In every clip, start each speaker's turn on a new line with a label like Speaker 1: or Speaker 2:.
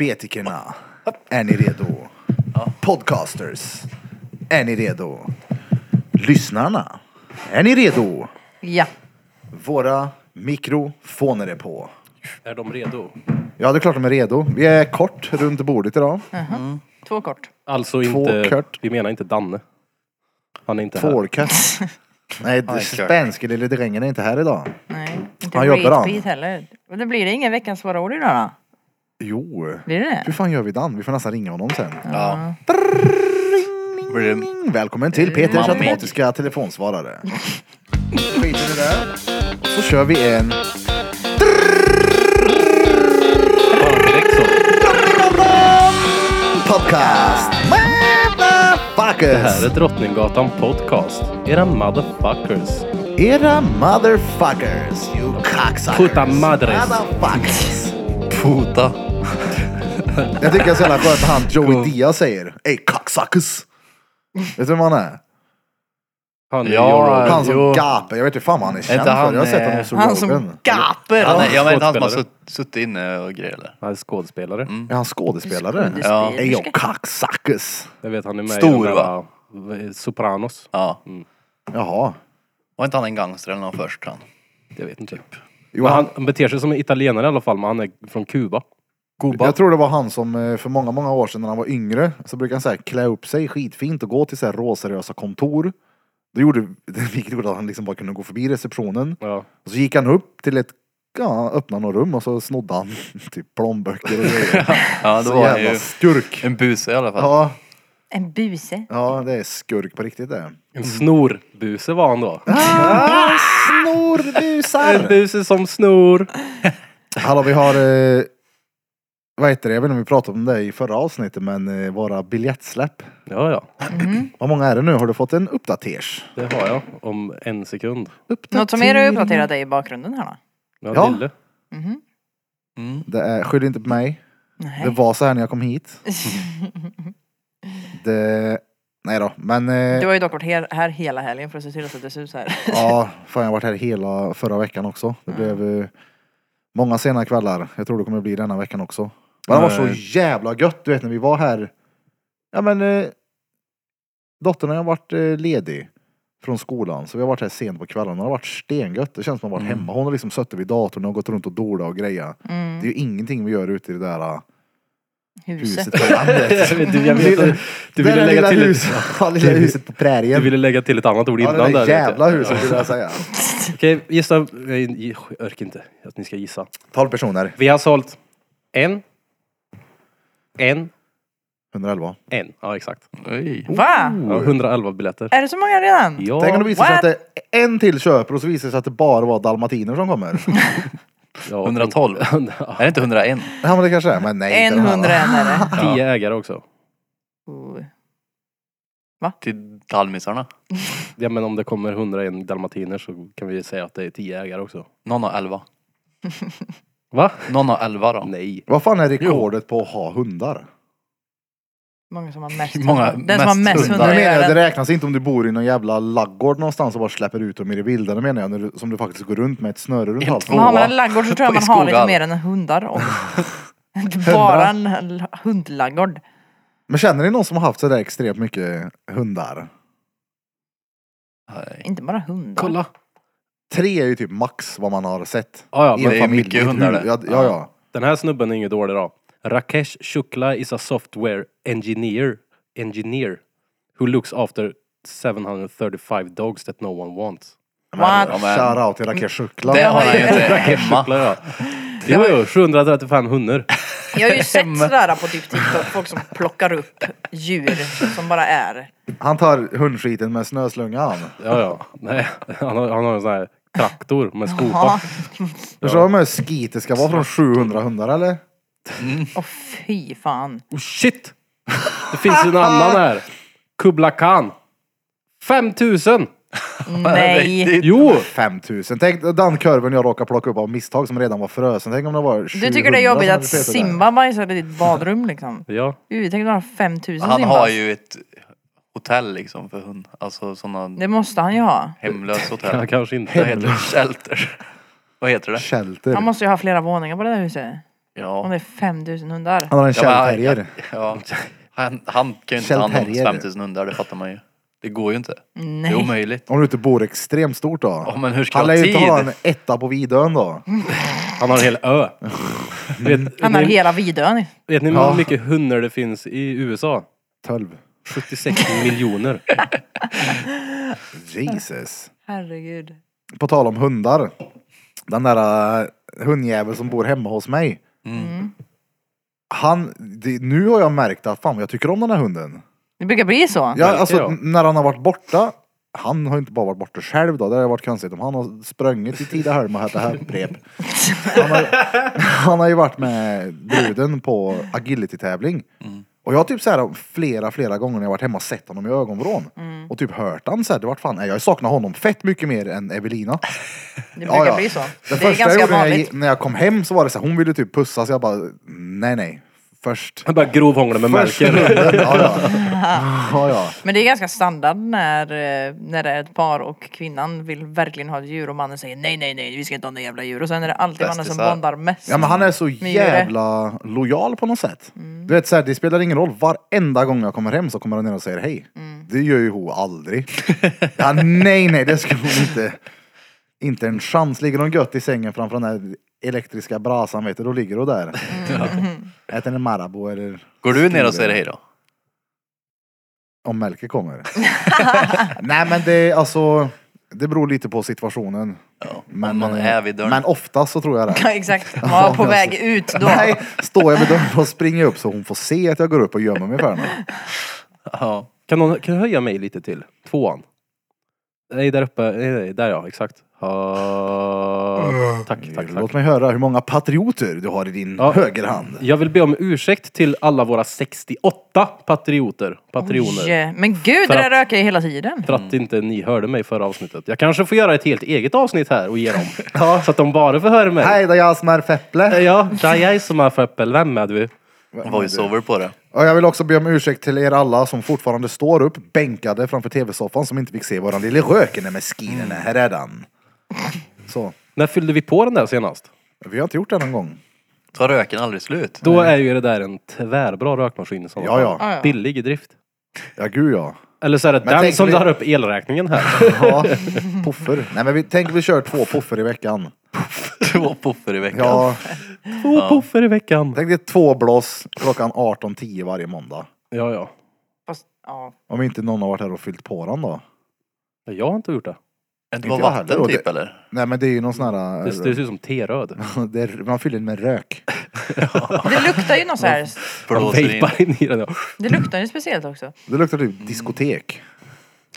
Speaker 1: Diabetikerna, är ni redo? Podcasters, är ni redo? Lyssnarna, är ni redo?
Speaker 2: Ja.
Speaker 1: Våra mikrofoner är på.
Speaker 3: Är de redo?
Speaker 1: Ja, det är klart de är redo. Vi är kort runt bordet idag.
Speaker 2: Två kort.
Speaker 3: Alltså
Speaker 1: Två
Speaker 3: inte...
Speaker 1: kört.
Speaker 3: Vi menar inte Danne. Han är inte här.
Speaker 1: Tvålkatt. Nej,
Speaker 4: är klart.
Speaker 1: spanske lille drängen är inte här idag.
Speaker 2: Nej. Inte
Speaker 1: Han jobbar, han.
Speaker 2: skitbit heller. Men det blir det ingen veckans svåra ord idag då?
Speaker 1: Jo.
Speaker 2: Blir det
Speaker 1: Hur
Speaker 2: det?
Speaker 1: fan gör vi Dan? Vi får nästan ringa honom sen.
Speaker 4: Ja. Brum.
Speaker 1: Välkommen till Peters
Speaker 4: Mamma.
Speaker 1: automatiska telefonsvarare. Skiter du där? Så kör vi en...
Speaker 3: Ja, direkt så.
Speaker 1: Podcast!
Speaker 3: Det här är
Speaker 1: Motherfuckers!
Speaker 3: Drottninggatan Podcast. Era motherfuckers.
Speaker 1: Era motherfuckers! You cocksuckers!
Speaker 3: Puta madres.
Speaker 1: Motherfuckers!
Speaker 4: Puta.
Speaker 1: Jag tycker det är så jävla skönt att han Joey Diaz säger Ey cocksuckers! Vet du vem han är?
Speaker 3: Han är
Speaker 4: Ja,
Speaker 3: ja,
Speaker 1: Han som
Speaker 4: Jo.
Speaker 1: gapar. Jag vet inte fan vad han är känd
Speaker 4: inte han,
Speaker 1: för. Jag har sett
Speaker 4: eh,
Speaker 1: honom i
Speaker 2: Han
Speaker 1: Rogan.
Speaker 2: som gaper!
Speaker 4: Han är, jag menar inte han som har
Speaker 3: skådespelare.
Speaker 4: sutt- suttit inne och grejer eller?
Speaker 3: Han är skådespelare.
Speaker 1: Är han skådespelare?
Speaker 2: Skådespel.
Speaker 4: Ja.
Speaker 1: Ey yo cocksuckers!
Speaker 3: Jag vet han är med
Speaker 4: Stor,
Speaker 3: i den
Speaker 4: va?
Speaker 3: där, eh, Sopranos.
Speaker 4: Ja.
Speaker 1: Jaha.
Speaker 4: Var inte han en gangster eller någon först han?
Speaker 3: Jag vet inte.
Speaker 1: Jo,
Speaker 3: Men
Speaker 1: han,
Speaker 3: han, han beter sig som en italienare i alla fall, men han är från Kuba. Kuba.
Speaker 1: jag tror det var han som eh, för många, många år sedan när han var yngre så brukade han så här klä upp sig skitfint och gå till så här råseriösa kontor. Det gjorde, vilket gjorde att han liksom bara kunde gå förbi receptionen.
Speaker 3: Ja.
Speaker 1: Och så gick han upp till ett, ja, öppnade något rum och så snodde han typ plånböcker och grejer.
Speaker 4: Ja, det
Speaker 1: Så
Speaker 4: var han
Speaker 1: jävla
Speaker 4: ju
Speaker 1: skurk.
Speaker 4: en buse i alla fall.
Speaker 1: Ja,
Speaker 2: En buse.
Speaker 1: ja, det är skurk på riktigt det.
Speaker 3: En snorbuse var han då. Ah, En
Speaker 1: Snorbusar!
Speaker 3: buse som snor.
Speaker 1: Hallå, vi har... Eh, vad heter det? Jag vet inte om vi pratade om det i förra avsnittet, men eh, våra biljettsläpp.
Speaker 3: Ja, ja.
Speaker 1: Vad många är det nu? Har du fått en uppdaters?
Speaker 3: Det har jag. Om en sekund.
Speaker 2: Något som är uppdaterat är i bakgrunden här då?
Speaker 3: Ja,
Speaker 1: Ja.
Speaker 3: Lille.
Speaker 2: Mhm.
Speaker 4: Mm.
Speaker 1: Det är, skyll inte på mig.
Speaker 2: Nej.
Speaker 1: Det var så här när jag kom hit. Det, nej då, men...
Speaker 2: Du
Speaker 1: Eh,
Speaker 2: har ju dock varit här, här hela helgen för att se till att det ser ut så här.
Speaker 1: ja, fan jag har varit här hela förra veckan också. Det blev eh, många sena kvällar. Jag tror det kommer bli denna veckan också. Men det var så
Speaker 4: Nej.
Speaker 1: jävla gött, du vet när vi var här. Ja men... Eh, dottern har varit eh, ledig från skolan, så vi har varit här sent på kvällen. Det har varit stengött. Det känns som att
Speaker 3: Mm.
Speaker 1: man varit hemma. Hon har liksom suttit vid datorn och gått runt och dolat och grejat.
Speaker 2: Mm,
Speaker 1: Det är
Speaker 3: Mm.
Speaker 1: ju ingenting vi gör ute i det där eh,
Speaker 2: Huset.
Speaker 1: huset på landet.
Speaker 3: Jag vet, du, jag vet,
Speaker 1: Lilla-
Speaker 3: du,
Speaker 1: det
Speaker 3: ville
Speaker 1: där
Speaker 3: lägga
Speaker 1: lilla,
Speaker 3: till
Speaker 1: hus,
Speaker 3: ett,
Speaker 1: ja, lilla huset på
Speaker 3: du
Speaker 1: prärien.
Speaker 3: ville lägga till ett annat ord
Speaker 1: Ja,
Speaker 3: innan
Speaker 1: det där
Speaker 3: där.
Speaker 1: jävla
Speaker 3: vet jag.
Speaker 1: huset skulle jag säga.
Speaker 3: Okej, gissa. Jag, jag orkar inte att ni ska gissa.
Speaker 1: 12 personer,
Speaker 3: Vi har sålt en, en,
Speaker 1: 111.
Speaker 3: en. Ja, exakt.
Speaker 4: Oj. Mm.
Speaker 2: Va?
Speaker 3: Ja, 111 biljetter.
Speaker 2: Är det så många redan?
Speaker 3: Ja,
Speaker 1: Tänk om det visar sig att
Speaker 2: what?
Speaker 1: det är en till köper och så visar det sig att det bara var dalmatiner som kommer.
Speaker 3: ja,
Speaker 4: 112.
Speaker 3: Ja,
Speaker 4: Är det inte 101?
Speaker 1: Ja men det kanske är, men nej.
Speaker 2: En
Speaker 1: inte den här.
Speaker 2: hundra en är det.
Speaker 3: Tio ägare också.
Speaker 2: Oh.
Speaker 4: Till dalmisarna?
Speaker 3: Ja, men om det kommer 101 dalmatiner så kan vi säga att det är tio ägare också.
Speaker 4: Någon har 11.
Speaker 3: Va?
Speaker 4: Någon har 11 då.
Speaker 3: Nej.
Speaker 1: Vad fan är rekordet på att ha hundar?
Speaker 2: Många som har mest.
Speaker 4: Många-
Speaker 2: Den som har
Speaker 4: mest
Speaker 2: mest hundar
Speaker 4: hundar.
Speaker 1: Jag
Speaker 2: i
Speaker 1: menar, det
Speaker 2: världen.
Speaker 1: räknas inte om du bor i någon jävla laggård någonstans och bara släpper ut dem i det vilda. Det menar jag, när du, som du faktiskt går runt med ett snöre runt
Speaker 4: En,
Speaker 1: halsen.
Speaker 4: två.
Speaker 2: Men har man en laggård så tror jag
Speaker 4: I
Speaker 2: man har lite
Speaker 4: skogar.
Speaker 2: mer än hundar. Och bara en l- hundlaggård.
Speaker 1: Men känner ni någon som har haft sådär extremt mycket hundar?
Speaker 4: Nej.
Speaker 2: Inte bara hundar.
Speaker 3: Kolla.
Speaker 1: Tre är ju typ max vad man har sett.
Speaker 3: Ja, ja,
Speaker 1: I
Speaker 3: men
Speaker 1: en
Speaker 4: det är
Speaker 1: familj.
Speaker 4: mycket
Speaker 1: I ett
Speaker 4: hundar
Speaker 1: hus.
Speaker 4: det.
Speaker 1: Ja, ja. ja.
Speaker 3: den här snubben är inget dålig då. Rakesh Shukla is a software engineer, engineer who looks after 735 dogs that no one wants.
Speaker 2: What?
Speaker 4: Ja, men-
Speaker 1: Shoutout till Rakesh Shukla.
Speaker 4: Det har han ju inte
Speaker 3: Shukla
Speaker 4: hemma.
Speaker 3: ja. Jo, jo, 735 hundar.
Speaker 2: Jag har ju sett sådär på typ TikTok, folk som plockar upp djur som bara är.
Speaker 1: Han tar hundskiten med snöslunga han.
Speaker 3: Ja, ja. Nej, han har, han har en sån här traktor med
Speaker 1: Oh.
Speaker 3: skopa.
Speaker 1: Förstår du hur mycket skit det ska vara från 700 hundar eller?
Speaker 2: Åh fy fan.
Speaker 3: Oh shit! Det finns en annan här. Kubla Khan. 5000!
Speaker 2: Nej.
Speaker 4: Riktigt.
Speaker 3: Jo!
Speaker 1: 5000. Tänk den kurven jag råkade plocka upp av misstag som redan var frusen. Tänk om det var 700
Speaker 2: Du tycker det är
Speaker 1: som
Speaker 2: jobbigt
Speaker 1: hade
Speaker 2: att
Speaker 1: petat där.
Speaker 2: Simba bajsade i ditt badrum liksom?
Speaker 3: Ja.
Speaker 2: Uy, tänk om du har 5000
Speaker 4: Han
Speaker 2: Simbas.
Speaker 4: har ju ett hotell liksom för hund. Alltså sådana
Speaker 2: Det måste han ju ha.
Speaker 4: hemlösa
Speaker 3: Ja,
Speaker 4: hotell.
Speaker 3: kanske inte.
Speaker 4: Det heter shelter. Vad heter det?
Speaker 1: Shelter.
Speaker 2: Han måste ju ha flera våningar på det där huset. Hon
Speaker 4: Ja.
Speaker 2: är 5000 hundar.
Speaker 1: Han har en
Speaker 4: Ja, men han-
Speaker 1: kältterrier.
Speaker 4: ja. Han, han kan ju inte ta hand om
Speaker 1: Kältterrier.
Speaker 4: 5000 hundar, det fattar man ju. Det går ju inte. Det är
Speaker 2: Nej.
Speaker 4: omöjligt.
Speaker 1: Om du inte bor extremt stort då.
Speaker 4: Ja, men hur ska
Speaker 1: han
Speaker 4: jag ha
Speaker 1: ju inte ha
Speaker 4: tid?
Speaker 1: en etta på Vidön då.
Speaker 3: Han har en hel ö. vet,
Speaker 2: Han har
Speaker 3: vet, ni,
Speaker 2: hela Vidön.
Speaker 3: vet ni hur
Speaker 1: Ja.
Speaker 3: mycket hundar det finns i USA?
Speaker 1: 12.
Speaker 3: 76 miljoner.
Speaker 1: Jesus.
Speaker 2: Herregud.
Speaker 1: På tal om hundar. Den där äh, hundjäveln som bor hemma hos mig.
Speaker 2: Mm.
Speaker 1: Han, det, nu har jag märkt att fan jag tycker om den här hunden.
Speaker 2: Det brukar bli så.
Speaker 1: Ja,
Speaker 3: Märker
Speaker 1: alltså
Speaker 3: jag.
Speaker 1: n- när han har varit borta. Han har ju inte bara varit borta själv då. Det hade varit konstigt om han har sprungit i Tidaholm och hittat hörprep. Han har, han har ju varit med bruden på agility-tävling.
Speaker 2: Mm.
Speaker 1: Och jag har typ så här flera, flera gånger när jag varit hemma och sett honom i ögonvrån.
Speaker 2: Mm.
Speaker 1: Och typ hört han så här, det vart fan, nej, jag saknar honom fett mycket mer än Evelina.
Speaker 2: Det brukar bli så.
Speaker 1: Det,
Speaker 2: det är
Speaker 1: första jag
Speaker 2: ganska
Speaker 1: gjorde när jag,
Speaker 2: vanligt.
Speaker 1: när jag kom hem så var det så här, hon ville typ pussas, jag bara, nej nej. Först.
Speaker 3: Han bara grovhånglar med
Speaker 1: Först
Speaker 3: Melker.
Speaker 1: hunden, ja ja. ja, ja.
Speaker 2: Men det är ganska standard när, eh, när det är ett par och kvinnan vill verkligen ha ett djur och mannen säger nej, nej, nej, vi ska inte ha några jävla djur. Och sen är det alltid mannen som
Speaker 4: Bästisar.
Speaker 2: bondar mest.
Speaker 1: Ja men han är så
Speaker 2: Men
Speaker 1: jävla lojal på något sätt. Du vet så här, det spelar ingen roll, varenda gång jag kommer hem så kommer han ner och säger hej. Det gör ju hon aldrig. ja, nej nej, det ska hon inte. Inte en chans. Ligger hon gött i sängen framför den här elektriska brasan vet du, då ligger hon där. Äter en Marabou eller
Speaker 4: Går du ner och säger hej då?
Speaker 1: om Melker kommer. nej men det, alltså, det beror lite på situationen.
Speaker 4: Ja.
Speaker 1: Men,
Speaker 4: Om man
Speaker 1: eh,
Speaker 4: är vid dörren.
Speaker 1: men oftast så tror jag det.
Speaker 2: Ja, exakt. Ja, på väg ut då.
Speaker 1: Nej, står jag vid dörren och springer upp så hon får se att jag går upp och gömmer mig för henne.
Speaker 4: Ja.
Speaker 3: Kan någon kan du höja mig lite till? Tvåan. Nej, där uppe. Nej, nej, där ja, exakt. Ha... Tack, tack,
Speaker 1: Låt
Speaker 3: tack.
Speaker 1: mig höra hur många patrioter du har i din
Speaker 3: Ja.
Speaker 1: högerhand.
Speaker 3: Jag vill be om ursäkt till alla våra 68 patrioter. Patrioner.
Speaker 2: Oj, Men gud, det
Speaker 3: För
Speaker 2: där
Speaker 3: att-
Speaker 2: röker jag hela tiden.
Speaker 3: För
Speaker 1: Mm.
Speaker 3: att inte ni hörde mig förra avsnittet. Jag kanske får göra ett helt eget avsnitt här och ge dem. Så att de bara får höra mig.
Speaker 1: Hej, det är jag som är Fepple.
Speaker 3: Ja, det är jag som har föppelnamn med du.
Speaker 4: Voiceover på det.
Speaker 1: Och jag vill också be om ursäkt till er alla som fortfarande står upp bänkade framför tv-soffan som inte fick se våran lille röken med skinen. Här är den. Så.
Speaker 3: När fyllde vi på den där senast?
Speaker 1: Vi har inte gjort det någon gång.
Speaker 4: Tar röken aldrig slut?
Speaker 3: Då är ju det där en tvärbra rökmaskin. Som
Speaker 1: Ja, ja.
Speaker 2: Ja, ja.
Speaker 3: Billig i drift.
Speaker 1: Ja, gud ja.
Speaker 3: Eller så är det
Speaker 1: Men
Speaker 3: den
Speaker 1: tänker
Speaker 3: som
Speaker 1: vi-
Speaker 3: drar upp elräkningen här.
Speaker 1: ja. Puffer. Nej, men vi, tänk vi kör två puffer i veckan.
Speaker 4: Två puffer i veckan.
Speaker 1: Ja,
Speaker 3: Två puffer i veckan.
Speaker 1: tänk dig två blås klockan 18.10 varje måndag.
Speaker 3: Ja, ja.
Speaker 2: Fast, ja.
Speaker 1: Om inte någon har varit här och fyllt på den då.
Speaker 3: Jag har inte gjort det.
Speaker 4: Men Det var
Speaker 1: Inte jag heller,
Speaker 4: vatten
Speaker 1: och
Speaker 4: typ
Speaker 1: det-
Speaker 4: eller?
Speaker 1: Nej men det är ju någon sån här...
Speaker 3: Mm. Det, det ser ut som T-röd.
Speaker 1: det är, man fyller den med rök.
Speaker 2: Det luktar ju något så här.
Speaker 3: Man
Speaker 4: Blåser in.
Speaker 3: vejpar in i den. ja.
Speaker 2: Det luktar ju speciellt också.
Speaker 1: Det luktar typ diskotek.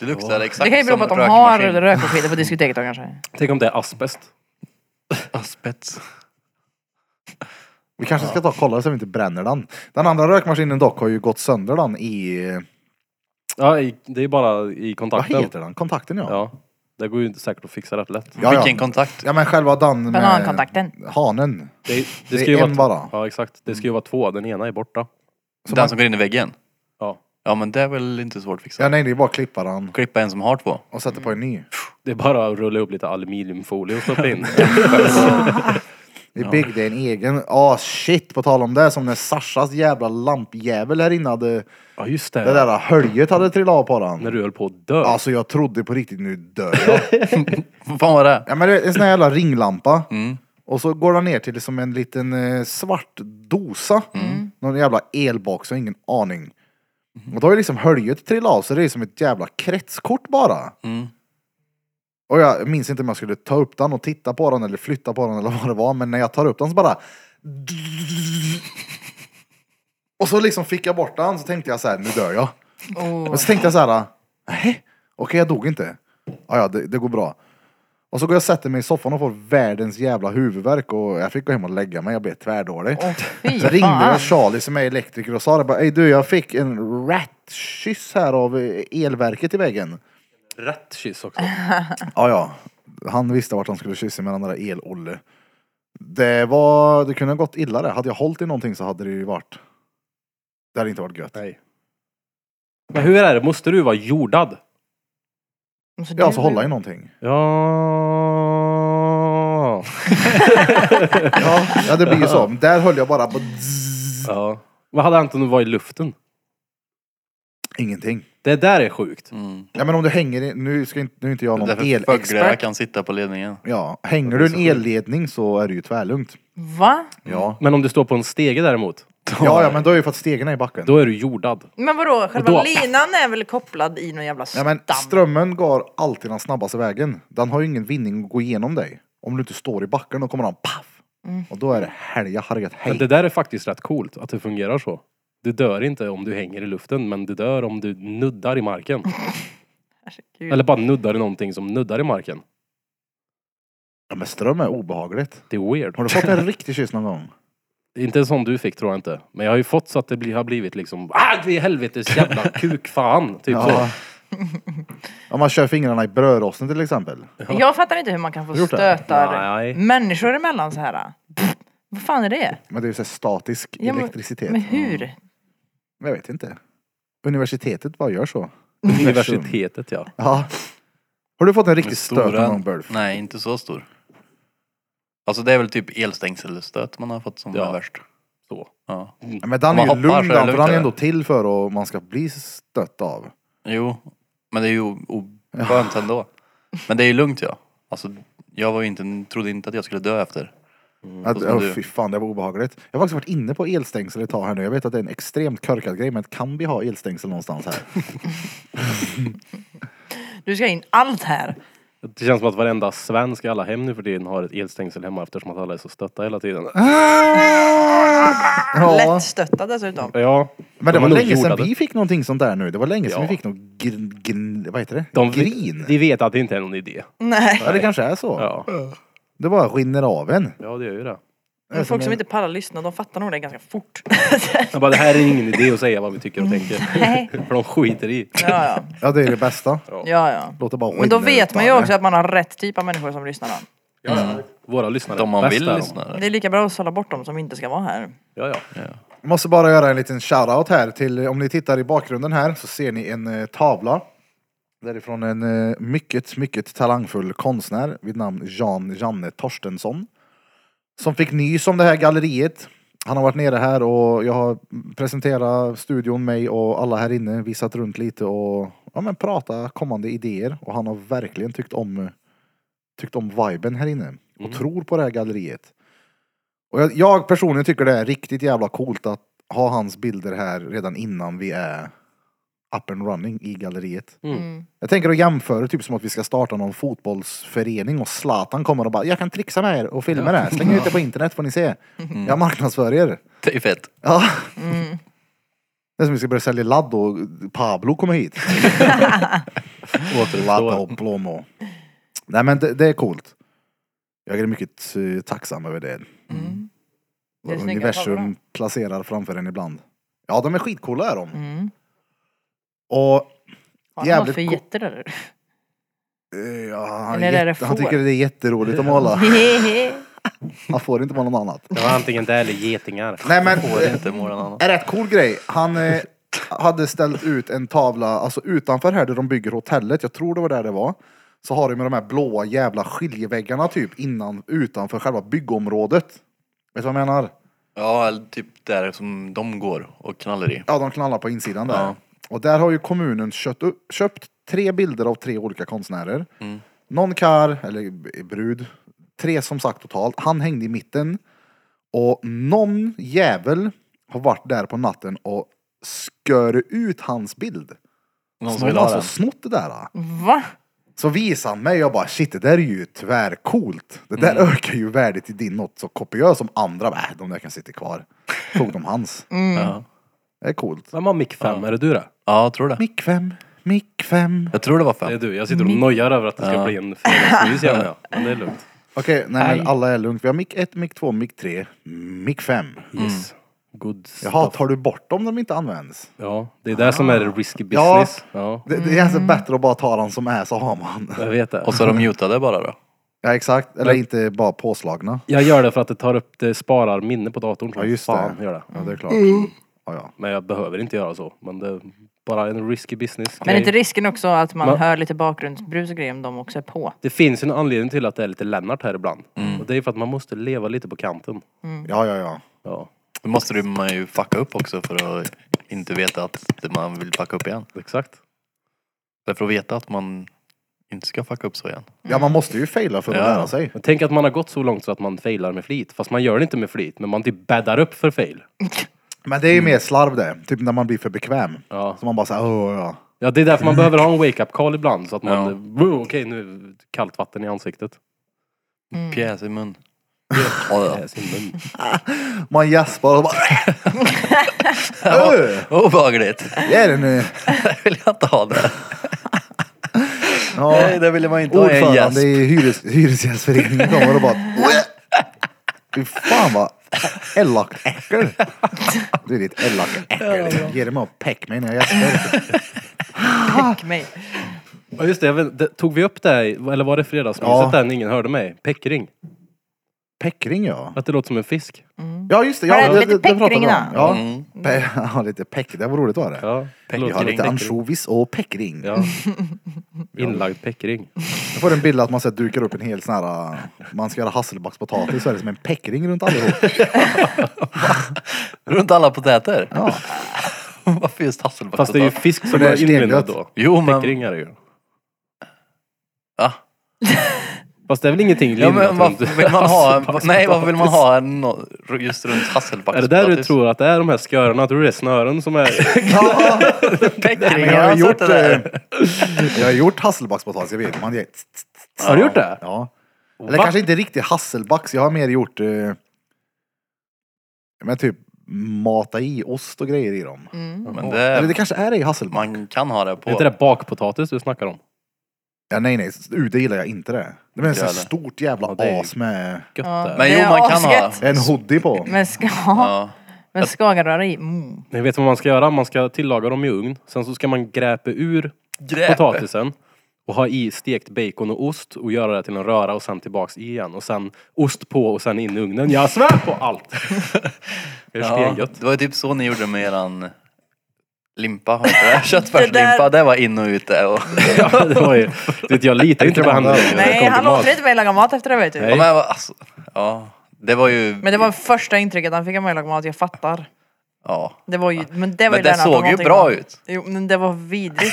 Speaker 4: Det luktar exakt
Speaker 2: Det kan ju bero på att
Speaker 4: som
Speaker 2: de har
Speaker 4: rökmaskin.
Speaker 2: rökmaskiner på diskoteket då kanske.
Speaker 3: Tänk om det är asbest.
Speaker 4: Asbest.
Speaker 1: Vi kanske ska ta och kolla så vi inte bränner den. Den andra rökmaskinen dock har ju gått sönder den i...
Speaker 3: Ja, i, det är bara i
Speaker 1: Vad
Speaker 3: kontakten.
Speaker 1: heter den? Kontakten ja.
Speaker 3: Ja. Det går ju inte säkert att fixa rätt lätt.
Speaker 1: Ja, ja.
Speaker 4: Vilken kontakt.
Speaker 1: Ja, men själva den med...
Speaker 2: Banankontakten.
Speaker 1: Hanen.
Speaker 3: Det, det,
Speaker 1: Det
Speaker 3: ska ju
Speaker 1: är
Speaker 3: vara
Speaker 1: en
Speaker 3: t-
Speaker 1: bara.
Speaker 3: Ja, exakt. Det ska ju vara två. Den ena är borta.
Speaker 1: Så
Speaker 4: Den
Speaker 1: man,
Speaker 4: som går in i väggen.
Speaker 3: Ja.
Speaker 4: Ja men det är väl inte svårt att fixa.
Speaker 1: ja, nej det är bara att klippa den
Speaker 4: Klippa en som har två.
Speaker 1: och sätta på en ny.
Speaker 3: Det är bara att rulla upp lite aluminiumfolie och stoppa in.
Speaker 1: Vi byggde en egen. Ah shit, på tal om det. Som när Sashas jävla lampjävel här inne hade...
Speaker 3: ja, just
Speaker 1: Det
Speaker 3: det.
Speaker 1: där höljet hade trillat av på den.
Speaker 3: När du höll på att dö.
Speaker 1: Alltså jag trodde på riktigt, nu dör jag.
Speaker 4: Vad fan var det? Mm,
Speaker 1: Ja men det är en sån här jävla ringlampa. Och så går den ner till som en liten eh, svart dosa. Någon jävla elbox, jag har ingen aning. Och då har ju liksom höljet trillat av så det är som ett jävla kretskort bara.
Speaker 4: Mm.
Speaker 1: Och jag minns inte om jag skulle ta upp den och titta på den eller flytta på den eller vad det var. Men när jag tar upp den så bara... Och så liksom fick jag bort den så tänkte jag så här, nu dör jag.
Speaker 2: Oh.
Speaker 1: Och så tänkte jag så här, nej, okej jag dog inte. Ja, ja det, det går bra. Och så går jag och sätter mig i soffan och får världens jävla huvudvärk och jag fick gå hem och lägga mig, jag blev tvärdålig.
Speaker 2: Åh, fy
Speaker 1: så ringde
Speaker 2: fan.
Speaker 1: jag Charlie som är elektriker och sa det bara, "Ey, du jag fick en rattkyss här av eh, elverket i väggen.
Speaker 3: Rätt kyss också.
Speaker 1: Ja, ja. Han visste vart han skulle kyssa med den där el-Olle. Det var, det kunde ha gått illa det. Hade jag hållit i någonting så hade det ju varit. Det hade inte varit gött.
Speaker 3: Nej. Men hur är det? Måste du vara jordad?
Speaker 1: Ja, så hålla i någonting.
Speaker 3: Ja.
Speaker 4: fan.
Speaker 1: Ja, ja det blir ju så. Men Där höll jag bara på zzz.
Speaker 3: Ja. Vad hade Anton att vara i luften?
Speaker 1: ingenting.
Speaker 3: Det där är sjukt.
Speaker 4: Mm.
Speaker 1: Ja men om du hänger i, nu ska inte, nu är inte jag
Speaker 4: Det är
Speaker 1: någon
Speaker 4: därför Fögglöja
Speaker 1: elexpert.
Speaker 4: kan sitta på ledningen.
Speaker 1: Ja, hänger du en elledning så är det ju tvärlugnt.
Speaker 2: Va?
Speaker 1: Ja.
Speaker 3: Men om du står på en stege däremot,
Speaker 1: Ja, ja men då är det för att stegen är i backen.
Speaker 3: då är du jordad.
Speaker 2: Men vadå, själva
Speaker 3: då-
Speaker 2: linan är väl kopplad i någon jävla
Speaker 1: Ja,
Speaker 2: stam?
Speaker 1: men strömmen går alltid den snabbaste vägen. Den har ju ingen vinning att gå igenom dig. Om du inte står i backen då kommer den paff. Och då är det helga hargat
Speaker 3: Men
Speaker 1: hej.
Speaker 3: det där är faktiskt rätt coolt, att det fungerar så. Du dör inte om du hänger i luften, men du dör om du nuddar i marken.
Speaker 2: Herregud.
Speaker 3: Eller bara nuddar i någonting som nuddar i marken.
Speaker 1: Ja, men ström är obehagligt.
Speaker 3: Det är weird.
Speaker 1: Har du fått en riktig kyss någon gång?
Speaker 3: Inte en sån du fick tror jag inte. Men jag har ju fått så att det bli, har blivit liksom ah, det är helvetes jävla kukfan. Typ
Speaker 1: Ja. Om man kör fingrarna i brödrosten till exempel.
Speaker 2: Jag fattar inte hur man kan få
Speaker 1: Gjort det?
Speaker 2: stötar
Speaker 1: Mm.
Speaker 3: Nej.
Speaker 2: människor emellan så här. Pff, vad fan är det?
Speaker 1: Men det är ju så här statisk
Speaker 2: Ja, men-
Speaker 1: elektricitet.
Speaker 2: Men hur?
Speaker 1: Jag vet inte. Universitetet bara gör så.
Speaker 3: så. Universitetet ja.
Speaker 1: Ja. Har du fått en riktig
Speaker 4: Med
Speaker 1: stöt någon gång Burf?
Speaker 4: Nej, inte så stor. Alltså det är väl typ elstängselstöt man har fått som
Speaker 3: Ja.
Speaker 4: är värst.
Speaker 3: Så.
Speaker 4: Ja.
Speaker 1: Ja, Men den
Speaker 4: Om
Speaker 1: är
Speaker 4: man
Speaker 1: ju
Speaker 4: hoppar så är
Speaker 1: lugn
Speaker 4: det
Speaker 1: den, för
Speaker 4: lugnt,
Speaker 1: den är
Speaker 4: eller?
Speaker 1: ändå till för att man ska bli stött av.
Speaker 4: Jo, men det är ju o- oskönt ändå. Men det är ju lugnt ja. Alltså jag var ju inte, trodde inte att jag skulle dö efter.
Speaker 3: Mm,
Speaker 1: Att,
Speaker 4: som
Speaker 1: åh,
Speaker 4: du.
Speaker 1: fy fan, det var obehagligt. Jag har faktiskt varit inne på elstängsel ett tag här nu. Jag vet att det är en extremt körkad grej, men kan vi ha elstängsel någonstans här?
Speaker 2: Du ska in allt här.
Speaker 3: Det känns som att varenda svensk i alla hem nu för tiden har ett elstängsel hemma eftersom att alla är så stötta hela tiden.
Speaker 1: Äh? Ja.
Speaker 2: Lättstötta dessutom.
Speaker 3: Ja.
Speaker 1: Men det
Speaker 3: de
Speaker 1: var
Speaker 3: är nog
Speaker 1: länge sedan
Speaker 3: jordade.
Speaker 1: vi fick någonting sånt där nu. Det var länge sedan
Speaker 3: Ja.
Speaker 1: vi fick någon grin, grin, vad heter det?
Speaker 3: De,
Speaker 1: grin?
Speaker 3: De vet att det inte är någon idé.
Speaker 2: Nej.
Speaker 1: Ja, det kanske är så.
Speaker 3: Ja,
Speaker 1: Det bara rinner av en.
Speaker 3: ja det gör ju det.
Speaker 2: Men folk som inte pallar lyssna, de fattar nog det ganska fort.
Speaker 3: Jag bara, det här är ingen idé att säga vad vi tycker och tänker.
Speaker 2: Nej.
Speaker 3: för de skiter i.
Speaker 2: Ja, ja.
Speaker 1: Ja, det är det bästa.
Speaker 2: ja, ja.
Speaker 1: Låt det bara
Speaker 2: Men då
Speaker 1: rinna
Speaker 2: vet
Speaker 1: ut
Speaker 2: man ju
Speaker 1: av det.
Speaker 2: också att man har rätt typ av människor som lyssnar. Då.
Speaker 3: Våra lyssnare
Speaker 4: De man
Speaker 3: bäst
Speaker 4: vill
Speaker 3: är de.
Speaker 4: lyssna. eller?
Speaker 2: Det är lika bra att sålla bort dem som inte ska vara här.
Speaker 3: Ja, ja.
Speaker 1: Jag måste bara göra en liten shoutout här till, om ni tittar i bakgrunden här så ser ni en eh, tavla. Därifrån en eh, mycket, mycket talangfull konstnär vid namn Jan Janne Torstensson. Som fick nys om det här galleriet. Han har varit nere här och jag har presenterat studion, mig och alla här inne, visat runt lite och ja, men prata kommande idéer. Och han har verkligen tyckt om, eh, tyckt om viben här inne och tror på det här galleriet. Och jag, jag personligen tycker det är riktigt jävla coolt att ha hans bilder här redan innan vi är up and running i galleriet.
Speaker 2: Mm.
Speaker 1: Jag tänker att jämföra typ som att vi ska starta någon fotbollsförening och Zlatan kommer och bara jag kan trixa med er och filma det här. Släng ut det på internet får ni se. Jag marknadsför er.
Speaker 4: Det är fett.
Speaker 1: Ja.
Speaker 2: Mm.
Speaker 1: Det är som vi ska börja sälja ladd och Pablo kommer hit. Ladd och Plomo. Nej men det, det är coolt. Jag är mycket eh, tacksam över det.
Speaker 2: Mm. Det är
Speaker 1: Vad
Speaker 2: snygga tavlor.
Speaker 1: universum placerar framför en ibland. Ja, de är skitcoola är de.
Speaker 2: Mm.
Speaker 1: Och
Speaker 2: Har han något
Speaker 1: Jävligt
Speaker 2: för
Speaker 1: go-
Speaker 2: jätter där?
Speaker 1: eh, ja, han,
Speaker 2: Eller är
Speaker 1: jätte-
Speaker 2: det
Speaker 1: han
Speaker 2: får?
Speaker 1: tycker det är jätteroligt att måla.
Speaker 2: Hehehe.
Speaker 1: Han får inte måla något annat.
Speaker 3: Det var antingen det eller getingar.
Speaker 1: Nej men,
Speaker 4: Får
Speaker 1: eh,
Speaker 4: inte morgon annan.
Speaker 1: en rätt cool grej. Han eh, hade ställt ut en tavla, alltså utanför här där de bygger hotellet, jag tror det var där det var. Så har de med de här blåa jävla skiljeväggarna typ innan, utanför själva byggområdet. Vet du vad jag menar?
Speaker 4: Ja, eller typ där som de går och knallar i.
Speaker 1: Ja, de knallar på insidan där.
Speaker 4: Ja.
Speaker 1: Och där har ju kommunen köpt, upp, köpt tre bilder av tre olika konstnärer. Någon kar, eller b- brud, tre som sagt totalt. Han hängde i mitten. Och någon jävel har varit där på natten och skör ut hans bild.
Speaker 4: Någon
Speaker 1: Så
Speaker 4: som vill
Speaker 1: någon
Speaker 4: ha
Speaker 1: har alltså
Speaker 4: den.
Speaker 1: snott det där. då.
Speaker 2: Va?
Speaker 1: Så visar han mig och jag bara shit det där är ju tvärcoolt. Det där
Speaker 4: Mm.
Speaker 1: ökar ju värdet i din något så kopiöst som andra. Äh, de där kan sitta kvar. Tog de hans.
Speaker 4: Mm.
Speaker 3: Mm.
Speaker 4: Ja.
Speaker 1: Det är coolt.
Speaker 3: Vem har mick 5? Är det du det?
Speaker 4: ja, jag tror det.
Speaker 1: Mick 5, Mick 5.
Speaker 4: Jag tror det var
Speaker 3: Det är
Speaker 4: fem.
Speaker 3: du. Jag sitter och nojar över att det ska bli en fredagsmys igen. Ja. Men det är lugnt.
Speaker 1: Okej, nej men alla är lugnt. Vi har mick 1, mick 2, mick 3, mick 5.
Speaker 3: Yes. Good stuff.
Speaker 1: Jaha, tar du bort dem de inte används?
Speaker 3: Ja, det är det som är det risky business. Ja.
Speaker 1: Det, det är alltså bättre att bara ta den som är så har man.
Speaker 3: Jag vet det.
Speaker 4: Och så är de mutade bara då.
Speaker 1: Ja exakt, eller inte bara påslagna.
Speaker 3: Jag gör det för att det tar upp, det sparar minne på datorn.
Speaker 1: Ja just
Speaker 3: Fan,
Speaker 1: det.
Speaker 3: Gör det.
Speaker 1: Ja det är klart. Ja, ja.
Speaker 3: Men jag behöver inte göra så. Men det Bara en risky business.
Speaker 2: Men är inte risken också att man
Speaker 3: Man-
Speaker 2: hör lite bakgrundsbrus och grejer om de också är på?
Speaker 3: Det finns ju en anledning till att det är lite Lennart här ibland.
Speaker 1: Mm.
Speaker 3: Och det är för att man måste leva lite på kanten.
Speaker 1: Ja, ja, ja.
Speaker 3: Ja,
Speaker 4: Då måste du- man ju fucka upp också för att inte veta att det- man vill fucka upp igen.
Speaker 3: exakt.
Speaker 4: Eller för att veta att man inte ska fucka upp så igen.
Speaker 1: Ja, man måste ju faila för att
Speaker 4: Ja.
Speaker 1: lära sig.
Speaker 3: Men tänk att man har gått så långt så att man failar med flit. Fast man gör det inte med flit, men man typ bäddar upp för fail.
Speaker 1: Men det är ju mer slarv det. Typ när man blir för bekväm.
Speaker 3: Ja.
Speaker 1: Så man bara såhär, åh ja.
Speaker 3: Ja, det är därför man behöver ha en wake-up call ibland. Så att man,
Speaker 4: Ja.
Speaker 3: "Wow, okej nu, kallt vatten i ansiktet.
Speaker 2: Mm.
Speaker 4: Pjäs i mun. Ja, ja.
Speaker 3: Äh, sin mun.
Speaker 1: Man gäspar och bara, "Åh,
Speaker 4: Obehagligt.
Speaker 1: det är det nu.
Speaker 4: Det vill jag inte ha det.
Speaker 1: Ja.
Speaker 4: Nej, det ville man inte ha. En
Speaker 1: Ordförande
Speaker 4: gäsp.
Speaker 1: i hyres, hyresgästföreningen kommer och bara, "Åh." fy fan vad elakt äckel. Du är ditt elaka äckel. Ge dig med och päck mig när jag gäspar.
Speaker 2: Täck mig.
Speaker 3: Ja, just det, jag vet, det. Tog vi upp det här, i- eller var det fredagsmyset
Speaker 1: Ja.
Speaker 3: där när ingen hörde mig? Peckring.
Speaker 1: Päckring ja.
Speaker 3: Att det låter som en fisk.
Speaker 1: Ja just det,
Speaker 2: Har
Speaker 1: ja,
Speaker 2: du
Speaker 1: det,
Speaker 2: lite
Speaker 1: det, det pratade
Speaker 2: päckring
Speaker 1: vi om.
Speaker 2: då?
Speaker 4: Mm.
Speaker 1: Ja, Pe- ja lite päck, det var roligt var det.
Speaker 3: Ja, det
Speaker 4: Peckring.
Speaker 1: Jag har
Speaker 3: låter-
Speaker 1: lite ansjovis och päckring.
Speaker 3: Ja. Inlagd peckring.
Speaker 1: Jag får en bild att man så här dukar upp en hel sån här, äh, man ska göra hasselbackspotatis så är det som en päckring runt allihop.
Speaker 4: Runt alla potäter.
Speaker 1: Ja.
Speaker 4: Varför just hasselback?
Speaker 3: Fast det är ju fisk som
Speaker 1: det är
Speaker 3: är inlindad
Speaker 1: stengött.
Speaker 3: då.
Speaker 4: Jo men...
Speaker 3: Peckring är det ju.
Speaker 4: Ja.
Speaker 3: Fast det är väl ingenting
Speaker 4: Ja,
Speaker 3: lindat
Speaker 4: men varför
Speaker 3: runt
Speaker 4: vill man ha,
Speaker 3: hasselbackspotatis?
Speaker 4: nej varför vill man ha en, just runt hasselbackspotatis?
Speaker 3: Alltså, Är det där du tror att det är de här skörarna? Tror du det är snören som är...
Speaker 1: Men
Speaker 4: Peckring,
Speaker 1: jag,
Speaker 4: jag
Speaker 1: har
Speaker 4: har
Speaker 1: gjort,
Speaker 4: sett det där.
Speaker 1: eh, jag har gjort hasselbackspotatis, jag vet. Man gör,
Speaker 3: Har du gjort det?
Speaker 1: ja. Eller kanske inte riktigt hasselbacks, jag har mer gjort eh, men typ mata i ost och grejer i dem.
Speaker 2: Mm.
Speaker 4: Mm. Men
Speaker 1: Eller
Speaker 4: det,
Speaker 1: det kanske är det i hasselback.
Speaker 4: man kan ha det
Speaker 3: Är inte
Speaker 4: på.
Speaker 3: det bakpotatis du snackar om?
Speaker 1: Ja, nej, nej, uh, det gillar jag inte det. Det är ett sånt här
Speaker 4: Jävlar.
Speaker 1: stort jävla
Speaker 3: Ja, det är-
Speaker 1: as med
Speaker 3: Gött
Speaker 2: Ja.
Speaker 3: det.
Speaker 4: Men
Speaker 2: Det
Speaker 4: jo
Speaker 2: är
Speaker 4: man kan ha
Speaker 2: asgött.
Speaker 4: det.
Speaker 1: en hoodie på.
Speaker 2: Men, ska,
Speaker 4: Ja.
Speaker 2: men skagenröra i? Mm.
Speaker 3: Ni vet vad man ska göra? Man ska tillaga dem i ugn. Sen så ska man gräpa ur
Speaker 4: Gräpe.
Speaker 3: potatisen och ha i stekt bacon och ost och göra det till en röra och sen tillbaks i igen. Och sen ost på och sen in i ugnen. Jag svär på allt! det är
Speaker 4: Ja,
Speaker 3: stengött.
Speaker 4: det var ju typ så ni gjorde med eran limpa. hörde du det? Köttfärslimpa, det var in och ute. Och,
Speaker 3: Ja, det var ju, du vet, jag litar ju inte på henne. när det kommer
Speaker 2: Nej,
Speaker 3: till
Speaker 2: han
Speaker 3: mat.
Speaker 2: låter inte mig laga mat efter det vet du.
Speaker 4: ja,
Speaker 3: Nej.
Speaker 4: men, alltså, ja, det var ju...
Speaker 2: Men det var första intrycket han fick av mig att laga mat, jag fattar.
Speaker 4: ja.
Speaker 2: Det var ju, men det var
Speaker 4: Men
Speaker 2: ju
Speaker 4: det
Speaker 2: Lennart och
Speaker 4: såg ju
Speaker 2: någonting,
Speaker 4: bra
Speaker 2: va?
Speaker 4: ut.
Speaker 2: Jo, men det var vidrigt.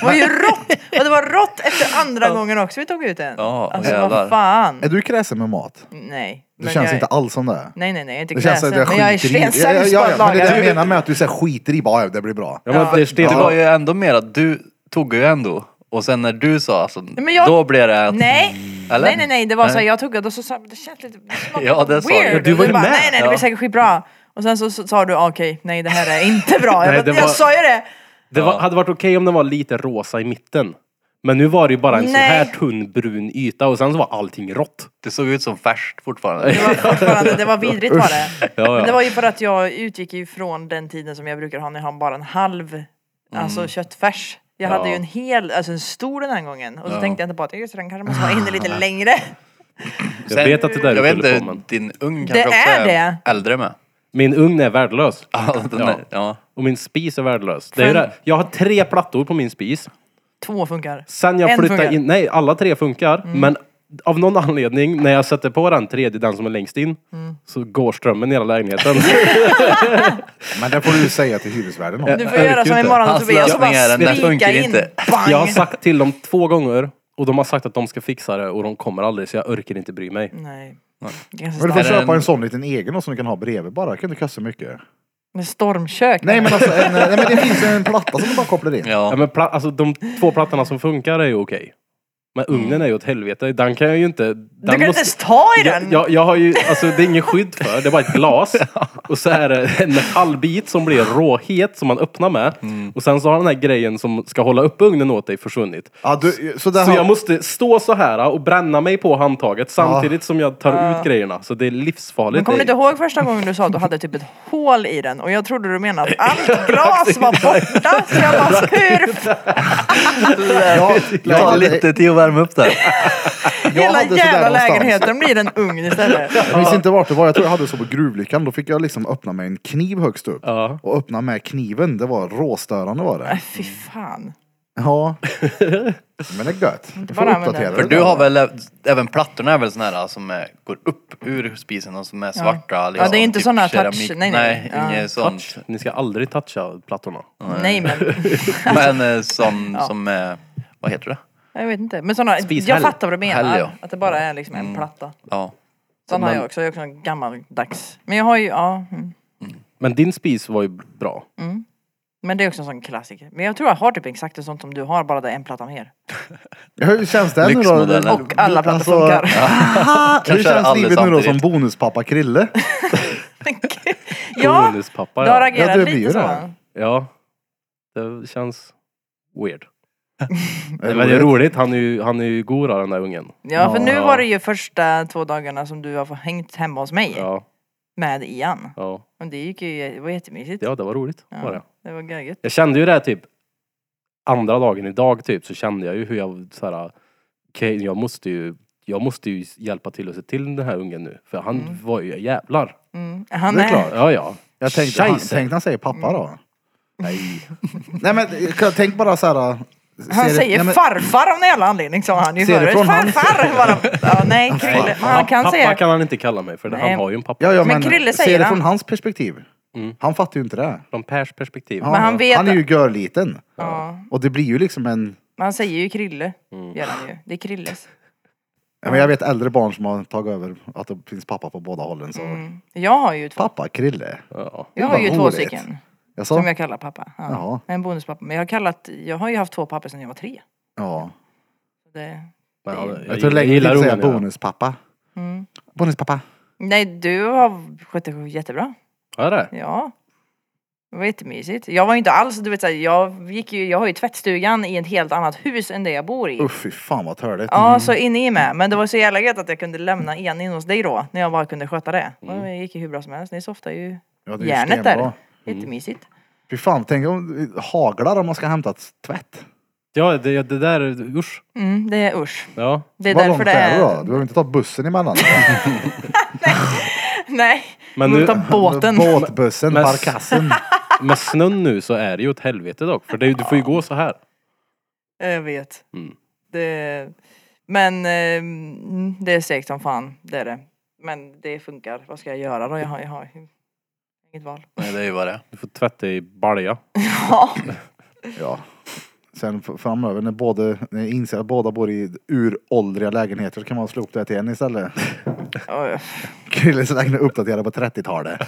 Speaker 2: Det var ju rått! Och det var rått efter andra gången också vi tog ut den.
Speaker 4: Ja, och
Speaker 2: alltså
Speaker 4: jävlar.
Speaker 2: vad fan.
Speaker 1: Är du kräsen med mat?
Speaker 2: Nej.
Speaker 1: Det
Speaker 2: men
Speaker 1: känns
Speaker 2: jag,
Speaker 1: inte alls som det. är.
Speaker 2: Nej, nej, nej, jag är inte
Speaker 1: Det känns som
Speaker 2: kräsen.
Speaker 1: att jag
Speaker 2: Men jag är
Speaker 1: skiter i. Ja, ja,
Speaker 2: stensämst på
Speaker 1: ja,
Speaker 2: att
Speaker 1: ja, men det är det jag
Speaker 2: laga.
Speaker 1: menar med att du säger skiter i, bara ja, det blir bra.
Speaker 3: Ja, men det är sten...
Speaker 4: Det var ju ändå mer att du tog ju ändå och sen när du sa alltså,
Speaker 2: men jag-
Speaker 4: då blev det att...
Speaker 2: Nej!
Speaker 4: Eller?
Speaker 2: Nej nej nej, det var såhär, jag tuggade och så sa det känns lite det smakar
Speaker 4: Ja, det sa du.
Speaker 2: weird.
Speaker 4: Ja,
Speaker 3: du var
Speaker 2: Och
Speaker 3: ju
Speaker 2: bara,
Speaker 3: med.
Speaker 2: Nej nej, det blir
Speaker 4: Ja.
Speaker 2: säkert skitbra. Och sen så, så sa du, "Ah, okej, nej det här är inte bra. Jag,
Speaker 3: Nej,
Speaker 2: bara,
Speaker 3: det var-
Speaker 2: jag sa ju det!
Speaker 3: Det var, hade varit okej om den var lite rosa i mitten. Men nu var det ju bara en sån
Speaker 2: Nej.
Speaker 3: här tunn brun yta och sen så var allting rått.
Speaker 4: Det såg ut som färskt fortfarande.
Speaker 2: Det var fortfarande, det var vidrigt var det.
Speaker 3: Ja,
Speaker 2: Men
Speaker 3: ja.
Speaker 2: det var ju för att jag utgick ju från den tiden som jag brukar ha när jag har bara en halv, alltså köttfärs. Jag hade
Speaker 3: Mm. Ja.
Speaker 2: ju en hel, alltså en stor den här gången. Och så
Speaker 4: Ja.
Speaker 2: tänkte jag inte på att just det, den kanske måste vara inne lite längre.
Speaker 3: Jag vet att det där
Speaker 4: jag vet
Speaker 3: är
Speaker 4: inte,
Speaker 3: på, men
Speaker 4: din ugn
Speaker 2: Det
Speaker 4: kanske också
Speaker 2: är
Speaker 4: är,
Speaker 2: det.
Speaker 4: äldre med.
Speaker 3: Min ugn är värdelös.
Speaker 4: Ja, den
Speaker 3: Ja.
Speaker 4: Är, ja.
Speaker 3: Och min spis är värdelös. Det är ju
Speaker 2: Fan.
Speaker 3: det. Jag har tre plattor på min spis.
Speaker 2: Två funkar.
Speaker 3: Sen jag
Speaker 2: En Mm.
Speaker 3: flyttade
Speaker 2: funkar.
Speaker 3: in, nej alla tre funkar. Men av någon anledning när jag sätter på den tredje, den som är längst in,
Speaker 2: Mm.
Speaker 3: så går strömmen i hela lägenheten.
Speaker 1: Men det får du säga till hyresvärden om.
Speaker 2: Du får
Speaker 3: Jag
Speaker 2: göra
Speaker 3: orkar
Speaker 2: som
Speaker 3: inte.
Speaker 2: imorgon och
Speaker 4: Hans
Speaker 2: Tobias och
Speaker 4: lösning
Speaker 2: bara
Speaker 4: är den, den
Speaker 2: spika
Speaker 4: funkar
Speaker 2: in.
Speaker 4: inte.
Speaker 2: Bang!
Speaker 3: jag har sagt till dem två gånger och de har sagt att de ska fixa det och de kommer aldrig så jag orkar inte bry mig.
Speaker 2: Nej. Det är ganska
Speaker 1: Men du får
Speaker 4: Är det
Speaker 1: köpa en...
Speaker 4: en
Speaker 1: sån liten egen och som du kan ha bredvid bara. Det kan inte kosta mycket.
Speaker 2: Med stormkök?
Speaker 1: Nej men alltså, en, nej, men det finns en platta som du bara kopplar in.
Speaker 3: Ja,
Speaker 4: Ja.
Speaker 3: men pla- alltså, de två plattorna som funkar är ju okej. Men ugnen är ju åt helvete. Den kan jag ju inte... Den
Speaker 2: Mm. du kan inte ens ta i den!
Speaker 3: Jag, jag, jag har ju, alltså det är ingen skydd för, det är bara ett glas. Och så är det en metallbit som blir råhet som man öppnar med.
Speaker 2: Mm.
Speaker 3: Och sen så har den här grejen som ska hålla upp ugnen åt dig försvunnit.
Speaker 1: Ja, du, så där
Speaker 3: Så
Speaker 1: har...
Speaker 3: jag måste stå så här och bränna mig på handtaget samtidigt som jag tar ut grejerna. Så det är livsfarligt.
Speaker 2: Men kommer du
Speaker 3: Det
Speaker 2: inte
Speaker 3: är-
Speaker 2: ihåg första gången du sa att du hade typ ett hål i den och jag trodde du menade att allt glas var borta så jag bara hur
Speaker 1: Ja,
Speaker 4: Ta
Speaker 1: jag-
Speaker 4: lite till att värma upp där.
Speaker 2: Hela
Speaker 1: hade sådär
Speaker 2: jävla
Speaker 1: någonstans.
Speaker 2: lägenheten blir en ugn istället.
Speaker 1: Jag minns inte vart det var, jag tror jag hade så på gruvlyckan. Då fick jag liksom öppna med en kniv högst upp.
Speaker 3: Ja.
Speaker 1: Och öppna med kniven, det var råstörande var
Speaker 2: Nej,
Speaker 1: det.
Speaker 2: Fy fan.
Speaker 1: Ja. Men det är gött. Du får
Speaker 2: bara använda
Speaker 1: uppdatera
Speaker 2: den.
Speaker 4: För
Speaker 1: det
Speaker 4: du
Speaker 1: där.
Speaker 4: har väl, även plattorna är väl såna här som är, går upp ur spisen och som är svarta? liksom,
Speaker 2: Ja, det är inte såna touch-
Speaker 4: keramik-
Speaker 2: nej, nej, nej. Ja.
Speaker 4: inget sånt.
Speaker 3: Touch. Ni ska aldrig toucha plattorna.
Speaker 2: Nej men,
Speaker 4: Men eh, som,
Speaker 2: Ja.
Speaker 4: som är, vad heter det?
Speaker 2: jag vet inte. Men såna,
Speaker 3: Spishäll.
Speaker 2: jag fattar vad du menar.
Speaker 4: Häll, ja.
Speaker 2: Att det bara är liksom en platta.
Speaker 4: Ja.
Speaker 2: Sån har jag också, jag är också en gammaldags. Men jag har ju, ja. mm.
Speaker 3: Men din spis var ju bra.
Speaker 2: Men det är också en sån klassiker. Men jag tror jag har typ exakt det sånt som du har, bara det är en platta mer.
Speaker 1: Hur känns det nu då?
Speaker 4: Lyxmodellen.
Speaker 2: Och alla plattor
Speaker 1: Alltså,
Speaker 2: funkar.
Speaker 1: Hur
Speaker 4: Kanske är
Speaker 1: känns
Speaker 4: alla
Speaker 1: livet nu då som
Speaker 4: samtidigt.
Speaker 1: bonuspappa Krille?
Speaker 2: ja,
Speaker 3: Bonuspappa,
Speaker 2: du har
Speaker 3: ja.
Speaker 2: agerat
Speaker 1: det blir
Speaker 2: lite
Speaker 1: ju
Speaker 2: så.
Speaker 1: det.
Speaker 3: ja. Det känns weird. Men det är roligt, han är ju, han är ju god av den där ungen.
Speaker 2: Ja, för nu
Speaker 3: Ja.
Speaker 2: var det ju första två dagarna som du har fått hängt hemma hos mig
Speaker 3: Ja,
Speaker 2: med Ian.
Speaker 3: ja.
Speaker 2: Och det gick ju, det var jättemysigt.
Speaker 3: ja det var roligt.
Speaker 2: Ja,
Speaker 3: Var det.
Speaker 2: det var göget.
Speaker 3: Jag kände ju det här typ andra dagen idag typ så kände jag ju hur jag så här, okej jag måste ju jag måste ju hjälpa till och se till den här ungen nu. För han var ju jävlar.
Speaker 2: Mm. Han
Speaker 1: Det är klart.
Speaker 3: Ja, ja.
Speaker 1: Jag tänkte, han,
Speaker 3: Scheisse. Mm.
Speaker 1: tänk när han säger pappa då. Nej. Nej men tänk bara så här. äh,
Speaker 2: Han
Speaker 1: ser-
Speaker 2: säger
Speaker 1: nej, men-
Speaker 2: farfar av någon jävla anledning som han ju
Speaker 1: Ser det
Speaker 2: förut.
Speaker 1: från han?
Speaker 2: Farfar! Bara, ja, nej, Krille. Men han kan
Speaker 3: pappa
Speaker 2: säga...
Speaker 3: kan han inte kalla mig för
Speaker 2: Nej.
Speaker 3: han har ju en pappa.
Speaker 1: Ja, ja,
Speaker 2: Men
Speaker 1: men,
Speaker 2: Krille
Speaker 1: se
Speaker 2: säger
Speaker 1: det
Speaker 2: han.
Speaker 1: från hans perspektiv.
Speaker 3: Mm.
Speaker 1: Han fattar ju inte det.
Speaker 3: Från Pers perspektiv.
Speaker 1: Ja,
Speaker 2: Men han vet-
Speaker 1: han är ju görliten.
Speaker 2: Ja.
Speaker 1: Och det blir ju liksom en...
Speaker 2: Men han säger ju Krille.
Speaker 3: Mm.
Speaker 2: Gör han ju. Det är Krilles.
Speaker 1: Ja, men jag vet äldre barn som har tagit över att det finns pappa på båda hållen. Så.
Speaker 2: Mm. Jag har ju två.
Speaker 1: Pappa Krille.
Speaker 3: Ja.
Speaker 2: Jag har
Speaker 1: Vad
Speaker 2: ju två
Speaker 1: roligt.
Speaker 2: stycken.
Speaker 1: Jag
Speaker 2: Som
Speaker 1: sa?
Speaker 2: jag kallar pappa. Ja.
Speaker 1: Jaha.
Speaker 2: En bonuspappa. Men jag har kallat... Jag har ju haft två pappor sedan jag var tre.
Speaker 1: Ja.
Speaker 2: Det...
Speaker 3: Men, ja,
Speaker 1: Jag tror länge till säga bonuspappa. Bonuspappa.
Speaker 2: mm. Nej, du har skött dig jättebra.
Speaker 3: Ja. Är det?
Speaker 2: Ja. Det var jättemysigt. Jag var ju inte alls, du vet såhär, jag gick ju, jag har ju tvättstugan i ett helt annat hus än det jag bor i.
Speaker 1: Uff, fy fan vad törligt.
Speaker 2: Ja, så in i med. Men det var så jävla gött att jag kunde lämna en in hos dig då, när jag bara kunde sköta det. Och det gick ju hur bra som helst. Ni softar ju
Speaker 1: Ja, det är ju
Speaker 2: järnet
Speaker 1: stenbra.
Speaker 2: där. Jättemysigt.
Speaker 1: Fy fan, tänk om haglar om man ska hämta ett tvätt.
Speaker 3: Ja, det, det där, usch.
Speaker 2: Mm, det är usch.
Speaker 3: Ja.
Speaker 2: Det är
Speaker 1: Vad
Speaker 2: därför
Speaker 1: långt
Speaker 2: det
Speaker 1: är
Speaker 2: är...
Speaker 1: det då? Du behöver inte ta bussen emellan.
Speaker 2: Nej,
Speaker 3: Men
Speaker 2: du
Speaker 3: nu-
Speaker 2: ta båten.
Speaker 1: Båtbussen,
Speaker 3: Men-
Speaker 1: parkassen.
Speaker 3: Med snön nu så är det ju ett helvete dock. För det, är ju- du får ju gå så här.
Speaker 2: Jag vet.
Speaker 3: Mm.
Speaker 2: Det... Men eh, mm, det är segt som fan, det är det. Men det funkar. Vad ska jag göra då? Jag har, jag har inget val.
Speaker 4: Nej, det är ju vad det är.
Speaker 3: Du får tvätta i balja.
Speaker 2: Ja.
Speaker 1: Ja. Sen f- framöver när, både, när jag inser att båda bor i uråldriga lägenheter så kan man slå upp det till en istället.
Speaker 2: Oj.
Speaker 1: Krilles lägenhet är uppdaterad på 30-talet.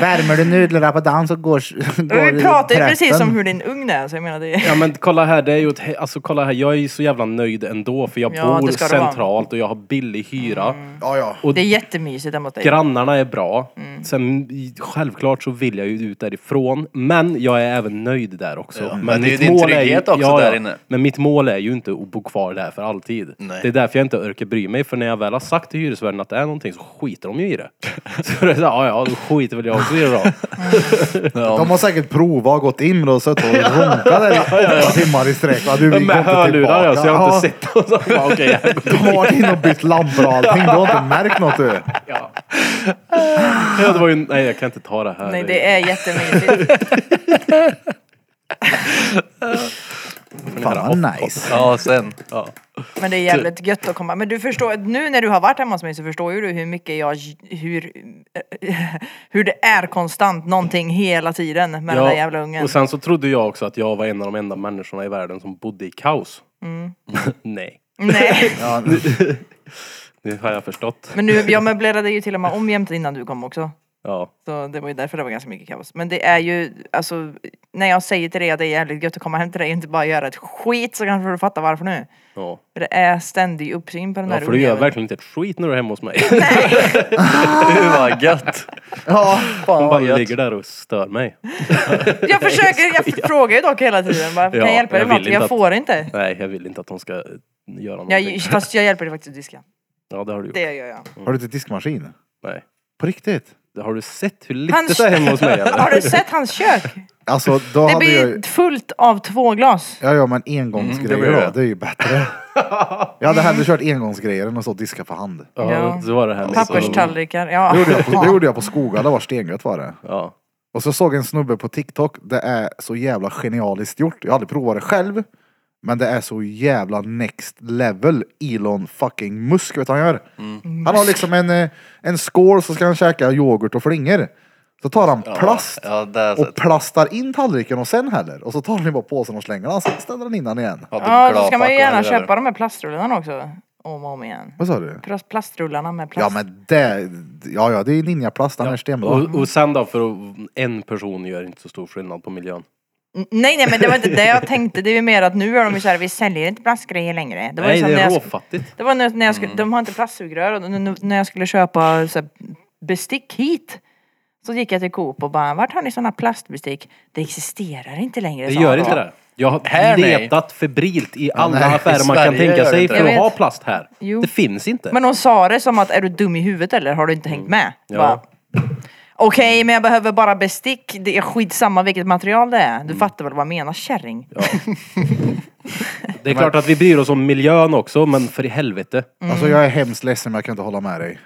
Speaker 1: Värmer du nudlarna på dagen så går, går
Speaker 2: Vi pratar ju
Speaker 1: trätten.
Speaker 2: precis om hur din ugn är, så jag menar det är...
Speaker 3: Ja men kolla här, det är ju ett, he- alltså kolla här, jag är ju så jävla nöjd ändå för jag
Speaker 2: Ja,
Speaker 3: bor
Speaker 2: det ska det vara.
Speaker 3: centralt och jag har billig hyra.
Speaker 4: Mm.
Speaker 1: Ja, ja.
Speaker 3: Och
Speaker 2: Det är jättemysigt hemma hos dig.
Speaker 3: grannarna är bra.
Speaker 4: Mm.
Speaker 3: Sen i- självklart så vill jag ju ut därifrån, men jag är även nöjd där också.
Speaker 4: Ja, men det är ju din trygghet också där inne.
Speaker 3: Men mitt mål är ju inte att bo kvar där för alltid.
Speaker 4: Nej.
Speaker 3: Det är därför jag inte orkar bry mig, för när jag väl har sagt till hyresvärden att det är någonting så skiter de ju i det. så det är så, här, ja ja, då skiter väl jag också i det då.
Speaker 1: De har säkert provat och gått in och suttit och runkat där i åtta timmar i sträck. va? Du, vi går
Speaker 3: Med
Speaker 1: inte
Speaker 3: hörlurar ja,
Speaker 1: tillbaka.
Speaker 2: alltså,
Speaker 3: så jag har
Speaker 1: Ja.
Speaker 3: inte sett dem. Så bara, okej, jag går.
Speaker 1: De har varit inne och bytt lampor och allting. Du har inte märkt något du.
Speaker 3: Ja, det var ju, nej jag kan inte ta det här.
Speaker 2: Nej, det är jättemysigt.
Speaker 1: Fan vad nice.
Speaker 4: Ja, sen.
Speaker 3: Ja.
Speaker 2: Men det är jävligt gött att komma. Men du förstår, nu när du har varit hemma hos mig så förstår ju du hur mycket jag... Hur, hur det är konstant någonting hela tiden med den där jävla ungen.
Speaker 3: Och sen så trodde jag också att jag var en av de enda människorna i världen som bodde i kaos.
Speaker 2: Mm.
Speaker 3: Nej,
Speaker 2: Nej,
Speaker 1: Ja, nu-
Speaker 3: det har jag förstått.
Speaker 2: men nu, jag möblerade ju till och med om jämt innan du kom också.
Speaker 3: Ja.
Speaker 2: Så det var ju därför det var ganska mycket kaos. Men det är ju, alltså, när jag säger till dig att det är jävligt gött att komma hem till dig och inte bara göra ett skit så kanske du fattar varför nu.
Speaker 3: Ja.
Speaker 2: För det är ständig uppsyn på den
Speaker 3: ja,
Speaker 2: där
Speaker 3: för du gör
Speaker 2: ungjäveln.
Speaker 3: verkligen inte ett skit när du är hemma hos mig.
Speaker 4: Gud vad gött!
Speaker 1: ja, fan
Speaker 3: Du
Speaker 1: vad
Speaker 3: bara
Speaker 1: gött.
Speaker 3: ligger där och stör mig.
Speaker 2: Jag försöker, jag frågar ju dock hela tiden bara, kan
Speaker 3: Ja,
Speaker 2: jag hjälpa dig
Speaker 3: jag
Speaker 2: med
Speaker 3: vill
Speaker 2: något?
Speaker 3: inte
Speaker 2: Jag
Speaker 3: att-
Speaker 2: får inte.
Speaker 3: Nej, jag vill inte att de ska eh, göra någonting.
Speaker 2: Jag, fast jag hjälper dig faktiskt att diska.
Speaker 3: Ja, det har du gjort.
Speaker 2: Det gör jag.
Speaker 1: Har du inte diskmaskin?
Speaker 3: Nej.
Speaker 1: På riktigt?
Speaker 3: Har du sett hur lite
Speaker 2: Han-
Speaker 3: det är hemma hos mig? eller?
Speaker 2: Har du sett hans kök?
Speaker 1: Alltså då
Speaker 2: Det
Speaker 1: hade jag ju...
Speaker 2: blir fullt av två glas.
Speaker 1: Ja, ja, men engångsgrejer
Speaker 4: Mm, det blir
Speaker 1: då.
Speaker 4: det.
Speaker 1: Det är ju bättre. jag hade hellre kört engångsgrejer än att stå och diska för hand.
Speaker 3: Ja,
Speaker 2: Ja.
Speaker 3: det var det här med-
Speaker 2: Papperstallrikar, ja.
Speaker 1: Det gjorde jag på, det gjorde jag på Skoga, det var stengött var det.
Speaker 3: Ja.
Speaker 1: Och så såg jag en snubbe på TikTok, det är så jävla genialiskt gjort. Jag har aldrig provat det själv. Men det är så jävla next level Elon fucking Musk vet du vad han gör.
Speaker 4: Mm.
Speaker 1: Han har liksom en, eh, en skål så ska han käka yoghurt och flingor. Så tar han plast
Speaker 4: Ja, det är
Speaker 1: och
Speaker 4: så.
Speaker 1: plastar in tallriken och sen häller. Och så tar han bara påsen och slänger den, sen ställer han in den igen.
Speaker 2: Ja, då ska man ju gärna köpa de här plastrullarna också. Om och om igen.
Speaker 1: Vad sa du?
Speaker 2: Plast- Plastrullarna med
Speaker 1: Ja
Speaker 2: plast.
Speaker 1: men det, ja ja det är ninjaplast, han är stenbra.
Speaker 3: Och, och sen då, för att- en person gör inte så stor skillnad på miljön.
Speaker 2: N- Nej, nej, men det var inte det jag tänkte. Det är ju mer att nu är de ju såhär, vi säljer inte plastgrejer längre. Det var ju
Speaker 3: Nej,
Speaker 2: som
Speaker 3: det
Speaker 2: när
Speaker 3: är
Speaker 2: jag
Speaker 3: råfattigt.
Speaker 2: Det var när när
Speaker 1: Mm.
Speaker 2: jag skulle, de har inte plastsugrör och n- n- när jag skulle köpa så här, bestick hit så gick jag till Coop och bara, vart har ni sådana plastbestick? Det existerar inte längre.
Speaker 3: Det
Speaker 2: sa
Speaker 3: gör
Speaker 2: han
Speaker 3: inte
Speaker 2: då.
Speaker 3: det. Jag har
Speaker 4: Här, nej.
Speaker 3: letat febrilt i alla
Speaker 1: nej, i
Speaker 3: affärer man kan
Speaker 4: Sverige
Speaker 3: tänka
Speaker 4: gör det
Speaker 3: sig
Speaker 4: inte
Speaker 3: för
Speaker 2: det.
Speaker 3: att
Speaker 2: Jag
Speaker 3: ha
Speaker 2: vet.
Speaker 3: plast här.
Speaker 2: Jo.
Speaker 3: Det finns inte.
Speaker 2: Men de sa det som att, är du dum i huvudet eller? Har du inte hängt
Speaker 1: Mm.
Speaker 2: med?
Speaker 3: Ja.
Speaker 2: Bara, Okej, men jag behöver bara bestick. Det är skitsamma vilket material det är. Du
Speaker 1: Mm.
Speaker 2: fattar väl vad jag menar, kärring?
Speaker 3: Det är klart att vi bryr oss om miljön också, men för i helvete.
Speaker 1: Alltså jag är hemskt ledsen men jag kan inte hålla med dig.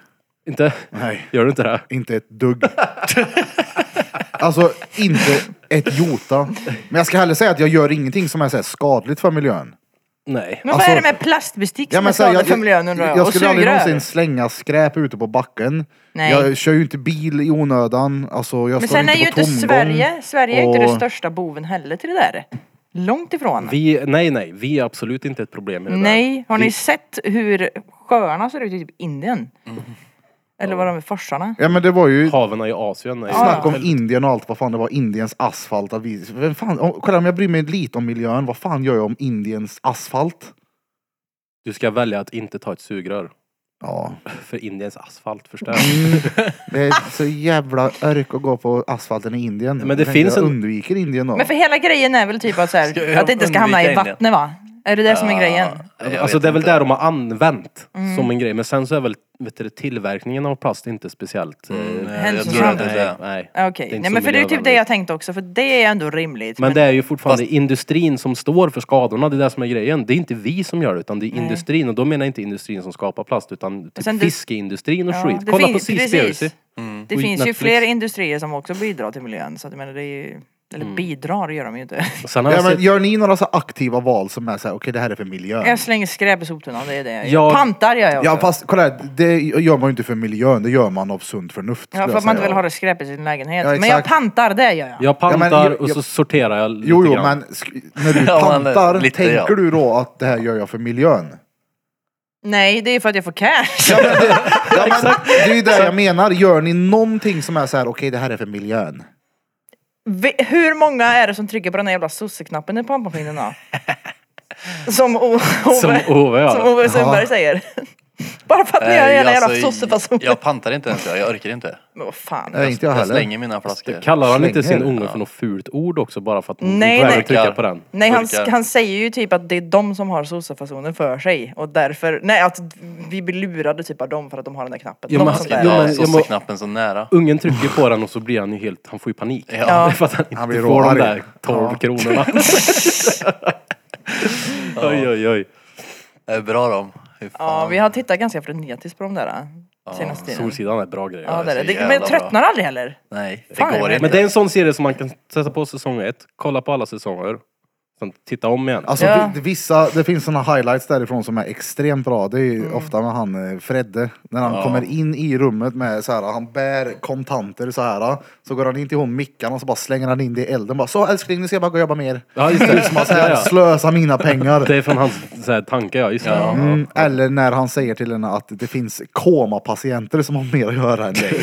Speaker 3: Inte?
Speaker 1: Nej.
Speaker 3: Gör du inte det?
Speaker 1: Inte ett dugg. alltså inte ett jota. Men jag ska hellre säga att jag gör ingenting som är så här skadligt för miljön.
Speaker 3: Nej.
Speaker 2: Men
Speaker 1: Alltså-
Speaker 2: vad är det med plastbestick som är
Speaker 1: så här,
Speaker 2: skadligt för miljön undrar jag?
Speaker 1: jag
Speaker 2: Och
Speaker 1: skulle aldrig
Speaker 2: sugrör?
Speaker 1: någonsin slänga skräp ute på backen.
Speaker 2: Nej.
Speaker 1: Jag kör ju inte bil i onödan. Alltså, jag
Speaker 2: Men
Speaker 1: står
Speaker 2: sen är
Speaker 1: inte
Speaker 2: ju
Speaker 1: på
Speaker 2: inte
Speaker 1: tomgång.
Speaker 2: Sverige, Sverige är ju inte
Speaker 1: Och-
Speaker 2: den största boven heller till det där. Långt ifrån.
Speaker 3: Vi, nej, nej. Vi är absolut inte ett problem i det där.
Speaker 2: Nej, har ni
Speaker 3: Vi-
Speaker 2: sett hur sjöarna ser ut i typ Indien?
Speaker 3: Mm.
Speaker 2: Eller vad de är, forsarna?
Speaker 1: Ja men det var ju
Speaker 3: Haven i Asien. är-
Speaker 1: snack om Indien och allt vad fan det var. Indiens asfalt. Att vi, vem fan, om, kolla om jag bryr mig lite om miljön. Vad fan gör jag om Indiens asfalt?
Speaker 3: Du ska välja att inte ta ett sugrör.
Speaker 1: Ja,
Speaker 3: För Indiens asfalt
Speaker 4: Mm.
Speaker 3: förstör.
Speaker 1: det är så jävla örk att gå på asfalten i Indien.
Speaker 3: Men det
Speaker 1: Jag
Speaker 3: finns
Speaker 1: jag
Speaker 3: en-
Speaker 1: undviker Indien då.
Speaker 2: Men för hela grejen är väl typ att, så
Speaker 4: Ska
Speaker 2: här,
Speaker 4: jag
Speaker 2: att det inte ska hamna i
Speaker 4: undvika
Speaker 2: vattnet va? Är det det som är grejen?
Speaker 3: Alltså det är väl där de har använt
Speaker 2: Mm.
Speaker 3: som en grej. Men sen så är väl vet du, tillverkningen av plast inte speciellt... eh,
Speaker 2: Hälsosamt.
Speaker 4: det är
Speaker 3: nej,
Speaker 4: det.
Speaker 3: nej.
Speaker 2: Okej,
Speaker 3: är inte
Speaker 2: Mm, nej
Speaker 3: så
Speaker 2: men för det är typ det
Speaker 3: miljövänligt.
Speaker 2: jag tänkte också, för det är ändå rimligt.
Speaker 3: Men det är ju fortfarande
Speaker 4: Fast-
Speaker 3: industrin som står för skadorna, det är det som är grejen. Det är inte vi som gör det, utan det är
Speaker 2: Nej.
Speaker 3: industrin. Och då menar jag inte industrin som skapar plast, utan
Speaker 2: sen
Speaker 3: typ
Speaker 2: det-
Speaker 3: fiskeindustrin och
Speaker 2: Ja,
Speaker 3: skit.
Speaker 2: det
Speaker 3: Kolla
Speaker 2: finns-
Speaker 3: på Seaspiracy.
Speaker 2: precis. det
Speaker 3: och
Speaker 2: finns ju
Speaker 3: Netflix.
Speaker 2: fler industrier som också bidrar till miljön, så att jag menar det är ju, eller
Speaker 3: Mm.
Speaker 2: bidrar gör de ju inte.
Speaker 3: Sen har
Speaker 1: Ja,
Speaker 3: jag
Speaker 1: men
Speaker 3: sett...
Speaker 1: gör ni några så här aktiva val som är så här, okej det här är för miljön?
Speaker 2: Jag slänger skräp i soptunnan, det är det jag gör.
Speaker 3: Jag-
Speaker 2: Pantar gör jag också.
Speaker 1: Ja fast kolla här, det gör man ju inte för miljön, det gör man av sunt förnuft.
Speaker 2: Ja,
Speaker 1: skulle
Speaker 2: för att
Speaker 1: jag
Speaker 2: man inte
Speaker 1: säga.
Speaker 2: vill ha det skräp i sin lägenhet.
Speaker 1: Ja,
Speaker 2: men jag
Speaker 1: exakt.
Speaker 2: pantar, det gör jag.
Speaker 3: Jag pantar
Speaker 1: Ja, men-
Speaker 3: och så
Speaker 1: jag-
Speaker 3: sorterar jag lite
Speaker 1: Jo, jo
Speaker 3: grann.
Speaker 1: men sk- när du
Speaker 4: Ja, men
Speaker 1: pantar,
Speaker 4: lite,
Speaker 1: tänker
Speaker 4: ja.
Speaker 1: du då att det här gör jag för miljön?
Speaker 2: Nej, det är för att jag får cash.
Speaker 1: Ja, men det, ja, men, det är ju det jag menar, gör ni någonting som är så här, okej det här är för miljön?
Speaker 2: Vi- Hur många är det som trycker på den här jävla sosseknappen i pampamaskinen då? Som O-
Speaker 3: Som
Speaker 2: Ove,
Speaker 3: Ove, ja.
Speaker 2: som Ove Sundberg säger. Bara för att ni har
Speaker 4: Nej,
Speaker 2: hela jävla
Speaker 4: alltså,
Speaker 2: sossefason.
Speaker 4: Jag pantar inte ens, jag jag orkar inte.
Speaker 2: Men vad fan.
Speaker 1: Nej, inte jag
Speaker 4: Jag
Speaker 1: heller.
Speaker 4: slänger mina flaskor.
Speaker 3: Kallar han inte
Speaker 1: Slänger.
Speaker 3: sin unge för något fult ord också bara för att hon
Speaker 2: Nej,
Speaker 3: vägrar
Speaker 2: nej.
Speaker 3: trycka på den?
Speaker 2: Nej han,
Speaker 4: Burkar.
Speaker 2: han säger ju typ att det är de som har sossefasonen för sig och därför, nej att vi blir lurade typ av dem för att de har den där knappen.
Speaker 3: Ja,
Speaker 2: Något
Speaker 3: men-
Speaker 2: sånt
Speaker 4: Ja,
Speaker 2: där.
Speaker 3: Jo, men jag må-
Speaker 4: sosseknappen så nära.
Speaker 3: Ungen trycker på den och så blir han ju helt, han får ju panik.
Speaker 4: Ja.
Speaker 2: Ja.
Speaker 3: För att han inte
Speaker 1: Han blir
Speaker 3: får
Speaker 1: råarg.
Speaker 3: de där 12
Speaker 1: Ja.
Speaker 3: kronorna. oj, oj, oj.
Speaker 4: Det är bra de. Fy fan.
Speaker 2: Ja, vi har tittat ganska frenetiskt på de där äh, senaste tiden.
Speaker 3: Solsidan är bra grejer.
Speaker 2: Ja, det är det.
Speaker 4: så
Speaker 2: det.
Speaker 4: jävla
Speaker 2: Men
Speaker 4: bra.
Speaker 2: tröttnar aldrig heller.
Speaker 4: Nej, det
Speaker 2: Fan,
Speaker 4: går
Speaker 2: jag
Speaker 4: inte.
Speaker 3: Men det är en sån serie som man kan sätta på säsong ett, kolla på alla säsonger, sen titta om igen.
Speaker 1: Alltså
Speaker 2: Ja.
Speaker 1: vi- vissa, det finns såna highlights därifrån som är extremt bra. Det är ju ofta med han eh, Fredde. När han kommer in i rummet med så här, han bär kontanter så här. Så går han in till hon Mickan och så bara slänger han in det i elden. Bara, så älskling nu ska jag bara gå och jobba mer.
Speaker 3: ja, just det.
Speaker 1: Som att så här,
Speaker 3: Ja, ja.
Speaker 1: slösa mina pengar.
Speaker 3: det är från hans så här, tanke, ja. Just det.
Speaker 4: Ja.
Speaker 1: Mm, eller när han säger till henne att det finns komapatienter som har mer att göra än dig.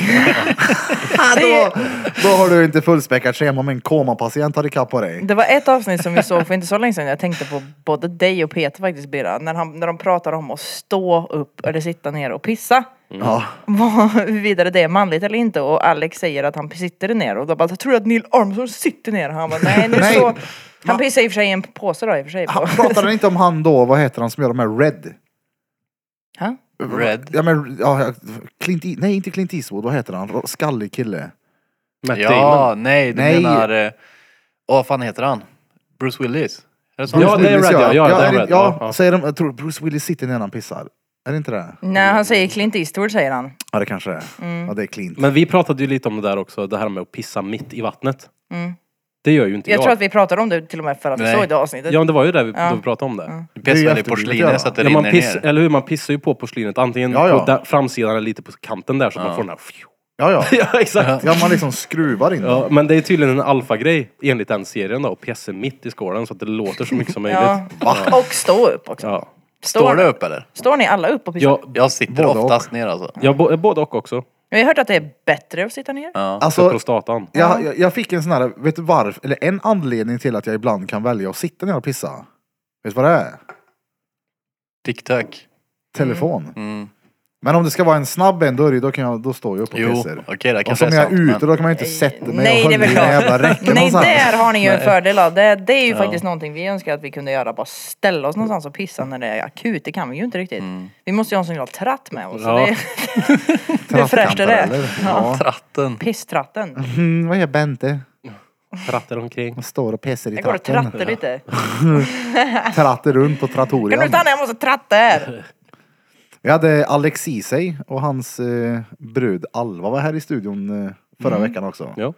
Speaker 1: då, då har du inte fullspäckat schema men en komapatient har ikapp på dig.
Speaker 2: Det var ett avsnitt som vi såg för inte så länge sedan. Jag tänkte på både dig och Peter faktiskt Birra. När, han, när de pratar om att stå upp eller sitta ner och pissa.
Speaker 3: Mm.
Speaker 1: Ja.
Speaker 2: Vad- Huruvida det är manligt eller inte. Och Alex säger att han sitter ner. Och då bara, tror du att Neil Armstrong sitter ner? Han bara, nej nu
Speaker 1: Nej.
Speaker 2: så. Han pissar i och för sig i en påse då i och för sig. På.
Speaker 1: Han pratade inte om han då, vad heter han som gör de här Red?
Speaker 2: Ha?
Speaker 4: Red.
Speaker 1: Ja men, ja, ja, Clint, E- nej inte Clint Eastwood, vad heter han? Skallig kille.
Speaker 3: Matt Damon.
Speaker 4: Ja, nej, du
Speaker 1: Nej.
Speaker 4: menar... eh, Åh, vad fan heter han? Bruce Willis? Är det så?
Speaker 3: Ja,
Speaker 4: han
Speaker 3: det är
Speaker 4: heter?
Speaker 1: Willis,
Speaker 3: Red, ja. Ja, det är
Speaker 1: är det-
Speaker 3: Red,
Speaker 1: ja,
Speaker 3: ja, ja.
Speaker 1: säger de, jag tror Bruce Willis sitter ner när han pissar. Är det inte det?
Speaker 2: Nej, han säger Clint Eastwood säger han.
Speaker 1: Ja, det kanske det är. Ja, det är Clint.
Speaker 3: Men vi pratade ju lite om det där också, det här med att pissa mitt i vattnet. Det gör ju inte
Speaker 2: Mm. Jag
Speaker 3: jag.
Speaker 2: tror att vi pratade om det till och med förra vi Mm.
Speaker 4: Nej.
Speaker 2: såg det avsnittet.
Speaker 3: Ja, men det var ju det vi, då vi pratade om det.
Speaker 4: Du
Speaker 1: Det är ju
Speaker 4: pissar i
Speaker 1: efterblivet, ja.
Speaker 4: porslinet så att det
Speaker 3: Ja, man
Speaker 4: rinner
Speaker 3: piss,
Speaker 4: ner.
Speaker 3: eller hur, man pissar ju på porslinet. Antingen
Speaker 1: Ja, ja.
Speaker 3: på där, framsidan eller lite på kanten där så att man får den här...
Speaker 1: Ja, ja.
Speaker 3: Ja, exakt.
Speaker 1: Ja, man liksom skruvar in
Speaker 3: Ja,
Speaker 1: ja.
Speaker 3: men det är tydligen en alfagrej enligt den serien då, att pissa mitt i skålen så att det låter så mycket som
Speaker 2: Ja.
Speaker 3: möjligt.
Speaker 2: Och stå upp också.
Speaker 3: Ja.
Speaker 4: Står du upp eller?
Speaker 2: Står ni alla upp och pissar?
Speaker 3: Jag,
Speaker 4: Jag sitter
Speaker 1: Både och.
Speaker 4: oftast ner alltså.
Speaker 3: jag, bo- både och också.
Speaker 2: Jag har hört att det är bättre att sitta ner.
Speaker 4: Ja.
Speaker 3: För
Speaker 1: Alltså,
Speaker 3: prostatan.
Speaker 1: jag, jag, jag fick en sån här, vet du varför, eller en anledning till att jag ibland kan välja att sitta ner och pissa. Vet du vad det är?
Speaker 4: Tic-tac.
Speaker 1: Telefon.
Speaker 4: Mm.
Speaker 1: Men om det ska vara en snabb en, då, är det, då, kan jag, då står jag upp och
Speaker 4: Jo,
Speaker 1: pissar.
Speaker 4: okej det
Speaker 1: och så
Speaker 4: kanske är
Speaker 1: när jag
Speaker 4: sant.
Speaker 1: är ute,
Speaker 4: men-
Speaker 1: då kan man ju inte sätta mig
Speaker 2: Nej,
Speaker 1: och
Speaker 2: det är
Speaker 1: hålla
Speaker 2: väl
Speaker 1: i den jävla
Speaker 2: klart.
Speaker 1: räcken
Speaker 2: Nej,
Speaker 1: någonstans.
Speaker 2: där har ni ju en fördel av. Det, det är ju faktiskt någonting vi önskar att vi kunde göra. Bara ställa oss någonstans och pissa när det är akut. Det kan vi ju inte riktigt. Vi måste ju ha en sån jävla tratt med oss. så
Speaker 3: Ja.
Speaker 2: Det är hur fräscht
Speaker 1: Trattkampar,
Speaker 2: det är.
Speaker 1: eller? Ja.
Speaker 4: Tratten.
Speaker 2: Pisstratten.
Speaker 1: Mm, vad gör Bente?
Speaker 3: Trattar omkring.
Speaker 1: Han står och pissar i
Speaker 2: Jag går och
Speaker 1: tratten.
Speaker 2: trattar lite.
Speaker 1: Tratter runt på
Speaker 2: Kan du
Speaker 1: trattorian.
Speaker 2: ta ner? Jag måste tratta här.
Speaker 1: Vi hade Alexisej och hans eh, brud Alva var här i studion eh, förra
Speaker 2: Mm.
Speaker 1: veckan också.
Speaker 3: Ja.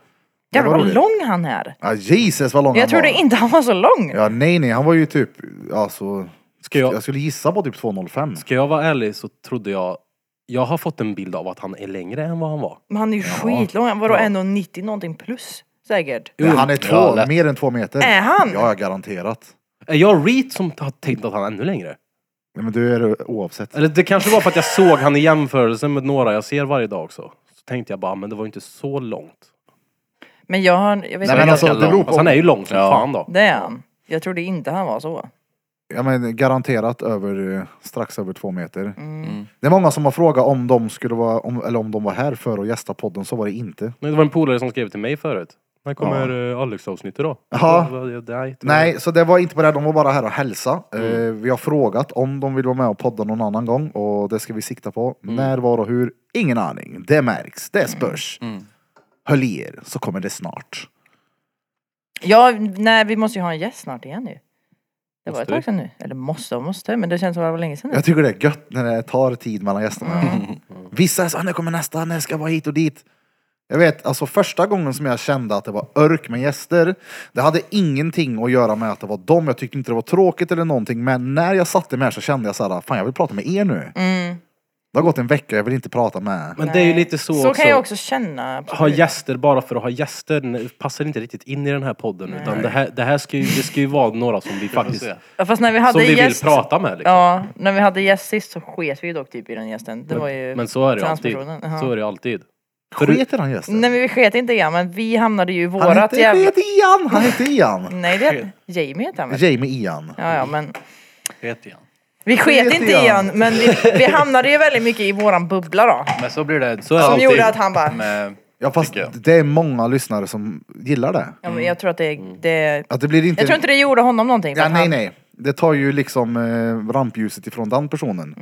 Speaker 1: Det
Speaker 2: Jävlar
Speaker 1: var
Speaker 2: vad
Speaker 1: roligt.
Speaker 2: lång han är.
Speaker 1: Ja, Jesus vad lång han
Speaker 2: Jag trodde
Speaker 1: var.
Speaker 2: inte han var så lång.
Speaker 1: Ja, nej, nej, han var ju typ, alltså,
Speaker 3: Ska
Speaker 1: jag,
Speaker 3: jag,
Speaker 1: skulle gissa på typ 2,05.
Speaker 3: ska jag vara ärlig så trodde jag... Jag har fått en bild av att han är längre än vad han var.
Speaker 2: Men han är ju skitlång. Han var då 1,90 någonting plus säkert.
Speaker 1: Men han är två,
Speaker 4: Ja, lätt.
Speaker 1: mer än två meter.
Speaker 2: Är han?
Speaker 1: Ja, ja, garanterat.
Speaker 3: Är jag Reed som har tänkt att han är ännu längre?
Speaker 1: Nej, men du är det oavsett.
Speaker 3: Eller det kanske var för att jag såg han i jämförelse med några jag ser varje dag också. Så tänkte jag bara, men det var ju inte så långt.
Speaker 2: Men jag har... Jag vet
Speaker 1: Nej,
Speaker 2: inte.
Speaker 1: men alltså, det
Speaker 4: ganska
Speaker 1: beror
Speaker 4: lång.
Speaker 3: Fast
Speaker 1: på,
Speaker 3: han är ju lång som
Speaker 4: Ja.
Speaker 3: fan då.
Speaker 2: Det är han. Jag trodde inte han var så.
Speaker 1: ja, men, garanterat över, eh, strax över två meter.
Speaker 2: Mm.
Speaker 1: Det är många som har frågat om de skulle vara, om, eller om de var här för att gästa podden, så var det inte.
Speaker 3: Men det var en polare som skrev till mig förut. När kommer ja. Alex-avsnittet då?
Speaker 1: Ja.
Speaker 3: Nej, det är-
Speaker 1: Nej, så det var inte på det. De var bara här och hälsa. Eh, vi har frågat om de vill vara med och podda någon annan gång och det ska vi sikta på. När, var och hur? Ingen aning. Det märks. Det spörs.
Speaker 4: Mm.
Speaker 1: Höll i er så kommer det snart.
Speaker 2: Ja, nej vi måste ju ha en gäst snart igen ju. Det var
Speaker 3: Måste
Speaker 2: ett
Speaker 3: vi?
Speaker 2: tag sedan nu. Eller måste och måste, men det känns som att det var länge sedan nu.
Speaker 1: Jag tycker det är gött när det tar tid mellan gästerna. Vissa är så, "Ah, nu kommer nästa, när ska jag vara hit och dit. Jag vet, alltså första gången som jag kände att det var örk med gäster, det hade ingenting att göra med att det var dem. Jag tyckte inte det var tråkigt eller någonting, men när jag satte mig här så kände jag så här, fan jag vill prata med er nu.
Speaker 2: Mm.
Speaker 1: Det har gått en vecka, jag vill inte prata med...
Speaker 3: Men det är ju lite så,
Speaker 2: Så
Speaker 3: också.
Speaker 2: kan jag också känna. absolut.
Speaker 3: Ha gäster bara för att ha gäster nej, passar inte riktigt in i den här podden. Utan det här, det här ska ju, det ska ju vara några som vi faktiskt...
Speaker 4: se.
Speaker 2: Ja, Fast när vi hade
Speaker 3: Som vi vill
Speaker 2: gäst...
Speaker 3: prata med liksom.
Speaker 2: Ja, när vi hade gäst sist så sket vi ju dock typ i den gästen. Det var ju
Speaker 3: Men så är det ju alltid.
Speaker 2: transpersonen. Jaha.
Speaker 3: Så är det ju alltid.
Speaker 1: Sket i den gästen.
Speaker 2: Nej men vi sket inte igen, men vi hamnade ju i
Speaker 1: han
Speaker 2: vårat
Speaker 1: hette
Speaker 2: jävla... Mm.
Speaker 1: sket Ian! Han hette Ian!
Speaker 2: Nej det... Jamie heter han väl?
Speaker 1: Jamie Ian.
Speaker 2: Ja, ja men...
Speaker 4: Vet igen.
Speaker 2: Vi sket
Speaker 1: Sket
Speaker 2: inte
Speaker 1: igen.
Speaker 2: igen, men vi, vi hamnade ju väldigt mycket i våran bubbla då.
Speaker 4: Men så blir det
Speaker 3: Så är det
Speaker 2: Som
Speaker 3: alltid.
Speaker 2: gjorde att han bara...
Speaker 4: med...
Speaker 1: Ja fast
Speaker 4: Tycker jag.
Speaker 1: det är många lyssnare som gillar det.
Speaker 2: Ja,
Speaker 3: Mm.
Speaker 2: men jag tror att det... det...
Speaker 1: Att det blir inte...
Speaker 2: Jag tror inte det gjorde honom någonting. för
Speaker 1: Ja,
Speaker 2: att
Speaker 1: nej,
Speaker 2: han-
Speaker 1: nej. Det tar ju liksom eh, rampljuset ifrån den personen.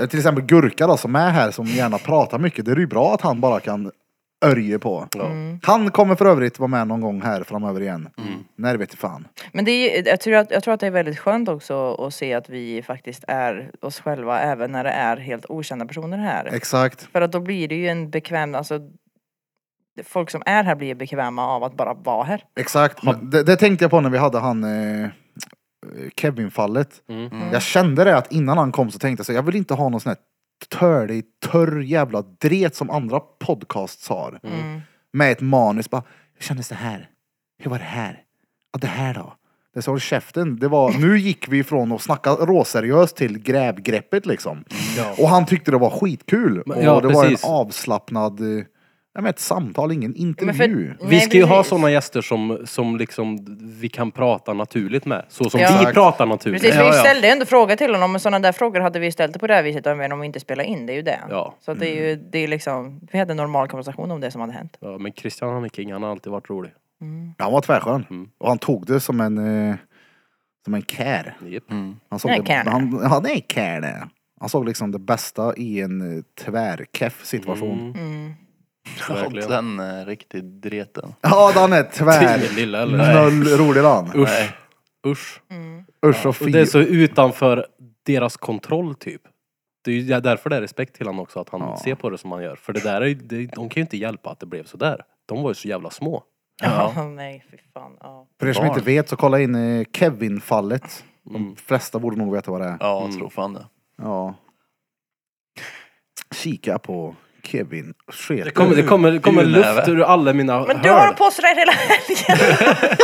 Speaker 1: Eh, Till exempel Gurka då, som är här, som gärna pratar mycket. Det är ju bra att han bara kan örje på. Han kommer för övrigt vara med någon gång här framöver igen. När vet jag fan.
Speaker 2: Men det är, ju- jag, tror att, jag tror att det är väldigt skönt också att se att vi faktiskt är oss själva även när det är helt okända personer här.
Speaker 1: Exakt.
Speaker 2: För att då blir det ju en bekväm, alltså folk som är här blir bekväma av att bara vara här.
Speaker 1: Exakt. Men Det, det tänkte jag på när vi hade han eh, Kevin-fallet. Jag kände det att innan han kom så tänkte jag så jag vill inte ha någon sån här törlig, törr jävla dret som andra podcasts har. Med ett manus bara, hur kändes det här? Hur var det här? Ja, det här då? Det sa håll käften. Det var, nu gick vi ifrån att snacka råseriöst till grävgreppet liksom. Och han tyckte det var skitkul.
Speaker 3: Men-
Speaker 1: och
Speaker 3: ja,
Speaker 1: det var en
Speaker 3: precis.
Speaker 1: avslappnad, eh, jag menar, ett samtal, ingen
Speaker 2: Men
Speaker 1: intervju.
Speaker 2: för-
Speaker 3: Vi
Speaker 2: nej,
Speaker 3: ska ju ha
Speaker 2: precis.
Speaker 3: sådana gäster som, som liksom vi kan prata naturligt med. Så som
Speaker 2: Ja.
Speaker 3: vi
Speaker 2: Exakt.
Speaker 3: pratar naturligt.
Speaker 2: Precis,
Speaker 4: Ja,
Speaker 2: vi
Speaker 4: ja.
Speaker 2: ställde ju ändå frågor till honom men sådana där frågor hade vi ställt på det här viset även om vi inte spelade in, det är ju det.
Speaker 3: Ja. Mm.
Speaker 2: Så att det är ju, det är liksom, vi hade en normal konversation om det som hade hänt.
Speaker 3: Ja, men Christian han är king, han har alltid varit rolig.
Speaker 1: Han var tvärskön.
Speaker 3: Mm.
Speaker 1: Och han tog det som en... Eh, som en kär.
Speaker 3: Japp.
Speaker 1: Han såg
Speaker 2: Nej,
Speaker 1: det,
Speaker 2: care.
Speaker 1: Han, ja, det är
Speaker 3: Mm.
Speaker 1: kär det. Han såg liksom det bästa i en eh, tvärkeff situation.
Speaker 3: Verkligen.
Speaker 4: Den är riktigt dreten.
Speaker 1: Ja, den är tvär.
Speaker 3: Ingen lilla eller?
Speaker 1: Noll rolig den.
Speaker 3: Usch.
Speaker 4: Nej.
Speaker 3: Usch.
Speaker 1: Usch och
Speaker 3: Och
Speaker 1: fy.
Speaker 3: det är så utanför deras kontroll typ. Det är ju därför det är respekt till honom också, att han ser på det som han gör. För det där är ju, det, de kan ju inte hjälpa att det blev sådär. De var ju så jävla små.
Speaker 2: Ja. nej, fy fan. Ja.
Speaker 1: För er som inte vet så kolla in eh, Kevin-fallet.
Speaker 3: Mm.
Speaker 1: De flesta borde nog veta vad det är.
Speaker 4: Ja, jag tror fan det.
Speaker 1: Ja. Kika på Kevin Schreter.
Speaker 3: Det kommer, det kommer, det kommer
Speaker 4: Ur
Speaker 3: luft
Speaker 4: näve.
Speaker 3: ur alla mina
Speaker 2: Men du har hållit på sådär hela helgen.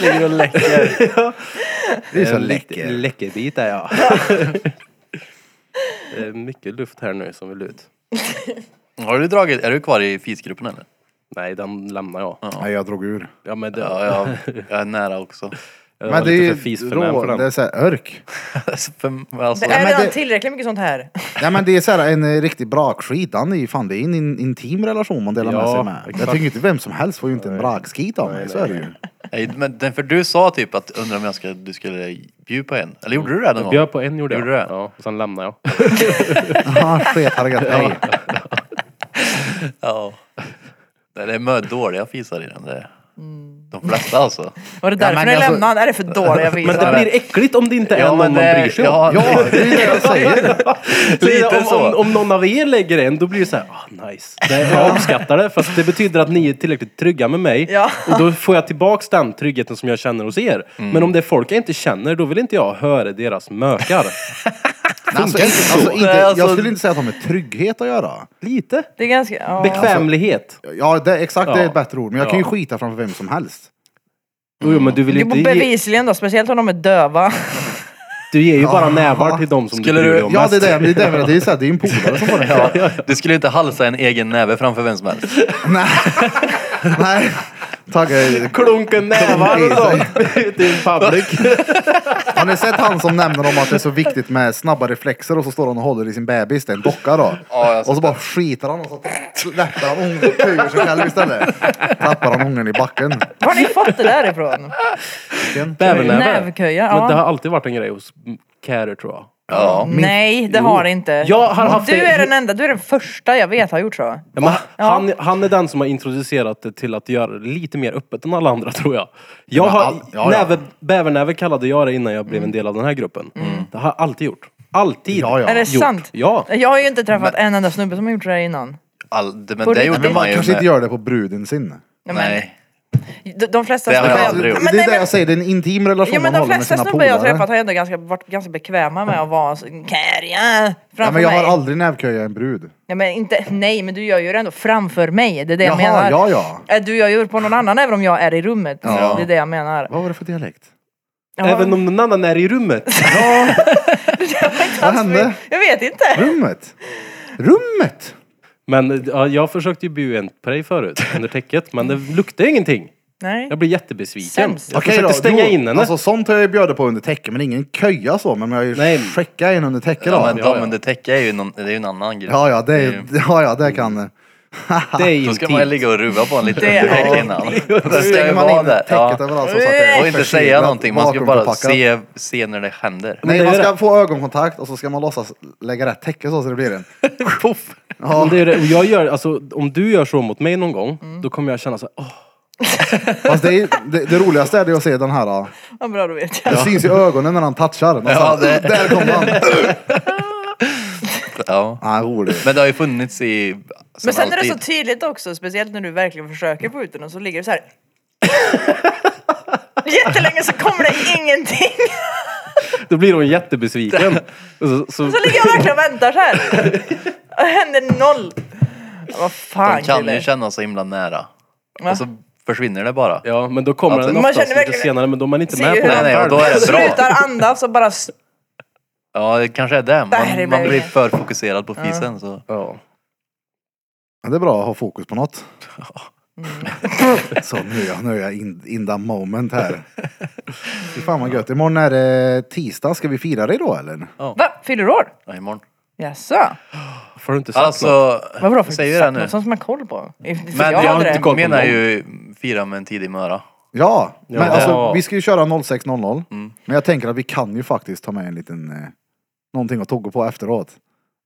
Speaker 4: Ligger och läcker.
Speaker 1: Det är
Speaker 3: Eh,
Speaker 1: så läcker.
Speaker 3: Läckerbit är jag. det är mycket luft här nu som vill ut.
Speaker 4: Har du dragit, är du kvar i fisgruppen eller?
Speaker 3: Nej, den lämnar jag.
Speaker 1: Nej, jag drog ur.
Speaker 3: Ja men det...
Speaker 4: Ja, jag, jag är nära också.
Speaker 3: Jag
Speaker 1: Men
Speaker 3: var
Speaker 1: det
Speaker 3: lite
Speaker 1: är
Speaker 3: för
Speaker 1: ju
Speaker 3: fis för mig
Speaker 1: rå,
Speaker 3: för
Speaker 1: det är
Speaker 3: den.
Speaker 1: så här, örk.
Speaker 4: För, alltså,
Speaker 2: Det är
Speaker 1: men
Speaker 2: redan
Speaker 1: det-
Speaker 2: tillräckligt mycket sånt här.
Speaker 1: Nej men det är så här en eh, riktigt brakskit. Han är ju fan, det är en in, intim relation man delar
Speaker 3: Ja,
Speaker 1: med sig med. Jag
Speaker 3: exakt.
Speaker 1: tycker inte vem som helst får ju inte en brakskit av mig, så är det ju.
Speaker 4: Nej, men den- för du sa typ att undrar om jag ska, du skulle bjuda på en. Eller gjorde du det någon gång?
Speaker 3: Bjöd på en gjorde jag.
Speaker 4: Gjorde du det?
Speaker 3: Ja, och sen lämnar jag.
Speaker 1: Jaha, sket har det gött. Nej.
Speaker 4: Ja. Nej, det är mö dåliga fisar i den. Det. De flesta alltså.
Speaker 2: Var det
Speaker 1: Ja,
Speaker 2: därför
Speaker 1: men
Speaker 2: ni
Speaker 1: alltså-
Speaker 2: lämnade? Är det för dåliga
Speaker 3: Men det
Speaker 2: visar?
Speaker 3: blir äckligt om det inte är någon man bryr sig om.
Speaker 4: eh, ja,
Speaker 1: Ja, det är ju det jag säger.
Speaker 4: Lite
Speaker 3: om,
Speaker 4: så.
Speaker 3: Om, om någon av er lägger en, då blir det så här, ah, nice. Det, jag uppskattar det, fast det betyder att ni är tillräckligt trygga med mig.
Speaker 2: Ja.
Speaker 3: Och då får jag tillbaks den tryggheten som jag känner hos er. Men om det är folk jag inte känner, då vill inte jag höra deras mökar.
Speaker 1: Nej, alltså, inte, alltså, inte,
Speaker 4: Nej, alltså-
Speaker 1: jag skulle inte säga att de har trygghet att göra.
Speaker 3: Lite.
Speaker 2: Det är ganska... Ja.
Speaker 3: Bekvämlighet.
Speaker 1: Ja, det, exakt det är ett
Speaker 3: Ja.
Speaker 1: bättre ord. Men jag kan ju
Speaker 3: Ja.
Speaker 1: skita framför vem som helst.
Speaker 3: Jo, jo, men du vill
Speaker 2: Det
Speaker 3: ju
Speaker 2: är
Speaker 3: inte
Speaker 2: på
Speaker 3: ge,
Speaker 2: bevisligen då, speciellt om de är döva.
Speaker 3: Du ger ju bara nävar till de som
Speaker 4: Skulle
Speaker 3: du bryr
Speaker 4: du-
Speaker 3: dig om
Speaker 1: Ja, det är
Speaker 3: mest.
Speaker 1: det. men Det är, det, det är, så här, det är ju en polare som får den.
Speaker 4: Ja, du skulle inte halsa en egen näve framför vem som helst.
Speaker 1: Nej. Nej. Tack. eh,
Speaker 3: Klunken nävar alltså. och sånt. Ute i public.
Speaker 1: Har ni sett han som nämner om att det är så viktigt med snabba reflexer och så står han och håller i sin bebis, det är en docka då.
Speaker 4: jag har sett
Speaker 1: och så bara skiter han och så släpper han ungen och töjer sig själv istället. Tappar han ungen i backen.
Speaker 2: Var har ni fått det därifrån?
Speaker 3: Bävernäve.
Speaker 2: Nävköja, ja.
Speaker 3: Men det har alltid varit en grej hos Carrie, tror jag.
Speaker 4: Ja.
Speaker 2: Mm. Nej, det har det inte.
Speaker 3: Jag har haft
Speaker 2: du
Speaker 3: det-
Speaker 2: är den enda, du är den första jag vet har gjort så.
Speaker 3: Ja, men han, han är den som har introducerat det till att göra det lite mer öppet än alla andra tror jag. Jag har,
Speaker 1: all- ja, ja.
Speaker 3: Näve, bävernäve kallade jag det innan jag blev en del av den här gruppen. Det har jag alltid gjort. Alltid.
Speaker 1: Ja, ja.
Speaker 2: Är det
Speaker 3: gjort.
Speaker 2: sant?
Speaker 3: Ja.
Speaker 2: Jag har ju inte träffat en enda snubbe som har gjort det där innan.
Speaker 4: All, det,
Speaker 2: På
Speaker 4: men det
Speaker 2: riktigt?
Speaker 4: gjorde
Speaker 2: Men
Speaker 4: man
Speaker 1: Man
Speaker 4: ju
Speaker 1: kanske inte
Speaker 4: med...
Speaker 1: gör det på bruden sin.
Speaker 2: Ja, men
Speaker 4: Nej.
Speaker 2: De, de flesta
Speaker 4: Det har jag
Speaker 2: snubbar
Speaker 4: aldrig gjort.
Speaker 1: det är
Speaker 2: nej,
Speaker 1: det jag säger, det är en intim relation
Speaker 2: Ja
Speaker 1: man
Speaker 2: men de
Speaker 1: håller med
Speaker 2: flesta
Speaker 1: sina
Speaker 2: snubbar jag har träffat
Speaker 1: polare.
Speaker 2: har ändå ganska, varit ganska bekväma med att vara så- kärja
Speaker 1: Ja,
Speaker 2: framför
Speaker 1: men jag har
Speaker 2: mig.
Speaker 1: aldrig nävköjat en brud.
Speaker 2: Ja, men inte, nej men du gör ju det ändå framför mig, det är det jag
Speaker 1: Jaha,
Speaker 2: menar.
Speaker 1: ja, ja.
Speaker 2: Eh, Du gör ju det på någon annan även om jag är i rummet. Det är det jag menar.
Speaker 1: Vad var det för dialekt?
Speaker 2: Ja.
Speaker 3: Även om någon annan är i rummet.
Speaker 1: Vad hände?
Speaker 2: Jag vet
Speaker 3: Mm.
Speaker 2: inte.
Speaker 1: Rummet? Rummet?
Speaker 3: Men ja, jag försökte ju bjuda en på dig förut, under täcket. Men det luktade ingenting.
Speaker 2: Nej.
Speaker 3: Jag blev jättebesviken.
Speaker 2: Sämst.
Speaker 3: Jag försökte stänga in henne.
Speaker 1: Alltså sånt har jag ju bjudit på under täcke, men ingen köja så. Men jag har ju
Speaker 3: Nej.
Speaker 1: skickat in under täcke då.
Speaker 4: Ja, men Mm.
Speaker 3: Ja,
Speaker 4: de
Speaker 3: ja.
Speaker 4: under täcke är ju någon, det är ju en annan grej.
Speaker 1: Ja, ja, det, är, ja, ja, det
Speaker 4: Mm.
Speaker 1: kan...
Speaker 3: det är
Speaker 4: Då ska man ju ligga och ruva på en lite
Speaker 2: Det är-
Speaker 4: direkt innan. Det ska ju
Speaker 1: Stänger man
Speaker 4: vara
Speaker 1: in
Speaker 4: där.
Speaker 1: täcket
Speaker 4: Ja.
Speaker 1: överallt så att det är
Speaker 4: Och inte säga
Speaker 1: förkylat,
Speaker 4: någonting, man ska bara
Speaker 1: vakuumpackat.
Speaker 4: se, se när det händer.
Speaker 1: Nej,
Speaker 3: det
Speaker 1: man
Speaker 3: är
Speaker 1: ska
Speaker 3: det.
Speaker 1: få ögonkontakt och så ska man låtsas lägga rätt täcke så, så det blir en...
Speaker 4: Puff.
Speaker 1: Ja,
Speaker 3: Men det är det. Och jag gör, alltså, om du gör så mot mig någon gång, då kommer jag känna så här, åh,
Speaker 1: fast det, är, det, det roligaste är det att se den här... ah,
Speaker 2: Vad bra, då vet
Speaker 1: Det
Speaker 2: jag.
Speaker 1: syns i ögonen när han touchar. Man
Speaker 4: Ja,
Speaker 2: Alltså,
Speaker 1: sa,
Speaker 4: det-
Speaker 1: Där kom han!
Speaker 4: Ja.
Speaker 1: Ah, rolig.
Speaker 4: Men det har ju funnits i... sen
Speaker 2: Men sen är det så
Speaker 4: alltid.
Speaker 2: tydligt också, speciellt när du verkligen försöker få ut den och så ligger det så här. Jättelänge så kommer det ingenting.
Speaker 3: Då blir hon jättebesviken. Och så, så,
Speaker 2: Så ligger jag verkligen och väntar så här. Och händer noll. Ja, Vad fan
Speaker 4: De kan ju
Speaker 2: kille.
Speaker 4: känna sig himla nära.
Speaker 2: Va?
Speaker 4: Och så försvinner det bara.
Speaker 3: Ja, men då kommer
Speaker 4: Alltså,
Speaker 3: den
Speaker 4: man
Speaker 3: oftast
Speaker 2: känner
Speaker 3: lite
Speaker 2: verkligen-
Speaker 3: senare, men då är man inte
Speaker 2: Ser
Speaker 3: med
Speaker 2: ju
Speaker 3: på
Speaker 2: hur
Speaker 3: den
Speaker 4: Nej, nej, och
Speaker 3: själv.
Speaker 4: då är det bra.
Speaker 2: Slutar andas och bara... s-
Speaker 4: Ja, det kanske är det.
Speaker 2: här är
Speaker 4: Man, man blir
Speaker 2: bättre.
Speaker 4: för fokuserad på fisen. Så.
Speaker 3: Ja.
Speaker 1: Men Det är bra att ha fokus på något. Så nu är jag, nu är jag in, in the moment här. Fy fan vad gött. Imorgon är det tisdag. Ska vi fira dig då eller?
Speaker 2: Va? Fyller du år?
Speaker 4: Ja, imorgon.
Speaker 2: Jaså?
Speaker 3: Får du inte sagt något?
Speaker 4: Alltså,
Speaker 2: Vad bra för
Speaker 4: säger
Speaker 2: sagt
Speaker 4: jag det nu?
Speaker 2: något sånt som man har koll på. För
Speaker 4: Men
Speaker 2: jag hade
Speaker 4: jag,
Speaker 2: det.
Speaker 3: koll på
Speaker 4: menar
Speaker 3: någon.
Speaker 4: ju fira med en tidig möra.
Speaker 1: Ja, men
Speaker 3: Ja. Mm.
Speaker 1: alltså vi ska ju köra 0600. Men jag tänker att vi kan ju faktiskt ta med en liten eh, någonting att tugga på efteråt.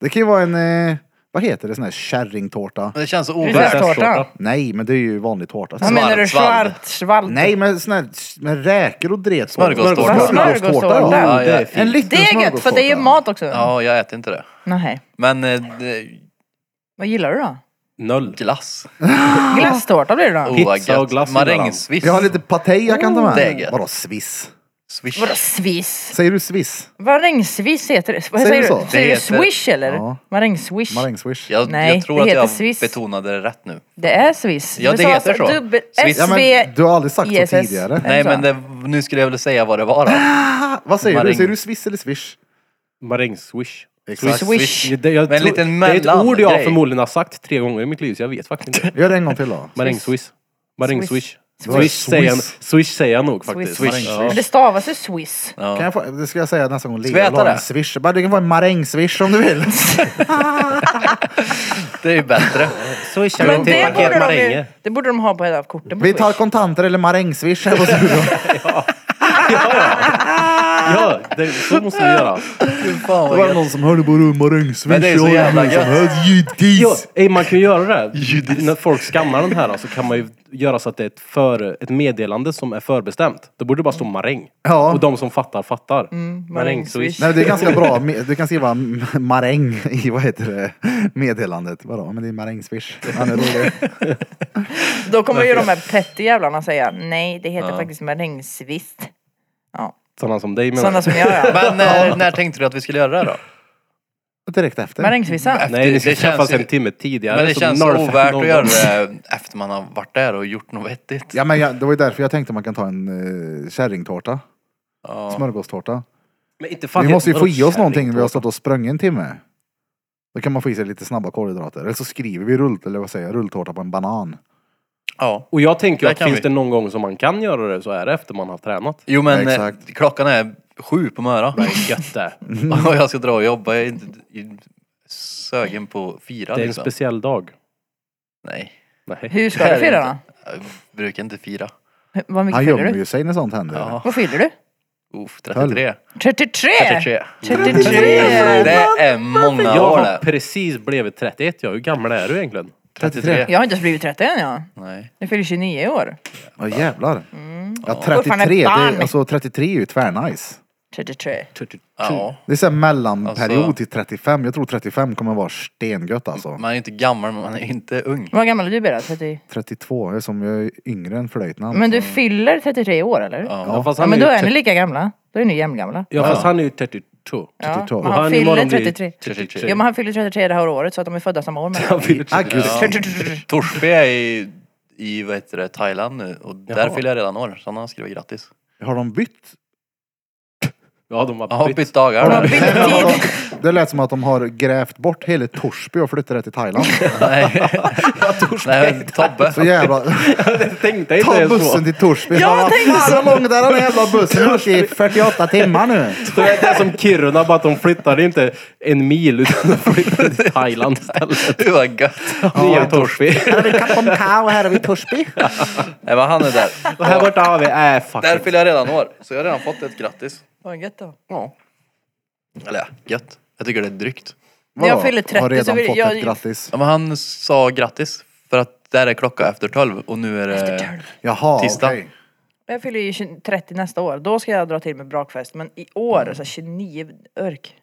Speaker 1: Det kan ju vara en eh, Vad heter det? Sån här kärringtårta?
Speaker 4: Men det känns så
Speaker 2: Prinsesstårta.
Speaker 4: ovärt.
Speaker 2: Tårta.
Speaker 1: Nej, men det är ju vanlig tårta.
Speaker 2: Vad menar du?
Speaker 4: Svarv,
Speaker 2: Svart, svalt?
Speaker 1: Nej, men sån här med räkor och dret på.
Speaker 4: Smörgåstårta.
Speaker 1: Smörgåstårta,
Speaker 2: Smörgåstårta.
Speaker 1: ja.
Speaker 4: Ja,
Speaker 3: det
Speaker 4: ja.
Speaker 3: är
Speaker 1: En
Speaker 3: fint.
Speaker 1: liten
Speaker 2: Det är gött för det är ju
Speaker 1: smörgåstårta.
Speaker 2: mat också.
Speaker 4: Ja, jag äter inte det.
Speaker 2: Nej.
Speaker 4: Men eh, det-
Speaker 2: Vad gillar du då?
Speaker 3: Noll.
Speaker 4: glass.
Speaker 2: Glasstårta blir det då?
Speaker 4: Oh, vad
Speaker 3: Pizza
Speaker 4: gött.
Speaker 3: och glass gillar han.
Speaker 4: Marängsviss.
Speaker 1: Jag har lite patej jag kan ta med.
Speaker 4: det är gött.
Speaker 1: Vadå sviss?
Speaker 4: Swish.
Speaker 2: Vadå sviss?
Speaker 1: Säger du sviss?
Speaker 2: Marängsviss heter det. Vad
Speaker 1: Säger du
Speaker 2: säger du?
Speaker 1: så?
Speaker 2: Säger
Speaker 4: Det
Speaker 2: du
Speaker 4: heter-
Speaker 2: swish eller?
Speaker 1: Ja.
Speaker 2: Marängswish.
Speaker 1: Marängswish?
Speaker 4: Jag,
Speaker 2: Nej,
Speaker 4: jag tror
Speaker 2: det
Speaker 4: att
Speaker 2: heter
Speaker 4: jag
Speaker 2: swiss.
Speaker 4: betonade det rätt nu.
Speaker 2: Det är swiss.
Speaker 4: Ja,
Speaker 2: Du
Speaker 4: det
Speaker 2: sa
Speaker 4: heter
Speaker 2: alltså
Speaker 4: så.
Speaker 2: Dubbel
Speaker 4: Swiss.
Speaker 1: Ja,
Speaker 2: SV...
Speaker 1: men du har aldrig sagt så
Speaker 2: ISS.
Speaker 1: tidigare.
Speaker 2: Nej.
Speaker 4: Nej,
Speaker 2: så?
Speaker 4: men det, nu skulle jag vilja säga vad det var då.
Speaker 1: Ah, vad säger du?
Speaker 4: Maräng.
Speaker 1: Säger du sviss eller swish?
Speaker 3: Marängswish.
Speaker 1: Exakt.
Speaker 4: Swish.
Speaker 2: Swish.
Speaker 3: Det, jag
Speaker 4: Men
Speaker 3: tror-
Speaker 4: lite
Speaker 3: det är ett ord jag
Speaker 4: mellangrej.
Speaker 3: förmodligen har sagt tre gånger i mitt liv, så jag vet faktiskt inte.
Speaker 1: Gör det en gång till då.
Speaker 3: Marängswish. Marängswish.
Speaker 1: Swish.
Speaker 3: Swish säger jag-
Speaker 1: Swiss.
Speaker 3: swish säger jag nog faktiskt.
Speaker 2: Swish.
Speaker 4: Swish.
Speaker 3: Ja.
Speaker 2: Men det stavas ju swiss.
Speaker 1: Kan
Speaker 4: Ja.
Speaker 1: jag få, det ska jag säga nästa gång
Speaker 4: Ska vi
Speaker 1: Leo
Speaker 4: äta
Speaker 1: har en
Speaker 4: det?
Speaker 1: swish. Bara, Det kan vara en marängswish om du vill.
Speaker 4: Det är ju bättre.
Speaker 3: Swishar
Speaker 2: Men
Speaker 3: man till
Speaker 2: det borde,
Speaker 3: paket
Speaker 2: de ju,
Speaker 3: maränger.
Speaker 2: det borde de ha på hela korten på
Speaker 1: Vi tar
Speaker 2: swish.
Speaker 1: kontanter eller marängswish här på studion.
Speaker 3: Ja, det, så måste vi göra.
Speaker 4: Fy fan
Speaker 1: Det
Speaker 4: vad
Speaker 1: var
Speaker 4: gött.
Speaker 1: någon som hörde på det, marängswish.
Speaker 4: Men det är så
Speaker 1: jag
Speaker 4: jävla
Speaker 1: någon som
Speaker 4: gött.
Speaker 1: hörde
Speaker 3: Jo,
Speaker 1: ljudgis.
Speaker 3: ey, man kan ju göra det. När folk skannar den här så kan man ju göra så att det är ett, för, ett meddelande som är förbestämt. Då borde det bara stå maräng.
Speaker 1: Ja.
Speaker 3: Och de som fattar, fattar.
Speaker 2: marängswish.
Speaker 3: Marängswish.
Speaker 1: Nej, det är ganska bra. Du kan skriva maräng i vad heter det, meddelandet. Vadå? Men det är marängswish. Han är rolig.
Speaker 2: Då kommer ju de här petty-jävlarna säga nej, det heter faktiskt marängsviss. Ja,
Speaker 3: Sådana som dig menar
Speaker 2: sådana
Speaker 3: jag.
Speaker 2: som jag ja.
Speaker 4: Men eh, när, när tänkte du att vi skulle göra det då?
Speaker 1: Direkt efter.
Speaker 2: Marängsvissan.
Speaker 3: Nej, ni
Speaker 4: Det-
Speaker 3: ska
Speaker 4: det
Speaker 3: träffas
Speaker 4: känns ju-
Speaker 3: en timme tidigare.
Speaker 4: Men det
Speaker 3: så
Speaker 4: känns
Speaker 3: norr-
Speaker 4: ovärt
Speaker 3: någon-
Speaker 4: att göra det efter man har varit där och gjort något vettigt.
Speaker 1: Ja, men jag, det var ju därför jag tänkte man kan ta en eh, kärringtårta.
Speaker 4: Ja.
Speaker 1: Smörgåstårta.
Speaker 3: Men inte fan,
Speaker 1: vi måste ju
Speaker 3: vadå
Speaker 1: få i oss
Speaker 3: kärring
Speaker 1: någonting när vi har
Speaker 3: då?
Speaker 1: stått och sprungit en timme. Då kan man få i sig lite snabba kolhydrater. Eller så skriver vi rull, eller vad säger jag, rulltårta på en banan.
Speaker 4: ja.
Speaker 3: Och jag tänker
Speaker 4: Där
Speaker 3: att
Speaker 4: kan
Speaker 3: finns
Speaker 4: vi.
Speaker 3: det någon gång som man kan göra det så är det efter man har tränat.
Speaker 4: Jo men
Speaker 1: Ja,
Speaker 4: eh,
Speaker 1: exakt.
Speaker 4: klockan är sju på morgonen.
Speaker 3: Gött det.
Speaker 4: Och jag ska dra och jobba. Jag är inte i- sögen på att fira
Speaker 3: Det är en
Speaker 4: liksom.
Speaker 3: speciell dag.
Speaker 4: Nej.
Speaker 3: Nej.
Speaker 2: Hur ska du fira då?
Speaker 4: Jag brukar inte fira.
Speaker 2: Hur- Vad mycket
Speaker 1: Han
Speaker 2: fyller
Speaker 1: gömmer
Speaker 2: du?
Speaker 1: ju sig när sånt händer.
Speaker 4: Ja.
Speaker 2: Vad fyller du?
Speaker 4: Uff, 33.
Speaker 2: 33!
Speaker 4: 33.
Speaker 2: 33!
Speaker 4: Det är många
Speaker 3: Jag
Speaker 4: år
Speaker 3: har
Speaker 4: det.
Speaker 3: precis blivit 31 jag. Hur gammal är du egentligen?
Speaker 1: 33.
Speaker 2: Jag har inte ens blivit 30 än jag.
Speaker 4: Nej.
Speaker 2: Jag fyller 29 i år.
Speaker 1: Ja jävlar. Ja,
Speaker 2: Fortfarande
Speaker 1: 33, det,
Speaker 2: barn.
Speaker 1: är- alltså 33 är ju tvärnice.
Speaker 2: 33.
Speaker 4: Ja.
Speaker 1: Det är så här mellanperiod
Speaker 4: Alltså- Mm.
Speaker 1: till 35. Jag tror 35 kommer vara stengött alltså.
Speaker 4: Man är inte gammal men man är inte ung.
Speaker 2: Hur gammal är du Bera? 30?
Speaker 1: 32, jag är som jag är yngre än flöjtnant.
Speaker 2: Men du fyller 33 år eller? Ja,
Speaker 3: Ja, fast
Speaker 2: men då
Speaker 3: ju
Speaker 2: är ni
Speaker 3: tre-
Speaker 2: lika gamla. Då är ni jämngamla.
Speaker 3: Ja, fast han är ju 32.
Speaker 2: Ja,
Speaker 1: 32.
Speaker 2: men
Speaker 3: Och
Speaker 2: han fyller
Speaker 3: imorgon blir
Speaker 2: 33.
Speaker 3: 33.
Speaker 2: Ja men han fyller 33 det här året så att de är födda samma år.
Speaker 3: Han
Speaker 2: Men...
Speaker 3: fyller 33.
Speaker 1: Augusti.
Speaker 4: Torsby är i, i vad heter det, Thailand nu och där fyller jag redan år. Så han har skrivit grattis.
Speaker 1: Har de bytt?
Speaker 3: Ja, de
Speaker 4: Jag
Speaker 3: har
Speaker 4: har
Speaker 3: bytt.
Speaker 4: bytt dagar
Speaker 2: Har de bytt?
Speaker 4: där.
Speaker 1: Nej, men
Speaker 2: tid.
Speaker 1: de- Det lät som att de har grävt bort hela Torsby och flyttat det till Thailand.
Speaker 4: Nej. Nej, men Tobbe.
Speaker 1: Så jävla...
Speaker 3: Jag tänkte inte
Speaker 1: Ta
Speaker 3: ens så.
Speaker 1: bussen till Torsby.
Speaker 2: Ja, jag tänkte
Speaker 1: Fan vad långt är den här jävla bussen? Jag har varit i 48 timmar nu.
Speaker 3: Det är det är som Kiruna, bara att de flyttade inte en mil utan de flyttade till Thailand istället.
Speaker 4: Det var gött.
Speaker 3: Nya Torsby.
Speaker 1: Här har vi Kaponkao, här har vi Torsby.
Speaker 4: Nej men han är där.
Speaker 3: Och här borta har vi... Äh, fuck
Speaker 4: Där
Speaker 3: it.
Speaker 4: fyller jag redan år. Så jag har redan fått ett grattis.
Speaker 2: Vad gött då.
Speaker 4: Ja. Eller ja, gött. Jag tycker det är drygt.
Speaker 2: När jag
Speaker 1: Vadå?
Speaker 2: fyller 30
Speaker 1: Har redan
Speaker 2: så vill
Speaker 1: fått
Speaker 2: jag-
Speaker 1: ett grattis.
Speaker 4: Ja, men han sa grattis för att där är klockan efter tolv och nu är
Speaker 1: Eh.
Speaker 4: det...
Speaker 1: Jaha,
Speaker 4: Tisdag.
Speaker 1: okej.
Speaker 2: Jag fyller ju 20 30 nästa år. Då ska jag dra till med brakfest. Men i
Speaker 1: Mm.
Speaker 2: år, så här 29 örk.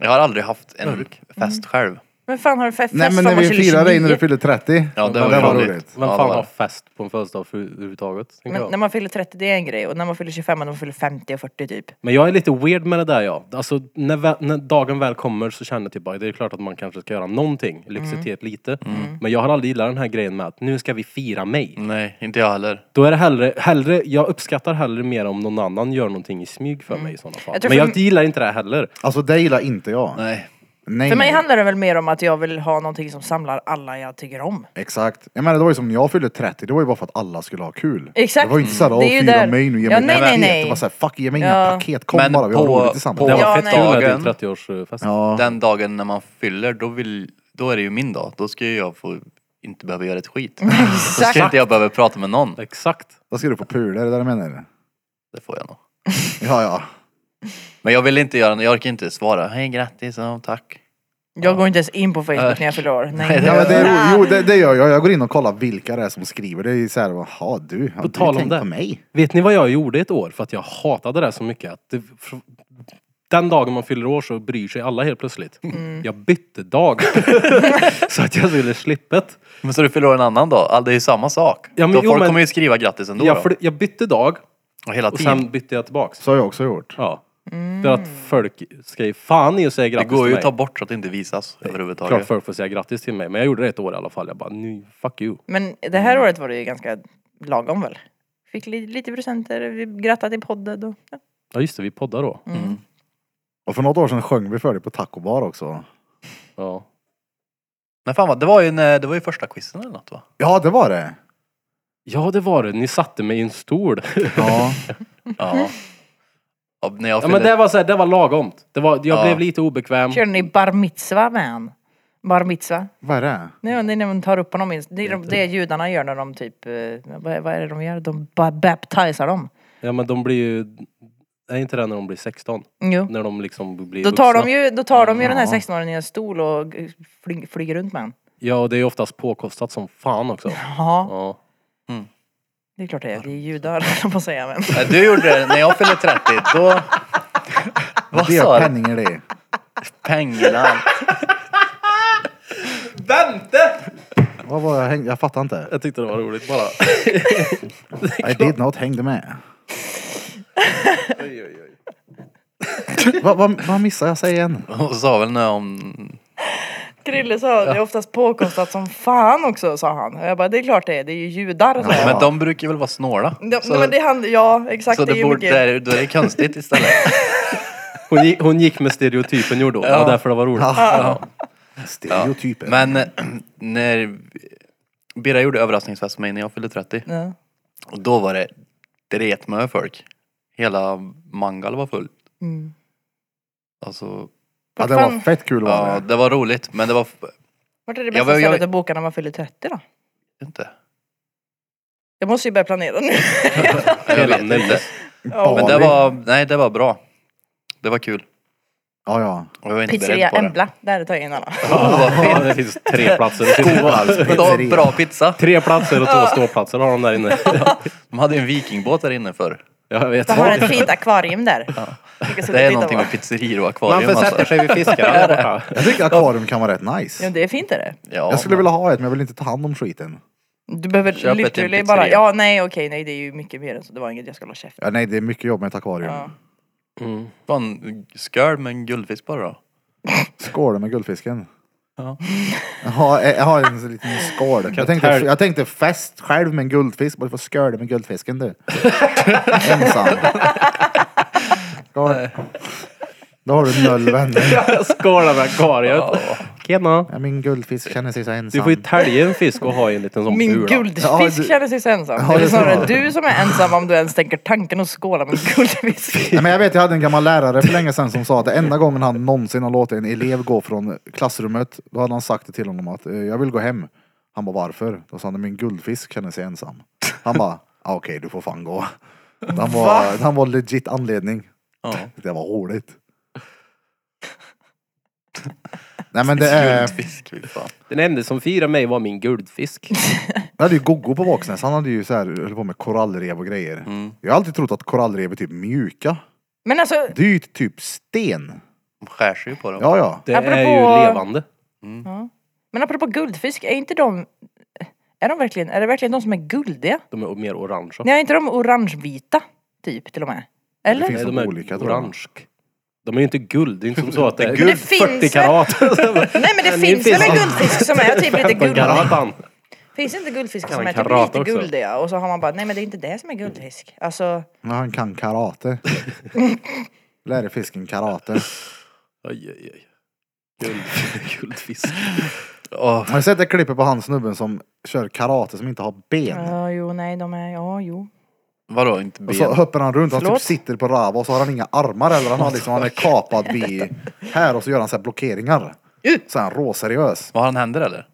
Speaker 4: Jag har aldrig haft en fest själv.
Speaker 2: Men fan har du fest?
Speaker 1: Nej
Speaker 2: fest
Speaker 1: men
Speaker 2: när
Speaker 1: när
Speaker 2: man
Speaker 1: vi
Speaker 2: fyller
Speaker 1: firar dig
Speaker 2: 29?
Speaker 1: när du fyller 30.
Speaker 4: Ja, det
Speaker 1: Men
Speaker 4: var roligt.
Speaker 3: Vem
Speaker 4: Ja, det
Speaker 3: fan
Speaker 4: var
Speaker 3: har
Speaker 4: det.
Speaker 3: fest på en födelsedag för- överhuvudtaget? tänker
Speaker 2: Men
Speaker 3: jag.
Speaker 2: när man fyller 30 det är en grej och när man fyller 25 och när man fyller 50 och 40 typ.
Speaker 3: Men jag är lite weird med det där ja. Alltså när, vä- när dagen väl kommer så känner jag typ bara, det är klart att man kanske ska göra någonting, lyxitet
Speaker 2: Mm.
Speaker 3: lite. Men jag har aldrig gillat den här grejen med att nu ska vi fira mig.
Speaker 4: Nej, inte jag heller.
Speaker 3: Då är det hellre, hellre, jag uppskattar hellre mer om någon annan gör någonting i smyg för mig i sådana fall.
Speaker 2: Mm. Jag tror
Speaker 3: men jag
Speaker 2: för-
Speaker 3: gillar inte det här heller.
Speaker 1: Alltså det gillar inte jag. Nej.
Speaker 4: Nej.
Speaker 2: För mig handlar det väl mer om att jag vill ha någonting som samlar alla jag tycker om.
Speaker 1: Exakt. Jag menar det var ju som när jag fyllde 30, det var ju bara för att alla skulle ha kul.
Speaker 2: Exakt.
Speaker 1: Det var ju inte såhär,
Speaker 2: Mm.
Speaker 1: åh
Speaker 2: Det är ju
Speaker 1: fira
Speaker 2: där-
Speaker 1: mig nu, ge mig
Speaker 2: Ja,
Speaker 1: ett
Speaker 2: nej, nej,
Speaker 1: paket.
Speaker 2: nej.
Speaker 1: Det var såhär, fuck ge mig
Speaker 2: Ja.
Speaker 1: inga paket, kom
Speaker 4: Men
Speaker 1: bara vi har
Speaker 4: på-
Speaker 1: roligt tillsammans.
Speaker 4: på-
Speaker 3: Det var
Speaker 2: Ja,
Speaker 3: fett
Speaker 2: nej.
Speaker 3: kul när det är
Speaker 4: Dagen.
Speaker 3: din 30-årsfest.
Speaker 1: Ja.
Speaker 4: Den dagen när man fyller, då, vill, då är det ju min dag. Då ska ju jag få inte behöva göra ett skit. Då ska
Speaker 2: Exakt.
Speaker 4: inte jag behöva prata med någon.
Speaker 3: Exakt.
Speaker 1: Vad ska du på pul, är det där du menar?
Speaker 4: Det får jag nog.
Speaker 1: Ja, ja.
Speaker 4: Men jag vill inte göra Jag orkar inte svara. Hej, grattis, ja, tack.
Speaker 2: Jag går inte ens in på Facebook när jag fyller år. Nej,
Speaker 1: Ja, men det, är ro- jo, det, det gör jag. Jag går in och kollar vilka det är som skriver. Det är ju såhär, jaha du, har du
Speaker 3: På tal om
Speaker 1: tänkt
Speaker 3: det.
Speaker 1: på mig?
Speaker 3: Vet ni vad jag gjorde ett år för att jag hatade det så mycket? Att det, fr- den dagen man fyller år så bryr sig alla helt plötsligt.
Speaker 4: Mm.
Speaker 3: Jag bytte dag. så att jag skulle slippa det.
Speaker 4: Men så du fyller år en annan dag? Ah, Det är ju samma sak.
Speaker 3: Ja, men
Speaker 4: då,
Speaker 3: jo,
Speaker 4: folk
Speaker 3: men-
Speaker 4: kommer ju skriva grattis ändå.
Speaker 3: Jag,
Speaker 4: då.
Speaker 3: fly- jag bytte dag
Speaker 4: Och hela
Speaker 3: och
Speaker 4: tiden.
Speaker 3: sen bytte jag tillbaks.
Speaker 1: Så har jag också gjort.
Speaker 3: Ja. För att folk skrev fan i och säga
Speaker 4: Mm. Det
Speaker 3: grattis
Speaker 4: går ju
Speaker 3: till
Speaker 4: att ta
Speaker 3: mig.
Speaker 4: bort så att det inte visas
Speaker 3: Klart
Speaker 4: överhuvudtaget.
Speaker 3: folk får säga grattis till mig. Men jag gjorde det ett år i alla fall. Jag bara, nu, fuck you.
Speaker 2: Men det här året var det ju ganska lagom väl? Fick li- lite presenter, vi grattade i podden och...
Speaker 1: Mm.
Speaker 2: Ja.
Speaker 3: Ja just det, vi poddar då.
Speaker 4: Mm.
Speaker 1: Och för något år sedan sjöng vi för dig på taco bar också.
Speaker 3: Ja.
Speaker 4: Nej, fan vad, det, var ju när, det var ju första quizen eller något va?
Speaker 1: Ja, det var det.
Speaker 3: ja det var det, ni satte mig i en stol.
Speaker 1: Ja.
Speaker 4: Ja. ja när jag
Speaker 3: ja men
Speaker 4: fyllde...
Speaker 3: det var, så här, det var lagomt. Det var, jag
Speaker 4: Ja.
Speaker 3: blev lite obekväm.
Speaker 2: Körde ni bar mitzva med han? Bar mitzva?
Speaker 1: Vad är det?
Speaker 2: Nej, det är när man tar upp honom. minst. Det är de- det är judarna gör när de typ... eh, Vad, vad är det de gör? De ba- baptisar dem.
Speaker 3: Ja men de blir ju... Är inte det när de blir 16?
Speaker 1: Mm.
Speaker 2: Jo.
Speaker 3: När de liksom blir
Speaker 2: Då tar de
Speaker 3: vuxna.
Speaker 2: ju, då tar de ju den här 16-åringen i en stol och eh, flyg, flyger runt med honom.
Speaker 3: Ja och det är ju oftast påkostat som fan också.
Speaker 2: Ja,
Speaker 3: Ja.
Speaker 2: det är klart det är. Det är judar, höll jag på att säga. Men.
Speaker 4: Nej, du gjorde det när jag fyllde 30. Då... Vad
Speaker 1: Det
Speaker 4: sa
Speaker 1: är
Speaker 4: du?
Speaker 1: penningar det.
Speaker 4: Pengarna.
Speaker 1: Vad var jag hängde? Jag fattar inte.
Speaker 3: Jag tyckte det var roligt bara.
Speaker 1: I did not hängde med. Vad va, va missade jag? Säg igen.
Speaker 4: Hon sa väl när om...
Speaker 2: Krille sa, det är oftast påkostat som fan också, sa han. Och jag bara, det är klart det är. Det är ju judar, sa jag.
Speaker 4: Men de brukar väl vara snåla?
Speaker 2: De,
Speaker 4: så
Speaker 2: men det hand, ja, exakt.
Speaker 4: så
Speaker 2: det är
Speaker 4: det
Speaker 2: ju
Speaker 4: borde,
Speaker 2: mycket.
Speaker 4: det är, då är det konstigt istället.
Speaker 3: Hon gick, hon gick med stereotypen gjorde hon. Ja. därför det var roligt.
Speaker 1: Ah. Stereotypen.
Speaker 4: Men eh, när Birra gjorde överraskningsfest med mig när jag fyllde 30.
Speaker 2: Ja.
Speaker 4: Och då var det dretmö folk. Hela mangal var fullt.
Speaker 2: Mm.
Speaker 4: Alltså,
Speaker 1: Ja,
Speaker 2: Vad
Speaker 1: det var
Speaker 2: fan,
Speaker 1: fett kul var det.
Speaker 4: ja, det var roligt. Men det var,
Speaker 2: vart är det
Speaker 4: Jag
Speaker 2: bästa
Speaker 4: var- jag-
Speaker 2: stället att boka när man fyller 30 då?
Speaker 4: inte.
Speaker 2: Jag måste ju börja planera nu.
Speaker 4: Jag
Speaker 3: Hela
Speaker 4: vet inte.
Speaker 3: nöjes.
Speaker 2: Ja.
Speaker 4: Men det var, nej det var bra. Det var kul.
Speaker 1: Ja, ja.
Speaker 4: Och jag var inte
Speaker 2: Pizzeria
Speaker 4: beredd på det.
Speaker 2: Embla, där tar jag in alla.
Speaker 3: Ja, det finns tre platser. Det finns
Speaker 4: Bra, bra pizza.
Speaker 3: tre platser och två ståplatser har de där inne.
Speaker 4: De hade en vikingbåt där inne förr.
Speaker 3: Jag vet.
Speaker 2: De har ett fint akvarium där. Vilket som
Speaker 4: Det är
Speaker 2: jag tittar
Speaker 4: någonting
Speaker 2: på.
Speaker 4: med pizzerior och
Speaker 3: Man
Speaker 4: akvarium alltså.
Speaker 3: försätter sig vid fiskarna där borta.
Speaker 1: Jag tycker akvarium kan vara rätt
Speaker 2: Ja,
Speaker 1: nice.
Speaker 2: det är fint är det.
Speaker 4: Ja,
Speaker 1: Jag skulle vilja ha ett men jag vill inte ta hand om skiten.
Speaker 2: Du behöver
Speaker 4: Köp ett till
Speaker 2: literally
Speaker 4: en
Speaker 2: bara,
Speaker 4: pizzeria.
Speaker 2: ja nej okej nej det är ju mycket mer än så, det var inget jag skulle ha käft.
Speaker 1: Ja, nej, det är mycket jobb med ett akvarium.
Speaker 2: Ja.
Speaker 4: Bara en skål med en guldfisk bara då.
Speaker 1: Skål med guldfisken.
Speaker 4: Ja.
Speaker 1: Jag har, jag har en sån liten skål. Jag tänkte,
Speaker 3: tär-
Speaker 1: jag tänkte fest själv med en guldfisk. Bara få skål med guldfisken du. Ensam. Skål. Då har du noll vänner.
Speaker 3: Skåla med akvariet. Tjena.
Speaker 1: Ja, min guldfisk känner sig så ensam.
Speaker 3: Du får ju tälja en fisk och ha i en liten sån
Speaker 2: Min
Speaker 3: bur. då.
Speaker 2: guldfisk
Speaker 1: Ja, du-
Speaker 2: känner sig så ensam.
Speaker 1: Ja,
Speaker 2: det är
Speaker 1: det tror
Speaker 2: snarare
Speaker 1: jag.
Speaker 2: du som är ensam om du ens tänker tanken att skåla med en guldfisk.
Speaker 1: Nej, men jag vet, jag hade en gammal lärare för länge sedan som sa att det enda gången han någonsin har låtit en elev gå från klassrummet, då hade han sagt det till honom att eh, jag vill gå hem. Han bara varför? Då sa han min guldfisk känner sig ensam. Han bara ah, okej du får fan gå. Han var, han var legit anledning.
Speaker 4: Ja.
Speaker 1: Det var roligt. Nej men det är,
Speaker 4: Guldfisk, fy fan.
Speaker 3: Den enda som firade mig var min guldfisk.
Speaker 1: jag hade ju Gogo på Våxnäs, han hade ju så här, höll på med korallrev och grejer. Jag har alltid trott att korallrev är typ mjuka.
Speaker 2: Men alltså,
Speaker 1: Det är ju typ sten.
Speaker 4: De skär sig ju på dem.
Speaker 1: Ja ja.
Speaker 3: Det är
Speaker 2: Apropå-
Speaker 3: ju levande.
Speaker 2: men apropå guldfisk, är inte de... Är de verkligen, är det verkligen de som är guldiga?
Speaker 3: De är mer orangea.
Speaker 2: Nej, är inte de orangevita? Typ till och med. Eller?
Speaker 1: Det finns
Speaker 3: Nej,
Speaker 1: de
Speaker 3: de är
Speaker 1: olika tror jag.
Speaker 3: orange. De är ju inte guld, det är inte som så att det är
Speaker 4: Men
Speaker 2: det
Speaker 3: guld
Speaker 2: finns
Speaker 3: 40
Speaker 2: väl-
Speaker 3: karat.
Speaker 2: Nej men det
Speaker 3: Men
Speaker 2: finns
Speaker 3: det
Speaker 2: väl en
Speaker 3: finns-
Speaker 2: guldfisk som är typ lite
Speaker 3: 15
Speaker 2: guldig?
Speaker 3: karat han.
Speaker 2: Finns det inte guldfiskar
Speaker 3: Kan
Speaker 2: som
Speaker 3: han
Speaker 2: är typ
Speaker 3: karat
Speaker 2: lite
Speaker 3: också?
Speaker 2: guldiga? Och så har man bara, nej men det är inte det som är guldfisk. Alltså,
Speaker 1: Ja, han kan karate. Lärde fisken karate.
Speaker 3: Oj, oj, oj. Guld, guldfisk.
Speaker 4: Åh,
Speaker 1: Har du sett det klippet på han snubben som kör karate som inte har ben?
Speaker 2: ja jo nej de är, ja jo.
Speaker 4: vadå, inte ben?
Speaker 1: Och så hoppar han runt, han typ
Speaker 2: Förlåt?
Speaker 1: sitter på rava och så har han inga armar eller han, har liksom, han är kapad vid här och så gör han så här blockeringar. Så är han råseriös.
Speaker 4: Vad har han händer eller?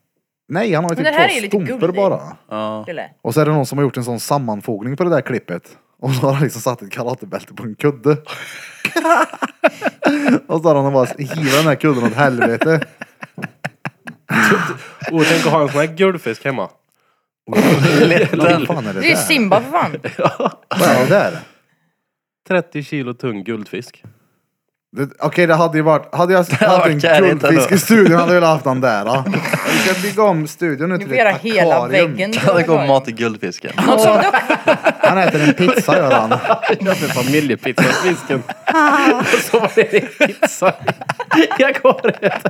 Speaker 1: Nej, han har ju
Speaker 2: Men den här är
Speaker 1: typ
Speaker 2: ju
Speaker 1: två
Speaker 2: lite
Speaker 1: stumpor
Speaker 2: guldig.
Speaker 1: bara.
Speaker 4: Ja.
Speaker 2: Eller?
Speaker 1: Och så är det någon som har gjort en sån sammanfogning på det där klippet. Och så har han liksom satt ett karatebälte på en kudde. och så har han bara hivat den här kudden åt helvete.
Speaker 3: Och tänk att ha en sån här guldfisk hemma.
Speaker 1: Vad fan är det
Speaker 2: Det är ju
Speaker 1: där?
Speaker 2: Simba för fan.
Speaker 1: Vad är det där?
Speaker 3: 30 kilo tung guldfisk.
Speaker 1: Det- Okej, det hade ju varit... Hade jag haft en
Speaker 4: varit kärlek
Speaker 1: guldfisk
Speaker 4: ändå.
Speaker 1: i studion hade jag velat haft den där. ja. Vi ska bygga om studion nu
Speaker 2: Du
Speaker 1: till
Speaker 2: får göra
Speaker 1: ett
Speaker 2: hela
Speaker 1: akvarium.
Speaker 2: väggen.
Speaker 4: Det kommer mat till guldfisken.
Speaker 2: Något sånt också.
Speaker 1: Han äter en pizza gör han.
Speaker 3: Familjepizzafisken. Och så var det en pizza i akvariet.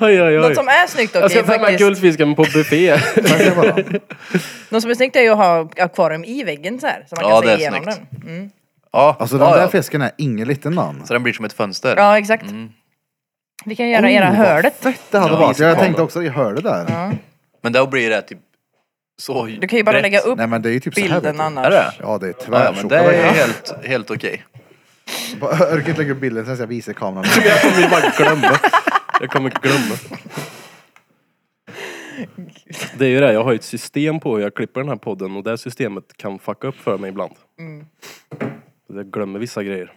Speaker 3: Oj, oj,
Speaker 2: Något
Speaker 3: oj.
Speaker 2: som är snyggt dock
Speaker 3: Jag
Speaker 2: är
Speaker 3: ska ta med
Speaker 2: faktiskt,
Speaker 3: guldfisken på buffé.
Speaker 1: Tack ska du ha.
Speaker 2: något som är snyggt är ju att ha akvarium i väggen så här. Så man kan
Speaker 4: Ja, det
Speaker 2: se
Speaker 4: är
Speaker 2: igenom
Speaker 4: snyggt.
Speaker 2: den. Mm.
Speaker 4: Ja,
Speaker 1: Alltså den
Speaker 4: ja,
Speaker 1: där
Speaker 4: ja.
Speaker 1: fisken är ingen liten man.
Speaker 4: Så den blir som ett fönster.
Speaker 2: Ja, exakt. Vi kan göra era
Speaker 1: Oh, vad
Speaker 2: hörlet.
Speaker 1: Fett det hade
Speaker 4: Ja,
Speaker 1: varit. Jag
Speaker 4: iskabel.
Speaker 1: tänkte också, jag hörde där.
Speaker 4: Men då blir det typ så
Speaker 2: Du kan ju bara lägga upp
Speaker 1: Nej men det är ju typ så här. vet
Speaker 2: bilden
Speaker 1: du.
Speaker 2: annars.
Speaker 4: Är det?
Speaker 1: Ja det är
Speaker 4: Ja, ja, men det
Speaker 1: tvärtjocka
Speaker 4: är
Speaker 1: väggar.
Speaker 4: helt, helt okej.
Speaker 1: Örket lägger upp bilden sen ska jag visa kameran.
Speaker 3: Jag kommer bara glömma. Jag kommer glömma. Det är ju det, jag har ju ett system på hur jag klipper den här podden och det här systemet kan fucka upp för mig ibland. Mm. Jag glömmer vissa grejer.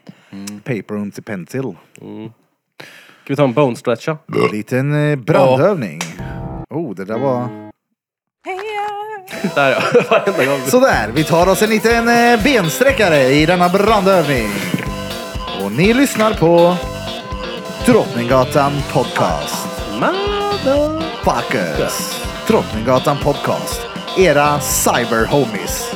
Speaker 1: Paper and the pencil.
Speaker 3: Ska vi ta en bone stretcha?
Speaker 1: Liten eh, brandövning. Oh det där var...
Speaker 2: Heja!
Speaker 3: Där ja, varenda gång.
Speaker 1: Sådär, vi tar oss en liten eh, bensträckare i denna brandövning. Och ni lyssnar på Drottninggatan Podcast. Motherfuckers. Drottninggatan Podcast. Era cyberhomies.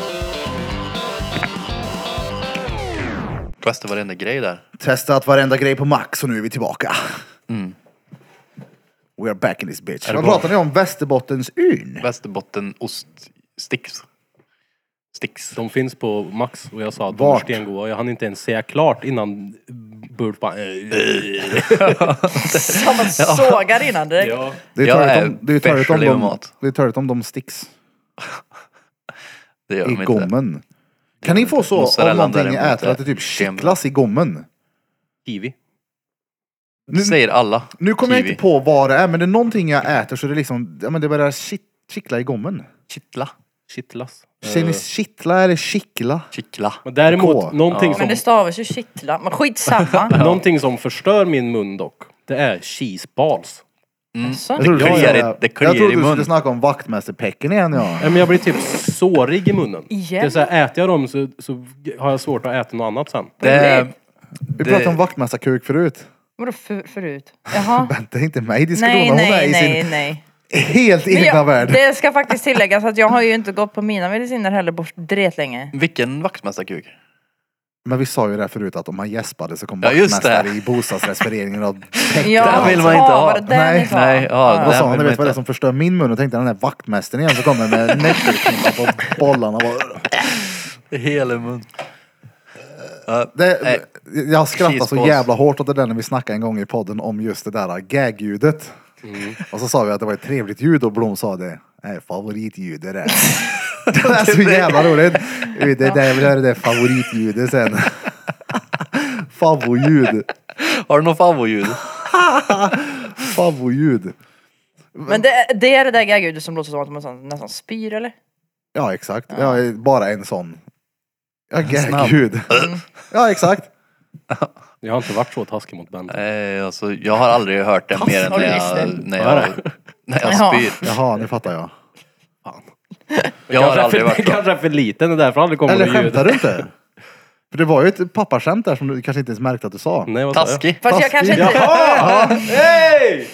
Speaker 4: Testa varenda grej där.
Speaker 1: Testat varenda grej på max och nu är vi tillbaka.
Speaker 4: Mm.
Speaker 1: We are back in this bitch. Vad pratar ni om? Västerbottens yn?
Speaker 4: Västerbotten ost sticks. Sticks.
Speaker 3: De finns på Max och jag sa att de var
Speaker 1: Vart?
Speaker 3: stengoda. Jag hann inte ens säga klart innan Burt bara... eh, eh.
Speaker 2: Som man sågar innan direkt.
Speaker 3: Ja.
Speaker 1: Det är
Speaker 4: Jag
Speaker 1: törligt
Speaker 4: är
Speaker 1: om, det är törligt om,
Speaker 4: specially
Speaker 1: de,
Speaker 4: mat.
Speaker 1: det är törligt om de sticks
Speaker 4: Det gör de
Speaker 1: i
Speaker 4: inte.
Speaker 1: gommen. Kan ni få så om
Speaker 4: Mozzarellan
Speaker 1: någonting ni
Speaker 4: däremot
Speaker 1: äter att det typ
Speaker 4: är
Speaker 1: kittlas i gommen?
Speaker 3: Kiwi.
Speaker 1: Nu,
Speaker 4: Säger alla.
Speaker 1: nu kommer jag
Speaker 4: Kiwi.
Speaker 1: inte på vad det är, men det är någonting jag äter så det är liksom, ja men det börjar kitt, kittla i
Speaker 4: Eh.
Speaker 1: gommen.
Speaker 4: Kittla.
Speaker 3: Kittlas.
Speaker 1: Säger ni
Speaker 3: Eh,
Speaker 1: kittla eller kittla?
Speaker 4: Kittla.
Speaker 3: Men däremot,
Speaker 1: K.
Speaker 3: någonting,
Speaker 2: Men det
Speaker 3: som,
Speaker 2: stavas ju kittla. Men skitsamma.
Speaker 3: någonting som förstör min mun dock, det är cheese balls.
Speaker 2: Så.
Speaker 1: Jag trodde du
Speaker 4: kliar
Speaker 1: skulle
Speaker 4: i-
Speaker 1: säga-
Speaker 4: det
Speaker 1: jag
Speaker 4: kliar i
Speaker 1: trodde du skulle
Speaker 4: munnen.
Speaker 1: snacka om vaktmästerpecken igen ja.
Speaker 3: Nej, men jag blir typ sårig i munnen.
Speaker 2: Igen?
Speaker 3: Det är så här, äter jag dem så, så har jag svårt att äta något annat sen.
Speaker 4: Det är,
Speaker 1: Vi pratade om vaktmästarkuk förut.
Speaker 2: Vadå för, förut? Jaha.
Speaker 1: Det är inte mig i diskussionen,
Speaker 2: Nej,
Speaker 1: hon är
Speaker 2: nej,
Speaker 1: i
Speaker 2: nej,
Speaker 1: sin
Speaker 2: nej.
Speaker 1: helt
Speaker 2: Men
Speaker 1: egna
Speaker 2: jag-
Speaker 1: värld.
Speaker 2: Det ska faktiskt tilläggas att jag har ju inte gått på mina mediciner heller bort dret länge.
Speaker 4: vilken vaktmästarkuk?
Speaker 1: Men vi sa ju det här förut att om man gäspade så kom
Speaker 4: Ja, just det.
Speaker 1: vaktmästare i bostadsrättsföreningen och täckte
Speaker 2: Ja,
Speaker 1: allt.
Speaker 4: Det vill man inte
Speaker 2: ja,
Speaker 4: ha.
Speaker 2: var det där
Speaker 1: Nej,
Speaker 2: ni sa?
Speaker 4: nej, ja,
Speaker 1: Vad sa
Speaker 4: vill
Speaker 1: han? Du
Speaker 4: man
Speaker 1: vet vad det är
Speaker 4: inte.
Speaker 1: som förstör min mun? Och tänkte den där vaktmästaren igen som kommer med näbbknivar på bollarna. Bara-
Speaker 4: Hela mun. Ja,
Speaker 1: Det,
Speaker 4: nej.
Speaker 1: jag skrattade så
Speaker 4: Cheesepås.
Speaker 1: jävla hårt åt det där när vi snackade en gång i podden om just det där gag-ljudet.
Speaker 4: Mm.
Speaker 1: Och så sa vi att det var ett trevligt ljud och Blom sa det. Nej, favoritljud det där. det är så jävla roligt. Det är där jag vill höra det favoritljudet sen. Favoljud.
Speaker 4: Har du något favoritljud?
Speaker 1: Favoljud.
Speaker 2: Men det, det är det där gaggljudet som låter som att man nästan- nästan spyr eller?
Speaker 1: Ja, exakt. Ja, bara en sån. Ja, gag-ljud.
Speaker 4: Mm.
Speaker 1: Ja, exakt.
Speaker 3: Jag har inte varit så taskig mot Bent.
Speaker 4: Nej, alltså, jag har aldrig hört det mer än
Speaker 2: Har du
Speaker 4: när
Speaker 2: visst
Speaker 4: jag,
Speaker 2: det?
Speaker 4: när jag, när jag
Speaker 2: Jaha.
Speaker 4: spyr.
Speaker 1: Jaha, nu fattar jag.
Speaker 4: Jag har
Speaker 3: kanske,
Speaker 4: aldrig
Speaker 3: är för,
Speaker 4: varit
Speaker 3: kanske är för liten, det är därför aldrig kommer
Speaker 1: Eller
Speaker 3: något ljud.
Speaker 1: skämtar du inte? För det var ju ett pappaskämt där som du kanske inte ens märkte att du sa.
Speaker 3: Nej, vad sa jag?
Speaker 4: taskig.
Speaker 2: Fast
Speaker 1: Fast-
Speaker 2: jag kanske inte,
Speaker 3: Hej!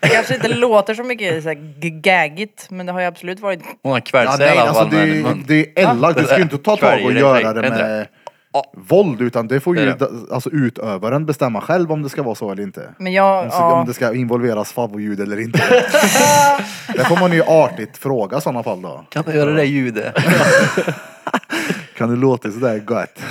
Speaker 2: jag kanske inte låter så mycket så här, g- gaggigt men det har ju absolut varit
Speaker 4: Hon har kvävt
Speaker 1: Ja,
Speaker 4: sig
Speaker 1: nej,
Speaker 4: i alla
Speaker 1: alltså
Speaker 4: fall
Speaker 1: det
Speaker 4: med
Speaker 1: är ju
Speaker 4: mun.
Speaker 1: det är elakt. Du ska ju inte ta tag och
Speaker 4: Kväljer i
Speaker 1: göra
Speaker 4: sig,
Speaker 1: det
Speaker 4: är det
Speaker 1: med våld utan det får
Speaker 4: Det
Speaker 1: ju
Speaker 4: är det.
Speaker 1: alltså, utövaren bestämma själv om det ska vara så eller inte.
Speaker 2: Men jag,
Speaker 1: Om det ska- Om
Speaker 2: ja,
Speaker 1: det ska involveras favoljud eller inte. det får man ju artigt fråga i sådana fall då.
Speaker 4: Kan du göra det där ljudet?
Speaker 1: Kan det låta sådär gott?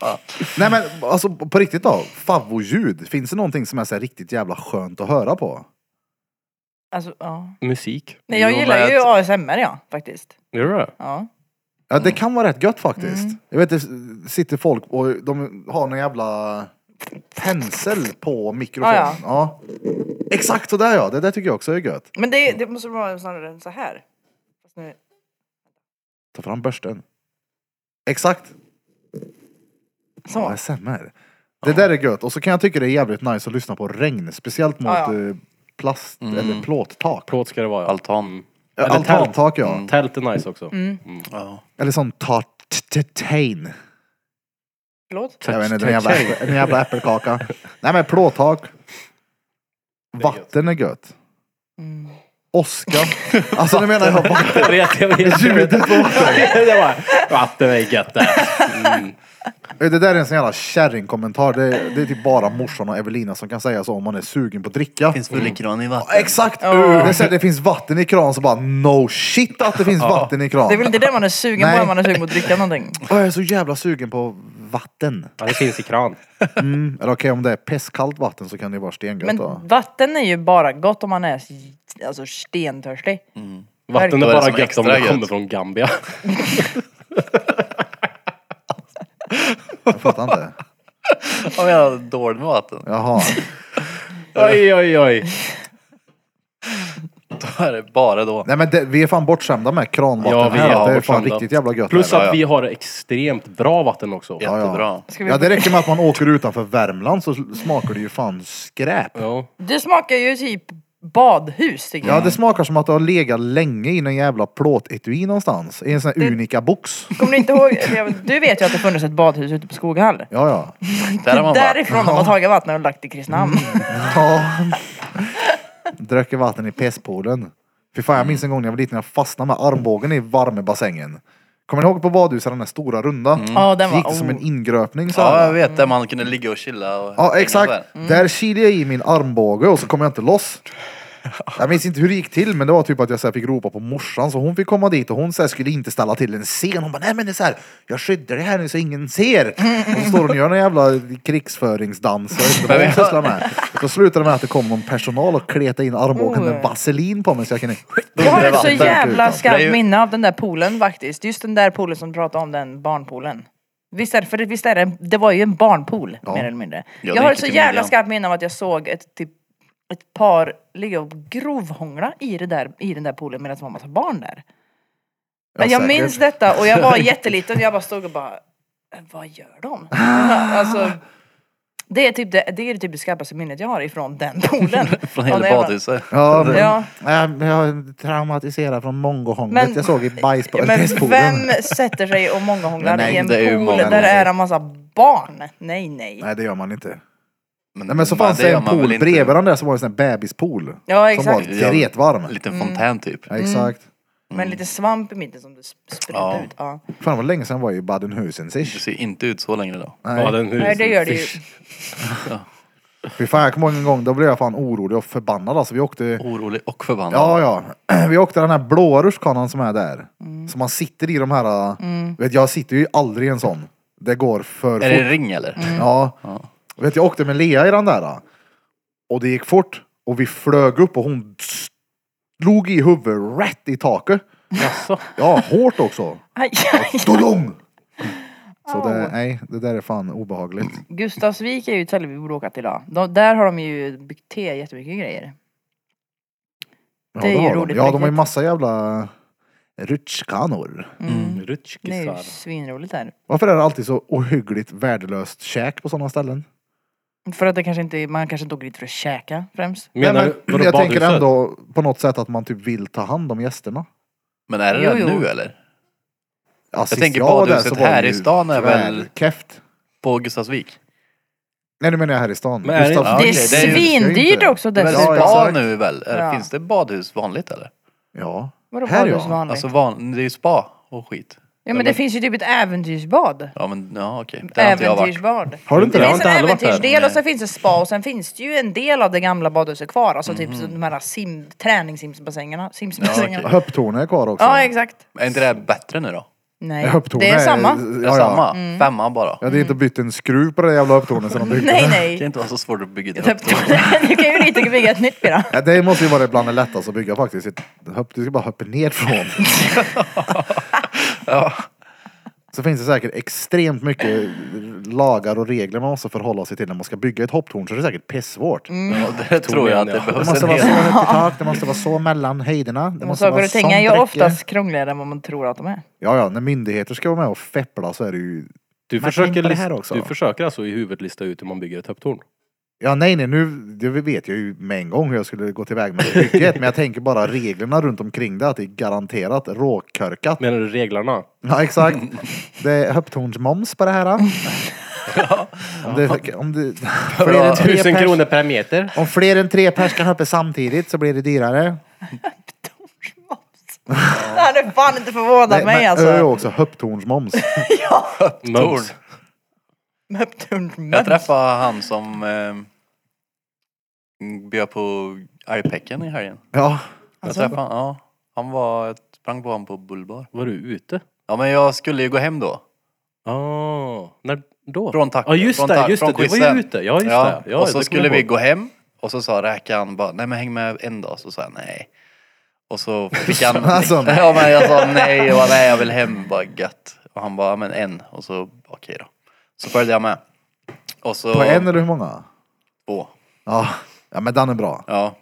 Speaker 1: ja. Nej men alltså på riktigt då, favoljud. Finns det någonting som är så här riktigt jävla skönt att höra på?
Speaker 2: alltså, ja.
Speaker 3: Musik.
Speaker 2: Nej, jag
Speaker 4: Jo,
Speaker 2: gillar
Speaker 4: men
Speaker 2: ju
Speaker 4: jag-
Speaker 2: ASMR ja, faktiskt.
Speaker 3: Gör du det?
Speaker 2: Ja.
Speaker 1: Ja det kan vara rätt gött faktiskt.
Speaker 2: Mm.
Speaker 1: Jag vet det sitter folk och de har någon jävla pensel på mikrofonen.
Speaker 2: Ah,
Speaker 1: Ja, Exakt sådär ja, det där tycker jag också är gött.
Speaker 2: Men det, det måste vara snarare än så här. Fast nu-
Speaker 1: Ta fram börsten. Exakt.
Speaker 2: Så.
Speaker 1: ASMR. Det där är gött. Och så kan jag tycka det är jävligt nice att lyssna på regn. Speciellt mot
Speaker 2: Ja,
Speaker 1: eh, plast eller plåttak.
Speaker 3: Plåt ska det vara. ja.
Speaker 4: Altan.
Speaker 1: Ja,
Speaker 3: eller Mm. tält.
Speaker 1: Altantak ja.
Speaker 3: Tält är nice också.
Speaker 2: Mm.
Speaker 4: Ja.
Speaker 1: Eller sån tartetain.
Speaker 2: Förlåt?
Speaker 1: Jag vet inte, en jävla, en jävla äppelkaka. Nej men plåttak. Vatten är gött.
Speaker 2: Mm.
Speaker 1: Åska. Alltså nu menar jag vatten.
Speaker 3: Jag vet, jag vet. Jag vet.
Speaker 1: Ljudet på vatten.
Speaker 3: Det var vatten är gött det. Mm.
Speaker 1: Det där är en sån jävla kärringkommentar. Det, är- det är typ bara morsan och Evelina som kan säga så om man är sugen på att dricka.
Speaker 4: Finns väl en kran i vatten?
Speaker 1: Exakt! Det, är så här, det finns vatten i kran så bara no shit att det finns vatten i kran.
Speaker 2: Det är väl inte det man är sugen på
Speaker 1: Nej.
Speaker 2: när man är sugen på att dricka någonting?
Speaker 1: Åh, Jag är så jävla sugen på vatten.
Speaker 3: Ja, det finns i kran.
Speaker 1: Mm. Eller okej om det är pestkallt vatten så kan det ju vara stengött
Speaker 2: Men
Speaker 1: då.
Speaker 2: vatten är ju bara gott om man är s- alltså, stentörstig.
Speaker 3: Vatten
Speaker 4: Då
Speaker 3: är
Speaker 4: är det
Speaker 3: bara
Speaker 4: som
Speaker 3: gött om
Speaker 4: extra
Speaker 3: det kommer
Speaker 4: gött.
Speaker 3: från Gambia.
Speaker 1: Jag fattar inte.
Speaker 4: Jag menar dåligt med vatten.
Speaker 1: Jaha.
Speaker 3: Oj, oj, oj.
Speaker 4: Då är det bara då.
Speaker 1: Nej men det, vi är fan bortskämda med kranvatten
Speaker 3: Ja, vi
Speaker 1: här.
Speaker 3: är
Speaker 1: Det är fan
Speaker 3: bortskämda.
Speaker 1: riktigt jävla gött.
Speaker 3: Plus
Speaker 1: här.
Speaker 4: Ja, ja.
Speaker 3: att vi har extremt bra vatten också.
Speaker 1: Ja, ja.
Speaker 4: Jättebra.
Speaker 2: Ska vi-
Speaker 1: Ja det räcker med att man åker utanför Värmland så smakar det ju fan skräp.
Speaker 3: Ja.
Speaker 2: Det smakar ju typ badhus tycker
Speaker 1: Ja
Speaker 2: jag.
Speaker 1: det smakar som att det har legat länge i någon jävla plåtetui någonstans. I en sån här unika box.
Speaker 2: Kommer du inte ihåg? jag- Du vet ju att det funnits ett badhus ute på Skoghall.
Speaker 1: Ja ja.
Speaker 4: Där har man varit. Mm,
Speaker 2: Därifrån de har tagit vattnet och lagt i Kristinehamn.
Speaker 1: Ja. Drack vatten i pesspoolen. Fy fan, jag minns en gång när jag var liten, jag fastnade med armbågen i varmebassängen. Kommer ni ihåg på badhuset, den där stora runda?
Speaker 3: Mm.
Speaker 2: Ja, den
Speaker 1: Så gick
Speaker 2: var-
Speaker 1: det som en
Speaker 2: oh.
Speaker 1: ingröpning så
Speaker 4: Ja,
Speaker 1: här.
Speaker 4: jag vet. Där man kunde ligga och chilla. Och
Speaker 1: Ja, exakt.
Speaker 4: hänga där.
Speaker 1: Där kilade jag i min armbåge och så kom jag inte loss. Jag minns inte hur det gick till, men det var typ att jag så här fick ropa på morsan, så hon fick komma dit och hon så här skulle inte ställa till en scen. Hon bara, nej men det är så här, jag skyddar det här nu så ingen ser. Och så står hon och gör en jävla krigsföringsdans, jag vet inte vad hon sysslar med. Så slutade det med att det kom någon personal och kletade in armbågen med
Speaker 2: Oh.
Speaker 1: vaselin på mig så jag kunde...
Speaker 2: Jag har ett så
Speaker 4: Vatten.
Speaker 2: jävla
Speaker 4: Det är ju-
Speaker 2: skarpt minne av den där poolen faktiskt. Just den där poolen som du pratade om, den barnpoolen. Visst är det, för det- visst är det, det var ju en barnpool mer eller mindre.
Speaker 4: det
Speaker 2: jag har
Speaker 4: gick
Speaker 2: ett så
Speaker 4: ju till
Speaker 2: jävla
Speaker 4: midjan.
Speaker 2: skarpt minne av att jag såg ett, typ, ett par ligga och grovhångla i, det där, i den där poolen medan det var en massa barn där. Men
Speaker 1: Ja,
Speaker 2: jag
Speaker 1: säkert.
Speaker 2: minns detta och jag var jätteliten jag bara stod och bara Vad gör de?
Speaker 4: Ah.
Speaker 2: alltså, det är typ det, det, är typ det skarpaste minnet jag har ifrån den poolen. Och när
Speaker 4: Från hela
Speaker 2: jag var-
Speaker 4: badhuset.
Speaker 1: Ja, men,
Speaker 2: Ja.
Speaker 1: Jag, jag är traumatiserad från mongohånglet
Speaker 2: Men-
Speaker 1: jag såg i bajs på
Speaker 2: Men
Speaker 1: pesspoolen.
Speaker 2: vem sätter sig och månghånglar
Speaker 1: Nej,
Speaker 2: i en
Speaker 4: det är ju
Speaker 2: pool
Speaker 4: många,
Speaker 2: där det är en massa barn? Nej, nej.
Speaker 1: Nej det gör man inte.
Speaker 4: Men,
Speaker 1: Nej men så fanns det,
Speaker 4: gör
Speaker 1: en
Speaker 4: man väl
Speaker 1: pool
Speaker 4: inte.
Speaker 1: bredvid den där som var en sån här bebispool. Som
Speaker 2: Ja,
Speaker 1: var Mm.
Speaker 2: exakt.
Speaker 4: Ja.
Speaker 1: gretvarm.
Speaker 4: En liten fontän typ.
Speaker 1: Ja, exakt.
Speaker 2: Men lite svamp i mitten som du sp- sprutar
Speaker 4: Ja.
Speaker 2: ut. Ja.
Speaker 1: Fan vad länge sedan jag var i Baden-Husen
Speaker 4: Det
Speaker 1: sist.
Speaker 4: ser inte ut så längre då.
Speaker 3: Ja, den
Speaker 2: Nej, det gör det ju.
Speaker 1: Fy fan jag kommer ihåg en gång, då blev jag fan orolig och förbannad alltså. Vi åkte,
Speaker 4: Orolig och förbannad.
Speaker 1: ja ja, vi åkte den här blåa rutschkanan som är där. Som man sitter i de här, äh,
Speaker 2: Mm.
Speaker 1: vet jag sitter ju aldrig i en sån. Det går för
Speaker 4: Är
Speaker 1: fort. Mm.
Speaker 4: det en ring eller?
Speaker 1: Ja. Vet jag åkte med Lea i den där. äh, Och det gick fort. Och vi flög upp och hon slog i huvudet rätt i taket.
Speaker 3: Jaså?
Speaker 1: Ja, hårt också.
Speaker 2: Aj, aj.
Speaker 1: Dolong! Så det, nej, det där är fan obehagligt.
Speaker 2: Gustavsvik är ju ett ställe vi borde åka till idag. De, där har de ju byggt te jättemycket grejer.
Speaker 1: Ja,
Speaker 2: Det är ju
Speaker 1: har de.
Speaker 2: roligt på
Speaker 1: Ja, de har ju
Speaker 2: riktigt.
Speaker 1: massa jävla rutschkanor.
Speaker 2: Mm.
Speaker 4: Mm,
Speaker 2: Det är ju
Speaker 3: Rutschkisar.
Speaker 2: svinroligt där.
Speaker 1: Varför är det alltid så ohyggligt värdelöst käk på sådana ställen?
Speaker 2: För att det kanske inte, man kanske inte åker dit för att käka främst.
Speaker 3: Menar
Speaker 1: Nej,
Speaker 3: du?
Speaker 1: men,
Speaker 3: vadå,
Speaker 1: jag tänker
Speaker 3: badhuset?
Speaker 1: ändå på något sätt att man typ vill ta hand om gästerna.
Speaker 4: Men är det
Speaker 2: Jo,
Speaker 4: det
Speaker 2: jo.
Speaker 4: nu eller?
Speaker 1: Ja, sist
Speaker 4: tänker
Speaker 1: var där
Speaker 4: badhuset
Speaker 1: så var det
Speaker 4: här i
Speaker 1: ju
Speaker 4: stan är väl-
Speaker 1: tvärkeft.
Speaker 4: På Gustavsvik?
Speaker 1: Nej, nu menar jag här i stan.
Speaker 3: Men är det-
Speaker 1: Gustav-
Speaker 4: Ja,
Speaker 2: Det är
Speaker 4: okej, det är ju-
Speaker 1: det är ju
Speaker 2: svindyrt
Speaker 1: inte-
Speaker 2: också
Speaker 4: Men
Speaker 1: Ja,
Speaker 2: dessutom.
Speaker 4: spa
Speaker 1: exakt.
Speaker 4: nu väl? Är-
Speaker 2: Ja.
Speaker 4: Finns det badhus vanligt eller?
Speaker 1: Ja.
Speaker 2: Vadå
Speaker 1: Här ja.
Speaker 2: badhusvanligt?
Speaker 4: Alltså van, det är ju spa och skit.
Speaker 2: ja men det finns ju typ ett äventyrsbad.
Speaker 4: Ja men ja okej. Där har inte jag varit.
Speaker 2: Äventyrsbad.
Speaker 1: Har du inte
Speaker 2: Det
Speaker 3: Jag har
Speaker 1: det?
Speaker 2: finns
Speaker 3: inte
Speaker 2: en
Speaker 3: heller varit där.
Speaker 2: äventyrsdel och sen finns det spa och sen finns det ju en del av det gamla badhuset kvar. Alltså typ så de här sim, träningssimbassängerna. Simsbassängerna. Ja,
Speaker 1: Höpptornet är kvar också.
Speaker 2: exakt.
Speaker 4: Är inte det här bättre nu då?
Speaker 2: Nej.
Speaker 1: Höpptornet
Speaker 2: Det är samma.
Speaker 4: Är
Speaker 1: Ja,
Speaker 4: det
Speaker 1: ja.
Speaker 4: samma? Femma bara?
Speaker 1: Jag hade inte bytt en skruv på det jävla höpptornet sedan de byggde
Speaker 2: Nej
Speaker 1: det.
Speaker 4: Det kan
Speaker 2: nej.
Speaker 4: inte vara så svårt att bygga det.
Speaker 2: du kan ju lika bygga ett nytt bira.
Speaker 1: Ja, det måste ju vara bland det lättaste att bygga faktiskt. Ett höpp- Du ska bara hoppa ner från. Så finns det säkert extremt mycket lagar och regler man måste förhålla sig till när man ska bygga ett hopptorn. Så det är säkert pissvårt.
Speaker 2: Mm.
Speaker 4: Ja, det tror jag att det
Speaker 3: Ja.
Speaker 1: Det
Speaker 4: behövs
Speaker 1: måste
Speaker 4: Alltså, en
Speaker 1: vara så
Speaker 4: hel
Speaker 1: högt i tak, det måste vara så mellan höjderna. Det
Speaker 2: Men
Speaker 1: måste
Speaker 2: saker
Speaker 1: vara
Speaker 2: och ting är ju
Speaker 1: sånt räcke.
Speaker 2: oftast krångligare än vad man tror att de är.
Speaker 1: Ja, ja, när myndigheter ska vara med och feppla så är det ju
Speaker 3: Du
Speaker 1: Man kan
Speaker 3: försöker,
Speaker 1: hitta det
Speaker 3: list-
Speaker 1: här också,
Speaker 3: du
Speaker 1: då.
Speaker 3: försöker alltså i huvudet lista ut hur man bygger ett höpptorn?
Speaker 1: Ja, nej, nej, nu det vet jag ju med en gång hur jag skulle gå tillväga med bygget, men jag tänker bara reglerna runt omkring det, att det är garanterat råkörkat.
Speaker 3: Menar du reglarna?
Speaker 1: Ja, exakt. Det är höpptornsmoms på det här. då. Om det, om det, fler än tre
Speaker 3: Tusen
Speaker 1: pers-
Speaker 3: kronor per meter?
Speaker 1: Om fler än tre pers kan hoppa samtidigt så blir det dyrare.
Speaker 2: Tornsmoms. Det hade fan inte förvånat
Speaker 1: Nej,
Speaker 2: mig
Speaker 1: men
Speaker 2: alltså.
Speaker 1: ö är också höpptornsmoms.
Speaker 3: Mums.
Speaker 4: Jag
Speaker 2: Tornsmoms.
Speaker 4: träffade han som eh, bjöd på argpäcken i helgen.
Speaker 1: Ja,
Speaker 4: Jag
Speaker 2: Alltså?
Speaker 4: träffade han, ja. Han var, jag sprang på honom på bullbar.
Speaker 3: Var du ute?
Speaker 4: Ja men jag skulle ju gå hem då.
Speaker 3: Ah, när då?
Speaker 4: Från tack.
Speaker 3: Ja just
Speaker 4: från
Speaker 3: det,
Speaker 4: tack-
Speaker 3: just det.
Speaker 4: från
Speaker 3: Du var
Speaker 4: quizen.
Speaker 3: ju ute. Ja just
Speaker 4: Ja,
Speaker 3: det. Ja,
Speaker 4: och så
Speaker 3: det kommer
Speaker 4: skulle
Speaker 3: jag
Speaker 4: vi
Speaker 3: ihåg.
Speaker 4: gå hem och så sa räkan bara, nej men häng med en dag. Så sa jag nej. Och så fick han,
Speaker 1: Alltså, nej.
Speaker 4: ja men jag sa nej, och bara, nej jag vill hem, bara gött. Och han bara, "Ja, men en. Och så okej då. Så följde jag med. Och så
Speaker 1: på en eller hur många?
Speaker 4: två.
Speaker 1: Ja, ja men den är bra.
Speaker 4: Ja.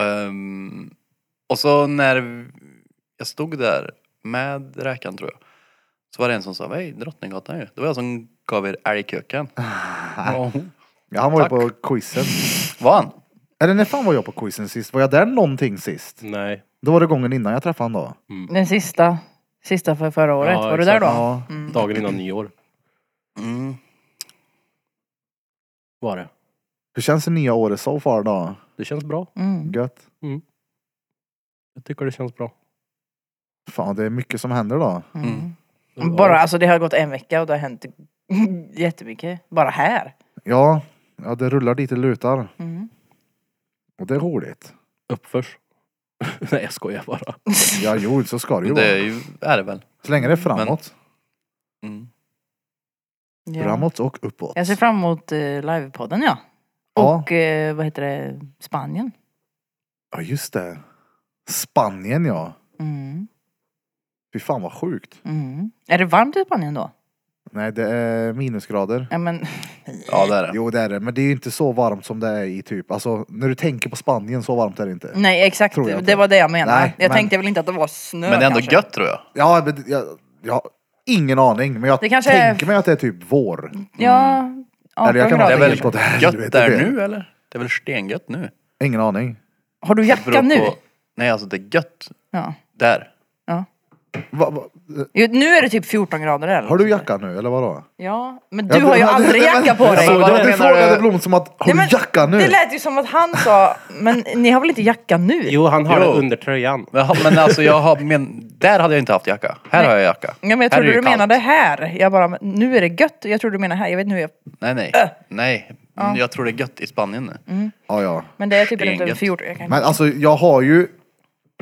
Speaker 4: Ehm, och så när jag stod där med räkan tror jag. Så var det en som sa, hej Drottninggatan ju. Det var jag som gav er älgköken. Ja.
Speaker 1: Ja, han var ju
Speaker 4: Tack.
Speaker 1: på quizen.
Speaker 4: Var han?
Speaker 1: Eller när fan var jag på quizen sist? Var jag där någonting sist?
Speaker 3: Nej.
Speaker 1: Då var det gången innan jag träffade honom då.
Speaker 2: Den sista. Sista för förra året.
Speaker 3: Ja,
Speaker 2: var du där
Speaker 3: exakt.
Speaker 2: då?
Speaker 1: Ja.
Speaker 3: Dagen innan nyår
Speaker 4: Mm.
Speaker 3: var det.
Speaker 1: Hur känns det nya året so far då?
Speaker 3: Det känns bra.
Speaker 2: Mm.
Speaker 1: Gött.
Speaker 3: Jag tycker det känns bra.
Speaker 1: Fan, det är mycket som händer då.
Speaker 2: Mm.
Speaker 3: Ja.
Speaker 2: Bara, alltså det har gått en vecka och det har hänt jättemycket. Bara här.
Speaker 1: Ja, ja det rullar dit det lutar.
Speaker 2: Mm.
Speaker 1: Och det är roligt.
Speaker 3: Uppförs. Nej jag skojar bara.
Speaker 1: Ja, jo, så ska det ju
Speaker 4: Men Det är,
Speaker 1: vara.
Speaker 4: ju, är det väl.
Speaker 1: Så länge det är framåt.
Speaker 4: Mm.
Speaker 2: Ja.
Speaker 1: Framåt och uppåt.
Speaker 2: Jag ser fram emot eh, livepodden ja.
Speaker 1: Ja.
Speaker 2: Och eh, vad heter det, Spanien.
Speaker 1: Ja, just det. Spanien ja.
Speaker 2: Mm.
Speaker 1: Fy fan vad sjukt.
Speaker 2: Mm. Är det varmt i Spanien då?
Speaker 1: Nej, det är minusgrader.
Speaker 2: Ja men,
Speaker 4: Ja det är det.
Speaker 1: Jo, det är det. Men det är ju inte så varmt som det är i typ, alltså när du tänker på Spanien, så varmt är det inte.
Speaker 2: nej exakt,
Speaker 1: Tror jag
Speaker 2: det
Speaker 1: inte.
Speaker 2: var det jag menade.
Speaker 1: Nej,
Speaker 2: jag
Speaker 1: men-
Speaker 2: tänkte väl inte att det var snö
Speaker 4: Men det är ändå
Speaker 2: kanske.
Speaker 4: gött tror jag.
Speaker 1: Ja, men jag, jag har ingen aning. Men jag
Speaker 2: Det kanske är-
Speaker 1: tänker mig att det är typ vår.
Speaker 2: Ja, 18
Speaker 1: Eller jag kan vara
Speaker 4: Det är
Speaker 2: grader.
Speaker 1: helt
Speaker 4: väl
Speaker 1: åt helvete
Speaker 4: Gött där
Speaker 1: det.
Speaker 4: nu eller? Det är väl stengött nu?
Speaker 1: Ingen aning.
Speaker 2: Har du
Speaker 4: Det beror
Speaker 2: jacka nu?
Speaker 4: på- Nej alltså det är gött
Speaker 2: Ja.
Speaker 4: där.
Speaker 1: Va, va,
Speaker 2: Jo, nu är det typ 14 grader eller?
Speaker 1: har du jacka nu eller vadå?
Speaker 2: Ja, men
Speaker 1: Ja,
Speaker 2: du har ju
Speaker 1: det-
Speaker 2: aldrig
Speaker 1: det- men-
Speaker 2: jacka på dig.
Speaker 1: Ja, men
Speaker 4: Vad
Speaker 1: du
Speaker 4: menar
Speaker 1: frågade
Speaker 4: du?
Speaker 1: Blom som att, har
Speaker 2: Nej, men
Speaker 1: du jacka nu?
Speaker 2: Det lät ju som att han sa, men ni har väl inte jacka nu?
Speaker 3: Jo han har
Speaker 4: Jo.
Speaker 3: det under tröjan.
Speaker 4: Men, men alltså jag har, men där hade jag inte haft jacka. Här har jag jacka.
Speaker 2: Ja, men jag
Speaker 4: Här är
Speaker 2: trodde
Speaker 4: det ju
Speaker 2: du
Speaker 4: kallt.
Speaker 2: menade här. Jag bara, men nu är det gött. Jag trodde du menade här. Jag vet inte hur jag...
Speaker 4: Nej nej.
Speaker 2: Äh.
Speaker 4: Nej. Mm, Jag tror det är gött i Spanien nu.
Speaker 2: Mm.
Speaker 1: Ja, ja.
Speaker 2: Men det är typ runt över
Speaker 4: Steget.
Speaker 2: 14. Jag kan...
Speaker 1: Men alltså jag har ju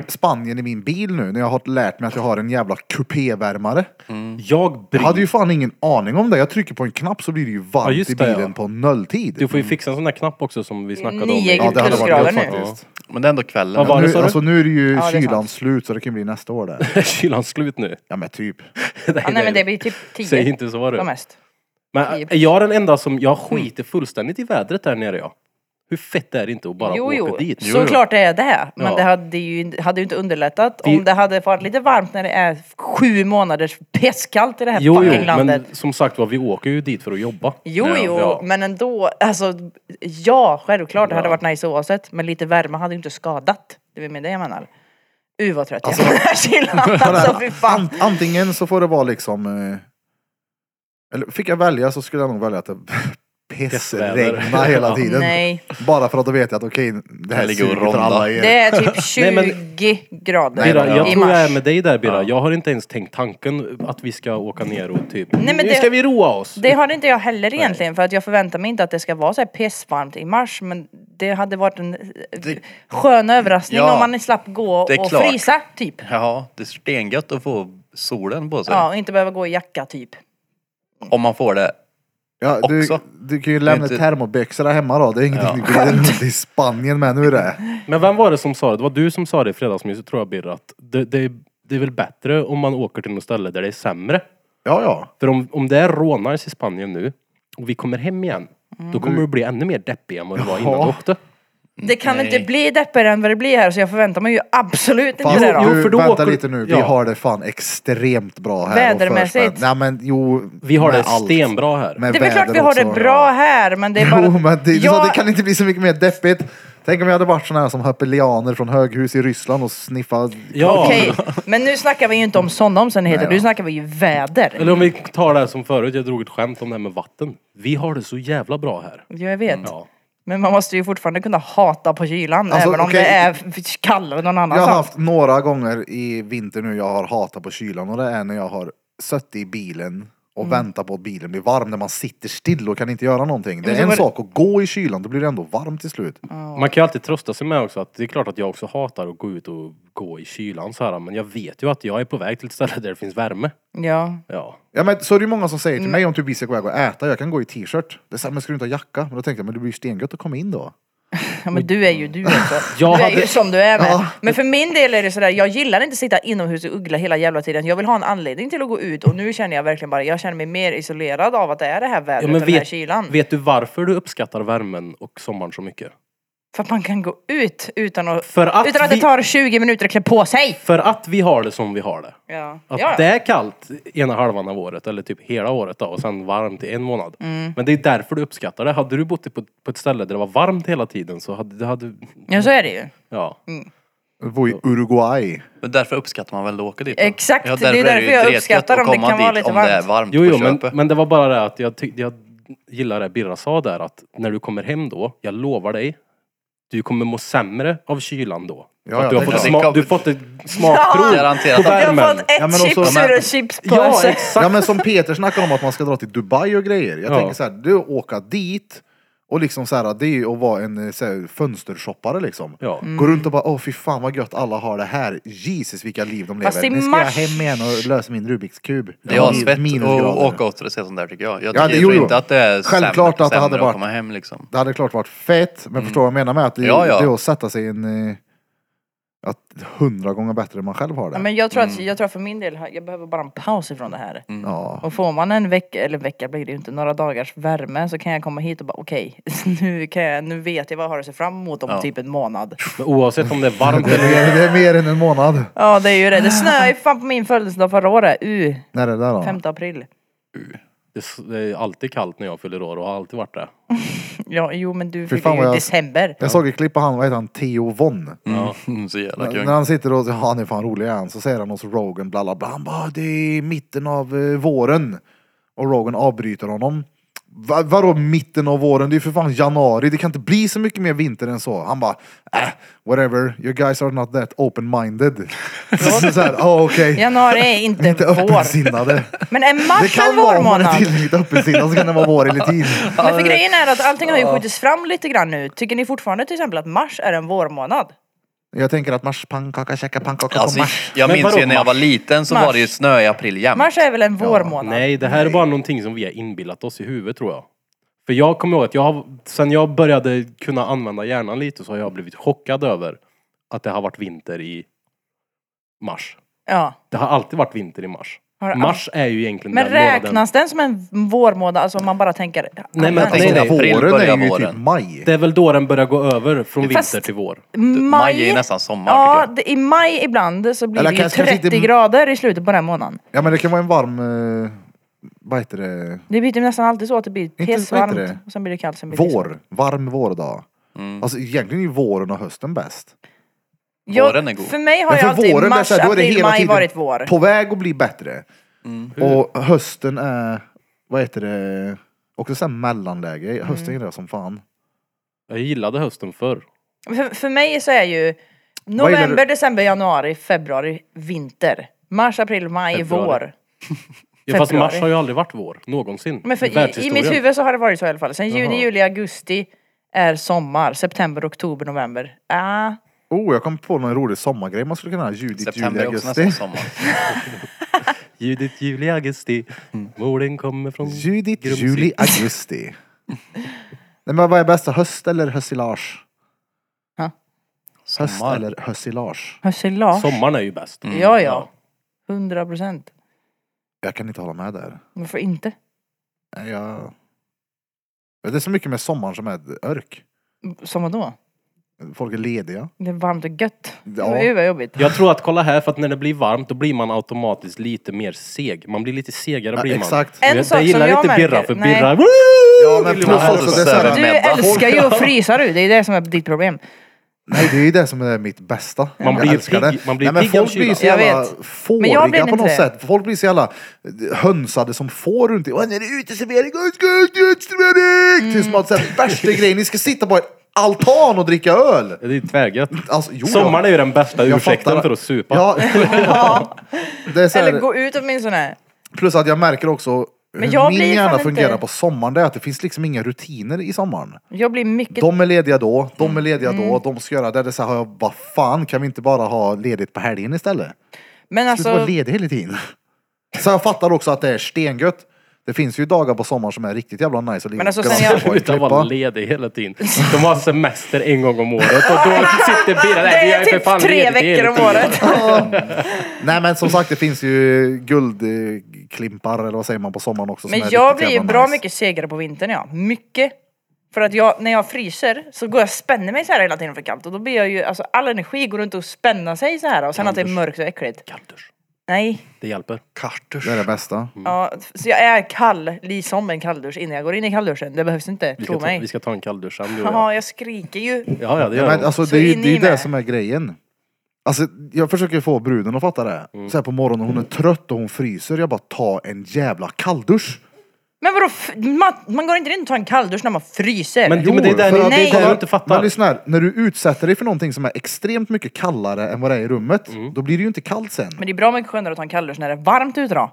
Speaker 1: Spanien i min bil nu när jag har lärt mig att jag har en jävla kupévärmare.
Speaker 3: Mm. Jag
Speaker 1: Jag
Speaker 3: bryr
Speaker 1: hade ju fan ingen aning om det. Jag trycker på en knapp så blir det ju varmt
Speaker 3: Ja, just
Speaker 1: i
Speaker 3: det,
Speaker 1: bilen
Speaker 3: ja.
Speaker 1: på nolltid.
Speaker 3: Du får ju fixa en sån där knapp också som vi snackade om. i-
Speaker 2: Nio
Speaker 1: Ja, det hade varit
Speaker 2: Plusgrader
Speaker 1: gött
Speaker 2: nu.
Speaker 1: faktiskt.
Speaker 4: Men det är ändå kvällen.
Speaker 3: Vad var det
Speaker 1: Nu,
Speaker 3: sa
Speaker 1: alltså
Speaker 3: du?
Speaker 1: nu är det ju
Speaker 2: Ja, det är
Speaker 1: kylan
Speaker 2: sant.
Speaker 1: slut så det kan bli nästa år där.
Speaker 3: Kylan slut nu.
Speaker 1: Ja men typ.
Speaker 2: Ja, nej men det blir typ 10.
Speaker 3: Säg inte så
Speaker 2: Som
Speaker 3: du.
Speaker 2: mest.
Speaker 3: Men är jag den enda som, jag
Speaker 2: Mm.
Speaker 3: skiter fullständigt i vädret där nere jag. Hur fett är det inte att bara
Speaker 2: Jo,
Speaker 3: åka
Speaker 2: jo.
Speaker 3: dit?
Speaker 2: Såklart det är det. Men
Speaker 3: Ja.
Speaker 2: det hade ju, hade ju inte underlättat
Speaker 3: Vi-
Speaker 2: om det hade varit lite varmt när det är sju månaders pestkallt i det här
Speaker 3: Jo, jo,
Speaker 2: fucking landet.
Speaker 3: men som sagt var, vi åker ju dit för att jobba.
Speaker 2: Jo, jo,
Speaker 3: Ja.
Speaker 2: men ändå. Alltså, ja, självklart. Det hade varit nice oavsett. Men lite värme hade ju inte skadat. Det är med det jag menar. Uh vad trött jag är på den här kylan. Alltså fy fan.
Speaker 1: An, antingen så får det vara liksom... eh, Eller fick jag välja så skulle jag nog välja att det pissregna
Speaker 3: Pissväder.
Speaker 1: hela
Speaker 3: Ja.
Speaker 1: tiden.
Speaker 2: Nej.
Speaker 1: Bara för att då vet jag att okej, det här
Speaker 4: Jag ligger och
Speaker 1: suger för
Speaker 4: rondar.
Speaker 1: alla er.
Speaker 2: Det är typ 20
Speaker 3: Nej, men-
Speaker 2: grader
Speaker 3: Birra, jag
Speaker 2: i
Speaker 3: tror
Speaker 2: mars.
Speaker 3: jag är med dig där Birra. Jag har inte ens tänkt tanken att vi ska åka ner och typ,
Speaker 2: men
Speaker 3: nu
Speaker 2: det-
Speaker 3: ska vi roa oss.
Speaker 2: Det har inte jag heller egentligen för att jag förväntar mig inte att det ska vara så här pissvarmt i mars men det hade varit en eh,
Speaker 4: Det-
Speaker 2: skön överraskning
Speaker 4: Ja.
Speaker 2: om man slapp gå
Speaker 4: Det är
Speaker 2: och
Speaker 4: klart.
Speaker 2: frysa typ.
Speaker 4: Ja, det är stengött att få solen på sig.
Speaker 2: Ja, och inte behöva gå i jacka typ.
Speaker 4: Om man får det.
Speaker 1: Ja, du,
Speaker 4: också.
Speaker 1: du kan ju lämna
Speaker 4: inte-
Speaker 1: termobyxorna hemma då. Det är ingenting du glider runt i Spanien med nu är det.
Speaker 3: Men vem var det som sa det? Det var du som sa det i fredagsmyset tror jag Birra. Att det, det, det är väl bättre om man åker till något ställe där det är sämre.
Speaker 1: Ja, ja.
Speaker 3: För om, om det är rånars i Spanien nu och vi kommer hem igen, då kommer det bli ännu mer deppig än vad det var innan vi
Speaker 1: Mm. Jaha.
Speaker 3: åkte.
Speaker 2: Det kan
Speaker 4: Nej.
Speaker 2: inte bli deppigare än vad det blir här så jag förväntar mig ju absolut
Speaker 1: Fast
Speaker 2: inte det då.
Speaker 1: nu,
Speaker 3: för då
Speaker 1: vänta
Speaker 3: åker-
Speaker 1: lite nu, vi
Speaker 3: ja.
Speaker 1: har det fan extremt bra här. och
Speaker 2: Vädermässigt.
Speaker 1: förspänt. Nej men jo.
Speaker 3: Vi har
Speaker 1: med
Speaker 3: det
Speaker 1: allt.
Speaker 3: stenbra här.
Speaker 1: Med
Speaker 2: Det är väl klart
Speaker 1: väder
Speaker 2: vi har det
Speaker 1: också.
Speaker 2: bra här men det är bara...
Speaker 1: Jo, men det, du sa,
Speaker 2: jag,
Speaker 1: det kan inte bli så mycket mer deppigt. Tänk om vi hade varit såna här som höpelianer från höghus i Ryssland och sniffa.
Speaker 3: Ja.
Speaker 2: Okej, men nu snackar vi ju inte om sådana omständigheter,
Speaker 1: Nej då.
Speaker 2: nu snackar vi ju väder.
Speaker 3: Eller om vi tar det här som förut, jag drog ett skämt om det här med vatten. Vi har det så jävla bra här.
Speaker 2: Jo, jag vet.
Speaker 3: Ja.
Speaker 2: Men man måste ju fortfarande kunna hata på kylan
Speaker 1: Alltså,
Speaker 2: även om
Speaker 1: okej.
Speaker 2: det är f- kallare någon
Speaker 1: Jag har
Speaker 2: annanstans.
Speaker 1: haft några gånger i vinter nu jag har hatat på kylan och det är när jag har suttit i bilen och
Speaker 2: Mm.
Speaker 1: väntat på att bilen blir varm när man sitter still och kan inte göra någonting. Det
Speaker 2: Men
Speaker 1: är
Speaker 2: så
Speaker 1: en
Speaker 2: var det-
Speaker 1: sak att gå i kylan, då blir det ändå varmt till slut.
Speaker 3: Man kan ju alltid trösta sig med också att det är klart att jag också hatar att gå ut och gå i kylan så här. Men jag vet ju att jag är på väg till ett ställe där det finns värme.
Speaker 2: Ja.
Speaker 3: Ja.
Speaker 1: Ja men så är det ju många som säger
Speaker 2: Mm.
Speaker 1: till mig om typ vi ska gå iväg och äta, jag kan gå i t-shirt. Det är så här, men ska du inte ha jacka? Men då tänkte jag, men det blir ju stengött att komma in då.
Speaker 2: ja, men du är ju du också. Du
Speaker 3: Jag
Speaker 2: är
Speaker 3: hade-
Speaker 2: ju som du är med. Men för min del är det sådär, jag gillar inte att sitta inomhus och uggla hela jävla tiden. Jag vill ha en anledning till att gå ut och nu känner jag verkligen bara, jag känner mig mer isolerad av att det är det här vädret och den här kylan.
Speaker 3: vet du varför du uppskattar värmen och sommaren så mycket?
Speaker 2: För att man kan gå ut utan att,
Speaker 3: För att
Speaker 2: utan att
Speaker 3: vi-
Speaker 2: det tar 20 minuter att klä på sig.
Speaker 3: För att vi har det som vi har det.
Speaker 2: Ja.
Speaker 3: Att
Speaker 2: ja.
Speaker 3: det är kallt ena halvan av året, eller typ hela året då, och sen varmt i en månad.
Speaker 2: Mm.
Speaker 3: Men det är därför du uppskattar det. Hade du bott på, på ett ställe där det var varmt hela tiden så hade, det hade
Speaker 2: ja, så är det ju.
Speaker 3: ja.
Speaker 1: Det var i Uruguay.
Speaker 4: Men därför uppskattar man väl att åka dit? då?
Speaker 2: Exakt,
Speaker 4: ja,
Speaker 2: det är
Speaker 4: därför
Speaker 2: därför
Speaker 4: ju
Speaker 2: jag
Speaker 4: dretgött
Speaker 2: uppskattar
Speaker 4: att
Speaker 2: om det
Speaker 4: komma
Speaker 2: kan vara lite
Speaker 4: om det är
Speaker 2: varmt.
Speaker 4: varmt
Speaker 3: Jo,
Speaker 4: på
Speaker 3: jo men,
Speaker 4: köpet.
Speaker 3: men det var bara det att jag, tyck, jag gillar det Birra sa där att när du kommer hem då, jag lovar dig, du kommer må sämre av kylan då.
Speaker 1: Ja,
Speaker 3: För att
Speaker 1: ja,
Speaker 3: du, har
Speaker 1: det
Speaker 3: fått
Speaker 1: är
Speaker 3: ett
Speaker 4: klart.
Speaker 3: sma, du har fått ett smakprov
Speaker 4: Garanterat.
Speaker 3: på
Speaker 2: Jag har fått
Speaker 3: värmen.
Speaker 2: ett
Speaker 1: Ja, men
Speaker 2: chips
Speaker 1: också-
Speaker 2: ur en chipspåse.
Speaker 3: Ja,
Speaker 1: Ja
Speaker 3: exakt.
Speaker 1: men som Peter snackar om att man ska dra till Dubai och grejer. Jag
Speaker 3: Ja.
Speaker 1: tänker så här, du åka dit och liksom så här, det är ju att vara en eh, så här, fönstershoppare liksom.
Speaker 3: Ja.
Speaker 1: Gå runt och bara, åh fy fan vad gött alla har det här. Jesus vilka liv de
Speaker 2: Fast
Speaker 1: lever.
Speaker 2: i
Speaker 1: Nu ska
Speaker 2: mars-
Speaker 1: jag hem igen och lösa min Rubiks kub.
Speaker 4: Det är asfett
Speaker 1: Minusgrader.
Speaker 4: att åka åt och se sånt där tycker jag. Jag
Speaker 1: Ja, det-
Speaker 4: tycker
Speaker 1: jo, jo.
Speaker 4: inte att det är
Speaker 1: Självklart
Speaker 4: sämre,
Speaker 1: att det hade
Speaker 4: sämre
Speaker 1: varit-
Speaker 4: att komma hem liksom.
Speaker 1: Det hade klart varit fett, men förstår vad jag menar med att det,
Speaker 4: Mm. Ja, ja.
Speaker 1: det är att sätta sig i en... eh, Att hundra gånger bättre än man själv har det.
Speaker 2: Ja, men jag tror,
Speaker 1: Mm.
Speaker 2: att, jag tror att för min del, jag behöver bara en paus ifrån det här.
Speaker 1: Ja.
Speaker 2: Och får man en vecka, eller vecka blir det ju inte, några dagars värme så kan jag komma hit och bara okej, nu kan jag, nu vet jag vad jag har att se fram emot om
Speaker 4: Ja.
Speaker 2: typ en månad.
Speaker 3: Men oavsett om det är varmt
Speaker 1: Det,
Speaker 3: eller
Speaker 1: är, det är mer än en månad.
Speaker 2: Ja det är ju det, det snöade ju fan på min födelsedag förra året, u,
Speaker 1: När är det där då?
Speaker 2: 5 april.
Speaker 3: det, s- det är alltid kallt när jag fyller år och har alltid varit det.
Speaker 2: Ja, jo men du
Speaker 1: fan
Speaker 2: fyller ju
Speaker 1: vad
Speaker 2: i
Speaker 1: jag-
Speaker 2: december.
Speaker 1: Jag såg ett klipp på han, vad heter han, Theo Von.
Speaker 4: Ja. Mm, Så jävla
Speaker 1: När
Speaker 4: kung.
Speaker 1: han sitter och, Mm. ja han är fan rolig är han, så säger han hos Rogan bla bla bla. Han bara, det är mitten av eh, våren. Och Rogan avbryter honom. Va, vadå mitten av våren? Det är ju för fan januari, det kan inte bli så mycket mer vinter än så. Han bara, äh, whatever, you guys are not that open-minded. så här, ah okej.
Speaker 2: Januari är inte
Speaker 1: Inte
Speaker 2: vår.
Speaker 1: öppensinnade.
Speaker 2: Men är
Speaker 1: Det
Speaker 2: mars en
Speaker 1: kan vara om man är
Speaker 2: vårmånad?
Speaker 1: tillräckligt öppensinnad så kan det vara vår eller tid.
Speaker 2: Men för grejen är att allting har ju skjutits fram lite grann nu. Tycker ni fortfarande till exempel att mars är en vårmånad?
Speaker 1: Jag tänker att mars, pannkaka, käka pannkaka på
Speaker 4: Alltså,
Speaker 1: mars.
Speaker 4: jag
Speaker 3: Men
Speaker 4: minns
Speaker 3: vadå
Speaker 4: ju när jag var
Speaker 3: mars?
Speaker 4: liten så
Speaker 2: Mars.
Speaker 4: var det ju snö i april jämt.
Speaker 2: Mars är väl en vårmånad?
Speaker 3: Nej, det här är bara någonting som vi har inbillat oss i huvudet tror jag. För jag kommer ihåg att jag har, sen jag började kunna använda hjärnan lite så har jag blivit chockad över att det har varit vinter i mars.
Speaker 2: Ja.
Speaker 3: Det har alltid varit vinter i mars.
Speaker 2: Har det
Speaker 3: Mars är ju egentligen
Speaker 2: Men
Speaker 3: den månaden.
Speaker 2: räknas den som en vårmånad? Alltså om man bara tänker...
Speaker 3: Nej, men-
Speaker 1: Alltså,
Speaker 4: Nej, nej. April
Speaker 1: våren
Speaker 4: börjar
Speaker 1: är ju typ
Speaker 4: våren.
Speaker 1: maj.
Speaker 3: Det är väl då den börjar gå över från
Speaker 2: Fast-
Speaker 3: vinter till vår.
Speaker 4: Du,
Speaker 2: maj...
Speaker 4: Maj är ju nästan sommar
Speaker 2: Ja,
Speaker 4: tycker
Speaker 2: det, i maj ibland så blir
Speaker 1: Eller
Speaker 2: det ju
Speaker 1: kanske- kanske
Speaker 2: 30
Speaker 1: inte-
Speaker 2: grader i slutet på den månaden.
Speaker 1: Ja men det kan vara en varm... eh, Vad heter det?
Speaker 2: Det blir typ nästan alltid så att det blir
Speaker 1: vad heter det?
Speaker 2: pissvarmt. Och sen blir det kallt, sen blir det pissvarmt.
Speaker 1: Vår. Varm vårdag.
Speaker 4: Mm.
Speaker 1: Alltså egentligen är ju våren och hösten bäst.
Speaker 2: Jag-
Speaker 4: Våren är god.
Speaker 2: För mig har ju
Speaker 1: för
Speaker 2: alltid
Speaker 1: våren är
Speaker 2: mars,
Speaker 1: så här, då är det
Speaker 2: april,
Speaker 1: hela
Speaker 2: maj
Speaker 1: tiden
Speaker 2: varit vår.
Speaker 1: På väg att bli bättre.
Speaker 4: Mm.
Speaker 1: Och hösten är... Vad heter det? Också såhär mellanläge. Hösten är det som fan.
Speaker 3: Jag gillade hösten förr.
Speaker 2: För, för mig så är ju
Speaker 1: gillar du?
Speaker 2: november, december, januari, februari, vinter. Mars, april, maj,
Speaker 3: Februari.
Speaker 2: vår.
Speaker 3: Ja, fast
Speaker 2: Februari.
Speaker 3: mars har ju aldrig varit vår, någonsin.
Speaker 2: Men för,
Speaker 3: i
Speaker 2: i, I
Speaker 3: världshistorien.
Speaker 2: mitt huvud så har det varit så i alla fall. Sen juni,
Speaker 3: Jaha.
Speaker 2: juli, augusti är sommar. September, oktober, november. Ah.
Speaker 1: Oh, jag kom på någon rolig sommargrej man skulle kunna ha.
Speaker 4: jag.
Speaker 1: Judit, juli,
Speaker 4: September är också
Speaker 1: augusti.
Speaker 4: nästan sommar.
Speaker 3: Judit, juli, augusti. Våren kommer från...
Speaker 1: Judit,
Speaker 3: Grumsigt.
Speaker 1: juli, augusti. Nej men vad är bästa? Höst eller hössilage? Höst
Speaker 4: Sommar.
Speaker 1: eller hössilage?
Speaker 2: Hösselage.
Speaker 3: Sommaren är ju bäst.
Speaker 2: Mm, Ja, ja. 100 procent.
Speaker 1: Jag kan inte hålla med där.
Speaker 2: Varför inte?
Speaker 1: Nej, Jag... Det är så mycket med sommaren som är ett örk.
Speaker 2: Som då?
Speaker 1: Folk är lediga.
Speaker 2: Det är varmt och gött.
Speaker 1: Ja.
Speaker 2: Ja. Gud vad jobbigt.
Speaker 3: Jag tror att kolla här, för att när det blir varmt då blir man automatiskt lite mer seg. Man blir lite segare
Speaker 1: Ja,
Speaker 3: blir man.
Speaker 1: exakt.
Speaker 3: Du
Speaker 2: En
Speaker 3: vet,
Speaker 2: sak
Speaker 3: jag
Speaker 2: som
Speaker 3: gillar
Speaker 2: jag
Speaker 3: inte
Speaker 2: märker-
Speaker 3: Birra, för
Speaker 2: nej.
Speaker 3: Birra...
Speaker 1: Ja, men
Speaker 3: vill
Speaker 1: plus
Speaker 3: man ha
Speaker 1: också
Speaker 3: det
Speaker 1: det är så här-
Speaker 4: sömn.
Speaker 2: Du
Speaker 4: Medda.
Speaker 2: älskar ju att frysa du, det är det som är ditt problem.
Speaker 1: Nej, det är ju det som är mitt bästa.
Speaker 3: Man
Speaker 1: Jag
Speaker 3: blir ju
Speaker 1: älskar
Speaker 3: pigg-
Speaker 1: det.
Speaker 3: man blir
Speaker 1: Nej, men
Speaker 3: pigg av
Speaker 1: folk blir
Speaker 3: kylan.
Speaker 1: ju så
Speaker 2: Jag
Speaker 1: jävla
Speaker 2: vet. Men jag blir
Speaker 1: fåriga på
Speaker 2: inte
Speaker 1: något
Speaker 2: det.
Speaker 1: sätt. Folk blir så jävla eh, hönsade som får runt i. Åh, nu är det uteservering, åh, ska jag ut i
Speaker 2: Mm.
Speaker 1: uteservering! Typ Tills man säger värsta grejen, ni ska sitta på en altan och dricka öl!
Speaker 3: Det är tvärgött.
Speaker 1: Alltså, jo,
Speaker 3: Sommaren är ju den bästa
Speaker 1: jag
Speaker 3: ursäkten
Speaker 1: fattar.
Speaker 3: för att supa.
Speaker 1: Ja, det är så här,
Speaker 2: Eller gå ut åtminstone.
Speaker 1: Plus att jag märker också hur
Speaker 2: jag
Speaker 1: min
Speaker 2: blir fan
Speaker 1: hjärna
Speaker 2: inte-
Speaker 1: fungerar på sommaren. Det är att det finns liksom inga rutiner i sommaren.
Speaker 2: Jag blir mycket...
Speaker 1: De är lediga då, de är lediga
Speaker 2: Mm.
Speaker 1: då, de ska göra det. Det är så här, jag bara fan, kan vi inte bara ha ledigt på helgen istället?
Speaker 2: Men
Speaker 1: Du ska vara
Speaker 2: alltså,
Speaker 1: ledig hela tiden. Så jag fattar också att det är stengött. Det finns ju dagar på sommaren som är riktigt jävla nice att ligga
Speaker 2: Men alltså,
Speaker 1: på
Speaker 2: sen
Speaker 1: grannet
Speaker 2: jag-
Speaker 1: och
Speaker 3: Utan vara
Speaker 1: klippa.
Speaker 3: ledig hela tiden. De har semester en gång om året och då sitter Birra där.
Speaker 2: det
Speaker 3: "Jag
Speaker 2: är
Speaker 3: för
Speaker 2: typ
Speaker 3: fan
Speaker 2: tre
Speaker 3: ledig hela
Speaker 2: veckor om
Speaker 3: tiden."
Speaker 2: året.
Speaker 1: Nej men som sagt det finns ju guldklimpar eller vad säger man på sommaren också. som
Speaker 2: Men
Speaker 1: är
Speaker 2: jag
Speaker 1: riktigt
Speaker 2: blir ju
Speaker 1: jävla
Speaker 2: bra
Speaker 1: nice.
Speaker 2: mycket segare på vintern ja. Mycket. För att jag, när jag fryser så går jag och spänner mig så här hela tiden för kallt och då blir jag ju, alltså all energi går runt och spänna sig så här och sen att det är mörkt och äckligt.
Speaker 3: Kalters.
Speaker 2: Nej.
Speaker 3: Det hjälper.
Speaker 4: Karters.
Speaker 1: Det är det bästa.
Speaker 2: Ja, så jag är kall, li som en kalldusch innan jag går in i kallduschen. Det behövs inte,
Speaker 3: Vi
Speaker 2: tro
Speaker 3: ska, ta,
Speaker 2: mig.
Speaker 3: vi ska ta en kalldusch sen du och jag.
Speaker 2: Jaha, jag skriker ju.
Speaker 3: Ja, ja, det
Speaker 1: Ja,
Speaker 3: gör
Speaker 1: men
Speaker 3: vi.
Speaker 1: alltså,
Speaker 2: Så
Speaker 1: det är ju
Speaker 2: in
Speaker 1: det, är
Speaker 2: i
Speaker 1: ju det
Speaker 2: med.
Speaker 1: som är grejen. Alltså, jag försöker få bruden att fatta det.
Speaker 3: Mm.
Speaker 1: Så här på morgonen, hon är trött och hon fryser. Jag bara, ta en jävla kalldusch.
Speaker 2: Men vadå, f- man, man går inte in och tar en kalldusch när man fryser.
Speaker 3: Men- men det är där-
Speaker 1: för
Speaker 2: det är
Speaker 1: att-
Speaker 2: där
Speaker 1: kolla,
Speaker 3: jag inte fattar.
Speaker 1: Men lyssna här, när du utsätter dig för någonting som är extremt mycket kallare än vad det är i rummet,
Speaker 3: Mm.
Speaker 1: då blir det ju inte kallt sen.
Speaker 2: Men det är bra mycket skönare att ta en kalldusch när det är varmt ute då.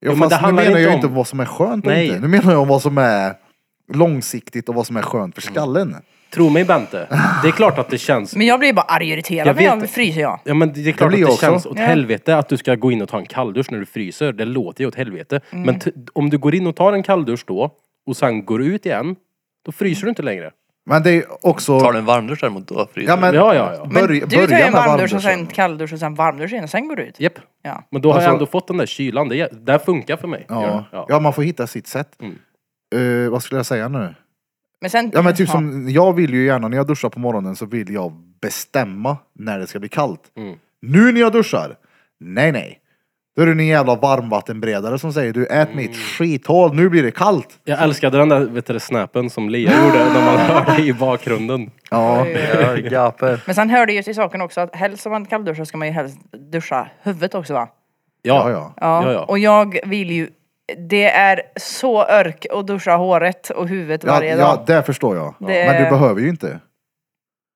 Speaker 1: Ja,
Speaker 3: men
Speaker 1: fast
Speaker 3: det
Speaker 1: nu
Speaker 3: handlar
Speaker 1: menar
Speaker 3: inte
Speaker 1: jag
Speaker 3: om-
Speaker 1: inte vad som är skönt och
Speaker 3: Nej.
Speaker 1: inte. Nu menar jag om vad som är långsiktigt och vad som är skönt
Speaker 3: Mm.
Speaker 1: för skallen.
Speaker 3: Tro mig Bente, det är klart att det känns...
Speaker 2: Men jag blir bara arg och irriterad
Speaker 3: Jag
Speaker 2: när jag
Speaker 3: vet-
Speaker 2: fryser jag.
Speaker 3: Ja men det är
Speaker 1: Det
Speaker 3: klart
Speaker 1: blir
Speaker 3: att det
Speaker 1: jag
Speaker 3: känns
Speaker 1: också.
Speaker 3: åt
Speaker 2: Ja.
Speaker 3: helvete att du ska gå in och ta en kalldusch när du fryser. Det låter ju åt helvete.
Speaker 2: Mm.
Speaker 3: Men t- om du går in och tar en kalldusch då och sen går ut igen, då fryser du inte längre.
Speaker 1: Men det är också...
Speaker 4: Tar du en varmdusch däremot då fryser
Speaker 1: Ja,
Speaker 4: du.
Speaker 1: men,
Speaker 3: Ja, ja, ja.
Speaker 2: Men
Speaker 1: Börja,
Speaker 2: du tar ju
Speaker 1: börja
Speaker 2: en
Speaker 1: med
Speaker 2: varmdusch och
Speaker 1: varmduschen.
Speaker 2: sen kalldusch och sen varmdusch igen och sen går du ut.
Speaker 3: Japp.
Speaker 2: Ja.
Speaker 3: Men då har
Speaker 1: Alltså-
Speaker 3: jag ändå fått den där kylan. Det, det här funkar för mig. Gör
Speaker 1: Ja.
Speaker 3: det?
Speaker 1: Ja. man får hitta sitt sätt. Eh, vad skulle jag säga nu?
Speaker 2: Men sen...
Speaker 1: Ja men typ som, jag vill ju gärna när jag duschar på morgonen så vill jag bestämma när det ska bli kallt. Nu när jag duschar, nej nej. Då är det en jävla varmvattenberedare som säger du ät mitt skithål, nu blir det kallt.
Speaker 3: Jag älskade den där vet du, det, snappen som Lia gjorde när man hörde i bakgrunden.
Speaker 1: Ja.
Speaker 4: Ja, gaper.
Speaker 2: Men sen hör det ju till saken också att helst om man kallduschar ska man ju helst duscha huvudet också va?
Speaker 1: Ja, ja.
Speaker 2: Ja.
Speaker 3: Ja, ja.
Speaker 2: Och jag vill ju... Det är så örk att duscha håret och huvudet
Speaker 1: Ja,
Speaker 2: varje
Speaker 1: ja
Speaker 2: dag.
Speaker 1: det förstår jag.
Speaker 2: Det-
Speaker 1: Men du behöver ju inte.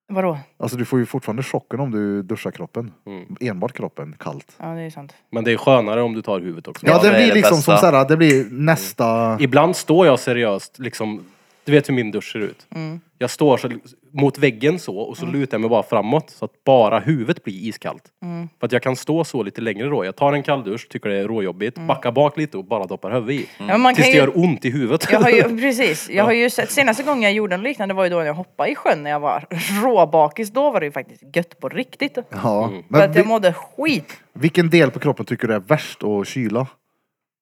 Speaker 2: Vadå?
Speaker 1: Alltså du får ju fortfarande chocken om du duschar kroppen.
Speaker 3: Mm.
Speaker 1: Enbart kroppen, kallt.
Speaker 2: Ja det är sant.
Speaker 3: Men det är skönare om du tar huvudet också.
Speaker 1: Ja,
Speaker 4: Ja,
Speaker 1: det,
Speaker 4: det är
Speaker 1: blir
Speaker 4: det
Speaker 1: liksom som
Speaker 4: bästa.
Speaker 1: såhär, det blir nästa...
Speaker 3: Ibland står jag seriöst liksom, du vet hur min dusch ser ut.
Speaker 2: Mm.
Speaker 3: Jag står så, mot väggen så och så lutar jag mig bara framåt så att bara huvudet blir iskallt.
Speaker 2: Mm.
Speaker 3: För att jag kan stå så lite längre då. Jag tar en kalldusch, tycker det är råjobbigt, backar bak lite och bara doppar huvudet i.
Speaker 2: Ja, Mm. man
Speaker 3: Tills
Speaker 2: kan
Speaker 3: det
Speaker 2: ju-
Speaker 3: gör ont i huvudet.
Speaker 2: Jag har ju, precis, jag har ju sett, senaste gången jag gjorde något liknande var ju då när jag hoppade i sjön när jag var råbakis. Då var det ju faktiskt gött på riktigt.
Speaker 1: Ja.
Speaker 2: För
Speaker 1: Men
Speaker 2: att jag
Speaker 1: vi-
Speaker 2: mådde skit.
Speaker 1: Vilken del på kroppen tycker du är värst att kyla?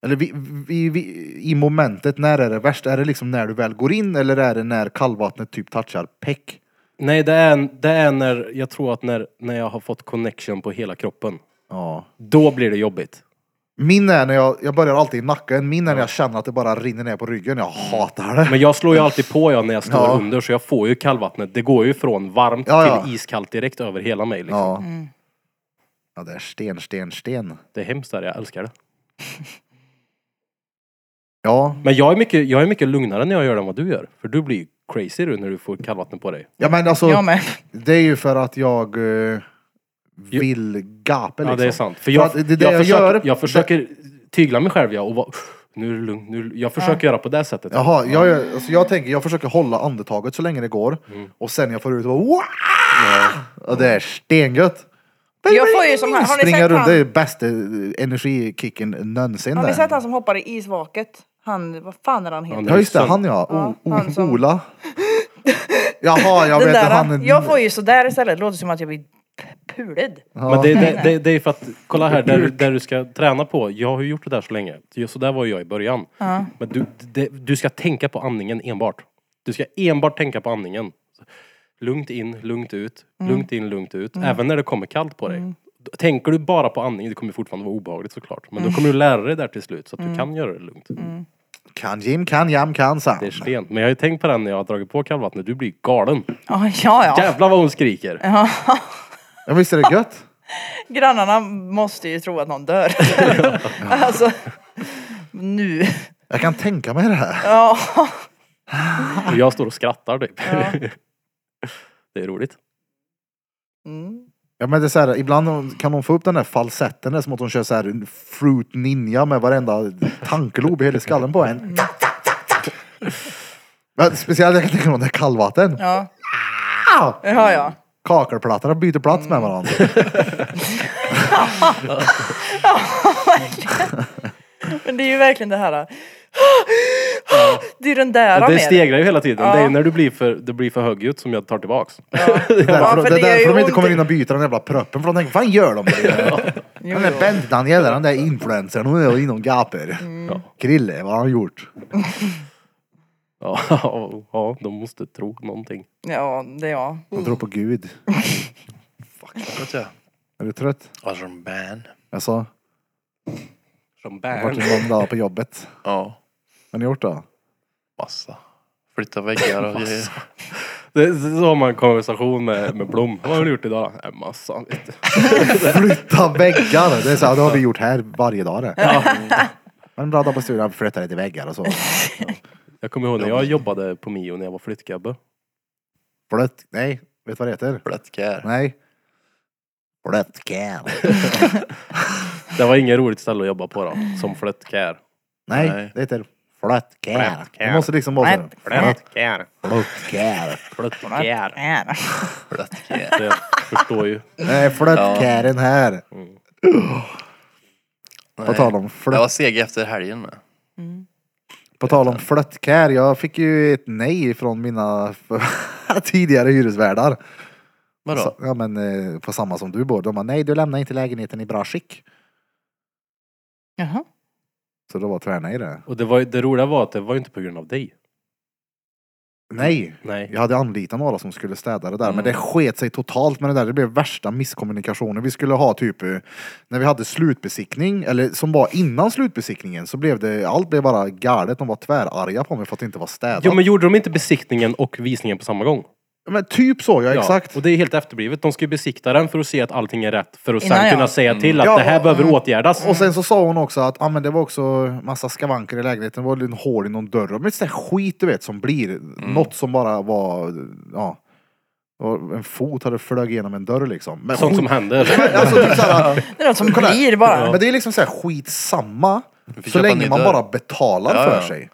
Speaker 1: Eller vi, vi, vi, i momentet, när är det värst? Är det liksom när du väl går in eller är det när kallvattnet typ touchar peck?
Speaker 3: Nej, det är, det är när, jag tror att när, när jag har fått connection på hela kroppen.
Speaker 1: Ja.
Speaker 3: Då blir det jobbigt.
Speaker 1: Min är när jag, jag börjar alltid i nacken, min är när jag känner att det bara rinner ner på ryggen. Jag hatar det.
Speaker 3: Men jag slår ju alltid på jag när jag står
Speaker 1: Ja.
Speaker 3: under så jag får ju kallvattnet. Det går ju från varmt
Speaker 1: Ja, ja.
Speaker 3: till iskallt direkt över hela mig. Liksom.
Speaker 1: Ja.
Speaker 2: Mm.
Speaker 1: ja, det är sten, sten, sten.
Speaker 3: Det är hemskt där, jag älskar det.
Speaker 1: Ja,
Speaker 3: Men jag är, mycket, jag är mycket lugnare när jag gör det än vad du gör. För du blir ju crazy du när du får kallvattnet på dig.
Speaker 1: ja men alltså,
Speaker 2: Jag med.
Speaker 1: det är ju för att jag eh, vill gapa liksom.
Speaker 3: Ja, det är sant. För jag,
Speaker 1: att det är det
Speaker 3: jag,
Speaker 1: jag
Speaker 3: försöker,
Speaker 1: gör.
Speaker 3: jag försöker tygla mig själv ja, och vara, nu är det lugnt. Nu, jag försöker göra på det sättet.
Speaker 1: Jaha, jag, gör- alltså jag tänker, jag försöker hålla andetaget så länge det går och sen jag får ut och bara wow! Och det är stengött!
Speaker 2: Jag får ju som han- har ni
Speaker 1: Springa
Speaker 2: sett
Speaker 1: runt,
Speaker 2: han-
Speaker 1: det är bästa eh, energikicken någonsin
Speaker 2: Har
Speaker 1: där.
Speaker 2: ni sett han som hoppar i isvaket? Han, vad fan är han heter?
Speaker 1: Ja just det, han ja. O,
Speaker 2: Ja, han
Speaker 1: o,
Speaker 2: som-
Speaker 1: Ola. Jaha, jag
Speaker 2: Den
Speaker 1: vet
Speaker 2: där,
Speaker 1: att han är...
Speaker 2: Jag får ju sådär istället, det låter som att jag blir p- pulad.
Speaker 3: Men det, det, det, det är för att, kolla här, där, du- där du ska träna på. Jag har ju gjort det där så länge. Så- Så där var ju jag i början. Men du, det, du ska tänka på andningen enbart. Du ska enbart tänka på andningen. Lugnt in, lugnt ut,
Speaker 2: Mm.
Speaker 3: lugnt in, lugnt ut. Även när det kommer kallt på dig. Då- Tänker du bara på andning, det kommer fortfarande vara obehagligt såklart.
Speaker 2: Mm.
Speaker 3: Men då kommer du lära dig där till slut så att du kan göra det lugnt.
Speaker 1: Kan Jim, kan Jam, kan Sam.
Speaker 3: Det är sten. Men jag har ju tänkt på den när jag har dragit på kallvattnet, du blir galen.
Speaker 2: Ja, ja. ja.
Speaker 3: Jävlar vad hon skriker! Ja.
Speaker 1: Ja, visst är det gött?
Speaker 2: Grannarna måste ju tro att någon dör. alltså, nu.
Speaker 1: Jag kan tänka mig det här.
Speaker 2: Ja.
Speaker 3: Och jag står och skrattar typ. det är roligt.
Speaker 2: Mm.
Speaker 1: Ja, men det är så här, ibland kan hon få upp den där falsetten, det är som att hon kör så här en fruit ninja med varenda tankelob i hela skallen på en. Men speciellt jag kan tänka mig de där kallvatten.
Speaker 2: Ja.
Speaker 1: Ah!
Speaker 2: ja, ja.
Speaker 1: Kakelplattorna byter plats med varandra.
Speaker 2: Men det är ju verkligen det här. Det är ju den där
Speaker 3: det
Speaker 2: med.
Speaker 3: stegrar ju hela tiden.
Speaker 2: Ja.
Speaker 3: Det är ju när du blir för, det blir för högljutt som jag tar tillbaks.
Speaker 1: Det är därför,
Speaker 2: för
Speaker 1: det är
Speaker 2: det gör ju
Speaker 1: därför de inte
Speaker 2: ont.
Speaker 1: kommer in och byter den jävla proppen. För de tänker, fan gör de det?
Speaker 2: Jo,
Speaker 1: Den där
Speaker 2: jo.
Speaker 1: Bent-Daniel, den där influencern, hon är inne och gaper.
Speaker 2: Mm.
Speaker 3: Ja.
Speaker 1: Krille, vad har han gjort?
Speaker 3: Ja, ja, de måste tro någonting.
Speaker 2: Ja, det är jag.
Speaker 1: Han tror på Gud.
Speaker 4: Vet jag.
Speaker 1: Är du trött?
Speaker 4: Arson Ban.
Speaker 1: Jag sa,
Speaker 3: Som
Speaker 1: jag
Speaker 3: bär.
Speaker 1: har varit en lång dag på jobbet.
Speaker 4: Ja,
Speaker 1: Vad har ni gjort då?
Speaker 4: massa. Flytta väggar och grejer.
Speaker 3: Det är så har man en konversation med, med Blom. Vad har du gjort idag? En massa. Vet du.
Speaker 1: Flytta väggar! Det, är så här, det har vi gjort här varje dag det. Men bra dag på stugan, flytta lite väggar och så.
Speaker 3: Jag kommer ihåg när jag jobbade på Mio när jag var flyttgubbe.
Speaker 1: Blött, nej, vet du vad det heter?
Speaker 4: Blötkär.
Speaker 1: Nej. Blötkärl.
Speaker 3: Det var inget roligt ställe att jobba på då. Som flyttkär.
Speaker 1: Nej,
Speaker 4: Nej.
Speaker 1: det heter flötkärl.
Speaker 3: Flötkärl.
Speaker 1: Det måste liksom vara så. här,
Speaker 3: Flyttkär.
Speaker 1: Flötkärl.
Speaker 3: Flyttkär.
Speaker 2: Är.
Speaker 4: Blötkär.
Speaker 3: Det förstår ju.
Speaker 1: Nej, flötkärlen här. På
Speaker 4: Nej.
Speaker 1: tal om
Speaker 4: Jag var
Speaker 1: flött,
Speaker 4: seg efter helgen med.
Speaker 2: Mm.
Speaker 1: på tal om flöttkär. Jag fick ju ett nej från mina tidigare hyresvärdar.
Speaker 4: Vadå?
Speaker 1: Så- Ja men eh, på samma som du bor. De bara, nej du lämnar inte lägenheten i bra skick.
Speaker 2: Jaha.
Speaker 1: Så då var tvärnej det.
Speaker 3: Och det, var, ju- det roliga var att det var ju inte på grund av dig.
Speaker 1: Nej.
Speaker 3: Nej.
Speaker 1: Jag hade anlitat några som skulle städa det där, men det
Speaker 3: Mm.
Speaker 1: sket sig totalt med det där. Det blev värsta misskommunikationen. Vi skulle ha typ, eh, när vi hade slutbesiktning, eller som var innan slutbesiktningen, så blev det, allt blev bara galet. De var tvärarga på mig för att det inte var städat.
Speaker 3: Jo men gjorde de inte besiktningen och visningen på samma gång?
Speaker 1: Men typ så, ja, exakt.
Speaker 3: Och det är helt efterblivet. De ska ju besikta den för att se att allting är rätt. För att sen
Speaker 2: Innan, ja.
Speaker 3: kunna säga till att
Speaker 1: Ja,
Speaker 3: det här
Speaker 1: och-
Speaker 3: behöver åtgärdas.
Speaker 1: Och sen så sa hon också att ah, men det var också massa skavanker i lägenheten, det var en hål i någon dörr. Men sånt där skit du vet som blir,
Speaker 3: Mm.
Speaker 1: något som bara var, ja. var- En fot hade flög igenom en dörr liksom. Men
Speaker 3: Sånt som händer.
Speaker 1: Alltså, typ såhär,
Speaker 2: Det är något som
Speaker 1: Kolla här.
Speaker 2: blir bara.
Speaker 1: Men det är liksom så här skitsamma.
Speaker 4: får
Speaker 1: Så
Speaker 4: köpa en
Speaker 1: länge
Speaker 4: ny
Speaker 1: man
Speaker 4: dörr.
Speaker 1: bara betalar
Speaker 4: Ja,
Speaker 1: för
Speaker 4: ja.
Speaker 1: sig.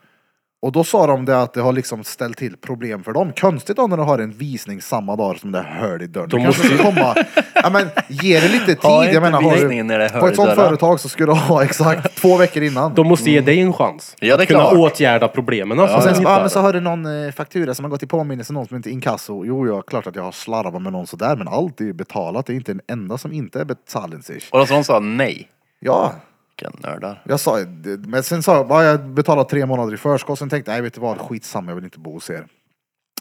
Speaker 1: Och då sa de det att det har liksom ställt till problem för dem. Konstigt då när du har en visning samma dag som det är höl i dörren.
Speaker 3: De
Speaker 1: De måste
Speaker 3: måste ju-
Speaker 1: komma... Ja men ge det lite tid.
Speaker 4: Ha inte
Speaker 1: Jag menar, har du,
Speaker 4: visningen när det är höl
Speaker 1: på
Speaker 4: i
Speaker 1: ett sånt
Speaker 4: dörren.
Speaker 1: företag så skulle du ha exakt två veckor innan.
Speaker 3: De måste ge dig en chans.
Speaker 4: Ja, det är
Speaker 3: att kunna
Speaker 4: klart.
Speaker 3: åtgärda problemen. Alltså,
Speaker 1: Och sen
Speaker 3: sen
Speaker 1: så,
Speaker 3: hittar
Speaker 1: ja, men så
Speaker 3: det.
Speaker 1: har du någon eh, faktura som har gått i påminnelse, någon som inte är inkasso. Jo, ja, klart att jag har slarvat med någon sådär, men allt är ju betalat. Det är inte en enda som inte är betalad.
Speaker 4: Och då så hon sa nej.
Speaker 1: Ja,
Speaker 4: Vilka nördar.
Speaker 1: Jag sa, men sen sa jag, "Ja, jag betalade tre månader i förskott, sen tänkte jag, nej vet du vad, skitsamma, jag vill inte bo hos er.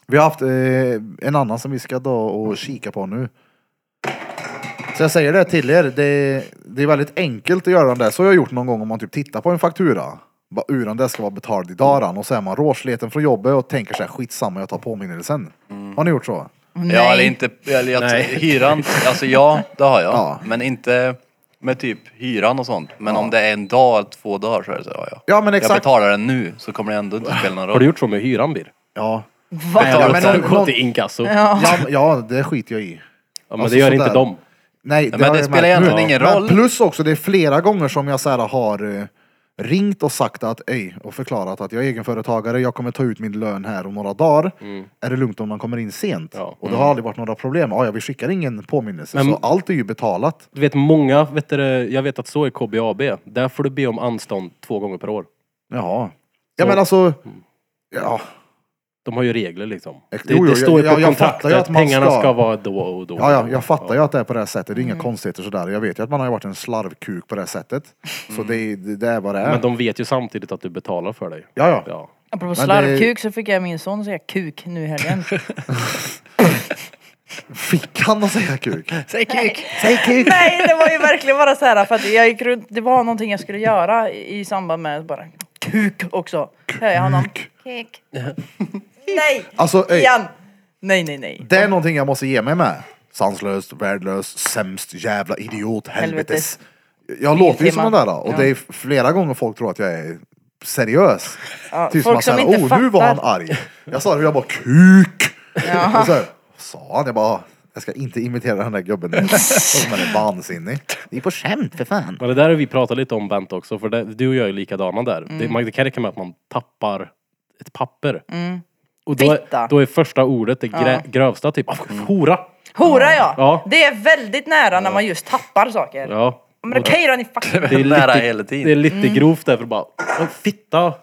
Speaker 1: Vi har haft eh, en annan som vi ska då och kika på nu. Så jag säger det till er, det, det är väldigt enkelt att göra den där, så har jag gjort någon gång om man typ tittar på en faktura. Bara, Uran det ska vara betald idag dan." och så är man råsleten från jobbet och tänker så här, skitsamma jag tar påminnelsen. Har ni gjort så?
Speaker 2: Nej.
Speaker 4: Ja, eller inte, eller jag,
Speaker 3: Nej.
Speaker 4: hyran, alltså ja, det har jag.
Speaker 1: Ja.
Speaker 4: Men inte med typ hyran och sånt. Men om det är en dag eller två dagar så är det så, ja, ja.
Speaker 1: Ja men
Speaker 4: Jag
Speaker 1: exakt.
Speaker 4: betalar den nu så kommer det ändå inte spela någon roll.
Speaker 3: Har du gjort så med hyran Bir?
Speaker 1: Ja.
Speaker 4: Jag betalar
Speaker 1: Ja, men
Speaker 4: sen.
Speaker 1: någon-
Speaker 3: Har du gått till inkasso? Ja,
Speaker 1: Ja, men- ja, det skiter jag i.
Speaker 3: men
Speaker 1: Alltså,
Speaker 3: det gör
Speaker 1: sådär.
Speaker 3: inte de.
Speaker 1: Nej,
Speaker 4: men
Speaker 1: har
Speaker 4: det
Speaker 1: jag
Speaker 4: spelar
Speaker 1: märkt
Speaker 4: egentligen
Speaker 1: nu.
Speaker 4: ingen
Speaker 1: Men
Speaker 4: roll.
Speaker 1: Plus också, det är flera gånger som jag så här har eh, ringt och sagt att, ej, och förklarat att jag är egenföretagare, jag kommer ta ut min lön här om några dagar. Är det lugnt om man kommer in sent?
Speaker 3: Ja.
Speaker 1: Och det har aldrig varit några problem. Ja, ja, vi skickar ingen påminnelse,
Speaker 3: Men-
Speaker 1: så allt är ju betalat.
Speaker 3: Du vet många, vet du, det, jag vet att så är KBAB. Där får du be om anstånd två gånger per år.
Speaker 1: Jaha. Ja
Speaker 3: Så-
Speaker 1: men alltså, ja,
Speaker 3: De har ju regler liksom.
Speaker 1: Ex-
Speaker 3: Det,
Speaker 1: Jo, jo,
Speaker 3: det
Speaker 1: jag-
Speaker 3: står ju
Speaker 1: jag-
Speaker 3: på
Speaker 1: jag fattar ju
Speaker 3: kontraktet
Speaker 1: att
Speaker 3: att
Speaker 1: man
Speaker 3: pengarna
Speaker 1: ska-
Speaker 3: ska... vara då och då.
Speaker 1: ja, ja, jag fattar ju att det är på det här sättet, det är
Speaker 4: Mm.
Speaker 1: inga konstigheter sådär. Jag vet ju att man har ju varit en slarvkuk på det här sättet. Så det, är- det är vad det är.
Speaker 3: Men de vet ju samtidigt att du betalar för dig.
Speaker 1: Ja, ja.
Speaker 3: Ja.
Speaker 2: Apropå
Speaker 1: det-
Speaker 2: slarvkuk så fick jag min son säga kuk nu i helgen.
Speaker 1: Fick han att säga kuk?
Speaker 4: Säg kuk!
Speaker 1: Säg kuk!
Speaker 2: Nej det var ju verkligen bara så här för att jag gick runt, det var någonting jag skulle göra i i samband med bara kuk också. Hör jag honom? Kuk. Nej!
Speaker 1: Alltså, ey,
Speaker 2: Igen! Nej nej nej.
Speaker 1: det är någonting jag måste ge mig med. Sanslöst, värdelöst, sämst, jävla idiot, helvetes.
Speaker 2: Helvetes.
Speaker 1: Jag låter ju som den
Speaker 2: Tema.
Speaker 1: där och
Speaker 2: Ja.
Speaker 1: det är flera gånger folk tror att jag är seriös.
Speaker 2: Ja,
Speaker 1: Typ
Speaker 2: folk
Speaker 1: som att
Speaker 2: som
Speaker 1: säga, oh
Speaker 2: inte
Speaker 1: nu var han
Speaker 2: fattar.
Speaker 1: arg. Jag sa det och jag bara kuk. Och så här, sa han, jag bara jag ska inte imitera den där gubben. Som är vansinnig. Det är på skämt för fan.
Speaker 3: Men det där har vi pratat lite om Bent också, för det, du och jag är likadana där. Det, man, det kan räcka med att man tappar ett papper. Och då,
Speaker 2: Fitta.
Speaker 3: är, då är första ordet det grä, grövsta, typ "Ah, hora.
Speaker 2: Hora ja.
Speaker 3: Ja.
Speaker 2: Det är väldigt nära när man just tappar saker.
Speaker 3: Ja.
Speaker 2: Men okej då ni fucking...
Speaker 4: Det är nära hela tiden.
Speaker 3: Det är lite grovt därför bara, "Åh, fitta.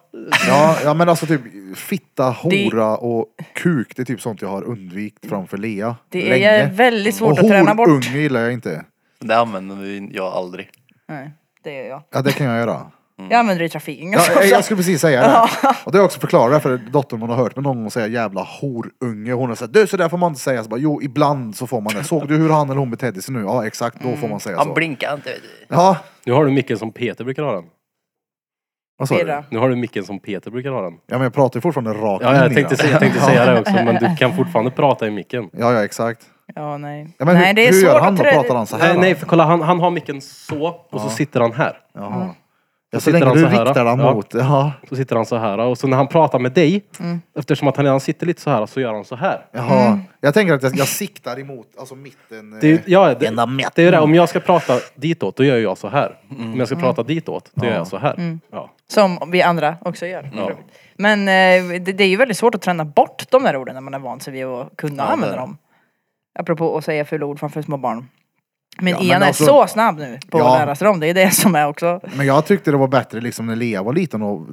Speaker 1: Ja, ja men alltså typ fitta, hora och kuk. Det är typ sånt jag har undvikit framför Lea.
Speaker 2: Det är
Speaker 1: länge.
Speaker 2: väldigt svårt
Speaker 1: och
Speaker 2: att träna bort.
Speaker 1: horunge gillar jag inte.
Speaker 4: Det använder vi- jag aldrig.
Speaker 1: Alltså.
Speaker 2: Nej, det gör jag.
Speaker 1: Ja det kan jag göra.
Speaker 2: Jag använder det i trafiken.
Speaker 1: Mm. Ja, jag, jag skulle precis säga det. Och det har jag också förklarat för dottern man har hört mig någon gång säga jävla horunge. Hon har sagt du så där får man inte säga. Så bara, jo ibland så får man det. Såg du hur han eller hon betedde sig nu? Ja exakt då får man
Speaker 3: Mm.
Speaker 1: säga
Speaker 4: Han
Speaker 1: så.
Speaker 4: blinkar inte. vet du.
Speaker 1: Ja,
Speaker 3: Nu har du micken som Peter brukar ha den.
Speaker 1: vad sa du?
Speaker 2: Birra.
Speaker 1: Ja
Speaker 3: Nu har du micken som Peter brukar ha den.
Speaker 1: men jag pratar ju fortfarande rakt
Speaker 3: Ja,
Speaker 1: in
Speaker 3: jag
Speaker 1: i
Speaker 3: tänkte,
Speaker 1: den.
Speaker 3: säga, jag tänkte säga det också, men du kan fortfarande prata i micken.
Speaker 1: Ja ja exakt.
Speaker 2: Ja, nej.
Speaker 1: Ja, men
Speaker 2: nej,
Speaker 1: hur,
Speaker 2: det
Speaker 1: hur
Speaker 2: är svårt
Speaker 1: gör han
Speaker 2: att
Speaker 1: då?
Speaker 2: trä-
Speaker 1: Pratar han så här?
Speaker 3: Nej,
Speaker 1: då?
Speaker 3: nej för kolla han, han har micken så, och så sitter han här.
Speaker 1: Jaha. Ja, så
Speaker 3: Mm. sitter
Speaker 1: länge
Speaker 3: han
Speaker 1: du
Speaker 3: så här,
Speaker 1: riktar den
Speaker 3: ja.
Speaker 1: mot... Ja.
Speaker 3: Så sitter han så här och så när han pratar med dig, eftersom att han redan sitter lite så här så gör han så här.
Speaker 1: Jaha.
Speaker 2: Mm.
Speaker 1: Jag tänker att jag, jag siktar emot, alltså mitten.
Speaker 3: Det är, ju-
Speaker 1: eh,
Speaker 3: ja, det,
Speaker 1: Ena mätten.
Speaker 3: det är ju det, om jag ska prata ditåt då gör jag så här. Om jag ska
Speaker 1: Mm.
Speaker 3: prata ditåt då gör jag så här. Ja.
Speaker 2: Som vi andra också gör.
Speaker 3: Ja.
Speaker 2: Men eh, det, det är ju väldigt svårt att träna bort de där orden när man är van sig vid att kunna
Speaker 4: Ja,
Speaker 2: använda
Speaker 4: det är det.
Speaker 2: dem. Apropå att säga fula ord framför små barn. Men
Speaker 1: Ja,
Speaker 2: Ian
Speaker 1: men
Speaker 2: är
Speaker 1: alltså-
Speaker 2: så snabb nu på
Speaker 1: Ja.
Speaker 2: att lära sig dem. Det är det som är också.
Speaker 1: Men jag tyckte det var bättre liksom när Lea var liten och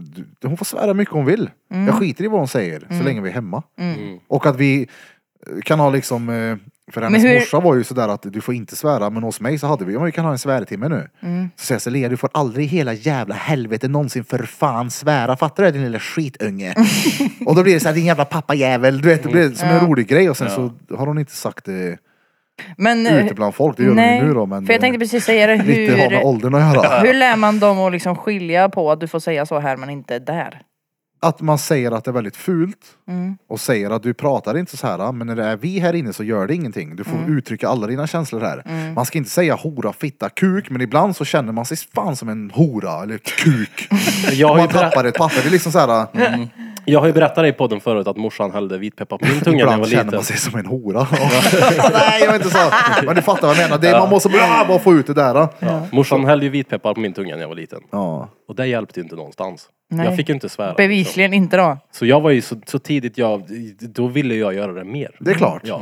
Speaker 1: hon får svära mycket hon vill.
Speaker 2: Mm.
Speaker 1: Jag skiter i vad hon säger så länge vi är hemma. Och att vi eh, kan ha liksom, eh, för hennes
Speaker 2: hur-
Speaker 1: morsa var ju sådär att du får inte svära men hos mig så hade vi, ja men vi kan ha en svärtimme nu.
Speaker 2: Mm.
Speaker 1: Så säger jag så Lea du får aldrig i hela jävla helvete någonsin för fan svära, fattar du din lilla skitunge? och då blir det såhär din jävla pappajävel, du vet det blir som
Speaker 2: Mm.
Speaker 1: en rolig grej och sen så har hon inte sagt det
Speaker 2: Men, eh,
Speaker 1: ute bland folk, det gör hon ju nu då men
Speaker 2: för jag tänkte
Speaker 1: eh,
Speaker 2: precis säga det.
Speaker 1: lite har med
Speaker 2: Hur,
Speaker 1: åldern att göra.
Speaker 2: hur lär man dem att liksom skilja på att du får säga så här men inte där?
Speaker 1: att man säger att det är väldigt fult och säger att du pratar inte så här "Ah, men när det är vi här inne så gör det ingenting. Du får uttrycka alla dina känslor här. Man ska inte säga hora, fitta, kuk men ibland så känner man sig fan som en hora eller kuk.
Speaker 3: Jag, har ju Mm.
Speaker 1: man
Speaker 3: berä-
Speaker 1: tappar ett papper. Det är liksom så här,
Speaker 3: jag har ju berättat i podden förut att morsan hällde vitpeppar på min tunga när jag
Speaker 1: ibland
Speaker 3: var
Speaker 1: känner
Speaker 3: liten.
Speaker 1: man sig som en hora. Nej jag är inte så. Men du fattar vad jag menar. Det är, Man måste bara, bara få ut det där.
Speaker 3: Ja. Morsan hällde ju vitpeppar på min tunga när jag var liten.
Speaker 1: Ja.
Speaker 3: Och det hjälpte ju inte någonstans.
Speaker 2: Nej.
Speaker 3: Jag fick ju inte svära.
Speaker 2: Bevisligen inte då.
Speaker 3: Så jag var ju så, så tidigt jag, då ville jag göra det mer.
Speaker 1: Det Mm. är klart.
Speaker 3: Ja.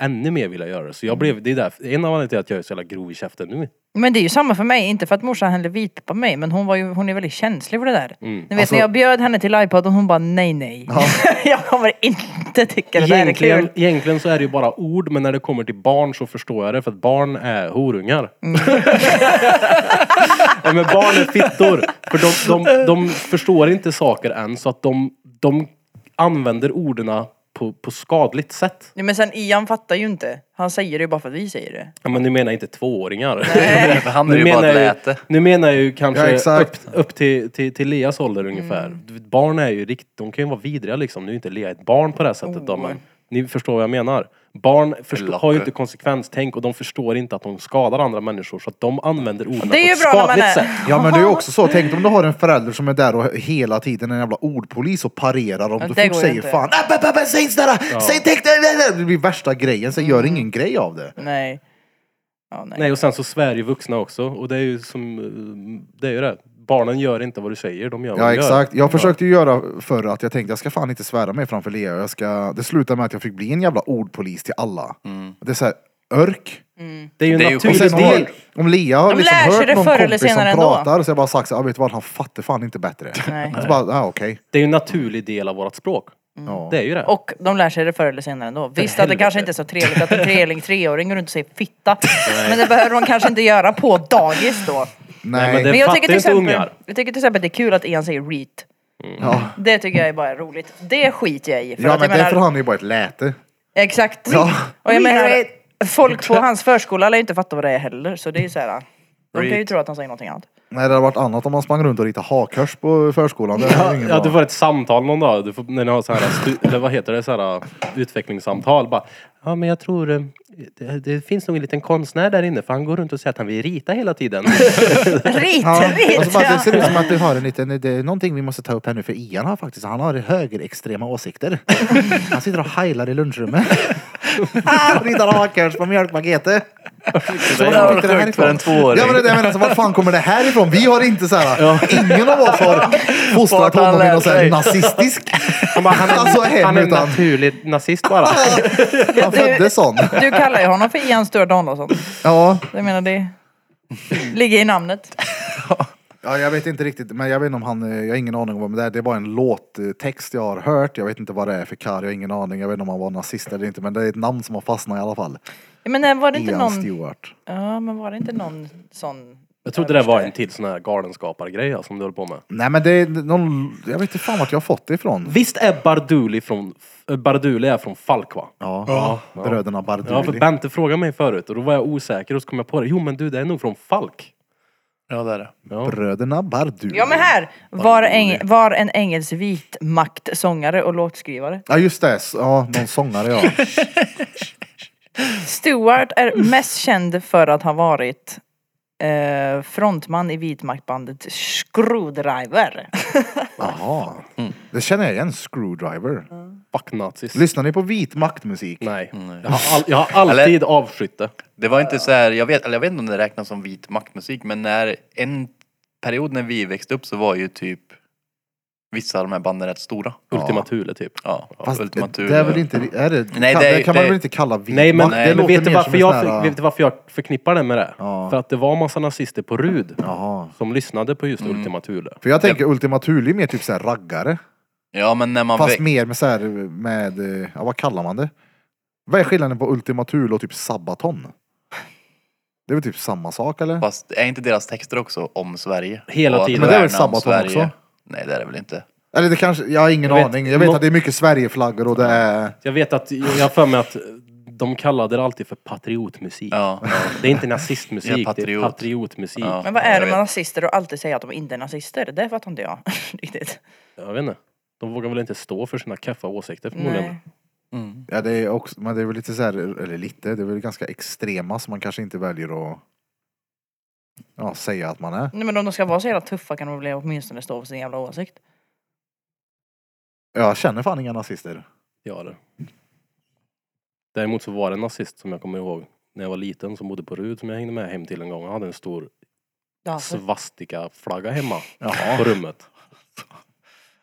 Speaker 3: Ännu mer ville jag göra det. Så jag blev, det är därför, en av anledningarna till att jag är så jävla grov i käften nu.
Speaker 2: Men det är ju samma för mig, inte för att morsan hällde vit på mig men hon, var ju, hon är väldigt känslig för det där.
Speaker 3: Mm.
Speaker 2: Ni vet
Speaker 1: Alltså-
Speaker 2: när jag bjöd henne till iPod och hon bara nej nej. jag kommer inte tycka det där är
Speaker 3: Egentligen,
Speaker 2: kul.
Speaker 3: egentligen så är det ju bara ord, men när det kommer till barn så förstår jag det, för att barn är horungar.
Speaker 2: Mm.
Speaker 3: ja, men barn är fittor. För de, de, de förstår inte saker än, så att de, de använder orden på, på skadligt sätt.
Speaker 2: Nej, Men sen Ian fattar ju inte. Han säger det ju bara för att vi säger det.
Speaker 3: Ja, men nu menar jag inte tvååringar.
Speaker 4: För Han är ju bara ett
Speaker 3: jag ju,
Speaker 4: läte.
Speaker 3: nu menar jag ju kanske
Speaker 1: Ja, exakt.
Speaker 3: upp, upp till, till, till Leas ålder
Speaker 2: Mm.
Speaker 3: ungefär. Du- Barn är ju rikt, de kan ju vara vidriga liksom. Nu är ju inte Lea ett barn på det här
Speaker 2: Oh
Speaker 3: sättet då, men ni förstår vad jag menar. Barn förstå,
Speaker 4: Lacke.
Speaker 3: har ju inte konsekvenstänk och de förstår inte att de skadar andra människor så att de använder orden på
Speaker 2: Det är
Speaker 3: ett
Speaker 2: ju bra när man
Speaker 3: skadligt
Speaker 2: är-
Speaker 3: sätt.
Speaker 1: Ja men det är ju också så, tänk om du har en förälder som är där och hela tiden är en jävla ordpolis och parerar om
Speaker 2: Ja,
Speaker 1: du
Speaker 2: det
Speaker 1: fort
Speaker 2: går ju
Speaker 1: säger
Speaker 2: inte.
Speaker 1: fan "Ah, ba, ba, ba, säg inte sådär, säg tänk det, det, det." det blir värsta grejen, sen gör
Speaker 2: Mm.
Speaker 1: ingen grej av det.
Speaker 2: Nej. Ja, nej.
Speaker 3: Nej och sen så svär ju vuxna också och det är ju som, eh, det är ju det. Barnen gör inte vad du säger, de gör vad
Speaker 1: Ja
Speaker 3: du
Speaker 1: exakt, jag försökte ju göra förr att jag tänkte jag ska fan inte svära mig framför Lea, jag ska... det slutade med att jag fick bli en jävla ordpolis till alla.
Speaker 2: Mm.
Speaker 1: Det är såhär, örk.
Speaker 3: gör. Det är ju en
Speaker 4: Det är ju
Speaker 1: Och
Speaker 3: naturlig
Speaker 1: sen
Speaker 3: del.
Speaker 1: har, om Lea har
Speaker 2: De
Speaker 1: liksom
Speaker 2: lär sig
Speaker 1: hört
Speaker 2: det
Speaker 1: någon
Speaker 2: förr eller
Speaker 1: kompis som
Speaker 2: senare ändå.
Speaker 1: pratar så jag bara sagt såhär, "Ah, vet du vad, han fattar fan inte bättre.
Speaker 2: Nej.
Speaker 1: Så bara, ah, okej.
Speaker 3: Det är ju en naturlig del av vårt språk.
Speaker 2: Mm.
Speaker 1: Ja.
Speaker 3: Det är ju det.
Speaker 2: Och de lär sig det förr eller senare ändå. Visst att det
Speaker 3: helvete.
Speaker 2: kanske inte är så trevligt att en treåring, treåring går runt och säger fitta. men det behöver de kanske inte göra på dagis då.
Speaker 1: Nej.
Speaker 3: men det-
Speaker 2: Men jag
Speaker 3: fattar
Speaker 2: tycker,
Speaker 3: ju
Speaker 2: till
Speaker 3: inte
Speaker 2: exempel,
Speaker 3: ungar.
Speaker 2: jag tycker till exempel att det är kul att Ian säger reet.
Speaker 1: Ja.
Speaker 2: Det tycker jag är bara roligt. Det skiter jag i. För
Speaker 1: Ja
Speaker 2: att
Speaker 1: men
Speaker 2: jag menar,
Speaker 1: därför har han ju bara ett läte.
Speaker 2: Exakt.
Speaker 1: Ja.
Speaker 2: Och jag menar,
Speaker 1: Read.
Speaker 2: folk på hans förskola lär ju inte fatta vad det är heller. Så det är ju så här. äh, De kan ju
Speaker 4: Read.
Speaker 2: tro att han säger någonting annat.
Speaker 1: Nej det hade varit annat om han sprang runt och ritade hakkors på förskolan. Det
Speaker 3: Ja,
Speaker 1: är ingen
Speaker 3: ja,
Speaker 1: bra.
Speaker 3: du får ett samtal någon dag, du får, när ni har så här, stu, eller vad heter det, så här uh, utvecklingssamtal. Bara, ja men jag tror eh, det, det finns nog en liten konstnär där inne för han går runt och säger att han vill rita hela tiden.
Speaker 2: Rit,
Speaker 1: Ja,
Speaker 2: rit!
Speaker 1: alltså bara, det
Speaker 2: ja.
Speaker 1: ser ut som att du har en liten, det är någonting vi måste ta upp här nu för Ian har faktiskt, han har högerextrema åsikter. Han sitter och heilar i lunchrummet. Han ritar hakkors på mjölkpaketet.
Speaker 4: Det
Speaker 1: Var
Speaker 4: där
Speaker 1: fan
Speaker 4: var
Speaker 1: fick det här
Speaker 4: sjukt för en
Speaker 1: ifrån?
Speaker 4: tvååring.
Speaker 1: Ja men det är det jag menar, så var fan kommer det här ifrån? Vi har inte såhär, ingen av oss har fostrat
Speaker 4: Vart han
Speaker 1: honom i
Speaker 4: lär
Speaker 1: någon såhär
Speaker 4: sig.
Speaker 1: nazistisk.
Speaker 3: Han, bara, han är,
Speaker 1: Alltså, hem,
Speaker 3: han är en
Speaker 1: utan-
Speaker 3: naturlig nazist bara.
Speaker 1: Han föddes sån.
Speaker 2: Du kallar ju honom för Ian Störd Danielsson.
Speaker 1: Ja.
Speaker 2: Jag menar det ligger i namnet.
Speaker 1: ja, jag vet inte riktigt, men jag vet inte om han, eh, jag har ingen aning om vad det är. Det är bara en låttext jag har hört. Jag vet inte vad det är för karl, jag har ingen aning. Jag vet inte om han var nazist eller inte, men det är ett namn som har fastnat i alla fall.
Speaker 2: Ja, Men eh, var det inte
Speaker 1: Ian
Speaker 2: någon...
Speaker 1: Stewart.
Speaker 2: Ja, men var det inte någon sån...
Speaker 3: Jag trodde det var en till sån här galenskapargrej ja, som du höll på med.
Speaker 1: Nej men det är någon, jag vet inte fan vart jag har fått det ifrån.
Speaker 3: Visst är Barduli från, eh, Barduli är från Falk va?
Speaker 1: Ja,
Speaker 3: Ja.
Speaker 1: bröderna Barduli.
Speaker 3: Ja, för Bente frågade mig förut och då var jag osäker och så kom jag på det. Jo men du, det är nog från Falk.
Speaker 4: Ja, det är det.
Speaker 3: Ja.
Speaker 1: Bröderna Barduli.
Speaker 2: Ja men här! Var, eng... var en engelsk vitmakt sångare och låtskrivare.
Speaker 1: Ja just det, S- ja, någon sångare ja.
Speaker 2: Stewart är mest känd för att ha varit eh, frontman i vitmaktbandet Screwdriver.
Speaker 1: Jaha.
Speaker 3: Mm.
Speaker 1: Det känner jag igen, Screwdriver.
Speaker 3: Fuck nazis.
Speaker 1: Lyssnar ni på vit maktmusik?
Speaker 3: Nej. Jag, har all, jag har alltid avskytt det.
Speaker 4: Det var inte så här, jag vet, eller jag vet inte om det räknas som vit maktmusik, men när en period när vi växte upp så var ju typ vissa av de här banden rätt stora.
Speaker 3: Ultima Thule typ.
Speaker 4: Ja,
Speaker 1: Fast
Speaker 4: Ultima
Speaker 1: det,
Speaker 4: Thule.
Speaker 1: det är väl inte, är det,
Speaker 4: Nej,
Speaker 1: kan,
Speaker 4: det är-
Speaker 1: det kan
Speaker 4: det
Speaker 1: man
Speaker 4: är-
Speaker 1: väl inte kalla vit
Speaker 3: Nej men,
Speaker 1: makt? Det
Speaker 3: men
Speaker 1: låter
Speaker 3: vet, du
Speaker 1: mer som
Speaker 3: varför
Speaker 1: en
Speaker 3: jag,
Speaker 1: sån här,
Speaker 3: vet du varför jag förknippar det med det?
Speaker 1: Ja.
Speaker 3: För att det var massa nazister på Rud
Speaker 1: Jaha.
Speaker 3: som lyssnade på just
Speaker 1: Mm.
Speaker 3: Ultima Thule.
Speaker 1: För jag tänker Ultima Thule är mer typ såhär raggare.
Speaker 4: Ja, men när man...
Speaker 1: Fast
Speaker 4: väx-
Speaker 1: mer med såhär, med, eh, ja vad kallar man det? Vad är skillnaden på Ultima Thule och typ Sabaton? Det är väl typ samma sak eller?
Speaker 4: Fast är inte deras texter också om Sverige?
Speaker 3: Hela
Speaker 4: Och att
Speaker 3: tiden.
Speaker 1: Men det är väl
Speaker 4: värna om
Speaker 1: Sabaton
Speaker 4: Sverige?
Speaker 1: också?
Speaker 4: Nej, det är det väl inte.
Speaker 1: Eller det kanske, jag har ingen
Speaker 3: Jag vet-
Speaker 1: aning. jag vet
Speaker 3: nå-
Speaker 1: att det är mycket Sverigeflaggor och det är...
Speaker 3: Jag vet att, jag har för mig att de kallade det alltid för patriotmusik.
Speaker 4: Ja.
Speaker 3: Det är inte nazistmusik,
Speaker 4: Ja,
Speaker 3: det är
Speaker 4: patriot.
Speaker 3: patriotmusik.
Speaker 4: Ja.
Speaker 2: Men vad
Speaker 4: jag
Speaker 2: är det
Speaker 4: vet.
Speaker 2: med nazister och alltid säga att de inte är nazister? Det fattar inte jag riktigt.
Speaker 3: Jag vet inte. De vågar väl inte stå för sina keffa åsikter förmodligen.
Speaker 2: Nej.
Speaker 3: Mm.
Speaker 1: Ja, det är också, men det är väl lite så här, eller lite, det är väl ganska extrema som man kanske inte väljer att ja, säga att man är.
Speaker 2: Nej men om de ska vara så jävla tuffa kan de väl åtminstone stå för sin jävla åsikt.
Speaker 1: Jag känner fan inga nazister.
Speaker 3: Ja, det. Däremot så var det en nazist som jag kommer ihåg när jag var liten som bodde på Rud som jag hängde med hem till en gång. Han hade en stor
Speaker 2: Alltså, mm.
Speaker 3: svastika-flagga hemma på rummet.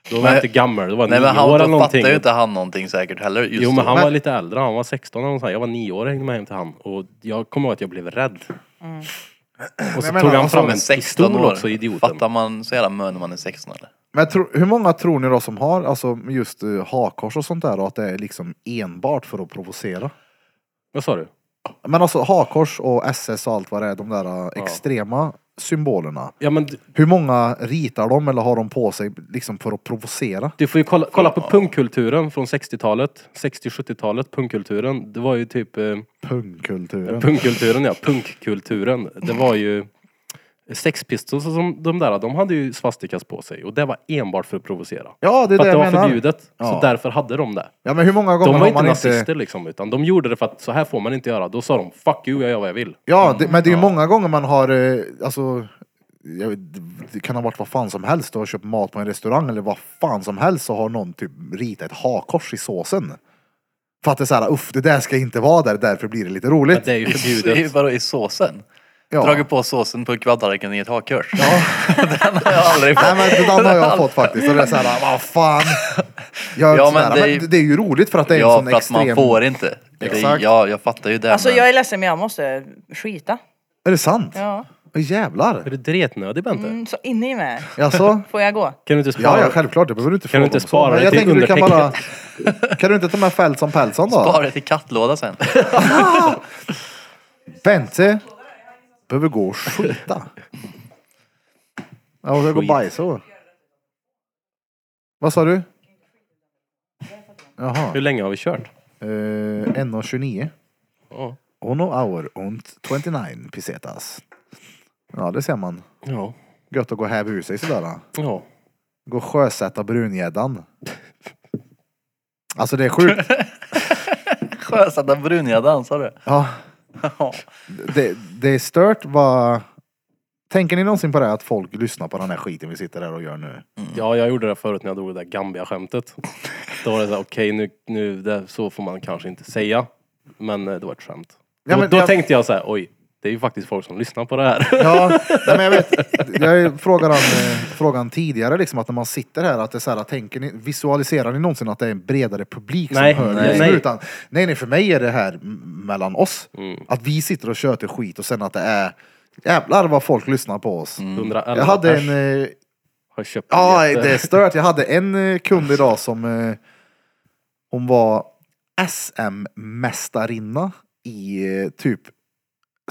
Speaker 3: Då var jag
Speaker 4: Men-
Speaker 3: inte gammal, då var jag
Speaker 4: Nej,
Speaker 3: nio
Speaker 4: men han
Speaker 3: år eller
Speaker 4: då fattar
Speaker 3: någonting.
Speaker 4: ju inte han någonting säkert heller just
Speaker 3: Jo men
Speaker 4: då.
Speaker 3: han
Speaker 1: Men-
Speaker 3: var lite äldre, han var 16 eller så här. Jag var 9 år och hängde med hem till han och jag kommer ihåg att jag blev rädd. Och så
Speaker 1: menar,
Speaker 3: tog han
Speaker 1: alltså,
Speaker 3: fram en
Speaker 4: Men 16
Speaker 3: pistol
Speaker 4: år,
Speaker 3: också, idioten.
Speaker 4: fattar man så jävla mö när man är 16 eller?
Speaker 1: Men jag tror, hur många tror ni då som har alltså just uh, hakkors och sånt där och att det är liksom enbart för att provocera?
Speaker 3: Vad sa du?
Speaker 1: Men alltså hakkors och SS och allt vad det är, de där eh, extrema symbolerna.
Speaker 3: Ja men du-
Speaker 1: Hur många ritar de eller har de på sig liksom för att provocera?
Speaker 3: du får ju kolla, kolla på punkkulturen från 60-talet, 60-70-talet, punkkulturen. Det var ju typ eh,
Speaker 1: Pungkulturen.
Speaker 3: Punkkulturen ja, punkkulturen. Det var ju Sex Pistols och som, de där, de hade ju svastikas på sig och det var enbart för att provocera.
Speaker 1: Ja, det är det
Speaker 3: för att det
Speaker 1: jag
Speaker 3: var
Speaker 1: menar.
Speaker 3: förbjudet,
Speaker 1: Ja.
Speaker 3: så därför hade de det.
Speaker 1: Ja men hur många gånger
Speaker 3: De var
Speaker 1: har
Speaker 3: inte
Speaker 1: man
Speaker 3: nazister
Speaker 1: inte...
Speaker 3: liksom, utan de gjorde det för att så här får man inte göra. Då sa de 'fuck you, jag gör vad jag vill'.
Speaker 4: Mm,
Speaker 1: Ja, det, men det är ju många gånger man har, eh, alltså, jag vet, det kan ha varit vad fan som helst, du har köpt mat på en restaurang eller vad fan som helst så har någon typ ritat ett hakkors i såsen. För att det är såhär, uff det där ska inte vara där, därför blir det lite roligt.
Speaker 3: Men det är ju
Speaker 4: I,
Speaker 3: förbjudet.
Speaker 4: vadå, i såsen?
Speaker 1: Ja.
Speaker 4: Dragit på såsen på kvaddtallriken i ett hakkors? Den har jag aldrig fått.
Speaker 1: Nej men det där har jag fått faktiskt, och det är såhär, vad fan. Jag
Speaker 4: Ja,
Speaker 1: ja,
Speaker 4: men
Speaker 1: men,
Speaker 4: det är-
Speaker 1: men det är ju roligt för att det är en
Speaker 4: Ja,
Speaker 1: sån
Speaker 4: för att
Speaker 1: extrem...
Speaker 4: man får inte. Det-
Speaker 1: Exakt.
Speaker 4: Ja, jag fattar ju det.
Speaker 2: Alltså
Speaker 4: men-
Speaker 2: jag är ledsen men jag måste skita.
Speaker 1: Är det sant?
Speaker 2: Ja.
Speaker 1: Åh, Jävlar!
Speaker 3: Är du dretnödig Bente?
Speaker 2: Mm, så in i mig.
Speaker 1: Alltså,
Speaker 2: Får jag gå?
Speaker 3: Kan du inte
Speaker 1: ja,
Speaker 3: spara?
Speaker 1: ja självklart, det behöver du inte
Speaker 3: Kan du inte
Speaker 1: om så.
Speaker 3: spara
Speaker 1: Men
Speaker 3: det
Speaker 1: jag
Speaker 3: till
Speaker 1: tänker du kan bara... Kan du inte ta med Feltson Peltson då?
Speaker 4: Spara det till kattlåda sen.
Speaker 1: Bente behöver gå och skita. Ja, hon ska gå och bajsa. hon. Vad sa du?
Speaker 3: Hur
Speaker 1: Jaha.
Speaker 3: länge har vi kört?
Speaker 1: Eh, 1.29.
Speaker 3: Ja.
Speaker 1: Ono hour und 29 pesetas. Ja, det ser man.
Speaker 3: Ja.
Speaker 1: Gött att gå och häva ur sig sådär. då.
Speaker 3: ja.
Speaker 1: Gå och sjösätta brungäddan. Alltså det är sjukt.
Speaker 4: Sjösatta brungäddan sa du?
Speaker 1: Ja,
Speaker 4: Ja.
Speaker 1: det, det är stört vad... Tänker ni någonsin på det här att folk lyssnar på den här skiten vi sitter där och gör nu?
Speaker 3: Ja, jag gjorde det förut när jag drog det där Gambia-skämtet. Då var det såhär, okej nu, nu det, så får man kanske inte säga. Men eh, det var ett skämt.
Speaker 1: Ja, men
Speaker 3: då då
Speaker 1: jag-
Speaker 3: tänkte jag så här, oj, det är ju faktiskt folk som lyssnar på det här.
Speaker 1: Ja, nej, men jag vet. Jag frågade han, eh, frågan tidigare liksom att när man sitter här att det är så här, tänker ni, visualiserar ni någonsin att det är en bredare publik
Speaker 3: Nej,
Speaker 1: som hör
Speaker 3: nej.
Speaker 1: nej.
Speaker 3: Nej.
Speaker 1: Utan, nej, nej, för mig är det här m- mellan oss.
Speaker 3: Mm.
Speaker 1: Att vi sitter och tjöter skit och sen att det är jävlar vad folk lyssnar på oss.
Speaker 3: Mm. 111
Speaker 1: Mm. Jag hade
Speaker 3: pers
Speaker 1: en, eh,
Speaker 3: har köpt
Speaker 1: ja
Speaker 3: biljetter.
Speaker 1: det är stört, jag hade en eh, kund idag som eh, hon var SM-mästarinna i eh, typ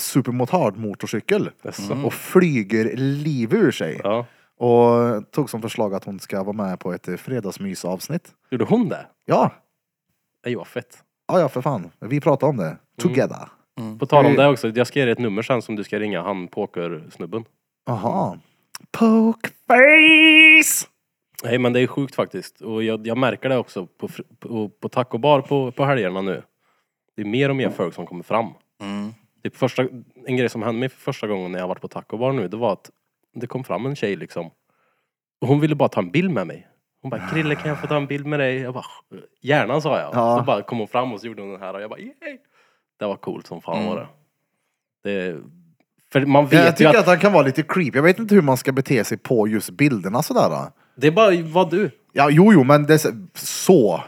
Speaker 1: supermotard motorcykel
Speaker 3: Jaså.
Speaker 1: och flyger liv ur sig.
Speaker 3: Mm. Ja.
Speaker 1: Och tog som förslag att hon ska vara med på ett eh, fredagsmysavsnitt.
Speaker 3: Gjorde hon det?
Speaker 1: Ja,
Speaker 3: Det var fett.
Speaker 1: ja, ja för fan. Vi pratade om
Speaker 3: Mm.
Speaker 1: det. Together.
Speaker 3: På tal om
Speaker 1: Vi-
Speaker 3: det också, jag ska ge dig ett nummer sen som du ska ringa han pokersnubben.
Speaker 1: Jaha. Pokeface!
Speaker 3: Nej men det är sjukt faktiskt. Och jag, jag märker det också på, fr- på, på taco bar på, på helgerna nu. Det är mer och mer folk som kommer fram.
Speaker 4: Mm.
Speaker 3: Typ första, en grej som hände mig för första gången när jag varit på taco bar nu, det var att det kom fram en tjej liksom. Och hon ville bara ta en bild med mig. Hon bara, Krille kan jag få ta en bild med dig? Jag bara, gärna sa jag.
Speaker 1: Ja.
Speaker 3: Så bara kom hon fram och så gjorde hon den här och jag bara, yay! Det var coolt som fan var det. det. För man vet
Speaker 1: Mm. Jag
Speaker 3: ju
Speaker 1: tycker
Speaker 3: att,
Speaker 1: att han kan vara lite creepy. Jag vet inte hur man ska bete sig på just bilderna sådär. då.
Speaker 3: det är bara, vad du?
Speaker 1: Ja, jo, jo, men det är så- så.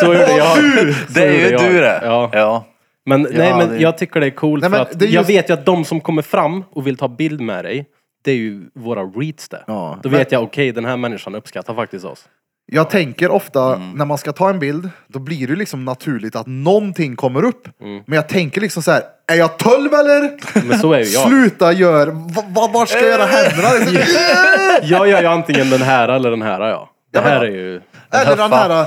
Speaker 3: Så gjorde jag. Så
Speaker 4: Det är ju
Speaker 3: gjorde jag.
Speaker 4: du det.
Speaker 3: Ja.
Speaker 4: ja.
Speaker 3: Men, nej, men
Speaker 4: det-
Speaker 3: jag tycker det är coolt
Speaker 1: Nej,
Speaker 3: för
Speaker 1: men
Speaker 3: att
Speaker 1: det är
Speaker 3: jag
Speaker 1: just-
Speaker 3: vet ju att de som kommer fram och vill ta bild med dig, det är ju våra reads det.
Speaker 1: Ja,
Speaker 3: Då
Speaker 1: men-
Speaker 3: vet jag, okej den här människan uppskattar faktiskt oss.
Speaker 1: Jag tänker ofta när man ska ta en bild, då blir det liksom naturligt att någonting kommer upp. Men jag tänker liksom så här, är jag tolv eller?
Speaker 3: Men så är ju jag.
Speaker 1: Sluta gör, va, va, var ska jag göra händerna? Liksom,
Speaker 3: Jag gör ju antingen den här eller den här ja. Det
Speaker 1: Ja, men-
Speaker 3: här är ju...
Speaker 1: Eller den
Speaker 4: Tuffa.
Speaker 1: här,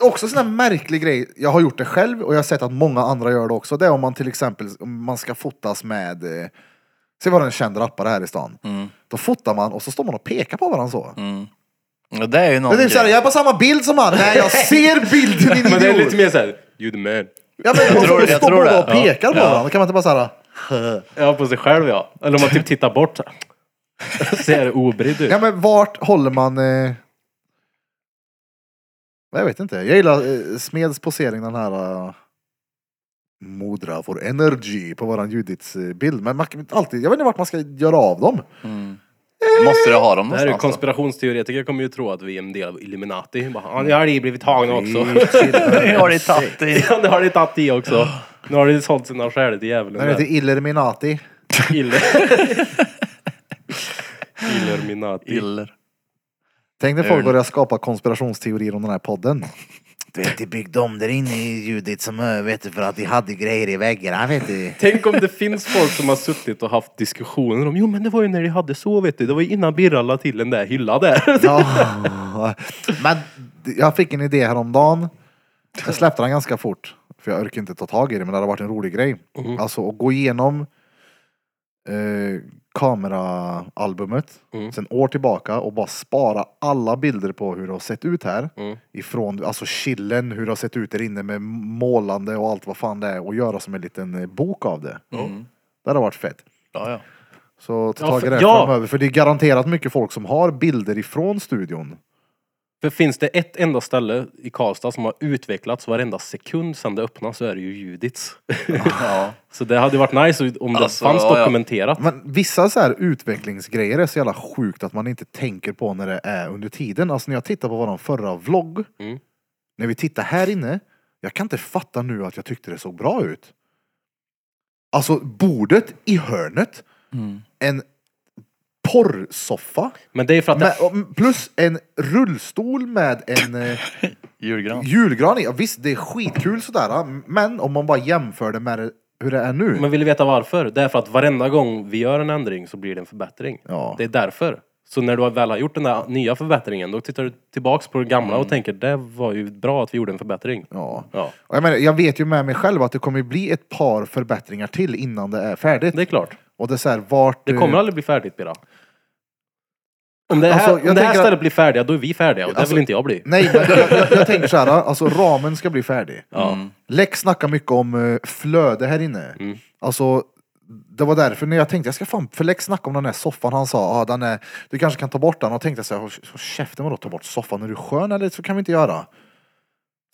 Speaker 1: också sån här märklig grej, jag har gjort det själv och jag har sett att många andra gör det också. Det är om man till exempel, om man ska fotas med, eh, se vad det är en känd rappare här i stan. Då fotar man och så står man och pekar på varandra så.
Speaker 4: Ja, Det är ju
Speaker 1: Det är
Speaker 4: någonting.
Speaker 1: typ såhär, jag är på samma bild som han, nej jag ser bilden din
Speaker 3: Men det är lite
Speaker 1: idiot!
Speaker 3: mer såhär, you the man.
Speaker 1: Ja, men, och
Speaker 4: tror
Speaker 1: så
Speaker 4: det, jag
Speaker 1: står
Speaker 4: tror
Speaker 1: båda
Speaker 4: det.
Speaker 1: och pekar på varandra, då kan man inte bara såhär,
Speaker 3: Ja, på sig själv ja. Eller om man typ tittar bort så här. Ser obrydd ut.
Speaker 1: ja men vart håller man eh, jag vet inte, jag gillar eh, Smeds posering den här eh, Modra for energy på våran Judits eh, bild. Men man kan inte alltid, jag vet inte vart man ska göra av dem.
Speaker 4: Måste du ha dem
Speaker 3: Det här är ju
Speaker 4: någonstans? då?
Speaker 3: konspirationsteoretiker kommer ju tro att vi är en del av Illuminati. Bara, "Ja, nu har ni blivit tagna också.
Speaker 4: Nu har det tagit i.
Speaker 3: Ja, nu har ni tagit i också. Nu har ni sålt sina själar till djävulen.
Speaker 1: Den heter
Speaker 3: där.
Speaker 1: Illerminati.
Speaker 3: Iller- Illerminati.
Speaker 4: Iller.
Speaker 1: Tänk när folk börjar skapa konspirationsteorier om den här podden. Du vet, de byggde om där inne i Judit som ö, vet du, för att de hade grejer i väggarna, vet du.
Speaker 3: Tänk om det finns folk som har suttit och haft diskussioner om, jo men det var ju när de hade så vet du, det var ju innan Birra la till den där hyllan där.
Speaker 1: Ja. Men jag fick en idé häromdagen. Jag släppte den ganska fort. För jag orkar inte ta tag i det, men det hade varit en rolig grej.
Speaker 3: Mm.
Speaker 1: Alltså att gå igenom eh, kameraalbumet
Speaker 3: Mm.
Speaker 1: sen år tillbaka och bara spara alla bilder på hur det har sett ut här.
Speaker 3: Mm.
Speaker 1: Ifrån alltså chillen, hur det har sett ut där inne med målande och allt vad fan det är och göra som en liten eh, bok av det. Det hade varit fett.
Speaker 4: Ja, ja.
Speaker 1: Så ta
Speaker 3: Ja,
Speaker 1: tag i
Speaker 3: för-
Speaker 1: det här
Speaker 3: ja.
Speaker 1: framöver, för det är garanterat mycket folk som har bilder ifrån studion.
Speaker 3: För finns det ett enda ställe i Karlstad som har utvecklats varenda sekund sedan det öppnades så är det ju Judits.
Speaker 4: ja.
Speaker 3: Så det hade ju varit nice om det
Speaker 4: Alltså,
Speaker 3: fanns
Speaker 4: ja, ja.
Speaker 3: dokumenterat.
Speaker 1: Men vissa så här utvecklingsgrejer är så jävla sjukt att man inte tänker på när det är under tiden. Alltså när jag tittar på våran förra vlogg,
Speaker 3: Mm.
Speaker 1: när vi tittar här inne, jag kan inte fatta nu att jag tyckte det såg bra ut. Alltså bordet i hörnet, en porrsoffa,
Speaker 3: Men det är för att
Speaker 1: med,
Speaker 3: det...
Speaker 1: och- plus en rullstol med en eh,
Speaker 4: Julgran.
Speaker 1: julgran i. Ja, visst, det är skitkul sådär, men om man bara jämför det med det- hur det är nu.
Speaker 3: Men vill du veta varför? Det är för att varenda gång vi gör en ändring så blir det en förbättring.
Speaker 1: Ja.
Speaker 3: Det är därför. Så när du väl har gjort den där nya förbättringen, då tittar du tillbaks på det gamla och tänker det var ju bra att vi gjorde en förbättring.
Speaker 1: Mm. Ja.
Speaker 3: Ja,
Speaker 1: Och jag, menar, jag vet ju med mig själv att det kommer ju bli ett par förbättringar till innan det är färdigt.
Speaker 3: det är klart.
Speaker 1: Och det är så här, vart...
Speaker 3: Det
Speaker 1: eh,
Speaker 3: kommer aldrig bli färdigt, Bira. Om det här,
Speaker 1: Alltså, jag
Speaker 3: om det här
Speaker 1: tänker att- Alltså-
Speaker 3: stället blir färdiga, då är vi färdiga och det vill inte jag bli.
Speaker 1: Nej, men jag, jag, jag tänker så här, alltså ramen ska bli färdig.
Speaker 3: Ja.
Speaker 1: Lex snackar mycket om eh, flöde här inne.
Speaker 3: Mm.
Speaker 1: Alltså, det var därför när jag tänkte, jag ska fan, för Lex snackade om den här soffan, han sa, ah, den är, du kanske kan ta bort den. Och tänkte jag så här, "Håll k- käften vadå ta bort soffan, är du skön eller så kan vi inte göra.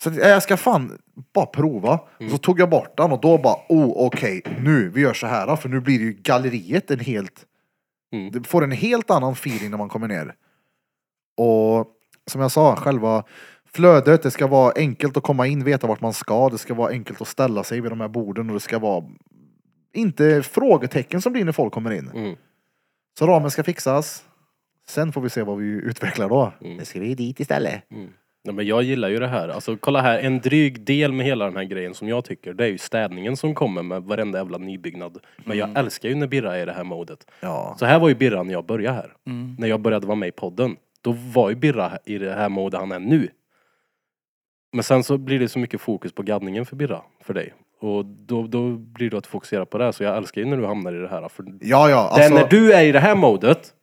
Speaker 1: Så att, "Eh, jag ska fan bara prova.
Speaker 3: Mm.
Speaker 1: Så tog jag bort den och då bara, oh okej, nu, vi gör så här, för nu blir det ju galleriet en helt,
Speaker 3: Mm.
Speaker 1: det får en helt annan feeling när man kommer ner. Och som jag sa, själva flödet, det ska vara enkelt att komma in, veta vart man ska, det ska vara enkelt att ställa sig vid de här borden och det ska vara inte frågetecken som blir när folk kommer in.
Speaker 3: Mm.
Speaker 1: Så ramen ska fixas. Sen får vi se vad vi utvecklar då.
Speaker 3: Mm.
Speaker 1: Nu ska vi dit istället.
Speaker 3: Nej, men jag gillar ju det här. Alltså kolla här, en dryg del med hela den här grejen som jag tycker, det är ju städningen som kommer med varenda jävla nybyggnad. Men
Speaker 1: Mm.
Speaker 3: jag älskar ju när Birra är i det här modet.
Speaker 1: Ja.
Speaker 3: Så här var ju Birra när jag började här. När jag började vara med i podden. Då var ju Birra i det här modet han är nu. Men sen så blir det så mycket fokus på gaddningen för Birra, för dig. Och då, då blir det att fokusera på det här. Så jag älskar ju när du hamnar i det här. För
Speaker 1: Ja, ja.
Speaker 3: det är
Speaker 1: Alltså,
Speaker 3: när du är i det här modet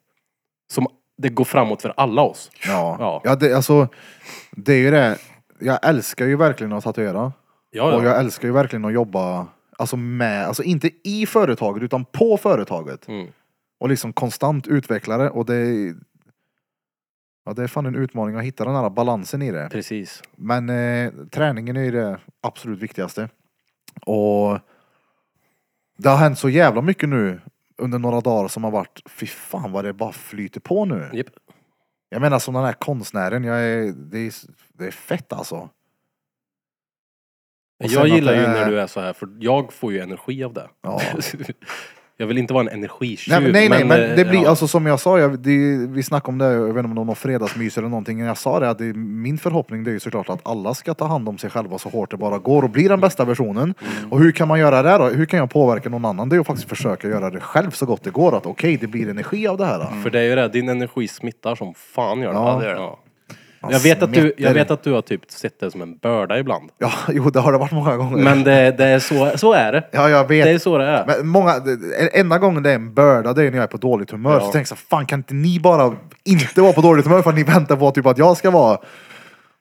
Speaker 3: som det går framåt för alla oss.
Speaker 1: ja.
Speaker 3: Ja.
Speaker 1: Ja. det, alltså, det är ju det. Jag älskar ju verkligen att tatuera.
Speaker 3: Ja, ja.
Speaker 1: Och jag älskar ju verkligen att jobba, alltså med, alltså inte i företaget utan på företaget.
Speaker 3: Mm.
Speaker 1: Och liksom konstant utveckla det och det Ja det är fan en utmaning att hitta den här balansen i det.
Speaker 3: Precis.
Speaker 1: Men eh, träningen är ju det absolut viktigaste. Och det har hänt så jävla mycket nu under några dagar som har varit, fy fan vad det bara flyter på nu.
Speaker 3: Japp.
Speaker 1: Jag menar som den här konstnären, jag är, det, är, det är fett alltså. Och sen
Speaker 3: Jag
Speaker 1: att
Speaker 3: gillar
Speaker 1: det
Speaker 3: ju
Speaker 1: är-
Speaker 3: när du är så här för jag får ju energi av det.
Speaker 1: Ja.
Speaker 3: jag vill inte vara en energitjuv.
Speaker 1: Nej, men- nej, nej, men
Speaker 3: eh,
Speaker 1: det blir,
Speaker 3: ja.
Speaker 1: alltså som jag sa, jag, det, vi snackade om det, jag vet inte om det var någon fredagsmys eller någonting, jag sa det att det, min förhoppning det är ju såklart att alla ska ta hand om sig själva så hårt det bara går och bli den bästa versionen.
Speaker 3: Mm.
Speaker 1: Och hur kan man göra det då? Hur kan jag påverka någon annan? Det är ju att faktiskt försöka göra det själv så gott det går, att okej, det blir energi av det här. Då.
Speaker 3: För det är ju det, din energi smittar som fan gör det.
Speaker 1: Ja,
Speaker 4: det gör det.
Speaker 3: Jag, vet att du, jag
Speaker 1: smitter.
Speaker 3: vet att du har typ sett det som en börda ibland.
Speaker 1: Alltså, Ja, jo, det har det varit många gånger.
Speaker 3: Men det, det är så, så är det.
Speaker 1: ja, jag vet.
Speaker 3: Det är så det är.
Speaker 1: Men många, en- enda gången det är en börda, det är när jag är på dåligt humör. Så tänker jag så här, fan kan inte ni bara inte vara på dåligt humör för att ni väntar på typ att jag ska vara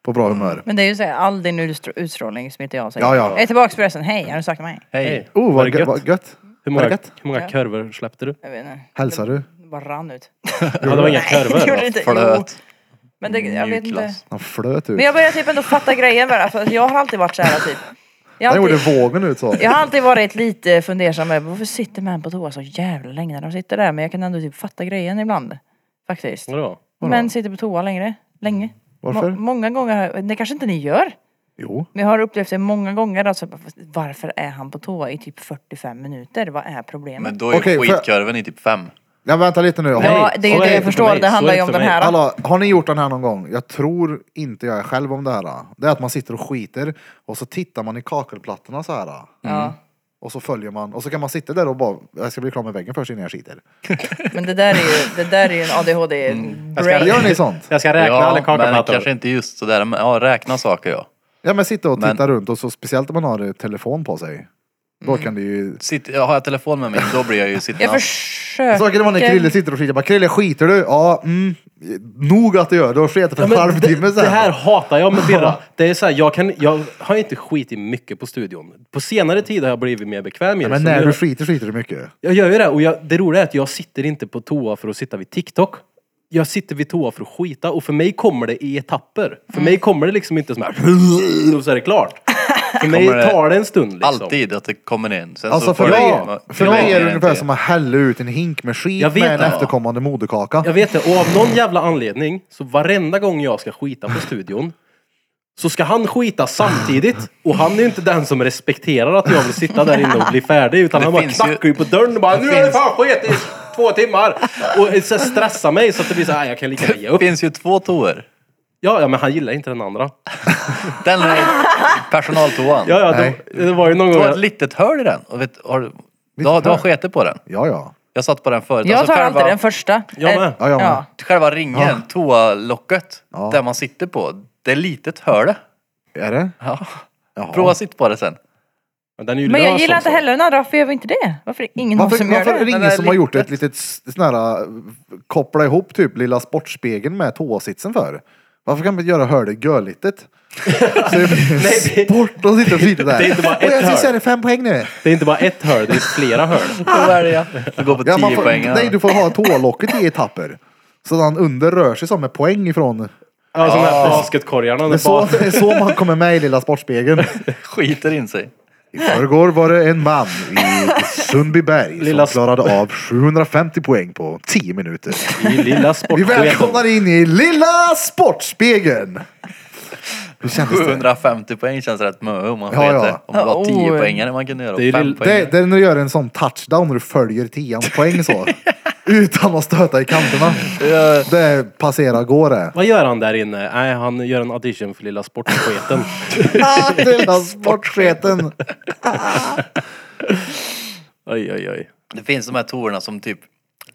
Speaker 1: på bra humör?
Speaker 2: Men det är ju såhär, all din utstr- utstrålning smittar jag av sig.
Speaker 1: Ja, ja.
Speaker 2: Jag är tillbaka förresten, hej, har du saknat mig?
Speaker 4: Hej.
Speaker 3: Hej,
Speaker 1: Oh,
Speaker 3: var
Speaker 1: vad
Speaker 3: det
Speaker 1: gött.
Speaker 3: gött?
Speaker 1: Vad gött.
Speaker 3: Hur
Speaker 1: var
Speaker 3: många,
Speaker 1: det gött?
Speaker 3: hur många
Speaker 2: Ja.
Speaker 3: kurvor släppte du?
Speaker 2: Jag vet inte.
Speaker 1: Hälsar du?
Speaker 2: Det bara rann ut.
Speaker 3: Ja, det var inga kurvor.
Speaker 2: det gjorde
Speaker 3: va?
Speaker 2: det inte. Jo.
Speaker 4: Flöt.
Speaker 2: Men det, jag vet inte.
Speaker 4: Mjukglass.
Speaker 1: Han flöt ut.
Speaker 2: Men jag börjar typ ändå fatta grejen bara, för att jag har alltid varit såhär typ. Jag har
Speaker 1: Han gjorde
Speaker 2: alltid,
Speaker 1: vågen ut så.
Speaker 2: jag har alltid varit lite fundersam över varför sitter män på toa så jävla länge när de sitter där? Men jag kan ändå typ fatta grejen ibland. Faktiskt.
Speaker 3: Vadå?
Speaker 2: Män sitter på toa längre. Länge.
Speaker 1: Varför?
Speaker 2: Må- många gånger, har- det kanske inte ni gör.
Speaker 1: Jo.
Speaker 2: Men jag har upplevt det många gånger. Alltså, varför är han på toa i typ 45 minuter? Vad är problemet?
Speaker 4: Men då är
Speaker 1: Okej, för-
Speaker 4: skitkurven i typ fem.
Speaker 1: Ja, vänta lite nu. Har,
Speaker 2: ja,
Speaker 3: Nej,
Speaker 2: det är ju
Speaker 3: så
Speaker 2: det
Speaker 3: är det
Speaker 2: jag
Speaker 3: för
Speaker 2: förstår.
Speaker 3: mig.
Speaker 2: Det
Speaker 3: Så
Speaker 2: handlar
Speaker 3: är
Speaker 2: ju
Speaker 3: det
Speaker 2: om
Speaker 3: för
Speaker 2: den
Speaker 3: mig.
Speaker 2: här.
Speaker 1: alla, har ni gjort den här någon gång? Jag tror inte jag är själv om det här. Det är att man sitter och skiter och så tittar man i kakelplattorna så här.
Speaker 3: Mm.
Speaker 2: Ja.
Speaker 1: Och så följer man och så kan man sitta där och bara, jag ska bli klar med väggen först innan jag skiter.
Speaker 2: Men det där är ju, det där är ju en ADHD.
Speaker 3: Jag ska-
Speaker 2: brain.
Speaker 1: Gör ni sånt?
Speaker 3: Jag ska räkna alla
Speaker 4: ja, men
Speaker 3: kakaplattor.
Speaker 4: kanske inte just sådär. Men ja, räkna saker ja.
Speaker 1: Ja men sitta och
Speaker 4: Men-
Speaker 1: titta runt och så speciellt om man har eh, telefon på sig. Då kan det ju...
Speaker 4: Sitt, ja, har jag telefon med mig, då blir jag ju sittande.
Speaker 2: Jag försöker.
Speaker 1: Saken var när Krille sitter och skiter, jag bara Krille skiter du? Ja, mm. Nog att du gör, du har skitit för
Speaker 3: Ja,
Speaker 1: en
Speaker 3: men
Speaker 1: halvtimme
Speaker 3: det,
Speaker 1: sedan.
Speaker 3: det här hatar jag med Birra. Det är så här, jag, kan, jag har inte skitit mycket på studion. På senare tid har jag blivit mer bekväm i det.
Speaker 1: Men
Speaker 3: så
Speaker 1: när
Speaker 3: nu-
Speaker 1: du skiter, skiter du mycket.
Speaker 3: Jag gör ju det och jag, det roliga är att jag sitter inte på toa för att sitta vid TikTok. Jag sitter vid toa för att skita och för mig kommer det i etapper. För
Speaker 4: Mm.
Speaker 3: mig kommer det liksom inte som här och så är det klart. För mig
Speaker 4: Kommer det
Speaker 3: tar det en stund liksom.
Speaker 4: Alltid att det kommer in. Sen
Speaker 1: Alltså
Speaker 4: så
Speaker 1: för,
Speaker 4: får det-
Speaker 1: mig, för
Speaker 4: Ja,
Speaker 1: mig är det
Speaker 4: inte
Speaker 1: ungefär som att hälla ut en hink med skit
Speaker 3: Jag vet
Speaker 1: med en
Speaker 3: det.
Speaker 1: efterkommande moderkaka.
Speaker 3: Jag vet det, och av någon jävla anledning, så varenda gång jag ska skita på studion, så ska han skita samtidigt. Och han är ju inte den som respekterar att jag vill sitta där inne och bli färdig, utan
Speaker 4: Det
Speaker 3: han bara
Speaker 4: finns
Speaker 3: knackar
Speaker 4: ju-
Speaker 3: ju på dörren och bara Nu är det
Speaker 4: finns-
Speaker 3: fan skit i två timmar! Och så stressar mig så att det blir så här, jag kan lika gärna ge
Speaker 4: Det
Speaker 3: upp.
Speaker 4: finns ju två toor.
Speaker 3: Ja, ja, men han gillar inte den andra.
Speaker 4: Den är personaltoan.
Speaker 3: Ja, ja,
Speaker 1: Nej.
Speaker 3: det, det var ju någon
Speaker 4: Det
Speaker 3: gång...
Speaker 4: var ett litet hål i den. Och vet, har, du, du, har, du har sketit på den.
Speaker 1: Ja, ja.
Speaker 4: Jag satt på den förut.
Speaker 2: Jag
Speaker 4: Alltså
Speaker 2: tar alltid
Speaker 4: själva-
Speaker 2: den första. Eh,
Speaker 3: Jag med.
Speaker 1: Ja, ja, men-
Speaker 2: Ja.
Speaker 4: Själva ringen, toalocket,
Speaker 1: Ja.
Speaker 4: där man sitter på. Det är litet hörde.
Speaker 1: Är det?
Speaker 4: Ja.
Speaker 1: Jaha.
Speaker 4: Prova att sitta på det sen.
Speaker 3: Men den är ju
Speaker 2: Men jag
Speaker 3: lös alltså.
Speaker 2: gillar
Speaker 3: också.
Speaker 2: inte heller den andra, varför gör vi inte det? Varför är det ingen
Speaker 1: Varför,
Speaker 2: som gör
Speaker 1: varför är det
Speaker 2: det?
Speaker 1: ingen
Speaker 4: Den där
Speaker 1: som har gjort
Speaker 4: litet-
Speaker 1: ett litet s- sån här, eh, koppla ihop typ lilla sportspegeln med toasitsen för? Varför kan man inte göra hörde görlitet? Så det blir sport och sitta och flyta där.
Speaker 3: det är inte bara
Speaker 1: och jag
Speaker 3: ett
Speaker 1: syns
Speaker 3: hörn.
Speaker 1: är det fem poäng nu.
Speaker 3: Det är inte bara ett hörn, det är flera hörn.
Speaker 4: Då välja. Du går på
Speaker 1: Ja, man
Speaker 4: 10
Speaker 1: får,
Speaker 4: poäng.
Speaker 1: nej, du får ha toalocket i etapper. Så han under rör sig som med poäng ifrån.
Speaker 3: Ja, som de här basketkorgarna.
Speaker 1: Det är,
Speaker 3: Det
Speaker 1: så,
Speaker 3: bara...
Speaker 1: det är så man kommer med i lilla sportspegeln.
Speaker 4: Skiter in sig.
Speaker 1: I förrgår var det en man i Sundbyberg
Speaker 3: Lilla sp-
Speaker 1: som klarade av 750 poäng på 10 minuter.
Speaker 3: I lilla
Speaker 1: Vi
Speaker 3: sportsketen.
Speaker 1: välkomnar in i lilla sportspegeln! Hur kändes det?
Speaker 4: 750 poäng känns rätt mö om man
Speaker 1: Ja,
Speaker 4: vet
Speaker 1: ja.
Speaker 4: det. Om det var
Speaker 2: Oh.
Speaker 4: 10 poängare man kunde göra
Speaker 3: Det är
Speaker 4: och 5
Speaker 3: lill-
Speaker 1: det?
Speaker 4: poäng.
Speaker 1: Det är när du gör en sån touchdown och du följer 10 poäng så. utan att stöta i kanterna. Det passerar går det.
Speaker 3: Vad gör han där inne? Nej, han gör en audition för lilla sportsketen.
Speaker 1: Ah, lilla sportsketen!
Speaker 3: Oj, oj, oj.
Speaker 4: Det finns de här toorna som typ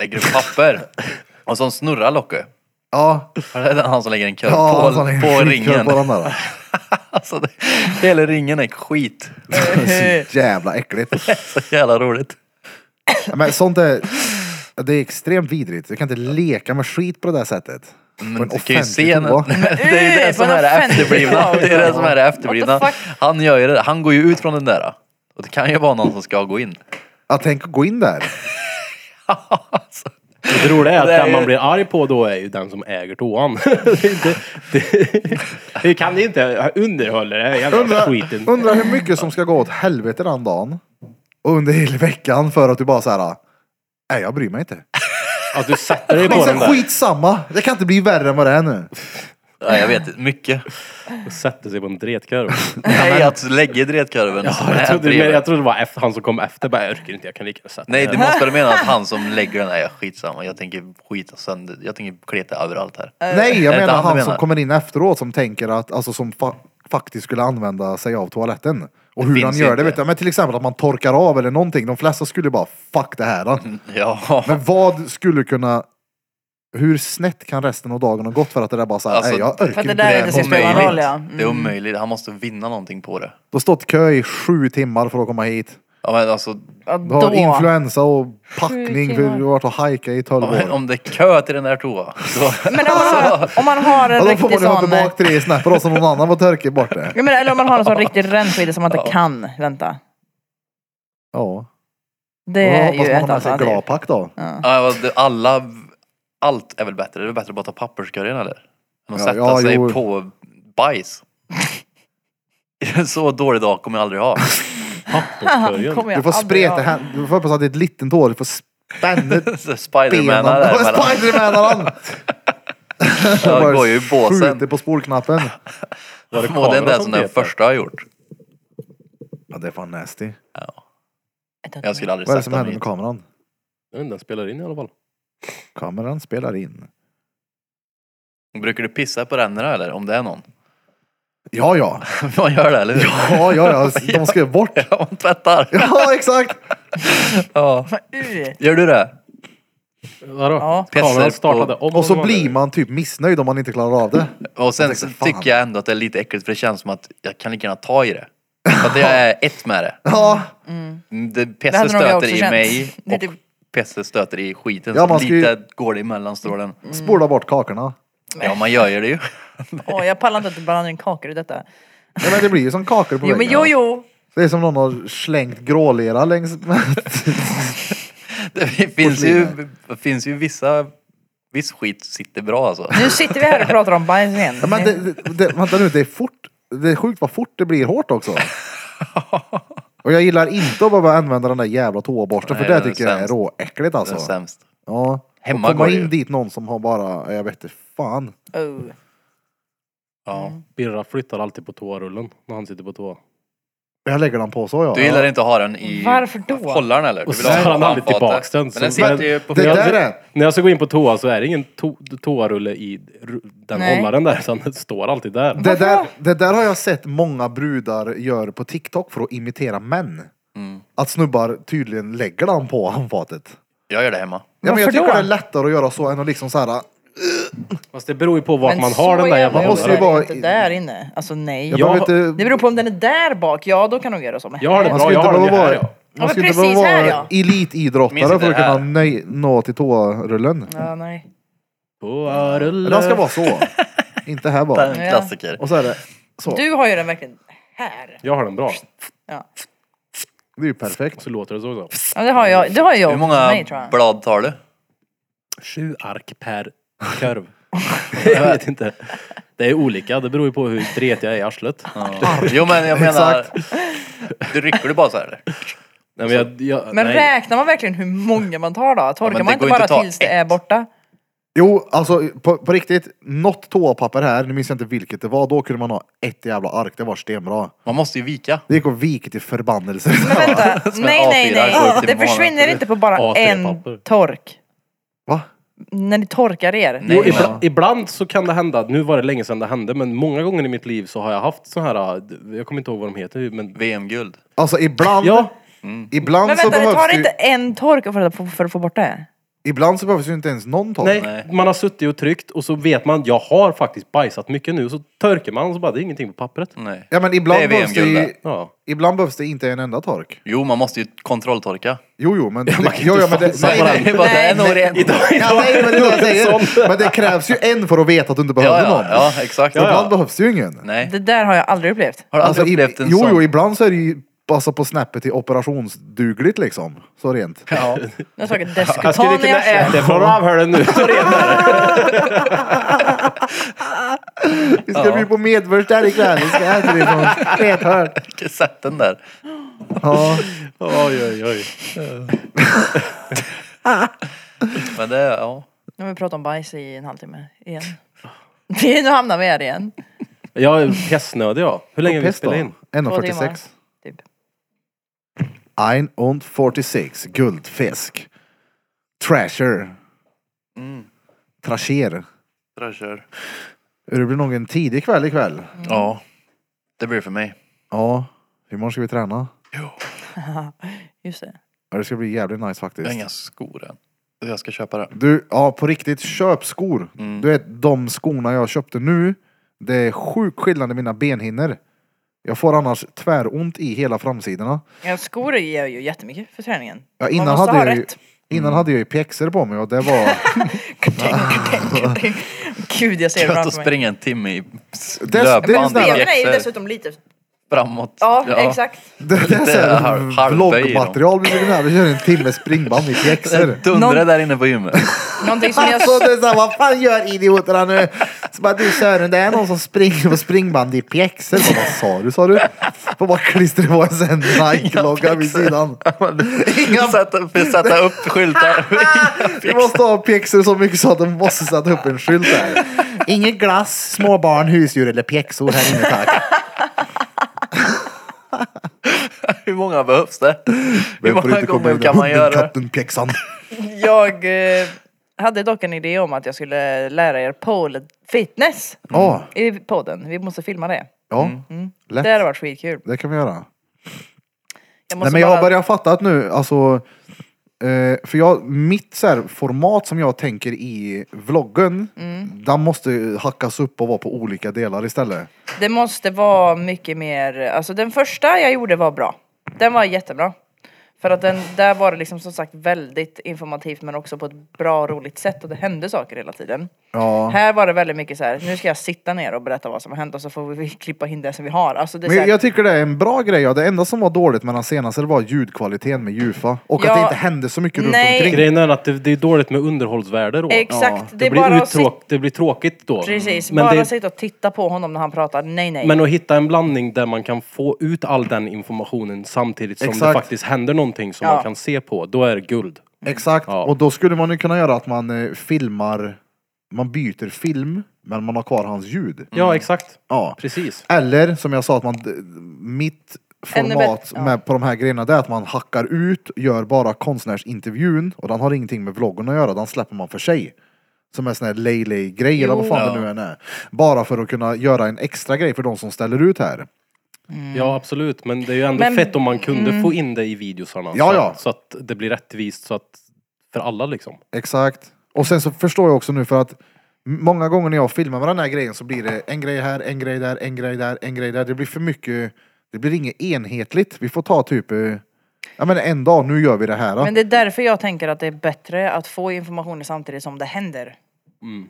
Speaker 4: lägger upp papper och som snurrar locket.
Speaker 1: Ja,
Speaker 4: Det är han som lägger en kör
Speaker 1: ja
Speaker 4: på,
Speaker 1: han har en
Speaker 4: på
Speaker 1: skitkul
Speaker 4: ringen.
Speaker 1: På den där.
Speaker 4: Alltså, det, hela ringen är skit.
Speaker 1: Jävla äckligt.
Speaker 4: Så jävla roligt.
Speaker 1: Men sånt är... Det är extremt vidrigt. Du kan inte leka med skit på det där sättet. På en
Speaker 4: Du kan ju
Speaker 1: offentlig
Speaker 4: se
Speaker 1: toa.
Speaker 4: när- det är ju det
Speaker 2: på
Speaker 4: som
Speaker 2: en
Speaker 4: är det
Speaker 2: offentlig
Speaker 4: efterblivna.
Speaker 2: toa.
Speaker 4: Det är det som är det efterblivna.
Speaker 2: What the fuck?
Speaker 4: Han gör ju det. Han går ju ut från den där. Och det kan ju vara någon som ska gå in.
Speaker 1: Ja, tänk att gå in där.
Speaker 4: Alltså,
Speaker 3: Det roliga är att
Speaker 4: Det är
Speaker 3: den
Speaker 4: ju-
Speaker 3: man blir arg på då är ju den som äger toan. det, det, det kan inte underhålla det här jävla skiten.
Speaker 1: Undrar hur mycket som ska gå åt helvete den dagen och under hela veckan för att du bara såhär, nej jag bryr mig inte.
Speaker 3: Att du sätter dig på den
Speaker 1: Liksom,
Speaker 3: där.
Speaker 1: skitsamma, det kan inte bli värre än vad det är nu.
Speaker 4: nej, jag vet inte. Mycket.
Speaker 3: Och sätter sig på en dretkör.
Speaker 4: Nej, att lägga i dretkurven. som är
Speaker 3: Jag trodde, men
Speaker 4: bredvid.
Speaker 3: jag trodde det var efter, han som kom efter. Bara, jag orkar inte, jag kan lika gärna sätta
Speaker 4: Nej,
Speaker 3: mig
Speaker 4: du
Speaker 3: här.
Speaker 4: måste väl mena att han som lägger den här, ja, skitsamma. Jag tänker skita sönder. Jag tänker kleta överallt här.
Speaker 2: Äh.
Speaker 1: Nej, jag
Speaker 4: är det
Speaker 1: menar
Speaker 4: han
Speaker 1: han
Speaker 4: du
Speaker 1: som
Speaker 4: menar?
Speaker 1: kommer in efteråt som tänker att, alltså som fa- faktiskt skulle använda sig av toaletten. Och hur
Speaker 4: finns
Speaker 1: han
Speaker 4: ju
Speaker 1: gör det
Speaker 4: inte.
Speaker 1: vet jag. Men till exempel att man torkar av eller någonting. De flesta skulle bara, fuck det här.
Speaker 4: Mm.
Speaker 1: Då.
Speaker 4: Ja.
Speaker 1: Men vad skulle kunna, hur snett kan resten av dagen ha gått för att det där bara såhär,
Speaker 4: Alltså,
Speaker 1: nej jag
Speaker 4: för att
Speaker 1: orkar
Speaker 2: det
Speaker 1: inte.
Speaker 2: där är
Speaker 1: det
Speaker 2: det
Speaker 1: här."
Speaker 2: sista- spelar roll, ja. Mm.
Speaker 4: Det är omöjligt. Han måste vinna någonting på det.
Speaker 1: Du har stått kö i sju timmar för att komma hit.
Speaker 4: Ja, men alltså,
Speaker 2: Ja,
Speaker 1: Du har
Speaker 2: då.
Speaker 1: influensa och packning för du har varit och hajkat i 12
Speaker 4: om,
Speaker 1: år.
Speaker 4: om det är kö till den där toa. Då,
Speaker 2: Men om man, har- om man har
Speaker 1: Ja,
Speaker 2: en
Speaker 1: då får
Speaker 2: riktig
Speaker 1: man ju ha
Speaker 2: sån...
Speaker 1: tillbaka tre snäpp och då som någon annan var törkig bort det.
Speaker 2: Jag menar, eller om man har en sån riktig rännskida som man inte kan vänta.
Speaker 1: Ja.
Speaker 2: Det
Speaker 1: Och jag
Speaker 2: är ju
Speaker 1: hoppas man
Speaker 2: ett
Speaker 1: har med sig
Speaker 2: alternativ.
Speaker 1: glapack då.
Speaker 4: ja, det- alla, allt är väl bättre. Det är väl bättre att bara ta papperskorgen eller? Än
Speaker 1: Ja,
Speaker 4: att sätta
Speaker 1: ja,
Speaker 4: sig
Speaker 1: jo.
Speaker 4: på bajs. Så dålig dag kommer jag aldrig ha.
Speaker 3: Papperskorgen.
Speaker 2: Kommer jag
Speaker 1: Du får
Speaker 2: aldrig
Speaker 1: spreta
Speaker 2: göra.
Speaker 1: här. Du får hoppas att det är ett litet hår. Du får spänna
Speaker 4: Så Spiderman
Speaker 1: benen.
Speaker 4: där emellan.
Speaker 1: Spidermanaren!
Speaker 4: Ja, det går ju i båsen.
Speaker 1: Skjuter på spolknappen.
Speaker 3: Var det
Speaker 4: Och den
Speaker 3: kamera
Speaker 4: där
Speaker 3: som
Speaker 4: som den
Speaker 3: petade?
Speaker 4: första har gjort.
Speaker 1: Ja, det är fan nasty.
Speaker 4: Jag skulle aldrig
Speaker 1: Vad är det
Speaker 4: sätta
Speaker 1: som
Speaker 4: mig
Speaker 1: händer
Speaker 4: i
Speaker 1: med kameran?
Speaker 3: Jag vet inte, Den spelar in i alla fall.
Speaker 1: Kameran spelar in.
Speaker 4: Brukar du pissa på ränderna eller? Om det är någon?
Speaker 1: Ja, ja.
Speaker 4: Man gör det eller hur?
Speaker 1: Ja, ja, ja. De ska ju bort.
Speaker 4: Ja, man tvättar.
Speaker 1: Ja, exakt.
Speaker 4: Ja.
Speaker 2: Uh,
Speaker 4: Gör du det?
Speaker 3: Vadå?
Speaker 2: Ja.
Speaker 4: Pessar
Speaker 3: Kameran
Speaker 4: på-
Speaker 3: startade om.
Speaker 1: Och så
Speaker 3: de hade-
Speaker 1: blir man typ missnöjd om man inte klarar av det.
Speaker 4: Och sen
Speaker 1: Jag tänker,
Speaker 4: så
Speaker 1: fan.
Speaker 4: tycker jag ändå att det är lite äckligt för det känns som att jag kan lika gärna ta i det. För att jag är ett med det.
Speaker 1: Ja,
Speaker 4: det
Speaker 2: Det
Speaker 4: Pesse
Speaker 2: hade nog jag också
Speaker 4: stöter i
Speaker 2: känt.
Speaker 4: mig
Speaker 2: Det är
Speaker 4: och
Speaker 2: typ-
Speaker 4: Pesse stöter i skiten.
Speaker 1: Ja, man
Speaker 4: så
Speaker 1: ska ju-
Speaker 4: lite går det emellan strålen.
Speaker 2: Mm,
Speaker 1: spola bort kakorna.
Speaker 4: Ja, man gör ju det ju.
Speaker 2: åh, jag pallar inte att blanda in kakor i detta.
Speaker 1: Ja, men det blir ju som kakor på
Speaker 2: Jo men
Speaker 1: väggen.
Speaker 2: jo jo.
Speaker 1: Det är som någon har slängt grålera längs med.
Speaker 4: Det finns ju, det finns ju vissa... Viss skit sitter bra alltså.
Speaker 2: Nu sitter vi här och pratar om bajs igen.
Speaker 1: Ja, men det, det, det, vänta nu, det är fort. Det är sjukt vad fort det blir hårt också. Och jag gillar inte att behöva använda den där jävla toaborsten för
Speaker 4: Nej,
Speaker 1: det
Speaker 4: den är
Speaker 1: tycker jag är
Speaker 4: sämst.
Speaker 1: råäckligt
Speaker 4: Det är
Speaker 1: alltså.
Speaker 4: sämst.
Speaker 1: Ja.
Speaker 4: Hemma
Speaker 1: och komma
Speaker 4: går det
Speaker 1: in
Speaker 4: ju.
Speaker 1: dit någon som har bara, jag vet inte fan.
Speaker 2: Oh.
Speaker 4: Ja.
Speaker 3: Birra flyttar alltid på toarullen när han sitter på toa.
Speaker 1: Jag lägger den på så ja.
Speaker 4: Du gillar inte att ha den i
Speaker 2: Varför då?
Speaker 4: hållaren eller? Du
Speaker 3: Och så tar han aldrig
Speaker 4: handfatet.
Speaker 3: tillbaks den.
Speaker 4: Men den
Speaker 3: så-
Speaker 4: sitter ju på
Speaker 1: Det
Speaker 3: Jag-
Speaker 1: där är-
Speaker 3: När jag ska gå in på toa så är det ingen to- toarulle i ru- den
Speaker 2: Nej.
Speaker 3: hållaren där, utan den står alltid där.
Speaker 1: Det där, det där har jag sett många brudar gör på
Speaker 4: Mm.
Speaker 1: TikTok för att imitera män. Att snubbar tydligen lägger den på handfatet.
Speaker 4: Jag gör det hemma.
Speaker 1: Ja, men
Speaker 2: Varför
Speaker 1: jag tycker
Speaker 2: då?
Speaker 1: det är lättare att göra så än att liksom så här.
Speaker 3: Fast det beror ju på vart
Speaker 2: Men
Speaker 3: man
Speaker 2: så
Speaker 3: har den där
Speaker 2: jävla
Speaker 3: jävla
Speaker 1: Man måste ju
Speaker 2: är det
Speaker 1: vara
Speaker 2: inte
Speaker 1: i-
Speaker 2: där inne. Alltså nej.
Speaker 1: Jag
Speaker 3: Ja.
Speaker 1: behöver inte...
Speaker 2: Det beror på om den är där bak, ja då kan de göra så. Men
Speaker 3: Jag har det
Speaker 1: Man
Speaker 3: bra,
Speaker 1: ska
Speaker 3: jag
Speaker 1: inte
Speaker 3: har den ju
Speaker 1: behöva
Speaker 3: här.
Speaker 1: vara,
Speaker 3: Ja.
Speaker 1: man ska
Speaker 2: men
Speaker 1: inte behöva
Speaker 2: precis här,
Speaker 1: vara
Speaker 2: ja.
Speaker 4: Minns
Speaker 1: elitidrottare
Speaker 4: inte
Speaker 1: för att
Speaker 4: det här.
Speaker 1: kunna nej, nå till tårullen.
Speaker 2: Ja, nej.
Speaker 1: Men Den ska vara så. inte här
Speaker 4: Det är
Speaker 1: bara.
Speaker 4: en
Speaker 2: Ja.
Speaker 4: klassiker.
Speaker 1: Och så är det så.
Speaker 2: Du har ju den verkligen här.
Speaker 3: Jag har den bra.
Speaker 2: Ja,
Speaker 1: Det är ju perfekt.
Speaker 3: Så låter det så också.
Speaker 2: ja det har jag. Det har jag
Speaker 4: Hur
Speaker 2: också. Nej,
Speaker 4: många
Speaker 2: tror jag.
Speaker 4: blad tar du?
Speaker 3: Sju ark per korv. jag vet inte. Det är olika, det beror ju på hur dretig jag är i arslet.
Speaker 4: Jo men jag menar, du rycker du bara så här eller?
Speaker 3: Nej, men jag, jag,
Speaker 2: Men
Speaker 3: nej.
Speaker 2: räknar man verkligen hur många man tar då? Torkar
Speaker 4: men
Speaker 2: man
Speaker 4: det
Speaker 2: inte
Speaker 4: går ju
Speaker 2: bara
Speaker 4: inte att ta
Speaker 2: tills det är borta?
Speaker 1: Jo, alltså på, på riktigt. Något toapapper här, nu minns jag inte vilket det var. Då kunde man ha ett jävla ark. Det var stenbra.
Speaker 4: Man måste ju vika.
Speaker 1: Det gick och vika till förbannelse.
Speaker 2: Men vänta,
Speaker 4: Som en
Speaker 2: nej nej
Speaker 4: A4
Speaker 2: nej.
Speaker 4: går upp till
Speaker 2: Det
Speaker 4: månen.
Speaker 2: försvinner inte på bara en
Speaker 3: A3-papper.
Speaker 2: tork.
Speaker 1: Va?
Speaker 2: När ni torkar er.
Speaker 4: Nej,
Speaker 3: Jo,
Speaker 4: men-
Speaker 3: ibla, ibland så kan det hända, nu var det länge sedan det hände, men många gånger i mitt liv så har jag haft så här, ah, jag kommer inte ihåg vad de heter, men...
Speaker 4: VM-guld.
Speaker 1: Alltså ibland,
Speaker 3: Ja,
Speaker 1: ibland
Speaker 2: Mm. Men
Speaker 1: så
Speaker 2: vänta, det
Speaker 1: behövs
Speaker 2: tar
Speaker 1: det ju,
Speaker 2: inte en tork för att få, för att få bort det?
Speaker 1: Ibland så behövs ju inte ens någon tork.
Speaker 3: nej,
Speaker 4: Nej.
Speaker 3: man har suttit och tryckt och så vet man, jag har faktiskt bajsat mycket nu, så törker man och så bara, det är ingenting på pappret.
Speaker 4: Nej.
Speaker 1: Ja men ibland
Speaker 4: Det är
Speaker 1: behövs det
Speaker 4: VM-guld
Speaker 1: ju,
Speaker 4: där.
Speaker 3: Ja.
Speaker 1: ibland behövs det inte en enda tork.
Speaker 4: Jo man måste ju kontrolltorka.
Speaker 1: Jo jo men...
Speaker 3: man kan
Speaker 1: jo,
Speaker 3: inte
Speaker 1: jo, men det,
Speaker 3: chansa
Speaker 1: nej,
Speaker 3: på
Speaker 1: nej,
Speaker 4: Det är bara, det är nog rent.
Speaker 1: ja, nej, men det är det jag
Speaker 3: Sånt.
Speaker 1: säger. Men det krävs ju en för att veta att du inte
Speaker 4: Ja,
Speaker 1: behöver
Speaker 4: ja,
Speaker 1: någon.
Speaker 4: ja exakt.
Speaker 1: Så ibland behövs det ju ingen. Alltså,
Speaker 4: Nej.
Speaker 2: Det där har jag aldrig upplevt.
Speaker 4: Har du aldrig
Speaker 1: i-
Speaker 4: upplevt en
Speaker 1: jo,
Speaker 4: sån?
Speaker 1: jo, ibland så är det ju alltså på snäppet till operationsdugligt liksom. Så rent.
Speaker 4: Ja.
Speaker 2: Jag har tagit
Speaker 3: Jag skulle
Speaker 2: Descutan i
Speaker 3: kunna
Speaker 2: arslet.
Speaker 3: äta från rövhålen nu, så redan.
Speaker 1: Vi ska bli på medvurst där ikväll. Vi ska liksom. äta det från ett hörn.
Speaker 4: Sätt den där.
Speaker 1: Ja.
Speaker 3: Oj, oj, oj.
Speaker 4: Men det, ja.
Speaker 2: Nu har vi pratat om bajs i en halvtimme igen. Det- nu hamnar vi här igen.
Speaker 3: Jag är pestnödig jag. Hur länge har vi
Speaker 1: Pest då?
Speaker 3: spelat in?
Speaker 1: 1.46.
Speaker 2: Typ.
Speaker 1: 1.46. Guldfisk. Trasher.
Speaker 4: Mm.
Speaker 1: Trasher.
Speaker 4: det där kör.
Speaker 1: Det blir nog en tidig kväll ikväll.
Speaker 4: Ja. Det blir för mig.
Speaker 1: Ja. Imorgon ska vi träna.
Speaker 2: Just det.
Speaker 1: Ja, det ska bli jävligt nice
Speaker 4: Jag har
Speaker 1: faktiskt.
Speaker 4: inga skor än. Jag ska köpa det.
Speaker 1: Du, ja på riktigt, köp skor.
Speaker 4: Mm.
Speaker 1: Du vet de skorna jag köpte nu, det är sjuk skillnad i mina benhinnor. Jag får annars tväront i hela framsidorna.
Speaker 2: Ja, skor ger ju jättemycket för träningen.
Speaker 1: Ja, innan
Speaker 2: Man måste
Speaker 1: hade
Speaker 2: ha
Speaker 1: jag ju,
Speaker 2: rätt.
Speaker 4: Mm.
Speaker 1: innan hade jag ju pjäxor på mig och det var...
Speaker 2: Kartong, kartong, kartong. Gud, jag ser det
Speaker 4: Gött
Speaker 2: framför
Speaker 4: att
Speaker 2: mig.
Speaker 4: springa en timme i
Speaker 1: är snälla.
Speaker 4: löpband i
Speaker 2: Benen är ju
Speaker 4: pjäxor
Speaker 2: dessutom lite...
Speaker 4: framåt.
Speaker 2: Ja, exakt.
Speaker 1: det, det är
Speaker 4: Lite
Speaker 1: såhär
Speaker 4: halv- halvböj i dem.
Speaker 1: vloggmaterial vi kunde Vi kör en timme springband i pjäxor.
Speaker 4: Dundra
Speaker 2: Någon-
Speaker 4: där inne på gymmet.
Speaker 2: Någonting som jag...
Speaker 1: Alltså det är såhär, vad fan gör idioterna nu? Så bara, du Sören, det är någon som springer på springband i pjäxor. Bara, Vad sa du, sa du? Får bara klistra på en sån här Nike-logga vid sidan.
Speaker 4: Inga... Sätta, för att sätta upp skyltar.
Speaker 1: Vi måste ha pjäxor så mycket så att de måste sätta upp en skylt här. Ingen glass, små barn, husdjur eller pjäxor här inne tack.
Speaker 4: Hur många behövs det? Hur
Speaker 1: Vem får
Speaker 4: många
Speaker 1: inte komma in
Speaker 4: gånger
Speaker 1: i
Speaker 4: kan man
Speaker 1: hunden,
Speaker 4: göra det?
Speaker 1: katten, pjäxan?
Speaker 2: Jag eh, hade dock en idé om att jag skulle lära er pole fitness
Speaker 1: Ja,
Speaker 2: i podden. Vi måste filma det.
Speaker 1: ja,
Speaker 4: Mm,
Speaker 1: lätt.
Speaker 2: Det hade varit skitkul.
Speaker 1: Det kan vi göra.
Speaker 2: Jag
Speaker 1: Nej,
Speaker 2: måste
Speaker 1: men jag har
Speaker 2: bara-
Speaker 1: börjat fatta att nu, alltså. Eh, för jag, mitt så här, format som jag tänker i vloggen,
Speaker 2: Mm.
Speaker 1: den måste hackas upp och vara på olika delar istället.
Speaker 2: Det måste vara mycket mer, alltså den första jag gjorde var bra. Den var jättebra. För att den, där var det liksom som sagt väldigt informativt men också på ett bra och roligt sätt och det hände saker hela tiden.
Speaker 1: Ja.
Speaker 2: Här var det väldigt mycket så här, nu ska jag sitta ner och berätta vad som har hänt och så får vi klippa in det som vi har. Alltså det är så
Speaker 1: Men
Speaker 2: här,
Speaker 1: jag tycker det är en bra grej. Ja. Det enda som var dåligt med den senaste det var ljudkvaliteten med Jufa. Och
Speaker 2: Ja.
Speaker 1: att det inte hände så mycket runt
Speaker 2: Nej.
Speaker 1: omkring.
Speaker 3: Grejen är att det, det är dåligt med underhållsvärde då.
Speaker 2: exakt,
Speaker 1: Ja,
Speaker 2: det
Speaker 3: Det
Speaker 2: är
Speaker 3: blir,
Speaker 2: bara att
Speaker 3: uttråk,
Speaker 2: sitta,
Speaker 3: det blir tråkigt då.
Speaker 2: precis,
Speaker 3: Men,
Speaker 2: bara
Speaker 3: det,
Speaker 2: sitta och titta på honom när han pratar, nej nej.
Speaker 3: men att hitta en blandning där man kan få ut all den informationen samtidigt som det
Speaker 1: Exakt.
Speaker 3: faktiskt händer någonting som
Speaker 2: Ja.
Speaker 3: man kan se på, då är det guld.
Speaker 1: Exakt,
Speaker 3: Ja.
Speaker 1: och då skulle man ju kunna göra att man eh, filmar, man byter film, men man har kvar hans ljud.
Speaker 3: Mm. Ja, exakt.
Speaker 1: Ja.
Speaker 3: Precis.
Speaker 1: Eller som jag sa, att man, d- mitt
Speaker 2: Ännu
Speaker 1: format
Speaker 2: bättre, ja.
Speaker 1: med, på de här grejerna det är att man hackar ut, gör bara konstnärsintervjun och den har ingenting med vloggen att göra, den släpper man för sig. Som en sån här lay-lay-grej eller vad fan
Speaker 4: Jo.
Speaker 1: det nu än är. Bara för att kunna göra en extra grej för de som ställer ut här.
Speaker 3: Ja, absolut. Men det är ju ändå
Speaker 2: Men- mm.
Speaker 3: fett om man kunde få in det i videosarna.
Speaker 1: Ja,
Speaker 3: så,
Speaker 1: ja.
Speaker 3: så att det blir rättvist så att för alla liksom.
Speaker 1: Exakt. Och sen så förstår jag också nu för att m- många gånger när jag filmar med den här grejen så blir det en grej här, en grej där, en grej där, en grej där. Det blir för mycket. Det blir inget enhetligt. Vi får ta typ, eh, ja men en dag, nu gör vi det här.
Speaker 2: Men det är därför jag tänker att det är bättre att få informationen samtidigt som det händer.
Speaker 3: Mm.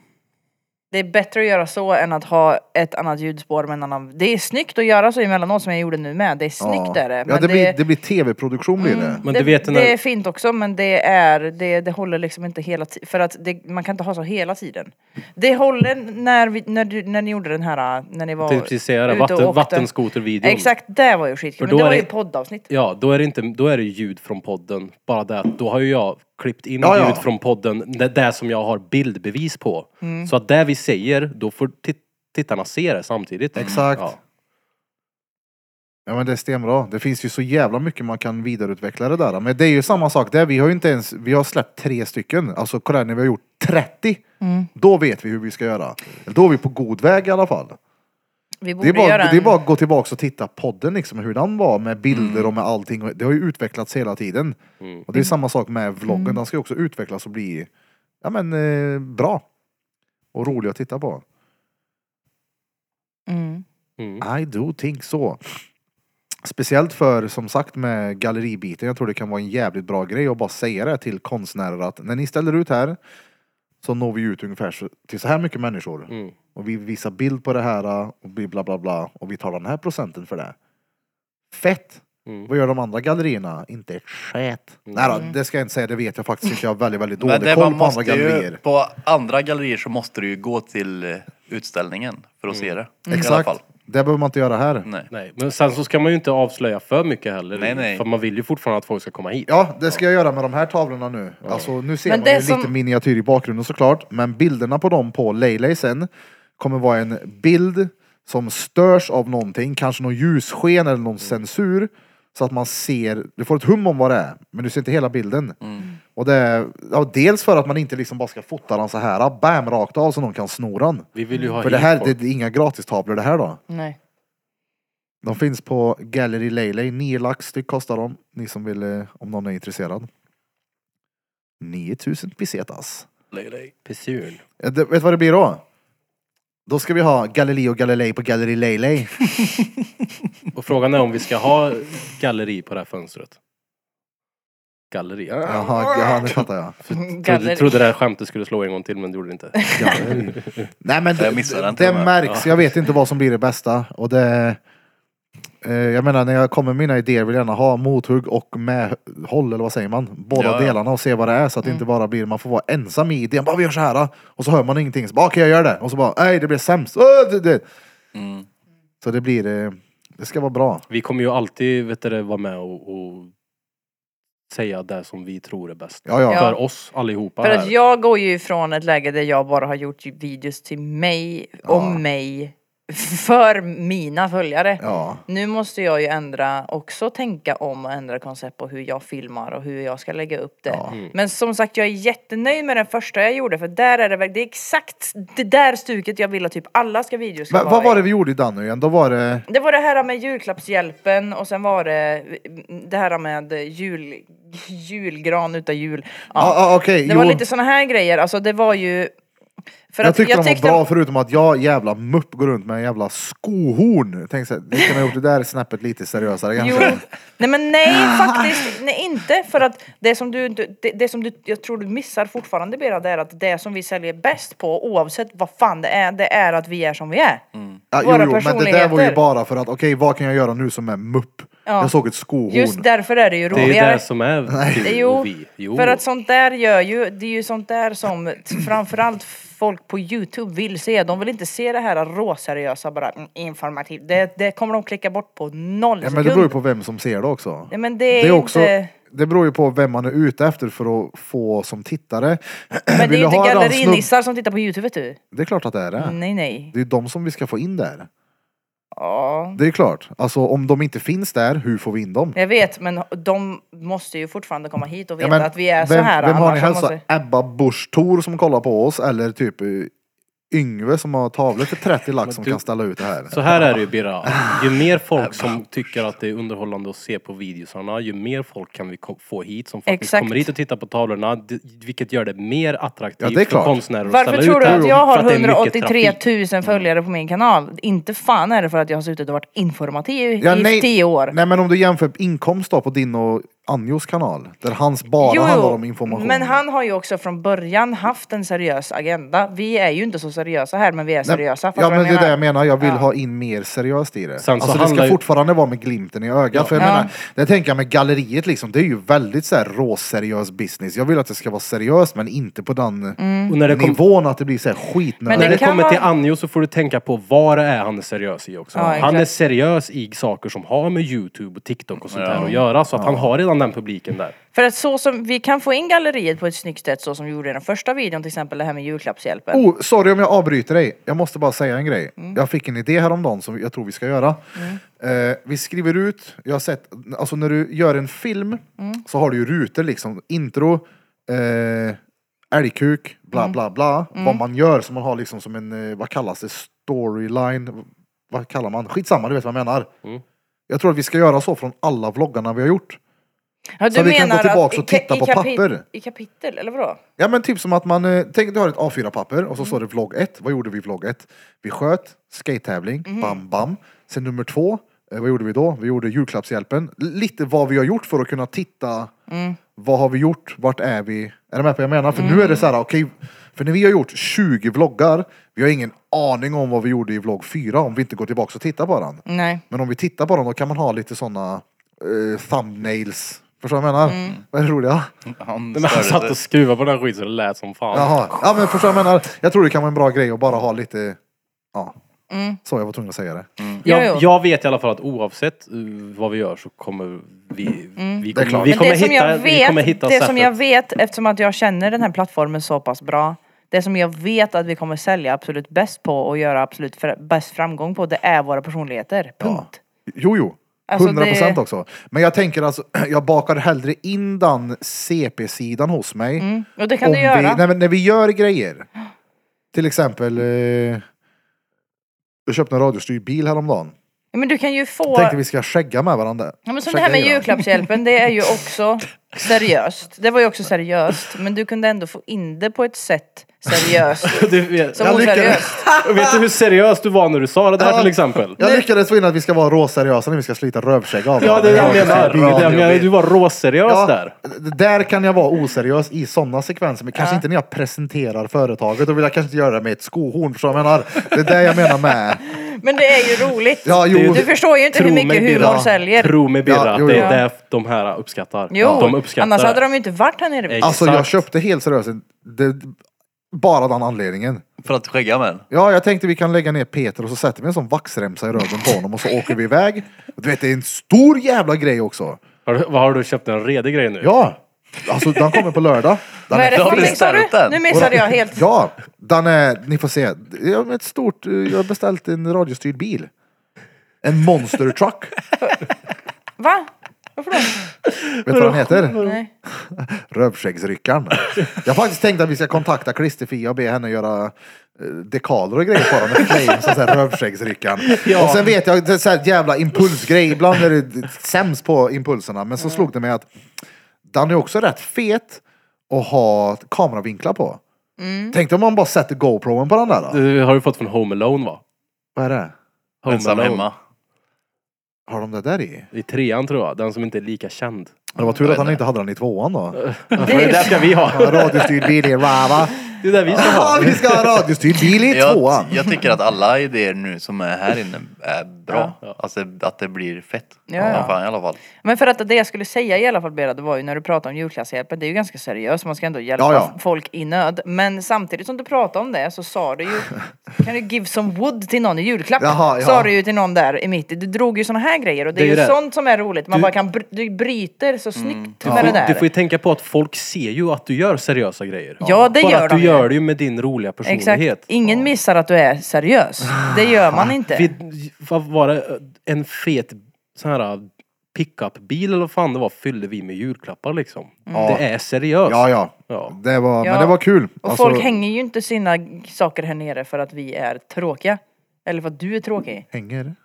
Speaker 2: Det är bättre att göra så än att ha ett annat ljudspår med en annan. Det är snyggt att göra så emellanåt som jag gjorde nu med. Det är snyggt
Speaker 1: ja.
Speaker 2: är det. Mm.
Speaker 1: Ja, det, blir, det blir tv-produktion blir det.
Speaker 3: Men
Speaker 2: det,
Speaker 3: du vet den här-
Speaker 2: det är fint också men det är, det, det håller liksom inte hela tiden. För att det, man kan inte ha så hela tiden. Det håller när, vi, när, du, när ni gjorde den här, när ni var
Speaker 3: Jag tänkte precis säga det,
Speaker 2: ute och
Speaker 3: vatten,
Speaker 2: åkte.
Speaker 3: vattenskotervideon.
Speaker 2: Exakt, det var ju skitkul.
Speaker 3: För
Speaker 2: Men
Speaker 3: då
Speaker 2: det
Speaker 3: är
Speaker 2: var ju
Speaker 3: det-
Speaker 2: poddavsnitt.
Speaker 3: Ja, då är, det inte, då är det ljud från podden. Bara det att då har ju jag klippt in
Speaker 1: Ja, ja.
Speaker 3: ljud från podden, det, det som jag har bildbevis på.
Speaker 1: Mm.
Speaker 3: Så att det vi säger, då får tit- tittarna se det samtidigt.
Speaker 1: Exakt.
Speaker 3: Ja.
Speaker 1: Ja men det är stenbra. Det finns ju så jävla mycket man kan vidareutveckla det där. Men det är ju samma sak där. Vi har ju inte ens, vi har släppt tre stycken. Alltså kolla här, när vi har gjort 30.
Speaker 2: Mm.
Speaker 1: Då vet vi hur vi ska göra. Då är vi på god väg i alla fall.
Speaker 2: Vi borde
Speaker 1: Det är, bara,
Speaker 2: göra en...
Speaker 1: det är bara att gå tillbaka och titta podden liksom, hur den var med
Speaker 2: Mm.
Speaker 1: bilder och med allting. Och Det har ju utvecklats hela tiden. Och det är samma sak med vloggen,
Speaker 2: Mm.
Speaker 1: den ska ju också utvecklas och bli ja, men, eh, bra. Och rolig att titta på.
Speaker 2: Mm.
Speaker 3: Mm.
Speaker 1: I do think so. Speciellt för, som sagt, med galleribiten. Jag tror det kan vara en jävligt bra grej att bara säga det till konstnärer att när ni ställer ut här så når vi ut ungefär så- till så här mycket människor.
Speaker 3: Mm.
Speaker 1: Och vi visar bild på det här och bli bla bla bla och vi tar den här procenten för det. Fett!
Speaker 3: Mm.
Speaker 1: Vad gör de andra gallerierna? Inte ett skät. Nej då, det ska jag inte säga, det vet jag faktiskt inte. Jag har väldigt, väldigt
Speaker 4: Mm. Men det
Speaker 1: dålig
Speaker 4: man
Speaker 1: koll på andra
Speaker 4: måste ju, Mm.
Speaker 1: gallerier.
Speaker 4: på andra gallerier så måste du ju gå till eh, utställningen för att se det. I alla
Speaker 1: Mm. Exakt.
Speaker 4: fall.
Speaker 1: Det behöver man inte göra här.
Speaker 4: Nej.
Speaker 3: Nej, men sen så ska man ju inte avslöja för mycket heller.
Speaker 4: Nej, nej.
Speaker 3: För man vill ju fortfarande att folk ska komma hit.
Speaker 1: Ja, det ska jag göra med de här tavlorna nu. Alltså, nu ser
Speaker 2: Men
Speaker 1: man
Speaker 2: det
Speaker 1: ju
Speaker 2: som-
Speaker 1: lite miniatyr i bakgrunden såklart, men bilderna på dem på Leylay sen kommer vara en bild som störs av någonting, kanske någon ljussken eller någon censur, så att man ser, du får ett hum om vad det är, men du ser inte hela bilden.
Speaker 2: Mm.
Speaker 4: Mm.
Speaker 1: Och det är, ja, dels för att man inte liksom bara ska fota den så här, bam, rakt av så någon kan sno den.
Speaker 3: Vi vill ju ha
Speaker 1: För
Speaker 3: hit
Speaker 1: det här,
Speaker 3: folk.
Speaker 1: det är inga gratistavlor det här då.
Speaker 2: Nej.
Speaker 1: De finns på Gallery Leylay. 9 lax styck kostar de. Ni som vill, eh, om någon är intresserad. 9000 pesetas.
Speaker 3: Pisurn.
Speaker 1: Eh, det- Vet du vad det blir då? Då ska vi ha Galileo Galilei på Gallery Leylay.
Speaker 3: Och frågan är om vi ska ha galleri på det här fönstret. Galleri. Jag
Speaker 1: Jaha, jaha, nu fattar jag.
Speaker 3: trodde,
Speaker 2: Galleri.
Speaker 3: trodde det här skämtet skulle slå en gång till men det gjorde det inte.
Speaker 1: Nej men det,
Speaker 4: Jag missade
Speaker 1: det,
Speaker 4: inte de här.
Speaker 1: märks. Jag vet inte vad som blir det bästa. Och det, eh, jag menar när jag kommer med mina idéer vill jag gärna ha mothugg och medhåll eller vad säger man? Båda
Speaker 4: Ja, ja.
Speaker 1: delarna och se vad det är så att det inte
Speaker 2: Mm.
Speaker 1: bara blir man får vara ensam i idén. Bara vi gör så här då. och så hör man ingenting. Så bara okej jag gör det och så bara nej det blir sämst. Äh, det, det.
Speaker 4: Mm.
Speaker 1: Så det blir eh, det ska vara bra.
Speaker 3: Vi kommer ju alltid vet du, det, vara med och, och säga det som vi tror är bäst.
Speaker 1: Ja ja.
Speaker 2: Ja.
Speaker 3: För oss allihopa
Speaker 2: För
Speaker 3: här.
Speaker 2: att jag går ju ifrån ett läge där jag bara har gjort videos till mig, om mig, för mina följare.
Speaker 1: ja.
Speaker 2: Nu måste jag ju ändra, också tänka om och ändra koncept på hur jag filmar och hur jag ska lägga upp det.
Speaker 1: Ja.
Speaker 2: Men som sagt, jag är jättenöjd med den första jag gjorde för där är det, väl- det är exakt det där stuket jag vill att typ alla ska videos ska
Speaker 1: Men,
Speaker 2: vara
Speaker 1: vad var
Speaker 2: i.
Speaker 1: det vi gjorde i Danny igen? Då var det
Speaker 2: Det var det här med julklappshjälpen och sen var det mm, det här med jul, julgran utan jul.
Speaker 1: ja
Speaker 2: Ja.
Speaker 1: ah, ah, okej.
Speaker 2: Det var
Speaker 1: jo.
Speaker 2: lite såna här grejer, alltså det var ju... För
Speaker 1: jag tyckte de var bra förutom att jag jävla mupp går runt med en jävla skohorn. Tänk så här, ni kunde ha gjort det där snäppet lite seriösare
Speaker 2: Jo,
Speaker 1: kanske.
Speaker 2: nej men nej faktiskt, nej inte för att det som du, inte- det, det som du, jag tror du missar fortfarande Bera, det är att det som vi säljer bäst på oavsett vad fan det är, det är att vi är som vi är.
Speaker 1: Ja,
Speaker 2: Våra
Speaker 1: men det där var ju
Speaker 2: personligheter.
Speaker 1: bara för att okej, vad kan jag göra nu som är mupp?
Speaker 2: Ja.
Speaker 1: Jag såg ett skohorn.
Speaker 2: Just därför är det ju
Speaker 3: det är
Speaker 2: roligare.
Speaker 3: ju det som är du
Speaker 2: Jo,
Speaker 3: och vi. Jo.
Speaker 2: för att sånt där gör ju, det är ju sånt där som framförallt folk på Youtube vill se. De vill inte se det här råseriösa, bara mm, informativt. Det, det kommer de klicka bort på noll
Speaker 1: ja,
Speaker 2: sekund.
Speaker 1: men det beror ju på vem som ser det också.
Speaker 2: Nej, men det är,
Speaker 1: det, är
Speaker 2: inte...
Speaker 1: också det beror ju på vem man är ute efter för att få som tittare.
Speaker 2: Men det är ju
Speaker 1: du ha
Speaker 2: inte Mm.
Speaker 1: en rann
Speaker 2: galleri-nissar som tittar på Youtube vet du.
Speaker 1: snubb- Det är klart att det är det.
Speaker 2: Nej nej.
Speaker 1: Det är ju de som vi ska få in där.
Speaker 2: Ja.
Speaker 1: Det är klart. Alltså om de inte finns där, hur får vi in dem?
Speaker 2: Jag vet men de måste ju fortfarande komma hit och veta
Speaker 1: men
Speaker 2: att vi är
Speaker 1: vem,
Speaker 2: så här.
Speaker 1: Vem har ni
Speaker 2: annars så
Speaker 1: helst?
Speaker 2: måste-
Speaker 1: Ebba Busch Thor som kollar på oss eller typ eh, Yngve som har tavlor för 30 lax som
Speaker 3: du-
Speaker 1: kan ställa ut det här.
Speaker 3: Så här är det ju Birra, ju mer folk som tycker att det är underhållande att se på videosarna, ju mer folk kan vi ko- få hit som faktiskt
Speaker 2: Exakt.
Speaker 3: kommer hit och tittar på tavlorna, d- vilket gör det mer attraktivt
Speaker 1: Ja, det är
Speaker 3: för
Speaker 1: klart.
Speaker 3: konstnärer att
Speaker 2: Varför
Speaker 3: ställa
Speaker 2: tror
Speaker 3: ut
Speaker 2: du
Speaker 3: här.
Speaker 2: att jag
Speaker 3: För
Speaker 2: har
Speaker 3: det är mycket
Speaker 2: 183
Speaker 3: trafik.
Speaker 2: 000
Speaker 3: Mm.
Speaker 2: följare på min kanal? Inte fan är det för att jag har suttit och varit informativ
Speaker 1: Ja,
Speaker 2: i
Speaker 1: nej.
Speaker 2: 10 år.
Speaker 1: Nej men om du jämför inkomst då på din och Anjos kanal, där hans bara handlar om information.
Speaker 2: men han har ju också från början haft en seriös agenda. Vi är ju inte så seriösa här, men vi är
Speaker 1: Nej,
Speaker 2: seriösa. Fattar
Speaker 1: Ja
Speaker 2: du
Speaker 1: men
Speaker 2: vad
Speaker 1: det är det jag
Speaker 2: menar?
Speaker 1: menar, jag vill
Speaker 2: Ja.
Speaker 1: ha in mer seriöst i det.
Speaker 3: Sen så
Speaker 1: alltså det
Speaker 3: handlar
Speaker 1: ska
Speaker 3: ju-
Speaker 1: fortfarande vara med glimten i ögat.
Speaker 3: Ja.
Speaker 1: För jag
Speaker 2: Ja.
Speaker 1: menar, det tänker jag med galleriet liksom, det är ju väldigt så här råseriös business. Jag vill att det ska vara seriöst men inte på den
Speaker 3: Och när det, kom,
Speaker 1: nivån att det blir så här skitnödigt.
Speaker 2: Mm. Men
Speaker 3: när
Speaker 2: det
Speaker 3: det
Speaker 2: kan
Speaker 3: kommer till
Speaker 2: vara-
Speaker 3: Anjo så får du tänka på vad det är han är seriös i också.
Speaker 2: Ja,
Speaker 3: han är
Speaker 2: exakt.
Speaker 3: seriös i saker som har med Youtube och TikTok och sånt här att göra. Så att han har redan den publiken där.
Speaker 2: För att så som vi kan få in galleriet på ett snyggt sätt, så som vi gjorde i den första videon, till exempel det här med julklappshjälpen.
Speaker 1: Oh, sorry om jag avbryter dig. Jag måste bara säga en grej. Jag fick en idé häromdagen som jag tror vi ska göra. Eh, vi skriver ut, jag har sett, alltså när du gör en film så har du ju rutor liksom. Intro, eh, älgkuk, bla bla bla. Vad man gör så man har liksom som en, eh, vad kallas det, storyline? Vad kallar man? Skitsamma, du vet vad jag menar. Jag tror att vi ska göra så från alla vloggarna vi har gjort.
Speaker 2: Ja, du
Speaker 1: så vi kan
Speaker 2: menar
Speaker 1: gå tillbaka
Speaker 2: att
Speaker 1: och titta på
Speaker 2: kapit-
Speaker 1: papper.
Speaker 2: I kapitel, eller vadå?
Speaker 1: Ja men typ som att man, eh, tänk du har ett A4-papper och så står det vlogg 1. Vad gjorde vi i vlogg 1? Vi sköt, skate-tävling, bam bam. Sen nummer 2, eh, vad gjorde vi då? Vi gjorde julklappshjälpen. L- Lite vad vi har gjort för att kunna titta. Vad har vi gjort? Vart är vi? Är du med på vad jag menar? För nu är det så här, okej. för när vi har gjort 20 vloggar, vi har ingen aning om vad vi gjorde i vlogg 4 om vi inte går tillbaka och tittar på den.
Speaker 2: Nej.
Speaker 1: Men om vi tittar på den då kan man ha lite sådana eh, thumbnails. Förstår du vad jag menar? Vad är det roliga?
Speaker 4: Han
Speaker 3: Men han
Speaker 4: störde
Speaker 3: satt
Speaker 4: sig.
Speaker 3: och skruvade på den skiten så det lät som fan.
Speaker 1: Jaha, ja men förstår jag menar. Jag tror det kan vara en bra grej att bara ha lite, ja.
Speaker 2: Mm.
Speaker 1: Så jag var tvungen att säga det.
Speaker 3: Jag,
Speaker 2: Jo, jo.
Speaker 3: jag vet i alla fall att oavsett eh, vad vi gör så kommer vi, vi,
Speaker 1: Det är
Speaker 3: kommer,
Speaker 1: klart.
Speaker 3: vi,
Speaker 2: Men
Speaker 3: kommer
Speaker 2: Mm. det som
Speaker 3: hitta,
Speaker 2: jag
Speaker 3: vi kommer
Speaker 2: vet,
Speaker 3: hitta
Speaker 2: det
Speaker 3: sättet.
Speaker 2: som jag vet, eftersom att jag känner den här plattformen så pass bra, det som jag vet att vi kommer sälja absolut bäst på och göra absolut fr- bäst framgång på, det är våra personligheter. Punkt.
Speaker 1: Jo, jo.
Speaker 2: Alltså,
Speaker 1: 100% procent
Speaker 2: det-
Speaker 1: också. Men jag tänker alltså, jag bakar hellre in den CP-sidan hos mig.
Speaker 2: Mm. Och det kan
Speaker 1: om
Speaker 2: du göra.
Speaker 1: Vi, nej, men när vi gör grejer. Till exempel, eh, jag köpte en radiostyrd bil häromdagen.
Speaker 2: Men du kan ju få...
Speaker 1: Tänkte vi ska skägga med varandra.
Speaker 2: Ja, men som det här med
Speaker 1: Försöka göra.
Speaker 2: julklappshjälpen, det är ju också seriöst. Det var ju också seriöst, men du kunde ändå få in det på ett sätt seriöst.
Speaker 3: Du vet,
Speaker 2: Som
Speaker 1: Jag lyckades.
Speaker 2: oseriöst.
Speaker 3: vet du hur seriös du var när du sa det där
Speaker 1: Ja.
Speaker 3: till exempel?
Speaker 1: Jag lyckades få in att vi ska vara råseriösa när vi ska slita rövskägg av
Speaker 3: Ja, det är det jag
Speaker 1: varandra.
Speaker 3: menar. Det är det jag menar. Du var råseriös
Speaker 1: Ja,
Speaker 3: där.
Speaker 1: d- Där kan jag vara oseriös i sådana sekvenser, men kanske inte när jag presenterar företaget. Då vill jag kanske inte göra det med ett skohorn. Så jag menar, det är det jag menar med...
Speaker 2: Men det är ju roligt.
Speaker 1: Ja, jo,
Speaker 2: Du förstår ju inte
Speaker 3: Tro
Speaker 2: hur
Speaker 3: mig,
Speaker 2: mycket
Speaker 3: Birra.
Speaker 2: humor säljer.
Speaker 3: Tro mig Birra,
Speaker 1: Ja,
Speaker 3: att
Speaker 1: jo,
Speaker 3: det
Speaker 1: jo.
Speaker 3: är det de här uppskattar.
Speaker 2: Jo,
Speaker 3: de uppskattar
Speaker 2: annars hade
Speaker 3: det.
Speaker 2: de ju inte varit här nere vid.
Speaker 3: Ex-
Speaker 1: Alltså, jag
Speaker 3: Exakt.
Speaker 1: köpte helt seriöst det, bara den anledningen.
Speaker 4: För att skägga med den.
Speaker 1: Ja, jag tänkte vi kan lägga ner Peter och så sätter vi en sån vaxremsa i röven på honom och så åker vi iväg. Du vet, det är en stor jävla grej också.
Speaker 3: Har du, vad har du köpt en redig grej nu?
Speaker 1: Ja, alltså den kommer på lördag. Den
Speaker 2: Vad är det
Speaker 4: Jag
Speaker 2: för
Speaker 4: har
Speaker 2: någonting sa
Speaker 4: beställt
Speaker 2: du?
Speaker 4: den.
Speaker 2: Nu missade jag helt.
Speaker 1: Ja, den är, ni får se. Jag har ett stort, eh, jag har beställt en radiostyrd bil. En monster truck.
Speaker 2: Va? Varför då?
Speaker 1: Vet du vad den heter?
Speaker 2: Nej.
Speaker 1: Rövskäggsryckaren. Jag har faktiskt tänkt att vi ska kontakta Christer-Fia och be henne göra eh, dekaler och grejer på den. Med claims och så här Rövskäggsryckaren.
Speaker 3: Ja.
Speaker 1: Och sen vet jag, det är så här jävla impulsgrej. Ibland är det sämst på impulserna. Men
Speaker 2: Mm.
Speaker 1: så slog det mig att den är också rätt fet att ha kameravinklar på.
Speaker 2: Mm.
Speaker 1: Tänk dig om man bara sätter GoProen på den där. Då.
Speaker 3: Du, har du fått från Home Alone va?
Speaker 1: Vad är det?
Speaker 3: Home
Speaker 4: Ensam
Speaker 3: Alone.
Speaker 4: hemma.
Speaker 1: Har de det där i?
Speaker 3: I trean tror jag, den som inte är lika känd.
Speaker 1: Det var tur att han inte hade den i tvåan då.
Speaker 3: Det är det ska vi ha.
Speaker 1: En radiostyrd bil i Rava.
Speaker 3: Det är det vi ska ha.
Speaker 1: Ja, vi ska ha radiostyrd bil i tvåan.
Speaker 4: Jag, jag tycker att alla idéer nu som är här inne är bra. Alltså att det blir fett.
Speaker 2: Ja,
Speaker 4: Som
Speaker 2: ja.
Speaker 4: Fan, i alla fall.
Speaker 2: Men för att det jag skulle säga i alla fall Bera, det var ju när du pratade om julklappshjälpen, det är ju ganska seriöst, man ska ändå hjälpa
Speaker 1: Ja, ja.
Speaker 2: folk i nöd. Men samtidigt som du pratade om det så sa du ju, kan du give some wood till någon i julklapp?
Speaker 1: Jaha, ja.
Speaker 2: Sa du ju till någon där i mitt. Du drog ju såna här grejer och det,
Speaker 3: Det är
Speaker 2: är
Speaker 3: ju
Speaker 2: ju
Speaker 3: det.
Speaker 2: sånt som är roligt, man
Speaker 3: Du-
Speaker 2: bara kan br- du bryter så
Speaker 1: Mm.
Speaker 2: snyggt med det
Speaker 3: Du,
Speaker 2: där.
Speaker 3: du får ju tänka på att folk ser ju att du gör seriösa grejer.
Speaker 2: Ja, det
Speaker 3: Bara
Speaker 2: gör
Speaker 3: att
Speaker 2: de
Speaker 3: du
Speaker 2: ju.
Speaker 3: gör det ju med din roliga
Speaker 2: Exakt,
Speaker 3: personlighet.
Speaker 2: ingen missar att du är seriös. Det gör man inte.
Speaker 3: Vi, vad var det? En fet sån här äh, pickupbil eller vad fan det var fyllde vi med julklappar liksom.
Speaker 2: Mm.
Speaker 1: Ja.
Speaker 3: Det är seriöst.
Speaker 1: Ja, ja.
Speaker 3: Ja.
Speaker 1: Det var,
Speaker 2: Ja.
Speaker 1: Men det var kul.
Speaker 2: Och
Speaker 1: Alltså,
Speaker 2: folk hänger ju inte sina saker här nere för att vi är tråkiga. Eller för att du är tråkig.
Speaker 1: hänger.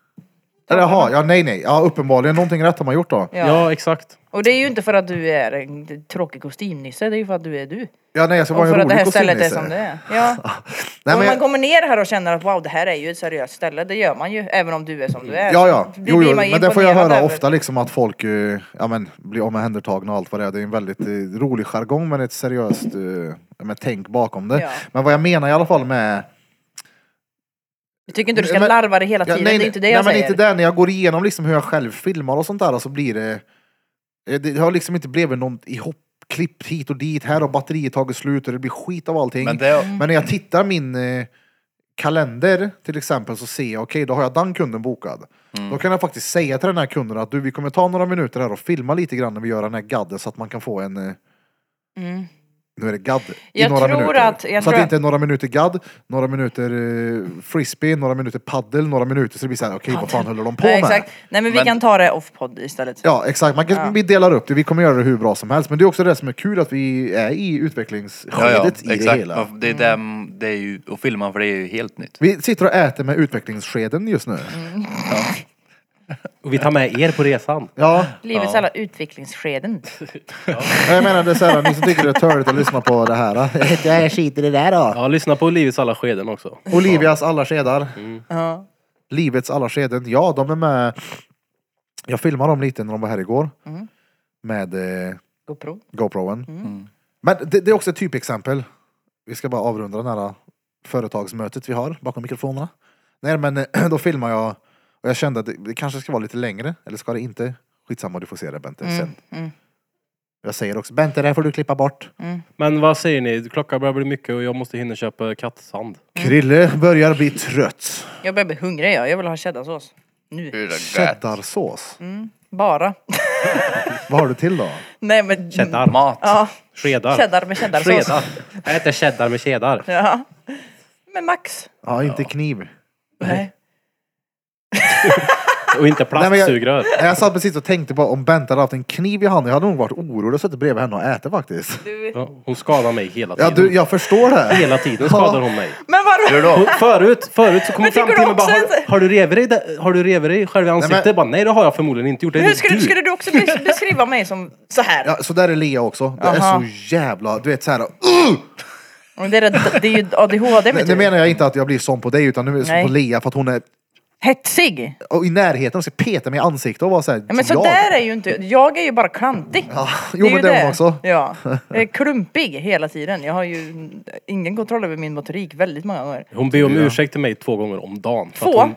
Speaker 1: Eller jaha, ja nej nej. Ja uppenbarligen någonting rätt har man gjort då.
Speaker 2: Ja.
Speaker 3: ja, exakt.
Speaker 2: Och det är ju inte för att du är en tråkig kostymnisse, det är ju för att du är du.
Speaker 1: Ja nej jag ska
Speaker 2: Och
Speaker 1: vara en
Speaker 2: för att det
Speaker 1: rolig
Speaker 2: här stället är
Speaker 1: kostymnisse.
Speaker 2: som det är. Ja.
Speaker 1: Nej,
Speaker 2: om
Speaker 1: men
Speaker 2: man
Speaker 1: jag,
Speaker 2: kommer ner här och känner att wow, det här är ju ett seriöst ställe, det gör man ju. Även om du är som du är.
Speaker 1: ja ja,
Speaker 2: Det
Speaker 1: jo,
Speaker 2: blir
Speaker 1: jo.
Speaker 2: man ju
Speaker 1: men det får jag
Speaker 2: imponerad
Speaker 1: höra
Speaker 2: över.
Speaker 1: ofta liksom att folk eh, ja, men, blir omhändertagna och allt vad det är. Det är en väldigt eh, rolig jargong men ett seriöst eh, med tänk bakom det.
Speaker 2: Ja.
Speaker 1: Men vad jag menar i alla fall med
Speaker 2: Jag tycker inte du ska
Speaker 1: Men-
Speaker 2: larva det hela
Speaker 1: Ja,
Speaker 2: tiden, det är inte det
Speaker 1: nej,
Speaker 2: jag säger.
Speaker 1: men inte det. När jag går igenom liksom hur jag själv filmar och sånt där så blir det... eh, Det har liksom inte blivit något ihopklippt hit och dit. Här har batteriet tagit slut och det blir skit av allting.
Speaker 4: Men
Speaker 1: Men,
Speaker 2: Mm.
Speaker 4: det,
Speaker 1: när jag tittar min eh, kalender till exempel så ser jag, okej då har jag den kunden bokad.
Speaker 2: Mm.
Speaker 1: Då kan jag faktiskt säga till den här kunden att du vi kommer ta några minuter här och filma lite grann när vi gör den här gadden så att man kan få en eh,
Speaker 2: Mm.
Speaker 1: nu är det gadd i
Speaker 2: Jag
Speaker 1: några
Speaker 2: tror
Speaker 1: minuter.
Speaker 2: att- jag
Speaker 1: så att
Speaker 2: tror
Speaker 1: det
Speaker 2: att-
Speaker 1: inte är några minuter gadd, några minuter eh, frisbee, några minuter paddel, några minuter så det blir såhär, okej vad fan håller de på
Speaker 2: Ja,
Speaker 1: med?
Speaker 2: exakt. Nej men vi
Speaker 4: Men-
Speaker 2: kan ta det off-podd istället.
Speaker 1: Ja exakt, man kan, vi delar upp det, vi kommer göra det hur bra som helst. Men det är också det som är kul att vi är i
Speaker 4: ja,
Speaker 1: utvecklingsskedet
Speaker 4: ja,
Speaker 1: i det
Speaker 4: exakt.
Speaker 1: hela.
Speaker 4: Det är, dem, det är ju, och filma för det är ju helt nytt.
Speaker 1: Vi sitter och äter med utvecklingsskeden just nu.
Speaker 3: Och vi tar med er på resan.
Speaker 1: Ja,
Speaker 2: Livets alla utvecklingsskeden.
Speaker 1: jag menar det är såhär, ni som tycker det är törligt att lyssna på det här. eh. det är skit i det där då.
Speaker 3: Ja, lyssna på Livets alla skeden också.
Speaker 1: Olivias alla skedar.
Speaker 2: Ja.
Speaker 1: Livets alla skeden. Ja, de är med. Jag filmade dem lite när de var här igår. Med eh,
Speaker 2: GoPro.
Speaker 1: GoProen.
Speaker 2: Mm.
Speaker 3: Mm.
Speaker 1: Men det, det är också ett typexempel. Vi ska bara avrunda det här äh, företagsmötet vi har bakom mikrofonerna. Nej men eh, då filmar jag och jag kände att det, det kanske ska vara lite längre. Eller ska det inte? Skitsamma du får se det Bente sen.
Speaker 2: mm.
Speaker 1: Jag säger också Bente det här får du klippa bort.
Speaker 3: Men vad säger ni? Klockan börjar bli mycket och jag måste hinna köpa kattsand.
Speaker 1: Krille börjar bli trött.
Speaker 2: Jag börjar bli hungrig jag, jag vill ha cheddarsås. Nu.
Speaker 1: Cheddarsås.
Speaker 2: Mm. Bara.
Speaker 1: Vad har du till då?
Speaker 2: Nej men...
Speaker 3: Cheddar.
Speaker 4: Mat.
Speaker 2: Ja,
Speaker 3: Skedar.
Speaker 2: Mm. cheddar med cheddarsås.
Speaker 3: Skedar. Jag äter cheddar med kedar.
Speaker 2: Ja. Med Max.
Speaker 1: Ja inte kniv.
Speaker 2: Nej.
Speaker 3: Och inte
Speaker 1: men jag-
Speaker 3: plastsugrör.
Speaker 1: Jag satt precis och tänkte bara om Bente hade haft en kniv i handen. Jag hade nog varit orolig och suttit bredvid henne och ätit faktiskt.
Speaker 3: Ja, hon skadar mig hela
Speaker 1: Ja,
Speaker 3: tiden.
Speaker 1: du, jag förstår det.
Speaker 3: Hela tiden skadar hon mig.
Speaker 2: Men
Speaker 4: Hur
Speaker 2: vadå?
Speaker 3: Hon,
Speaker 4: då?
Speaker 3: förut, förut så kom hon
Speaker 2: Men
Speaker 3: fram
Speaker 2: tycker
Speaker 3: till mig
Speaker 2: du
Speaker 3: och bara,
Speaker 2: också
Speaker 3: har,
Speaker 2: att-
Speaker 3: har du rever i det? Har du rever i själva ansiktet? Nej,
Speaker 1: men-
Speaker 3: bara, nej det har jag förmodligen inte gjort. Det är
Speaker 2: Hur
Speaker 3: nog
Speaker 2: skulle,
Speaker 3: du.
Speaker 2: skulle du också bes- beskriva mig som så här?
Speaker 1: Ja, så där är Lea också. Det
Speaker 2: Aha.
Speaker 1: är så jävla, du vet såhär. Uh!
Speaker 2: Men Det, är, det- det är ju ADHD
Speaker 1: Nu-
Speaker 2: vet
Speaker 1: Nu
Speaker 2: du.
Speaker 1: menar jag inte att jag blir sån på dig utan nu är jag sån
Speaker 2: Nej.
Speaker 1: på Lea för att hon är
Speaker 2: Hetsig!
Speaker 1: och i närheten och ska peta mig i ansiktet och vara såhär.
Speaker 2: Ja, men så där är ju inte Jag är ju bara klantig.
Speaker 1: Alltså, Ja, jo, men det är hon också.
Speaker 2: Ja. Jag är klumpig hela tiden. Jag har ju ingen kontroll över min motorik väldigt många gånger.
Speaker 3: Hon ber om ursäkt till mig två gånger om dagen. För
Speaker 2: Två?
Speaker 3: Att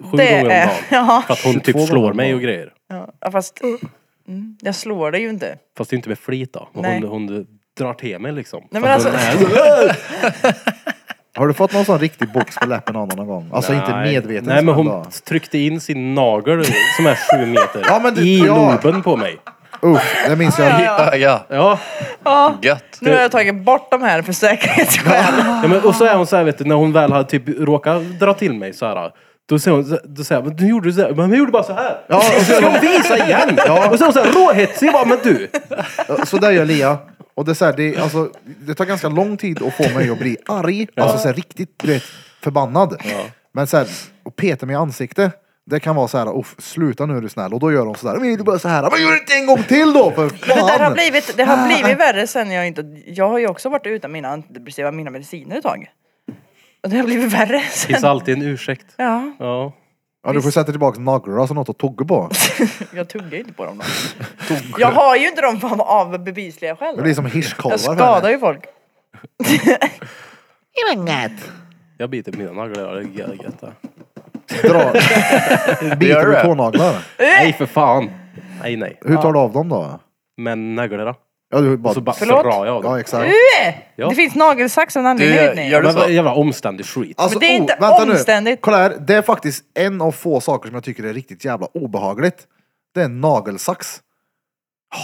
Speaker 3: hon, sju
Speaker 2: Det
Speaker 3: gånger om
Speaker 2: är-
Speaker 3: dagen.
Speaker 2: ja.
Speaker 3: För att hon
Speaker 1: 22
Speaker 3: typ slår
Speaker 1: gånger om
Speaker 3: mig
Speaker 1: dagen.
Speaker 3: och greer.
Speaker 2: Ja, fast mm, jag slår dig ju inte.
Speaker 3: Fast det är inte med flit då. Men
Speaker 2: Nej.
Speaker 3: Hon, hon drar till mig liksom.
Speaker 2: Nej,
Speaker 3: För
Speaker 2: men
Speaker 3: att
Speaker 2: alltså,
Speaker 3: hon-
Speaker 1: Har du fått någon sån riktig box på läppen av någon gång? Alltså inte
Speaker 3: Nej.
Speaker 1: medveten.
Speaker 3: Nej men
Speaker 1: sån
Speaker 3: hon
Speaker 1: då.
Speaker 3: tryckte in sin nagel som är sju meter
Speaker 1: Ja, men det-
Speaker 3: i
Speaker 1: ja.
Speaker 3: loben på mig.
Speaker 1: Usch, det minns jag.
Speaker 4: Ja,
Speaker 3: Ja.
Speaker 4: gött.
Speaker 2: nu har jag tagit bort de här för säkerhets skull.
Speaker 3: ja men, och så är hon så här, vet du, när hon väl har typ råkat dra till mig så här. Då säger hon, så- då säger jag, men du gjorde du så här, men jag gjorde bara så här.
Speaker 1: Ja,
Speaker 3: och så ska hon visa igen. Och så är hon så här råhetsig, jag bara, men du.
Speaker 1: Så där gör Lea. Och det, är så här, det, är- alltså, det tar ganska lång tid att få mig att bli arg. Alltså så här, riktigt du vet, förbannad. Men så här, och peta mig i ansiktet. Det kan vara så här, "Uff, sluta nu är du snäll. Och då gör hon sådär, men du bara så här, men gör det inte en gång till då för
Speaker 2: Det där har
Speaker 1: fan!
Speaker 2: blivit, det har blivit värre sen jag inte... Jag har ju också varit utan mina antidepressiva, mina mediciner ett tag. Och det har blivit värre sen.
Speaker 3: Finns alltid en ursäkt.
Speaker 2: Ja,
Speaker 3: Ja.
Speaker 1: Ja, du får sätta tillbaka naglar, alltså något att tugga på.
Speaker 2: jag tuggar ju inte på dem då. Jag har ju inte dem av- av bevisliga skäl.
Speaker 1: Det blir
Speaker 2: då.
Speaker 1: som
Speaker 2: Jag
Speaker 1: hirschkolvar. för
Speaker 2: skadar
Speaker 1: henne.
Speaker 2: ju folk.
Speaker 3: Jag biter på mina naglar, ja, det är gö- gött
Speaker 2: Äh!
Speaker 3: det.
Speaker 1: Dra. Biter
Speaker 4: Gör
Speaker 1: du
Speaker 4: det?
Speaker 1: tånaglar?
Speaker 3: Nej för fan. Nej nej.
Speaker 1: Hur tar du av dem då?
Speaker 3: Men naglarna.
Speaker 1: Ja, du bara...
Speaker 3: Så bara
Speaker 2: Förlåt?
Speaker 3: drar jag av
Speaker 1: ja
Speaker 3: dem.
Speaker 1: exakt.
Speaker 2: Äh!
Speaker 3: Ja.
Speaker 2: Det finns nagelsax av en anledning.
Speaker 4: Du,
Speaker 2: vet ni.
Speaker 4: gör du
Speaker 3: Men
Speaker 4: så?
Speaker 3: vad jävla omständig skit.
Speaker 1: Alltså,
Speaker 2: Men det är inte
Speaker 1: vänta nu.
Speaker 2: omständigt.
Speaker 1: Kolla här, det är faktiskt en av få saker som jag tycker är riktigt jävla obehagligt. Det är en nagelsax.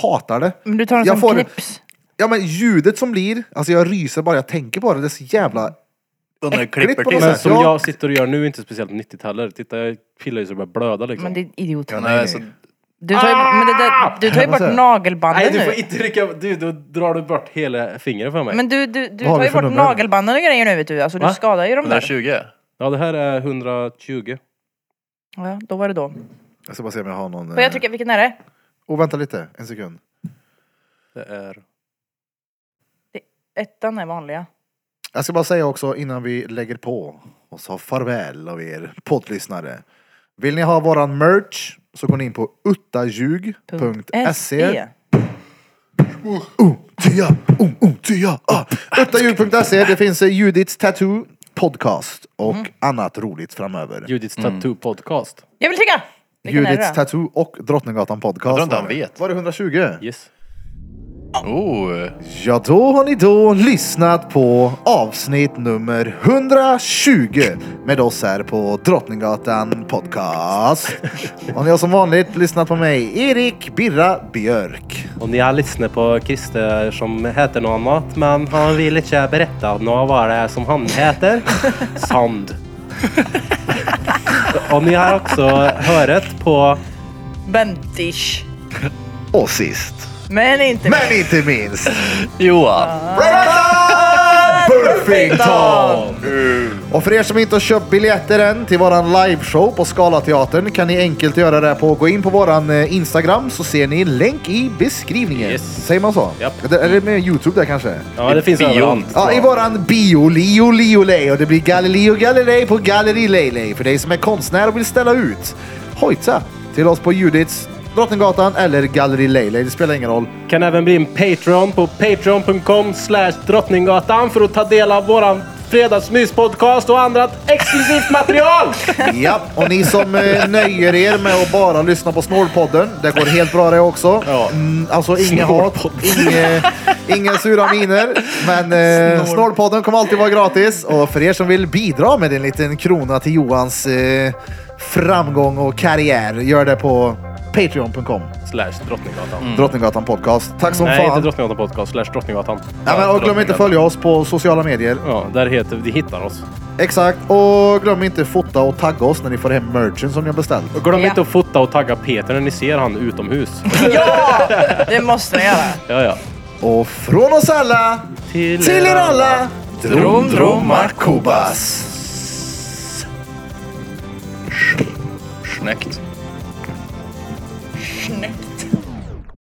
Speaker 1: Hatar det.
Speaker 2: Men du tar en
Speaker 1: Jag
Speaker 2: sån
Speaker 1: får-
Speaker 2: knips.
Speaker 1: Ja men ljudet som blir, alltså jag ryser bara jag tänker på det. Det är så jävla...
Speaker 4: Undrar hur klipper
Speaker 1: på något
Speaker 4: till
Speaker 3: Men
Speaker 4: sig.
Speaker 1: sätt.
Speaker 3: som
Speaker 1: Ja.
Speaker 3: jag sitter och gör nu är inte speciellt nyttigt heller. Titta jag pillar ju så det börjar blöda liksom.
Speaker 2: Men det är idiot.
Speaker 1: Ja, nej, Ah!
Speaker 4: Nej,
Speaker 1: nej.
Speaker 4: så
Speaker 2: Du tar ju, men det där, du tar ju
Speaker 1: Vad
Speaker 2: bort
Speaker 1: säger du?
Speaker 2: nagelbanden
Speaker 3: Nej, du får
Speaker 2: nu.
Speaker 3: inte rycka... Du, då drar du bort hela fingret för mig.
Speaker 2: Men du, du, du
Speaker 1: Vad har
Speaker 2: tar
Speaker 1: vi
Speaker 2: ju
Speaker 1: för
Speaker 2: bort
Speaker 1: nummer?
Speaker 2: nagelbanden och grejer nu vet du. Alltså
Speaker 3: Va?
Speaker 2: du skadar ju dem där.
Speaker 4: 120?
Speaker 3: Ja, det här är 120.
Speaker 2: Ja, då var det då.
Speaker 1: Jag ska bara se om jag har någon...
Speaker 2: Får jag trycka, vilken är det?
Speaker 1: Oh, vänta lite, en sekund.
Speaker 3: Det är...
Speaker 2: Ettan är vanliga.
Speaker 1: Jag ska bara säga också innan vi lägger på och sa farväl av er poddlyssnare. Vill ni ha våran merch så går ni in på
Speaker 2: E.
Speaker 1: uttaljug.se. Tia, um, um, tia, ah. Uttaljug.se. Det finns eh, Judiths Tattoo podcast och
Speaker 2: Mhm.
Speaker 1: annat roligt framöver.
Speaker 3: Judiths Tattoo Podcast.
Speaker 2: Jag vill trycka! Vilken är
Speaker 1: Judiths
Speaker 2: det då?
Speaker 1: Tattoo och Drottninggatan podcast. Jag
Speaker 4: tror inte han vet.
Speaker 1: Var det 120?
Speaker 3: Yes.
Speaker 4: Oh,
Speaker 1: Ja, då har ni då lyssnat på avsnitt nummer 120 med oss här på Drottninggatan Podcast. Och ni har som vanligt lyssnat på mig, Erik Birra Björk.
Speaker 3: Och ni har lyssnat på Christer som heter något annat, men han vill inte berätta något vad det är som han heter. Sand. Och ni har också hört på
Speaker 2: Bendish.
Speaker 1: Och sist,
Speaker 2: Men inte
Speaker 1: men inte minst,
Speaker 4: Johan.
Speaker 1: Burfington! Och för er som inte har köpt biljetter än till våran liveshow på Scalateatern kan ni enkelt göra det på att gå in på våran eh, Instagram så ser ni en länk i beskrivningen.
Speaker 3: Yes.
Speaker 1: Säger man så?
Speaker 3: Japp.
Speaker 1: Eller är det med Youtube där kanske?
Speaker 3: Ja, det finns
Speaker 4: Bion.
Speaker 3: överallt.
Speaker 1: Ja, i våran bio, Leo, Leo, Lej och det blir Galileo Galilei på Galleri Leilei för dig som är konstnär och vill ställa ut. Hojta till oss på Judits, Drottninggatan eller Galleri Leilei. Det spelar ingen roll.
Speaker 3: Kan även bli en Patreon på patreon.com slash drottninggatan för att ta del av våran fredagsmyspodcast och annat exklusivt material!
Speaker 1: Ja, och ni som eh, nöjer er med att bara lyssna på Snorpodden, det går helt bra det också.
Speaker 3: Ja.
Speaker 1: Mm, alltså inget hat, inge- inga sura miner. Men eh, Snorpodden kommer alltid vara gratis. Och för er som vill bidra med en liten krona till Johans eh, framgång och karriär, gör det på Patreon.com,
Speaker 3: Slash drottninggatan.
Speaker 1: Drottninggatan podcast. Tack som
Speaker 3: Mm. Nej, inte
Speaker 1: fan.
Speaker 3: drottninggatan podcast, slash drottninggatan.
Speaker 1: Ja, men, och glöm inte att följa oss på sociala medier.
Speaker 3: Ja, där heter vi, hittar oss.
Speaker 1: Exakt. Och glöm inte fota och tagga oss när ni får hem merchen som ni har beställt.
Speaker 3: Och glöm
Speaker 2: Ja.
Speaker 3: inte att fota och tagga Peter när ni ser han utomhus.
Speaker 2: Ja! Det måste jag göra.
Speaker 3: ja, ja.
Speaker 1: Och från oss alla
Speaker 3: Till,
Speaker 1: Till er alla!
Speaker 4: Drom, drom,
Speaker 1: Markobas!
Speaker 4: Snyggt.
Speaker 2: Snyggt.